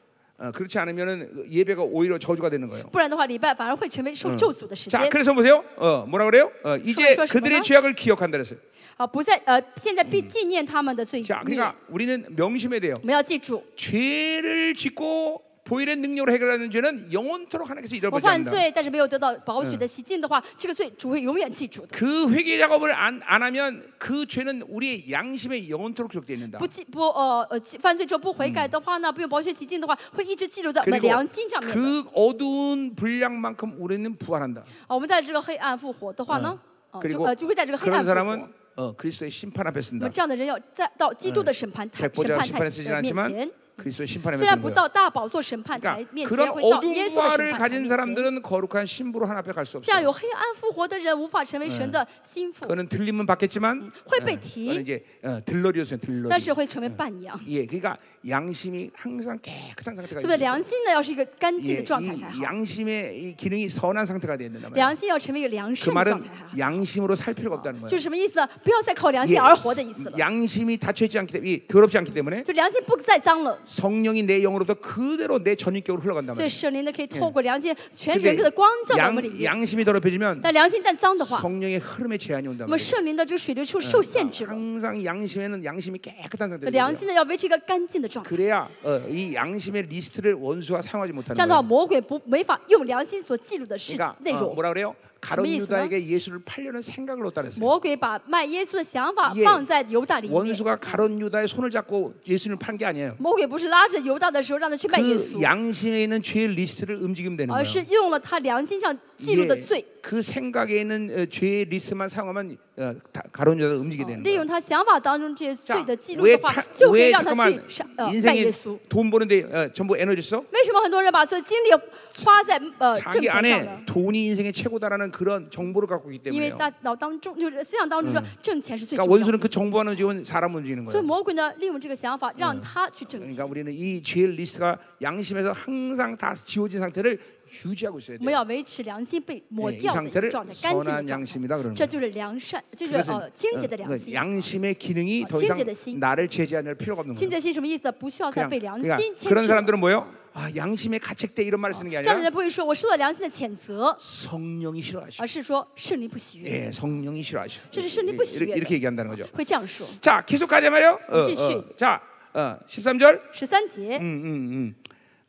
Speaker 1: 어, 그렇지 않으면은 예배가 오히려 저주가 되는 거예요.
Speaker 2: 不然的话，礼拜反而会成为受咒诅的时间
Speaker 1: 자, 。 그래서 보세요. 어, 뭐라 그래요? 어, 이제
Speaker 2: 잠시만요.
Speaker 1: 그들의 죄악을 기억한다 그랬어요.
Speaker 2: 啊，不再呃，现在必纪念他们的罪孽
Speaker 1: 자, 。 그러니까 우리는 명심해야 돼요.
Speaker 2: 我们要记住，
Speaker 1: 죄를 짓고 보일의 능력으로 해결하는 죄는 영원토록 하나님께서
Speaker 2: 我
Speaker 1: 잃어버리지
Speaker 2: 犯
Speaker 1: 않는다.
Speaker 2: 罪，但是没有得到保血的洗净的话，这个罪主会永远记住的。
Speaker 1: 그 회개 작업을 안, 안 하면 그 죄는 우리의 양심에 영원토록 기록되어 있는다.
Speaker 2: 不记不呃呃记犯罪之后不悔改的话呢，不用保血洗净的话，会一直记录在嗯我们
Speaker 1: 그리고
Speaker 2: 良心上面的。
Speaker 1: 그 어두운 분량만큼 우리는 부활한다.
Speaker 2: 啊，我们在这个黑暗复活的话呢，啊就
Speaker 1: 그리고
Speaker 2: 呃就会在这个黑
Speaker 1: 그런
Speaker 2: 暗复活
Speaker 1: 사람은 。 어, 그리스도의 심판 앞에
Speaker 2: 我
Speaker 1: 쓴다.
Speaker 2: 们这样的人要在到基督的审判台、审
Speaker 1: 백보자
Speaker 2: 判
Speaker 1: 심판에
Speaker 2: 台
Speaker 1: 쓰진
Speaker 2: 的面前
Speaker 1: 않지만 ， 그리스도의 심판에
Speaker 2: 虽然
Speaker 1: 쓰는
Speaker 2: 不
Speaker 1: 거야.
Speaker 2: 到大宝座审判台
Speaker 1: 그러니까
Speaker 2: 面前，
Speaker 1: 그런
Speaker 2: 会到耶
Speaker 1: 어두운
Speaker 2: 稣的
Speaker 1: 부활을
Speaker 2: 审判台
Speaker 1: 가진
Speaker 2: 面前。
Speaker 1: 사람들은 거룩한 신부로 하나님 앞에 갈 수
Speaker 2: 这样
Speaker 1: 없어.
Speaker 2: 有黑暗复活的人，无法成为神的心腹，
Speaker 1: 그거는 들림은 받겠지만
Speaker 2: 会被
Speaker 1: 그거는
Speaker 2: 提，
Speaker 1: 음, 이제 어, 들러리였어요.
Speaker 2: 但
Speaker 1: 들러리.
Speaker 2: 是会成为伴娘。
Speaker 1: 예, 그러니까 양심이 항상 깨끗한 상태가
Speaker 2: 所以
Speaker 1: 있어야
Speaker 2: 良
Speaker 1: 돼요.
Speaker 2: 心呢，要是一个干净
Speaker 1: 예,
Speaker 2: 的状态才
Speaker 1: 이
Speaker 2: 好。
Speaker 1: 양심의 이 기능이 선한 상태가 돼야 된단 말이에요.
Speaker 2: 良心要成为一个
Speaker 1: 그
Speaker 2: 良善的状
Speaker 1: 말은
Speaker 2: 态才好。
Speaker 1: 양심으로 살 필요가 없다는
Speaker 2: 就
Speaker 1: 거예요.
Speaker 2: 是什么意思呢？不要再靠良
Speaker 1: 예,
Speaker 2: 心而活的意思了。
Speaker 1: 양심이 닫혀있지 않기 때문에 이 더럽지 않기 때문에
Speaker 2: 就良心不再脏了，
Speaker 1: 성령이 내 영으로부터 그대로 내 전인격으로 흘러간단
Speaker 2: 所以
Speaker 1: 말이에요.
Speaker 2: 圣灵呢可以透过良心全
Speaker 1: 근데
Speaker 2: 人格的光照到我们里
Speaker 1: 양,
Speaker 2: 面。
Speaker 1: 양심이 더럽혀지면
Speaker 2: 但良心但脏的话，
Speaker 1: 성령의 흐름에 제한이 온단
Speaker 2: 我们
Speaker 1: 말이에요.
Speaker 2: 圣灵的这个水流就受限制嗯了。
Speaker 1: 항상 양심에는 양심이 깨끗한 상태로
Speaker 2: 良
Speaker 1: 돼요.
Speaker 2: 心呢要维持一个干净的状态，
Speaker 1: 그래야 어, 이 양심의 리스트를 원수와 사용하지
Speaker 2: 这
Speaker 1: 못하는
Speaker 2: 样的话
Speaker 1: 거예요.
Speaker 2: 魔鬼不没法用良心所记录的事情
Speaker 1: 그러니까
Speaker 2: 内
Speaker 1: 어,
Speaker 2: 容。
Speaker 1: 뭐라 그래요? 가론
Speaker 2: 무슨 얘기였어요?
Speaker 1: 유다에게 예수를 팔려는 생각을 놓다 그랬어요.
Speaker 2: 魔鬼把卖耶稣的想法
Speaker 1: 예
Speaker 2: 放在犹大里面，
Speaker 1: 원수가 가론 유다의 손을 잡고 예수를 판 게 아니에요.
Speaker 2: 魔鬼不是拉着犹大的时候让他去卖耶
Speaker 1: 그
Speaker 2: 稣，
Speaker 1: 양심에 있는 죄의 리스트를 움직이면 되는
Speaker 2: 而是
Speaker 1: 거예요.
Speaker 2: 用了他良心上记录的罪，
Speaker 1: 그 생각에 있는 어, 죄의 리스트만 사용하면 어, 다- 가론유다가 움직이게 되는
Speaker 2: 利
Speaker 1: 거예요.
Speaker 2: 用他想法当中这些罪的记录
Speaker 1: 왜
Speaker 2: 的
Speaker 1: 타,
Speaker 2: 话，就可
Speaker 1: 왜
Speaker 2: 以让他
Speaker 1: 잠깐만
Speaker 2: 去上呃拜
Speaker 1: 인생에
Speaker 2: 耶稣。
Speaker 1: 돈 버는데 어, 전부 에너지 써?
Speaker 2: 为什么很多人把所有精力花在呃挣
Speaker 1: 자기
Speaker 2: 钱上呢
Speaker 1: 안에 ？ 돈이 인생의 최고다라는 그런 정보를 갖고 있기
Speaker 2: 因为
Speaker 1: 때문에요.
Speaker 2: 大脑当中就是思想当中说挣钱是最
Speaker 1: 그러니까
Speaker 2: 重要的，
Speaker 1: 원수는 그 정보하는 지금 사람 움직이는
Speaker 2: 所以
Speaker 1: 거예요.
Speaker 2: 魔鬼呢利用这个想法让他去挣钱。
Speaker 1: 그러니까 우리는 이 죄의 리스트가 양심에서 항상 다 지워진 상태를 유지하고 있어야
Speaker 2: 我们
Speaker 1: 돼요.
Speaker 2: 要维持良心被抹
Speaker 1: 네
Speaker 2: 掉的
Speaker 1: 이
Speaker 2: 一个
Speaker 1: 상태를
Speaker 2: 状态，干净
Speaker 1: 선한
Speaker 2: 的状
Speaker 1: 양심이다그러는
Speaker 2: 态，这就是良善，就是呃
Speaker 1: 그것은
Speaker 2: 清
Speaker 1: 어,
Speaker 2: 洁的良
Speaker 1: 그
Speaker 2: 心。
Speaker 1: 양심의 기능이 더 이상
Speaker 2: 칭지의 신.
Speaker 1: 나를 제재할 필요가 없는
Speaker 2: 清
Speaker 1: 거예요.
Speaker 2: 洁心什么意思？不需要再
Speaker 1: 그냥,
Speaker 2: 被良
Speaker 1: 그러니까
Speaker 2: 心牵
Speaker 1: 그런
Speaker 2: 制。
Speaker 1: 사람들은 뭐예요? 아, 양심에 가책돼 이런 말을 쓰는 게
Speaker 2: 这样的
Speaker 1: 아니라
Speaker 2: 人不会说我受到良心的谴责，
Speaker 1: 성령이 어, 싫어하시고
Speaker 2: 而是说圣灵不喜悦，
Speaker 1: 예, 성령이 싫어하셔.
Speaker 2: 저는 신이
Speaker 1: 이렇게,
Speaker 2: 부시게
Speaker 1: 이렇게 얘기한다는 거죠.
Speaker 2: 会这样说。
Speaker 1: 자, 계속 가자 말이요. 어, 어,
Speaker 2: 지수.
Speaker 1: 자, 어, 13절.
Speaker 2: 十三节，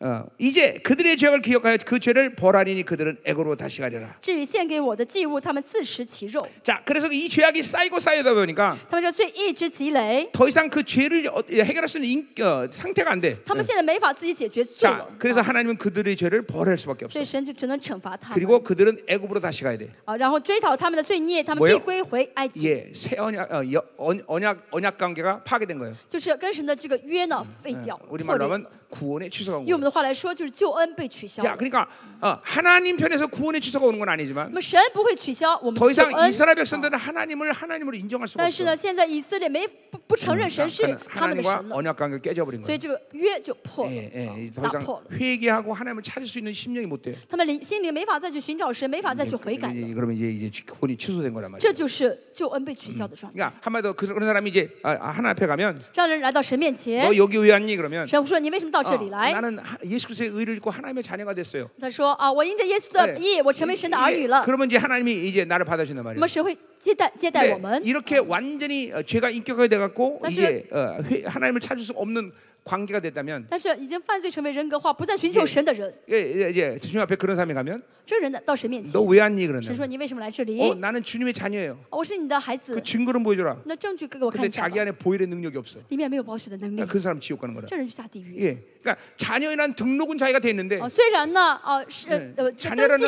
Speaker 1: 어, 이제 그들의 죄악을 기억하여 그 죄를 벌하리니 그들은 애고로 다시 가려라.
Speaker 2: 至于献给我的祭物，他们自食其肉。
Speaker 1: 자, 그래서 이 죄악이 쌓이고 쌓이다 보니까
Speaker 2: 他们说罪一直积累，
Speaker 1: 더 이상 그 죄를 어- 해결할 수 있는 인- 어, 상태가 안 돼.
Speaker 2: 他们现在没法自己解决罪
Speaker 1: 자,
Speaker 2: 了，
Speaker 1: 그래서 하나님은 그들의 죄를 벌할 수밖에 없어.
Speaker 2: 所以神就只能惩罚他们
Speaker 1: 그리고 그들은 애굽으로 다시 가야 돼.
Speaker 2: 啊，然后追讨他们的罪孽，他们
Speaker 1: 뭐예요
Speaker 2: 必归回哎埃及，
Speaker 1: 예, 새 언약 어, 여- 언- 언약 언약 관계가 파괴된 거예요.
Speaker 2: 就是跟神的这个约呢废掉，破
Speaker 1: 우리 말로
Speaker 2: 裂。
Speaker 1: 하면 구원의 취소가 온
Speaker 2: 用我
Speaker 1: 거예요.
Speaker 2: 们的话来说，就是救恩被取消。
Speaker 1: 야,
Speaker 2: 那
Speaker 1: 그러니까 어, 하나님 편에서 구원의 취소가 오는 건 아니지만
Speaker 2: 么神不会取消我们
Speaker 1: 더
Speaker 2: 的救
Speaker 1: 이상
Speaker 2: 恩，
Speaker 1: 이스라엘 백성들은 하나님을 하나님으로 인정할 수가
Speaker 2: 但是
Speaker 1: 없어.
Speaker 2: 呢，现在以色列没不不承认神是
Speaker 1: 그러니까
Speaker 2: 他们的
Speaker 1: 하나님과
Speaker 2: 神了，
Speaker 1: 언약 관계 깨져버린
Speaker 2: 所
Speaker 1: 거예요.
Speaker 2: 以这个约就破了
Speaker 1: 예, ， 예,
Speaker 2: 啊
Speaker 1: 더
Speaker 2: 打破
Speaker 1: 이상
Speaker 2: 了。
Speaker 1: 회개하고 하나님을 찾을 수 있는 심령이 못 돼요.
Speaker 2: 他们灵心灵没法再去寻找神，没法再去悔改了，
Speaker 1: 이제- 그러면 이제 이제 취- 구원이 취소된 거란 말이에요.
Speaker 2: 这就是救恩被取消的状态。
Speaker 1: 그러니까 한마디로 그- 그런 사람이 이제 아, 아, 하나 앞에 가면
Speaker 2: 让人来到神面前
Speaker 1: 너 ， 여기 왜 왔니? 그러면
Speaker 2: 神说：“你为什么到这里
Speaker 1: 아,
Speaker 2: 来
Speaker 1: 나는 하- 예수 그리스도의 의를 입고 하나님의 자녀가 됐어요. ？”
Speaker 2: 他说：“啊，我因着耶稣
Speaker 1: 네.
Speaker 2: 的义，我成为神的儿
Speaker 1: 이게-
Speaker 2: 女了。
Speaker 1: 그러면 이제 하나님이 이제 나를 받아준단
Speaker 2: 那
Speaker 1: 말이에요.
Speaker 2: 么神会接待接待我
Speaker 1: 근데
Speaker 2: 们。”
Speaker 1: 이렇게 완전히 어, 죄가 인격화가 돼갖고
Speaker 2: 사실-
Speaker 1: 이제 어, 회- 하나님을 찾을 수 없는 관계가 됐다면
Speaker 2: 但是已经犯罪成为人格化，不再寻求神的人，
Speaker 1: 예, 예, 이제 주님 앞에 그런 사람이 가면
Speaker 2: 这人呢到神面前，
Speaker 1: 너 왜 왔니? 그러는
Speaker 2: 神说：“你为什么来这里？
Speaker 1: 어, 나는 주님의 자녀예요.
Speaker 2: 我是你的孩子
Speaker 1: 그 ， 증거는 보여줘라.
Speaker 2: 那证据给我看
Speaker 1: 근데
Speaker 2: 一下吧
Speaker 1: 자기 。 안에 보일의 능력이 없어.
Speaker 2: 里面没有保血的能力
Speaker 1: 그러니까 ，그 사람 지옥 가는 거라.
Speaker 2: 这人就下地狱。
Speaker 1: 예. 그러니까 자녀란 등록은 자기가 돼 있는데
Speaker 2: 啊，虽然呢，啊是
Speaker 1: 예,
Speaker 2: 呃这登记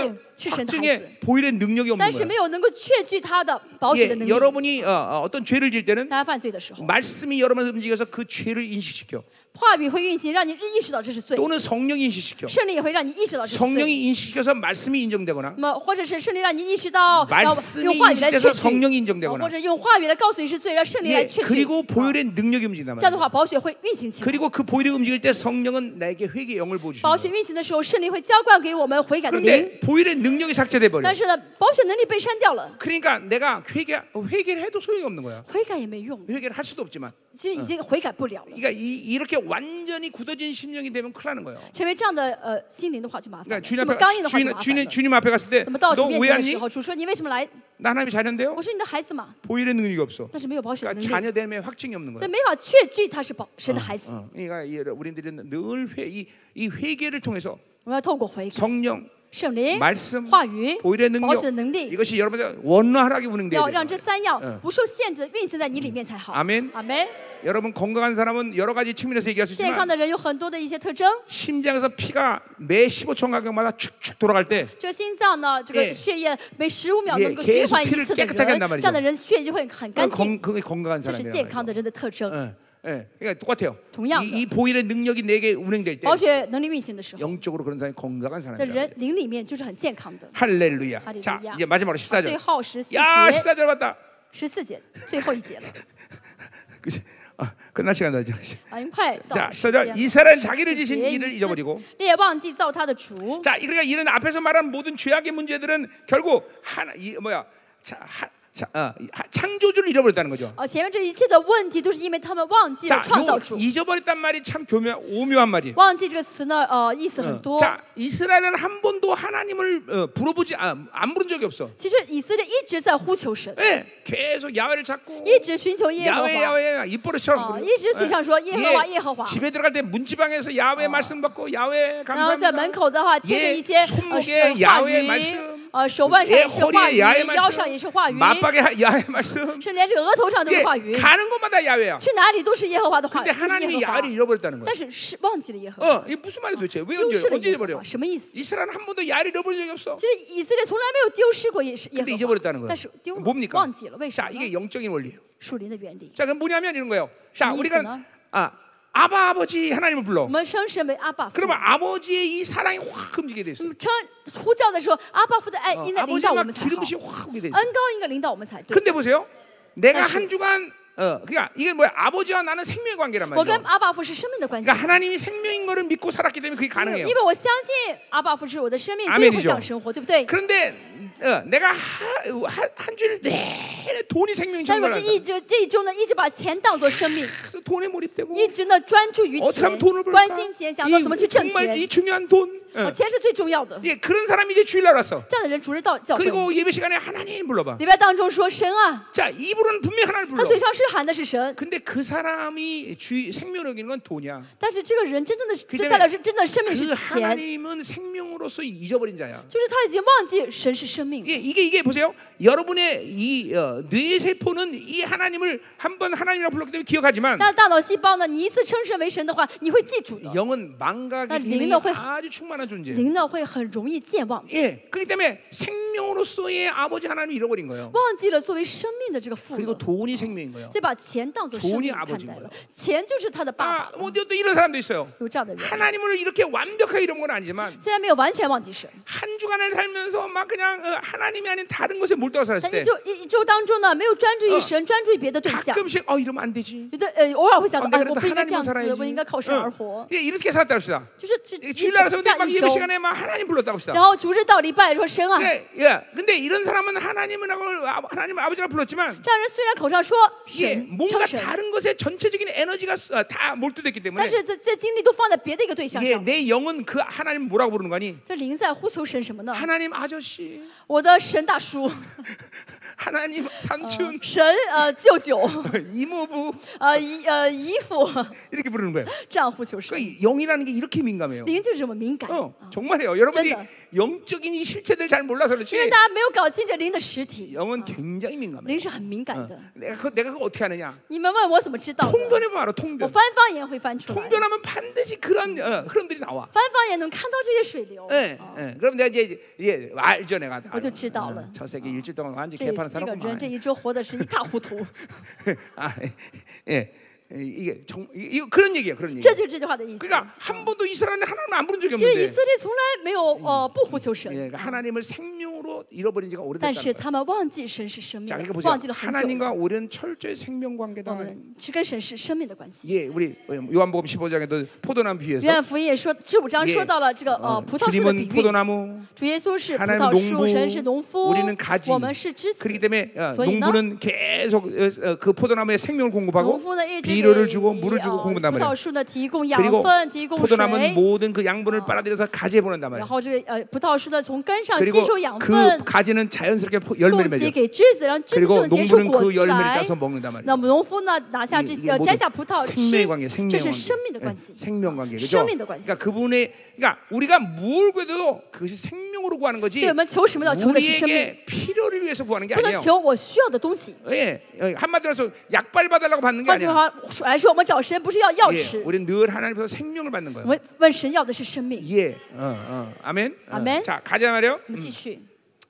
Speaker 1: 자녀라는
Speaker 2: 是神的孩子，
Speaker 1: 확증에 보일의 능력이
Speaker 2: 但
Speaker 1: 없는
Speaker 2: 是
Speaker 1: 거야.
Speaker 2: 没有能够确据他的保血的
Speaker 1: 예,
Speaker 2: 能力。
Speaker 1: 여러분이 어, 어, 어떤 죄를 질 때는
Speaker 2: 大家犯罪的时候，
Speaker 1: 말씀이 여러분을 움직여서 그 죄를 인식시켜.
Speaker 2: 话语会运行，让你意识到这是罪；
Speaker 1: 또는 성령이 인식시켜.
Speaker 2: 圣灵也会让你意识到这是罪。
Speaker 1: 성령이 인식시켜서 말씀이 인정되거나
Speaker 2: 那么，或者是圣灵让你意识到，
Speaker 1: 말씀이
Speaker 2: 然后用话语来
Speaker 1: 인식돼서
Speaker 2: 确
Speaker 1: 성령이인정
Speaker 2: 据，
Speaker 1: 되거나
Speaker 2: 啊或者用话语来告诉你是罪，让圣灵来
Speaker 1: 예,
Speaker 2: 确据。哦
Speaker 1: 그리고 보혈의 능력이 움직인단
Speaker 2: 这样的
Speaker 1: 말이에요.
Speaker 2: 话，保血会运行起来。
Speaker 1: 그리고 그 보혈이 움직일 때 성령은 나에게 회개의 영을 보여주시는
Speaker 2: 保血
Speaker 1: 거예요.
Speaker 2: 运行的时候，圣灵会浇灌给我们悔改的灵。
Speaker 1: 그런데 보혈의 능력이 삭제돼 버려.
Speaker 2: 但是呢，保血能力被删掉了，
Speaker 1: 그러니까 내가 회개 회개를 해도 소용이 없는 거야.
Speaker 2: 悔改也没用，
Speaker 1: 회개를 할 수도 없지만.
Speaker 2: 其实已经悔改不了了。
Speaker 1: 그러니까 이, 이렇게 완전히 굳어진 심령이 되면 큰일 나는 거예요.
Speaker 2: 成为这样的呃心灵的话就麻烦了，
Speaker 1: 그러니까 주님
Speaker 2: 这么
Speaker 1: 앞에
Speaker 2: 刚硬的话就
Speaker 1: 주님,
Speaker 2: 麻烦
Speaker 1: 주님,
Speaker 2: 了。
Speaker 1: 주님 앞에 갔을 때
Speaker 2: 怎么到主
Speaker 1: 너
Speaker 2: 面
Speaker 1: 왜
Speaker 2: 前的
Speaker 1: 왔니?
Speaker 2: 时候，主说你为什么来？
Speaker 1: 나 하나님의 자녀인데요.
Speaker 2: 我是你的孩子嘛，
Speaker 1: 보일의 능력이 없어.
Speaker 2: 但是没有保险
Speaker 1: 그러니까
Speaker 2: 的能力，
Speaker 1: 자녀됨의 확증이 없는
Speaker 2: 所以
Speaker 1: 거예요.
Speaker 2: 没法确据他是保神的孩子。
Speaker 1: 어, 그러니까 이- 우리들은 늘회이 이 회개를 통해서
Speaker 2: 我们要透过悔改、
Speaker 1: 성령,
Speaker 2: 圣灵、
Speaker 1: 말씀,
Speaker 2: 话语、
Speaker 1: 보일의
Speaker 2: 保
Speaker 1: 능력
Speaker 2: 险的能力，
Speaker 1: 이것이 여러분들 원활하게 운행돼야
Speaker 2: 要
Speaker 1: 돼요.
Speaker 2: 让这三样不受限制地运行在你里面才好。
Speaker 1: 아멘
Speaker 2: 阿门。
Speaker 1: 여러분 건강한 사람은 여러 가지 측면에서 얘기할 수
Speaker 2: 健康
Speaker 1: 있지만
Speaker 2: 的人有很多的一些特征，
Speaker 1: 심장에서 피가 매 15초 간격마다 축축 돌아갈 때
Speaker 2: 这个心脏呢，这
Speaker 1: 예
Speaker 2: 个血液每十五秒
Speaker 1: 예
Speaker 2: 能够循环
Speaker 1: 계속
Speaker 2: 一
Speaker 1: 피를
Speaker 2: 次的
Speaker 1: 깨끗하게한
Speaker 2: 人，
Speaker 1: 단말이죠
Speaker 2: 这样的人血液就会很干
Speaker 1: 그건 건,
Speaker 2: 净，
Speaker 1: 그게 건강한
Speaker 2: 这是
Speaker 1: 사람이에요.
Speaker 2: 健康的人的特征。
Speaker 1: 예, 예. 그러니까 똑같아요.
Speaker 2: 동양.
Speaker 1: 이, 이 보일의 능력이 내게 운행될 때
Speaker 2: 保血能力运行的时候，
Speaker 1: 영적으로 그런 사람이 건강한
Speaker 2: 这
Speaker 1: 사람이에요.
Speaker 2: 人灵里面就是很健康的。
Speaker 1: 네, 할렐루야.
Speaker 2: 할렐루야.
Speaker 1: 자, 이제 마지막으로
Speaker 2: 最
Speaker 1: 14절.
Speaker 2: 后十四节，
Speaker 1: 야 14절 봤다.
Speaker 2: 十四节最后一节了，
Speaker 1: 그치? 아, 끝날 시간 다 이제.
Speaker 2: 啊，已经快到
Speaker 1: 자,
Speaker 2: 了时间
Speaker 1: 14절.
Speaker 2: 了。
Speaker 1: 이스라엘 자기를 지신
Speaker 2: 节
Speaker 1: 일을 잊어버리고
Speaker 2: 列忘记造他的主，
Speaker 1: 자, 그러니까 이런 앞에서 말한 모든 죄악의 문제들은 결국 하나 이 뭐야? 자, 하, 자, 어, 이 하- 창조주를 잃어버렸다는 거죠.
Speaker 2: 啊，前面这一切的问题都是因为他们忘记
Speaker 1: 자,
Speaker 2: 了创造
Speaker 1: 요
Speaker 2: 主。
Speaker 1: 잊어버렸단 말이 참 교묘 오묘한 말이에요.
Speaker 2: 忘记这个词呢，呃，意思很多。
Speaker 1: 자, 이스라엘은 한 번도 하나님을 어, 불어보지 아, 안 부른 적이 없어.
Speaker 2: 其实以色列一直在呼求神，
Speaker 1: 예 계속 야외를 찾고
Speaker 2: 一直寻求耶和
Speaker 1: 야외
Speaker 2: 华。啊
Speaker 1: 야외 입버릇처럼
Speaker 2: 어,
Speaker 1: 그리고,
Speaker 2: 일주일치상说,
Speaker 1: 예,
Speaker 2: 哎"耶和华,
Speaker 1: 예,
Speaker 2: 耶和华."
Speaker 1: 집에 들어갈 때 문지방에서
Speaker 2: 어.
Speaker 1: 야외 말씀 받고 야외
Speaker 2: 然后在
Speaker 1: 감사합니다
Speaker 2: 门口的话，
Speaker 1: 예
Speaker 2: 贴着一些
Speaker 1: 손목에
Speaker 2: 呃神话
Speaker 1: 야외
Speaker 2: 语
Speaker 1: 말씀
Speaker 2: 呃，手腕上
Speaker 1: 예
Speaker 2: 也是
Speaker 1: 허리에
Speaker 2: 话语，
Speaker 1: 야외 말씀,
Speaker 2: 腰上也是话语，
Speaker 1: 맞박에 하- 야외 말씀.
Speaker 2: 甚至连这个额头上都
Speaker 1: 이게
Speaker 2: 是话语。
Speaker 1: 가는 곳마다 야외야.
Speaker 2: 去哪里都是耶和华的话语，
Speaker 1: 근데
Speaker 2: 都是耶
Speaker 1: 하나님이
Speaker 2: 和华
Speaker 1: 야외를 。 잃어버렸다는 거야.
Speaker 2: 但是是忘记了耶和华，
Speaker 1: 어, 이게 무슨 말이 도대체? 왜
Speaker 2: 丢
Speaker 1: 언제
Speaker 2: 失了
Speaker 1: 언제
Speaker 2: 耶和
Speaker 1: 잃어버려?
Speaker 2: 华，什么意思？
Speaker 1: 이스라엘은 한 번도 야외를 잃어버린 적이 없어.
Speaker 2: 其实以色列从来没有丢失过耶耶
Speaker 1: 근데
Speaker 2: 和华
Speaker 1: 잊어버렸다는 ， 거야.
Speaker 2: 但是丢了
Speaker 1: 뭡니까?
Speaker 2: 忘记了，为什
Speaker 1: 자,
Speaker 2: 么
Speaker 1: 이게
Speaker 2: 呢？
Speaker 1: 영적인 원리예요.
Speaker 2: 树林的原理，
Speaker 1: 자, 그 뭐냐면 이런 거예요. 자,
Speaker 2: 무슨
Speaker 1: 우리가
Speaker 2: 얘기구나? 뭐
Speaker 1: 아, 아바 아버지 하나님을
Speaker 2: 我
Speaker 1: 불러.
Speaker 2: 们升神为阿爸父。
Speaker 1: 그러면 아버지의 이 사랑이 확 움직이게 돼 있어.
Speaker 2: 那么称呼叫的时候，哦阿爸父的爱
Speaker 1: 어,
Speaker 2: 应该领
Speaker 1: 아버지
Speaker 2: 导我
Speaker 1: 막
Speaker 2: 们才好，
Speaker 1: 기름이 확 오게 돼 있어.
Speaker 2: 恩高应该领导我们才对。
Speaker 1: 근데 보세요. 내가
Speaker 2: 다시.
Speaker 1: 한 주간 어, 그러니까 이게 뭐야? 아버지와 나는 생명의 관계란
Speaker 2: 我跟
Speaker 1: 말이죠.
Speaker 2: 阿爸父是生命的关系，
Speaker 1: 그러니까 하나님이 생명인 거를 믿고 살았기 때문에 그게
Speaker 2: 因
Speaker 1: 가능해요.
Speaker 2: 为我相信阿爸父是我的生命，所以
Speaker 1: 아멘이죠.
Speaker 2: 会长生活，对不对？
Speaker 1: 그런데 어, 내가 하, 하, 한 주를 내내 돈이 생명인
Speaker 2: 但
Speaker 1: 줄
Speaker 2: 是我
Speaker 1: 알았어.
Speaker 2: 这一直这一周呢，一直把钱当做生命，
Speaker 1: 그래서 돈에 몰입되고
Speaker 2: 一直呢专注于
Speaker 1: 어떻게
Speaker 2: 钱
Speaker 1: 하면 돈을 ，
Speaker 2: 关
Speaker 1: 벌까?
Speaker 2: 心钱，想到怎么去挣
Speaker 1: 정말
Speaker 2: 钱
Speaker 1: 이 。 중요한 돈. 뭐
Speaker 2: 哦，
Speaker 1: 어.
Speaker 2: 钱是最重要的。
Speaker 1: 예, 그런 사람이 이제 주일 날 왔어. 네.
Speaker 2: 这样的人主日到教会，
Speaker 1: 그리고 예배 시간에 하나님 불러봐.
Speaker 2: 礼拜当中说神啊，
Speaker 1: 자, 입으로는 분명히 하나님
Speaker 2: 他
Speaker 1: 불러.
Speaker 2: 嘴上是喊的是神，
Speaker 1: 근데 그 사람이 주 생명력인 건 돈이야.
Speaker 2: 但是这个人真正的是
Speaker 1: 그
Speaker 2: 对
Speaker 1: 때문에
Speaker 2: 代表是真的生命是
Speaker 1: 그
Speaker 2: 钱，
Speaker 1: 하나님은 생명으로서 잊어버린 자야.
Speaker 2: 就是他已经忘记神是生命。
Speaker 1: 예, 이게 이게 보세요. 여러분의 이 어, 뇌 세포는 이 하나님을 한 번 하나님이라고 불렀기 때문에 기억하지만
Speaker 2: 那大脑细胞呢？你一次称神为神的话，你会记住的。
Speaker 1: 영은 망각의
Speaker 2: 난
Speaker 1: 기능이
Speaker 2: 링너 회-
Speaker 1: 아주 충만한 존재예요.
Speaker 2: 灵呢会很容易健忘，
Speaker 1: 예, 그렇기 때문에 생명으로서의 아버지 하나님 잃어버린 거예요.
Speaker 2: 忘记了作为生命的这个父母
Speaker 1: 그리고 ， 돈이 생명인 거예요.
Speaker 2: 所以把钱当做生
Speaker 1: 돈이
Speaker 2: 命
Speaker 1: 아버지 인
Speaker 2: 看待
Speaker 1: 거예요
Speaker 2: 了。钱就是他的爸
Speaker 1: 아,
Speaker 2: 爸，
Speaker 1: 뭐 또 이런 사람도 있어요.
Speaker 2: 有这样的人，
Speaker 1: 하나님을 이렇게 완벽하게 이런 건 아니지만
Speaker 2: 虽然没有完全忘记神，
Speaker 1: 한 주간을 살면서 막 그냥 어, 하나님이 아닌 다른 것에 몰두해서 살았을
Speaker 2: 但
Speaker 1: 때
Speaker 2: 一周一一周当中呢，没有专注于
Speaker 1: 嗯
Speaker 2: 神，专注于别的对象。
Speaker 1: 가끔씩 어 이러면 안 되지.
Speaker 2: 觉得呃，偶尔会想
Speaker 1: 어,
Speaker 2: 到，
Speaker 1: 내가
Speaker 2: 哎，我
Speaker 1: 그래도
Speaker 2: 不应该
Speaker 1: 하나님만
Speaker 2: 这样子，
Speaker 1: 살아야지.
Speaker 2: 我应该靠神而活
Speaker 1: 응. ， 예, 이렇게 살았다 합시다.
Speaker 2: 就是这这
Speaker 1: 예,
Speaker 2: 这
Speaker 1: 주일날
Speaker 2: 这
Speaker 1: 서도
Speaker 2: 样
Speaker 1: 막
Speaker 2: 一
Speaker 1: 예배
Speaker 2: 周，
Speaker 1: 시간에 막 하나님 불렀다 합시다.
Speaker 2: 然后主日到礼拜说神啊，
Speaker 1: 예, 예. 근데 이런 사람은 하나님을 하고 아버- 하나님 아버지가 불렀지만
Speaker 2: 这样人虽然口上说
Speaker 1: 예,
Speaker 2: 神称
Speaker 1: 뭔가
Speaker 2: 神，
Speaker 1: 다른 것에 전체적인 에너지가 쏟- 아, 다 몰두됐기
Speaker 2: 但
Speaker 1: 때문에
Speaker 2: 是在在精力都放在别的一个对象
Speaker 1: 예,
Speaker 2: 上，
Speaker 1: 내 영은 그 하나님 뭐라고 부르는 거니?
Speaker 2: 这灵在呼求神什么呢？
Speaker 1: 하나님 아저씨,
Speaker 2: 我的神大叔，
Speaker 1: 하나님 삼촌,
Speaker 2: 神呃舅舅，
Speaker 1: 이모부
Speaker 2: 呃姨呃姨父，
Speaker 1: 이렇게 부르는 거예요.
Speaker 2: 这样呼求神，
Speaker 1: 그 영이라는 게 이렇게 민감해요.
Speaker 2: 灵就是这么敏感，
Speaker 1: 어, 정말이에요. 여러분이
Speaker 2: 짠다.
Speaker 1: 영적인 이 실체들 잘 몰라서
Speaker 2: 因为
Speaker 1: 그렇지
Speaker 2: 大家没有搞清这灵的实体，
Speaker 1: 영은 굉장히
Speaker 2: 灵
Speaker 1: 민감해요.
Speaker 2: 是很敏感的。
Speaker 1: 내가 그 내가 그거 어떻게 하느냐?
Speaker 2: 你们问我怎么知道的？
Speaker 1: 통변해봐 알아.
Speaker 2: 我
Speaker 1: 통변.
Speaker 2: 翻方言会翻出来，
Speaker 1: 통변하면 반드시 그런 어, 흐름들이 나와.
Speaker 2: 翻方言能看到这些水流。
Speaker 1: 예, 예. 그럼 내가 이제 예, 알죠 내가 다.
Speaker 2: 어제
Speaker 1: 알아.
Speaker 2: 지다올라.
Speaker 1: 어, 저 세계 일주일 동안 완전
Speaker 2: 这
Speaker 1: 개판을
Speaker 2: 这个人
Speaker 1: 살았구만.
Speaker 2: 这一周活的是一塌糊 涂，
Speaker 1: 아, 예, 예, 이게 정 이- 이거 그런 얘기예요. 그런 얘기.
Speaker 2: 这就是这句话的意思。
Speaker 1: 그러니까 한 번도 이스라엘에 하나님 안 부른 적이
Speaker 2: 其实以
Speaker 1: 없는데.
Speaker 2: 色列从来没有呃不呼求
Speaker 1: 예,
Speaker 2: 神，
Speaker 1: 그러니까 하나님을 생명으로 잃어버린 지가
Speaker 2: 但
Speaker 1: 오래됐다는
Speaker 2: 是
Speaker 1: 거예요.
Speaker 2: 他们忘记神是生
Speaker 1: 자, 그러니까
Speaker 2: 命，
Speaker 1: 보세요.
Speaker 2: 忘记了很久了。
Speaker 1: 하나님과 우리는 철저히 생명 관계다.
Speaker 2: 嗯，是跟神是生命的关系。
Speaker 1: 예, 우리 요한복음 15장에도 포도나무
Speaker 2: 约
Speaker 1: 비유에서
Speaker 2: 翰福音也说，十五章说到了这个呃
Speaker 1: 어,
Speaker 2: 葡萄树的
Speaker 1: 주님은
Speaker 2: 比喻。
Speaker 1: 포도나무,
Speaker 2: 主耶稣是葡
Speaker 1: 하나님
Speaker 2: 萄树，
Speaker 1: 농부,
Speaker 2: 神是农夫，
Speaker 1: 우리는 가지.
Speaker 2: 我们是枝
Speaker 1: 그렇기
Speaker 2: 子。
Speaker 1: 때문에 어,
Speaker 2: 所以呢?
Speaker 1: 농부는 계속 어, 어, 그 포도나무에 생명을
Speaker 2: 农
Speaker 1: 공급하고
Speaker 2: 夫呢一直给呃
Speaker 1: 비료를 주고
Speaker 2: 葡
Speaker 1: 물을 주고 공급한단 말이에요.
Speaker 2: 萄树呢提供养
Speaker 1: 그리고
Speaker 2: 分，提供水，
Speaker 1: 포도나무는 모든 그 양분을 빨아들여서 가지에 보낸단
Speaker 2: 然
Speaker 1: 말이에요.
Speaker 2: 后这个呃葡萄树呢从根上吸
Speaker 1: 그리고
Speaker 2: 收养分
Speaker 1: 그 ， 가지는 자연스럽게 포-
Speaker 2: 供
Speaker 1: 열매를
Speaker 2: 给
Speaker 1: 맺어요.
Speaker 2: 给枝子，让枝子
Speaker 1: 그리고
Speaker 2: 就能结出
Speaker 1: 농부는
Speaker 2: 果
Speaker 1: 그
Speaker 2: 子
Speaker 1: 열매를
Speaker 2: 来。
Speaker 1: 따서 먹는단 말이에요.
Speaker 2: 那么农夫呢，拿下
Speaker 1: 이게-
Speaker 2: 这
Speaker 1: 이게
Speaker 2: 呃
Speaker 1: 모두
Speaker 2: 摘下葡萄
Speaker 1: 생명의 관계,
Speaker 2: 吃，
Speaker 1: 생명의
Speaker 2: 这是生命的
Speaker 1: 관계, 예,
Speaker 2: 关系。
Speaker 1: 생명 관계, 그죠?
Speaker 2: 生命的关系。
Speaker 1: 그러니까 그분의, 그러니까 우리가 뭘 구해도 그것이 생명으로 구하는 거지.
Speaker 2: 对我们求什么呢？求的是生命，
Speaker 1: 우리에게 필요를 위해서 구하는 게
Speaker 2: 不能
Speaker 1: 아니에요.
Speaker 2: 求我需要的东西。
Speaker 1: 예, 예, 한마디로 해서 약발 받달라고 받는 게
Speaker 2: 换句
Speaker 1: 아니야.
Speaker 2: 话来说，我们找神不是要药
Speaker 1: 예,
Speaker 2: 吃，
Speaker 1: 우리는 늘 하나님께서 생명을 받는
Speaker 2: 我
Speaker 1: 거예요.
Speaker 2: 们问神要的是生命。
Speaker 1: 예, 어, 어, 아멘. 어,
Speaker 2: 아멘.
Speaker 1: 자, 가자 말이요.
Speaker 2: 我们继续，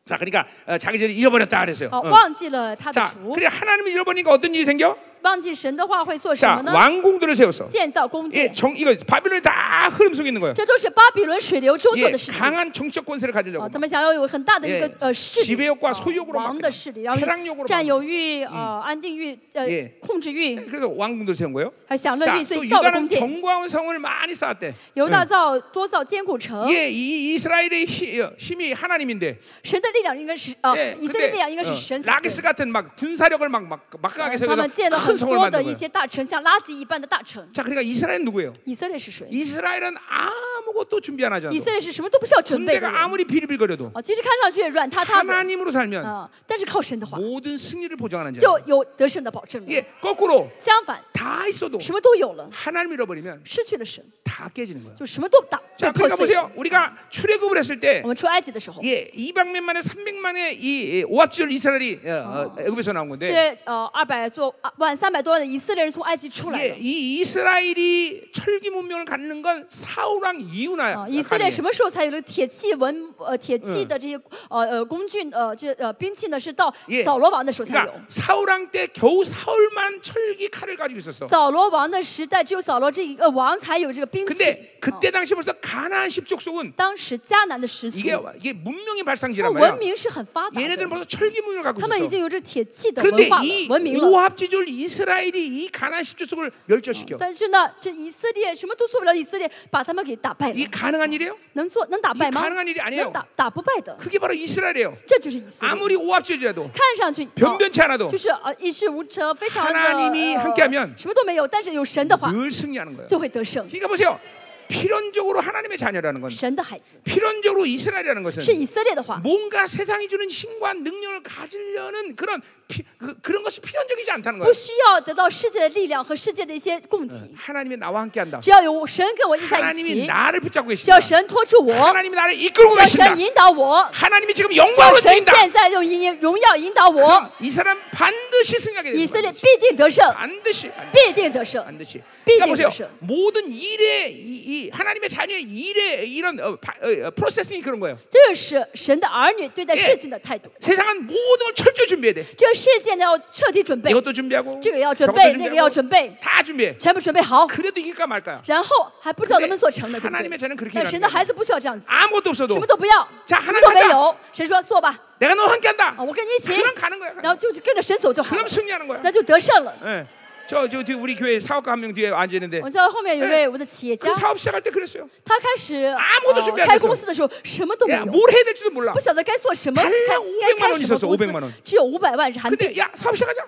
Speaker 1: 자, 그러니까 어, 자기 전에 잃어버렸다 그랬어요.
Speaker 2: 好，
Speaker 1: 어.
Speaker 2: 忘记了他的
Speaker 1: 자,
Speaker 2: 主，
Speaker 1: 그래 하나님을 잃어버리니까 어떤 일이 생겨?
Speaker 2: 忘记神的话会做什么
Speaker 1: 자,
Speaker 2: 呢？
Speaker 1: 왕궁들을 세웠어.
Speaker 2: 建造宫
Speaker 1: 예,
Speaker 2: 殿，
Speaker 1: 정 이거 바빌론이 다 흐름 속에 있는 거예요.
Speaker 2: 这都是巴比伦水流中做
Speaker 1: 예,
Speaker 2: 的事情。
Speaker 1: 강한 정적 권세를
Speaker 2: 啊，
Speaker 1: 가지려고.
Speaker 2: 他们想要有很大的一个
Speaker 1: 예,
Speaker 2: 呃势力，
Speaker 1: 지배욕과
Speaker 2: 啊
Speaker 1: 소욕으로
Speaker 2: 王
Speaker 1: 막-
Speaker 2: 的势力，然后
Speaker 1: 쾌락욕으로
Speaker 2: 占有欲、呃安定欲、呃
Speaker 1: 예
Speaker 2: 控制欲，
Speaker 1: 그래서 왕궁들을 세운 거예요.
Speaker 2: 还有享乐
Speaker 1: 자,
Speaker 2: 欲，所
Speaker 1: 또
Speaker 2: 以造了
Speaker 1: 유다는
Speaker 2: 宫殿。
Speaker 1: 견고한 성을 많이 쌓았대.
Speaker 2: 犹大造多造坚固城，
Speaker 1: 예, 이 이스라엘의 히- 어, 힘이 하나님인데.
Speaker 2: 神的力量应该是呃
Speaker 1: 예,
Speaker 2: 以色列力量应该
Speaker 1: 어,
Speaker 2: 是神才对
Speaker 1: 라기스 같은 막 군사력을 막, 막 막강하게
Speaker 2: 他
Speaker 1: 세워서
Speaker 2: 们建了
Speaker 1: 큰
Speaker 2: 很
Speaker 1: 성을
Speaker 2: 多
Speaker 1: 만든
Speaker 2: 的一
Speaker 1: 거예요.
Speaker 2: 些大城，像垃圾一般的大城。
Speaker 1: 자, 그러니까 이스라엘은 누구예요?
Speaker 2: 以色列是谁？
Speaker 1: 이스라엘은 아무것도 준비 안 하지 않아.
Speaker 2: 以色列是什么都不需要准备的人。
Speaker 1: 군대가 아무리 비리비거려도
Speaker 2: 啊，其实看上去软塌塌的，
Speaker 1: 하나님으로 살면
Speaker 2: 啊，但是靠神的话，
Speaker 1: 모든 승리를 보장하는 자.
Speaker 2: 就有得胜的保证了。
Speaker 1: 예, 거꾸로
Speaker 2: 相反，
Speaker 1: 다 있어도
Speaker 2: 什么都有了，
Speaker 1: 하나님 잃어버리면
Speaker 2: 失去了神，
Speaker 1: 다 깨지는 거예요.
Speaker 2: 就什么都打被
Speaker 1: 자, 어.
Speaker 2: 破
Speaker 1: 그러니까
Speaker 2: 碎。
Speaker 1: 보세요. 우리가 출애굽을 했을 때
Speaker 2: 我们出埃及的时候，
Speaker 1: 예, 200만만의 300만의 이 오합지졸 이스라엘이 어, 어, 애굽에서 나온 건데
Speaker 2: 这呃二百多啊万三百多万的以色列人从埃及出来
Speaker 1: 예,
Speaker 2: 的。
Speaker 1: 이 이스라엘이 철기 문명을 갖는 건 사울왕 어, 이후나요.
Speaker 2: 啊，以色列什么时候才有了铁器文呃铁
Speaker 1: 嗯
Speaker 2: 器的这些呃呃工具呃这呃兵器呢？是到
Speaker 1: 耶
Speaker 2: 扫罗王的时候才有
Speaker 1: 그러니까 。 사울왕 때 겨우 사울만 철기 칼을 가지고 있었어.
Speaker 2: 扫罗王的时代，只有扫罗这一个王才有这个兵器。
Speaker 1: 근데 그때 당시 벌써 가나안 십족속은
Speaker 2: 当时迦南的时俗，
Speaker 1: 이게 이게 문명의
Speaker 2: 那
Speaker 1: 발상지란
Speaker 2: 文
Speaker 1: 말이야.
Speaker 2: 明是很发达
Speaker 1: 얘네들은
Speaker 2: 的，
Speaker 1: 벌써 철기 문명을 갖고
Speaker 2: 他们已
Speaker 1: 있었어.
Speaker 2: 经有这铁器的
Speaker 1: 그런데
Speaker 2: 文化
Speaker 1: 이
Speaker 2: 了，文明了。
Speaker 1: 오합지졸 이스라엘이 이 가나안 십족속을 멸절시켜.
Speaker 2: 但是呢，这以色列什么都做不了，以色列把他们给打败
Speaker 1: 이
Speaker 2: 了。
Speaker 1: 가능한 일이에요?
Speaker 2: 能做能打败吗？
Speaker 1: 이가능한일이아니에요
Speaker 2: 能打打不败的，
Speaker 1: 그게 바로 이스라엘이에요.
Speaker 2: 这就是以色列。
Speaker 1: 아무리 오합지졸이라도
Speaker 2: 看上去
Speaker 1: 변변치않아도
Speaker 2: 哦就是呃一事无成，非常的
Speaker 1: 하나
Speaker 2: 呃
Speaker 1: 님이함께하면
Speaker 2: 什么都没有，但是有神的话
Speaker 1: 늘 승리하는 거예요.
Speaker 2: 就会得胜。
Speaker 1: 그러니까 보세요. 필연적으로 하나님의 자녀라는 건
Speaker 2: 神的孩子
Speaker 1: 필연적으로 이스라엘이라는
Speaker 2: 是
Speaker 1: 것은
Speaker 2: 以色列的话，
Speaker 1: 뭔가 세상이 주는 힘과 능력을 가지려는 그런 피- 그, 런 것이 필연적이지 않다는
Speaker 2: 不
Speaker 1: 거예요.
Speaker 2: 需要得到世界的力量和世界的一些供给，
Speaker 1: 하나님이 나와 함께한다.
Speaker 2: 只要有神跟我一在一
Speaker 1: 하나님이
Speaker 2: 起，
Speaker 1: 나를 붙잡고
Speaker 2: 只要
Speaker 1: 계신다.
Speaker 2: 神拖住我，
Speaker 1: 하나님이 나를 이끌고
Speaker 2: 只要神
Speaker 1: 계신다.
Speaker 2: 引导我，
Speaker 1: 하나님이 지금
Speaker 2: 只要
Speaker 1: 영광으로
Speaker 2: 神
Speaker 1: 드린다.
Speaker 2: 现在用引荣耀引导我，
Speaker 1: 이 사람 반드시 승리하게
Speaker 2: 以
Speaker 1: 되는
Speaker 2: 色列
Speaker 1: 거예요.
Speaker 2: 必定得胜，
Speaker 1: 반드시 반드시.
Speaker 2: 必定得胜。
Speaker 1: 반드시. 그러니까
Speaker 2: 삐진
Speaker 1: 보세요.
Speaker 2: 것이요.
Speaker 1: 모든 일에 이, 이 하나님의 자녀의 일에 이런 어, 바- 어, 어, 프로세싱이 그런 거예요.
Speaker 2: 这是神的儿女对待事情的态度。
Speaker 1: 세상은 모든 걸 철저히 준비해야 돼.
Speaker 2: 这个世界呢要彻底准备，
Speaker 1: 이것도 준비하고
Speaker 2: 这个要准
Speaker 1: 네. 저것도
Speaker 2: 备，那个要
Speaker 1: 준비하고
Speaker 2: 准备，
Speaker 1: 다 준비해.
Speaker 2: 全部准备好，
Speaker 1: 그래도 이길까 말까야.
Speaker 2: 然后还不知道能不能做成呢，
Speaker 1: 对
Speaker 2: 对
Speaker 1: 하나님의자녀는그렇
Speaker 2: 不对啊
Speaker 1: 게？
Speaker 2: 但神的孩子不需要这样子，
Speaker 1: 아무것도
Speaker 2: 什
Speaker 1: 없어도
Speaker 2: 么都不要，
Speaker 1: 자
Speaker 2: 什么都没
Speaker 1: 하나님의
Speaker 2: 有。神说做吧，
Speaker 1: 내가 너와 함께한다.
Speaker 2: 啊，我跟你一起，
Speaker 1: 어, 그냥 가는 거야.
Speaker 2: 然后就跟着神走就好了哎
Speaker 1: 그럼 ， 승리하는 거야.
Speaker 2: 那就得胜了。
Speaker 1: 예. 저, 저 뒤에 우리 교회 사업가 한 명 뒤에 앉아 있는데
Speaker 2: 我知道后面有一位我的企业家
Speaker 1: 그 ， 사업 시작할 때 그랬어요.
Speaker 2: 他开始呃
Speaker 1: 아무것도준비안됐어
Speaker 2: 开公司的时候什么都没
Speaker 1: 야,
Speaker 2: 有，
Speaker 1: 뭘 해야 될지도 몰라.
Speaker 2: 不哎晓得该做什么，
Speaker 1: 달라
Speaker 2: 该
Speaker 1: 500만원
Speaker 2: 该开什么
Speaker 1: 있었어500만
Speaker 2: 公
Speaker 1: 원
Speaker 2: 司，只有五百万是韩币，
Speaker 1: 근데 야 사업 시작하자.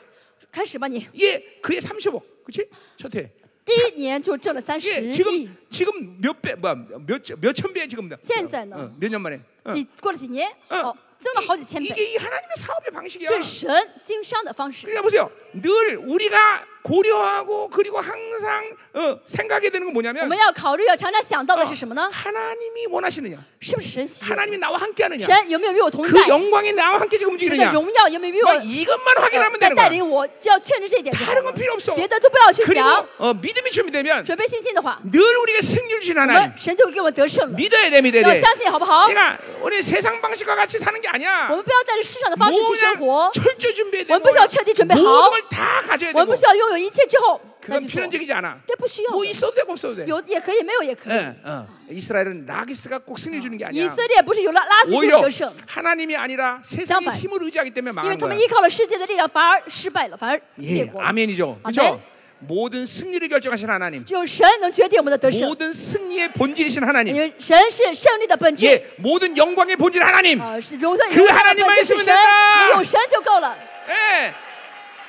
Speaker 2: 开始吧你，
Speaker 1: 예, 그게 30억, 그렇지? 첫 해.
Speaker 2: 第一年就挣了三
Speaker 1: 예,
Speaker 2: 十亿
Speaker 1: 지금 ， 지금 몇 배, 뭐몇몇천배 지금
Speaker 2: 현재는?
Speaker 1: 몇 년 만에. 어.
Speaker 2: 几过了几年，
Speaker 1: 嗯
Speaker 2: 哦，增了好几千倍，
Speaker 1: 이게 이 하나님의 사업의 방식이야.
Speaker 2: 这是神经商的方式。
Speaker 1: 그러니까 보세요. 늘 우리가 고려하고 그리고 항상 어, 생각해야 되는 건
Speaker 2: 我
Speaker 1: 뭐냐면
Speaker 2: 们要考虑，要常常想到
Speaker 1: 어,
Speaker 2: 的是什么呢？
Speaker 1: 하나님이 원하시느냐,
Speaker 2: 是不是神喜悦？
Speaker 1: 하나님이 나와 함께하느냐,
Speaker 2: 神有没有与我同在
Speaker 1: 그 ？ 영광이 나와 함께 지금
Speaker 2: 神的
Speaker 1: 움직이느냐.
Speaker 2: 荣耀有没有与我
Speaker 1: 뭐 이것만 확인하면
Speaker 2: 在
Speaker 1: 되는
Speaker 2: 带
Speaker 1: 거야.
Speaker 2: 领我？只要确认这一点就好了
Speaker 1: 다른 건 필요 없어.
Speaker 2: 别的都不要去
Speaker 1: 그리고
Speaker 2: 想。
Speaker 1: 어, 믿음이 준비되면
Speaker 2: 准备信心的话，
Speaker 1: 늘 우리가 승리를 주신
Speaker 2: 我们
Speaker 1: 하나님
Speaker 2: 神就给我们得胜了。
Speaker 1: 믿어야 돼, 뭐? 믿어야
Speaker 2: 要
Speaker 1: 돼.
Speaker 2: 相信好不好？
Speaker 1: 그러니까 우리 세상 방식과 같이 사는 게
Speaker 2: 我
Speaker 1: 아니야.
Speaker 2: 们不要带着世上的方式去生活
Speaker 1: 뭐냐 ， 철저 준비해야 돼.
Speaker 2: 我们不需要彻底准备好
Speaker 1: 모든 걸 다 가져야
Speaker 2: 我们不
Speaker 1: 되고.
Speaker 2: 需要拥有一切之后再
Speaker 1: 그건
Speaker 2: 去做。
Speaker 1: 필연적이지 않아.
Speaker 2: 这不需要的
Speaker 1: 뭐 있어도 되고 없어도 돼.
Speaker 2: 有也可以，没有也可以。
Speaker 1: 예, 어. 이스라엘은 라기스가 꼭 승리 를 주는 게
Speaker 2: 以
Speaker 1: 아니야.
Speaker 2: 色列不是有拉拉自己
Speaker 1: 오히려
Speaker 2: 得胜，
Speaker 1: 하나님이 아니라 세상의
Speaker 2: 잠깐만.
Speaker 1: 힘을 의지하기 때문에
Speaker 2: 因
Speaker 1: 망한
Speaker 2: 为他们
Speaker 1: 거야.
Speaker 2: 依靠了世界的力量，反而失败了，反而灭
Speaker 1: 예,
Speaker 2: 国了。
Speaker 1: 아멘이죠. 그렇죠?
Speaker 2: 아멘.
Speaker 1: 모든 승리를 결정하신 하나님,
Speaker 2: 只有神能决定我们的得胜，
Speaker 1: 모든 승리의 본질이신
Speaker 2: 因
Speaker 1: 하나님,
Speaker 2: 为神是胜利的本质。
Speaker 1: 예, 모든 영광의 본질 하나님.
Speaker 2: 啊，是荣耀
Speaker 1: 그
Speaker 2: 荣耀的
Speaker 1: 하나님만있
Speaker 2: 本质
Speaker 1: 으면
Speaker 2: 是神，
Speaker 1: 된다
Speaker 2: 你有神就够了，
Speaker 1: 예,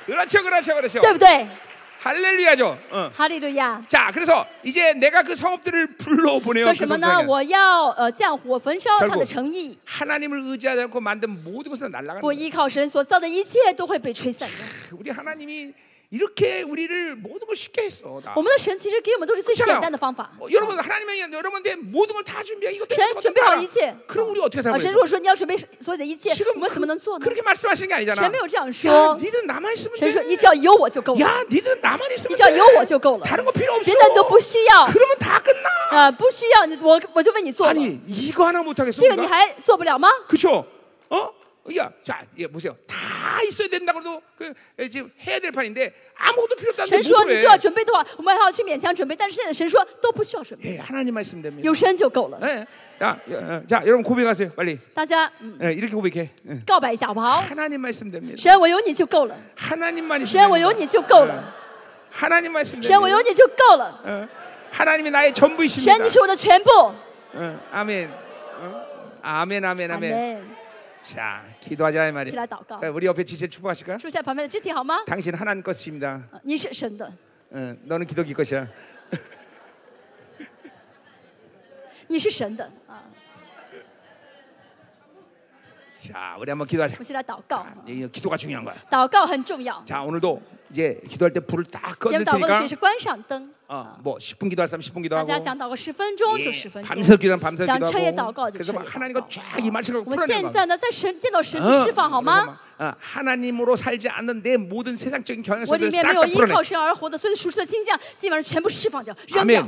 Speaker 1: 그렇죠, 그렇죠, 그렇죠.
Speaker 2: 对不对？
Speaker 1: 할렐루야죠. 어.
Speaker 2: 哈利路亚。
Speaker 1: 자, 그래서 이제 내가 그 성읍들을 불러 보내요.
Speaker 2: 说
Speaker 1: 그
Speaker 2: 什么呢？
Speaker 1: 성읍들에게.
Speaker 2: 我要呃降火焚烧
Speaker 1: 결국
Speaker 2: 他的诚意，
Speaker 1: 하나님을 의지하지 않고 만든 모든 것은 날아가는
Speaker 2: 不
Speaker 1: 거예요.
Speaker 2: 依靠神所造的一切都会被吹散的。
Speaker 1: 우리 하나님이 이렇게 우리를 모든 걸 쉽게 했어. 다.
Speaker 2: 我们的神其实给我啊们都是啊最简单的方法。
Speaker 1: 어, 여러분 하나님이 여러분한테 모든 걸 다 준비하고 이것도
Speaker 2: 전
Speaker 1: 이것도
Speaker 2: 준비하고
Speaker 1: 다.
Speaker 2: 있지.
Speaker 1: 그럼 우리 어떻게
Speaker 2: 啊，
Speaker 1: 살아요?
Speaker 2: 神如果说你要准备所有的一切，我
Speaker 1: 지금
Speaker 2: 们怎么能做
Speaker 1: 그,
Speaker 2: 呢？
Speaker 1: 그렇게 말씀하시는 게 아니잖아.
Speaker 2: 神没有这样
Speaker 1: 야
Speaker 2: 说，
Speaker 1: 니들 나만 있으면
Speaker 2: 神说
Speaker 1: 돼.
Speaker 2: 你只要有我就够了，
Speaker 1: 야 니들 나만
Speaker 2: 你
Speaker 1: 있으면
Speaker 2: 只要
Speaker 1: 돼.
Speaker 2: 有我就够了，
Speaker 1: 다른 거 필요 없어.
Speaker 2: 别的你都不需要，
Speaker 1: 그러면 다 끝나.
Speaker 2: 呃，不需要你我我就为你做了，
Speaker 1: 아니 이거 하나 못
Speaker 2: 这个你
Speaker 1: 하겠습니까?
Speaker 2: 还做不了吗？
Speaker 1: 그쵸? 어? 야, 자, 예, 보세요. 다 있어야 된다고 해도 그 예, 지금 해야 될 판인데 아무것도 필요
Speaker 2: 神
Speaker 1: 없다는데
Speaker 2: 说
Speaker 1: 못
Speaker 2: 你
Speaker 1: 해.
Speaker 2: 都要准备的话，我们还要去勉强准备，但是现在神说都不需要准备，
Speaker 1: 예, 하나님만 있으면 됩니다.
Speaker 2: 有神就够了。
Speaker 1: 예, 야, 예, 예, 자, 여러분 고백하세요, 빨리.
Speaker 2: 大家嗯，
Speaker 1: 예, 이렇게 고백해. 예.
Speaker 2: 告白一下好不好？
Speaker 1: 하나님만 있으면 됩니다.
Speaker 2: 神，我有你就够了，
Speaker 1: 하나님만 있으면
Speaker 2: 神，我有
Speaker 1: 됩니다.
Speaker 2: 你就够了，
Speaker 1: 하나님만 있으면
Speaker 2: 神，我有
Speaker 1: 됩니다.
Speaker 2: 你就够了，
Speaker 1: 예. 하나님이 나의
Speaker 2: 神，你
Speaker 1: 전부이십니다.
Speaker 2: 是我的全部。
Speaker 1: 예, 아멘. 어? 아멘, 아멘,
Speaker 2: 阿
Speaker 1: 아멘.
Speaker 2: 门。
Speaker 1: 자, 기도하자 이 말이에요.
Speaker 2: 기도할까?
Speaker 1: 자, 우리 옆에 지체 축복하실까요?
Speaker 2: 说一下旁边的肢体好吗？
Speaker 1: 당신 하나님 것입니다.
Speaker 2: 呃你是神的，
Speaker 1: 어, 너는 기독이 것이야.
Speaker 2: 你是神的啊！
Speaker 1: 자, 우리 한번 기도하자.
Speaker 2: 我们现在祷告，
Speaker 1: 아, 이 기도가 중요한 거야.
Speaker 2: 祷告很重要。
Speaker 1: 자 오늘도 이제 기도할 때 불을 딱
Speaker 2: 我
Speaker 1: 꺼낼
Speaker 2: 们祷告的
Speaker 1: 테니까
Speaker 2: 时是关上灯，
Speaker 1: 어, 뭐 10분 기도할 사람 10분
Speaker 2: 大
Speaker 1: 기도하고
Speaker 2: 家想祷告十分钟就十分
Speaker 1: 예,
Speaker 2: 钟，
Speaker 1: 밤새 기도하면 밤새
Speaker 2: 想彻夜祷
Speaker 1: 기도하고
Speaker 2: 告就
Speaker 1: 그래서
Speaker 2: 彻夜
Speaker 1: 막
Speaker 2: 祷
Speaker 1: 하나님과
Speaker 2: 告。
Speaker 1: 쫙 임하시라고
Speaker 2: 我们
Speaker 1: 풀어내는
Speaker 2: 现
Speaker 1: 거야
Speaker 2: 在呢，在神见到神
Speaker 1: 어,
Speaker 2: 去释嗯放好
Speaker 1: 그래서
Speaker 2: 吗？
Speaker 1: 막, 어, 하나님으로 살지 않는 내 모든 세상적인
Speaker 2: 我里
Speaker 1: 경향성들을
Speaker 2: 面没
Speaker 1: 싹
Speaker 2: 有
Speaker 1: 다
Speaker 2: 依
Speaker 1: 풀어내
Speaker 2: 靠神而活的，所有的属世的倾向，基本上全部释放掉、扔掉
Speaker 1: 아멘 。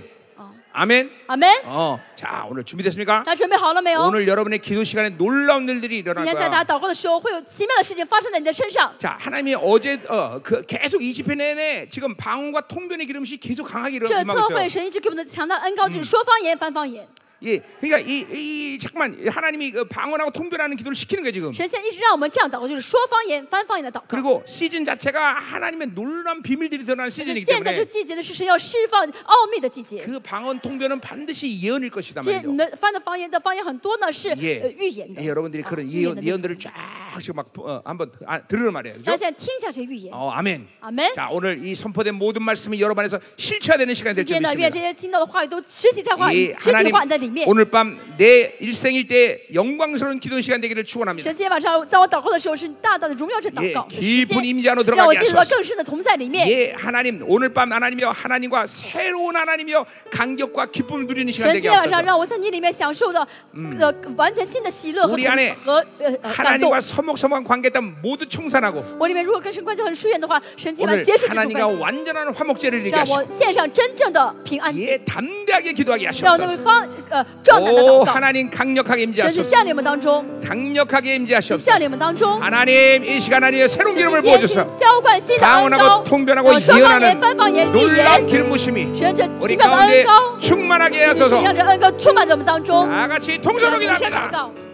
Speaker 1: 아멘
Speaker 2: 阿门。
Speaker 1: 어, 자 오늘 준비됐습니까?
Speaker 2: 大家准备好了没有？
Speaker 1: 오늘 여러분의 기도 시간에 놀라운 일들이
Speaker 2: 今
Speaker 1: 일어날
Speaker 2: 天在
Speaker 1: 거야
Speaker 2: 大家祷告的时候，会有奇妙的事情发生在你的身上。
Speaker 1: 자, 하나님이 어제 어, 그 계속 20회 내내 지금 방언과 통변의 기름이 계속 강하게
Speaker 2: 这
Speaker 1: 일어나고
Speaker 2: 特会
Speaker 1: 있어요.
Speaker 2: 神一直给我们的强大恩高就是说方言、翻方言。
Speaker 1: 예, 그러니까 이, 이 잠깐만 하나님이 그 방언하고 통변하는 기도를 시키는 거예요 지금.
Speaker 2: 神现在一直让我们这样祷告，就是说方言、翻方言的祷告。
Speaker 1: 그리고 시즌 자체가 하나님의 놀라운 비밀들이 드러나는
Speaker 2: 但是
Speaker 1: 시즌이기
Speaker 2: 现在这
Speaker 1: 때문에
Speaker 2: 季节呢，是神要释放奥秘的季节。
Speaker 1: 그 방언 통변은 반드시 예언일 것이다
Speaker 2: 这你
Speaker 1: 말이죠.
Speaker 2: 们翻的方言的方言很多呢，是、呃
Speaker 1: 예,
Speaker 2: 预言的。
Speaker 1: 예, 여러분들이
Speaker 2: 啊
Speaker 1: 그런
Speaker 2: 预言
Speaker 1: 예언,
Speaker 2: 的内容
Speaker 1: 예언들을 쫙 지금 막 어, 한번 아, 들으는 말이에요,
Speaker 2: 大家
Speaker 1: 그렇죠?
Speaker 2: 现在听一下这预言。
Speaker 1: 어, 아멘.
Speaker 2: 아멘.
Speaker 1: 자, 오늘 이 선포된 모든 말씀이 여러분 안에서 실체화되는 시간이 될
Speaker 2: 今
Speaker 1: 줄
Speaker 2: 天呢，
Speaker 1: 믿습니다.
Speaker 2: 愿这些听到的话语都实体在话
Speaker 1: 이
Speaker 2: 语、实体
Speaker 1: 하나님
Speaker 2: 化你的里面。
Speaker 1: 오늘 밤 내 일생일 때 영광스러운 기도 시간 되기를
Speaker 2: 神
Speaker 1: 축원합니다.
Speaker 2: 今天晚上当我祷告的时候，是大大的荣耀这祷告
Speaker 1: 예
Speaker 2: 的时
Speaker 1: 깊은임재안으로들어가게
Speaker 2: 间，让我进入到
Speaker 1: 하소서
Speaker 2: 更深的同在里面。
Speaker 1: 예, 하나님 오늘 밤 하나님이여 하나님과 새로운 하나님이여 감격과 기쁨을 누리는 시간
Speaker 2: 神今
Speaker 1: 되게
Speaker 2: 天晚上
Speaker 1: 하소서.
Speaker 2: 让我在你里面享受到呃完全新的喜乐和
Speaker 1: 우리안에
Speaker 2: 同和呃呃感动
Speaker 1: 하나님과 。 서먹서먹한 관계에 따라 모두 청산하고
Speaker 2: 我里面如果跟神关系很疏远的话，神今晚
Speaker 1: 오늘
Speaker 2: 结束这种
Speaker 1: 하나님과
Speaker 2: 关系，
Speaker 1: 완전한 화목제를 이루게
Speaker 2: 让我
Speaker 1: 하시고
Speaker 2: 献上真正的平安，
Speaker 1: 예, 담대하게 기도하게
Speaker 2: 让我那位
Speaker 1: 하시옵소서.
Speaker 2: 方呃壮胆的
Speaker 1: 오
Speaker 2: 祷告，
Speaker 1: 하나님 강력하게
Speaker 2: 神去
Speaker 1: 임재하소서.
Speaker 2: 降临我们当中，
Speaker 1: 강력하게
Speaker 2: 去降
Speaker 1: 임재하시옵소서.
Speaker 2: 临我们当中。
Speaker 1: 하나님 이 시간 안에 새로운
Speaker 2: 神
Speaker 1: 기름을
Speaker 2: 今天请
Speaker 1: 부어주소서.
Speaker 2: 浇灌新的恩膏
Speaker 1: 강원하고 ， 통변하고
Speaker 2: 让双方言、翻方言、
Speaker 1: 어, 예언하는
Speaker 2: 预
Speaker 1: 놀라운
Speaker 2: 言，
Speaker 1: 기름 부심이
Speaker 2: 神这
Speaker 1: 우리
Speaker 2: 奇妙的恩
Speaker 1: 가운데 음,
Speaker 2: 膏，
Speaker 1: 충만하게
Speaker 2: 神
Speaker 1: 하소서.
Speaker 2: 让这恩膏充满在我们当中。
Speaker 1: 다 같이 통성으로
Speaker 2: 我们向神
Speaker 1: 기도합니다.
Speaker 2: 祷告。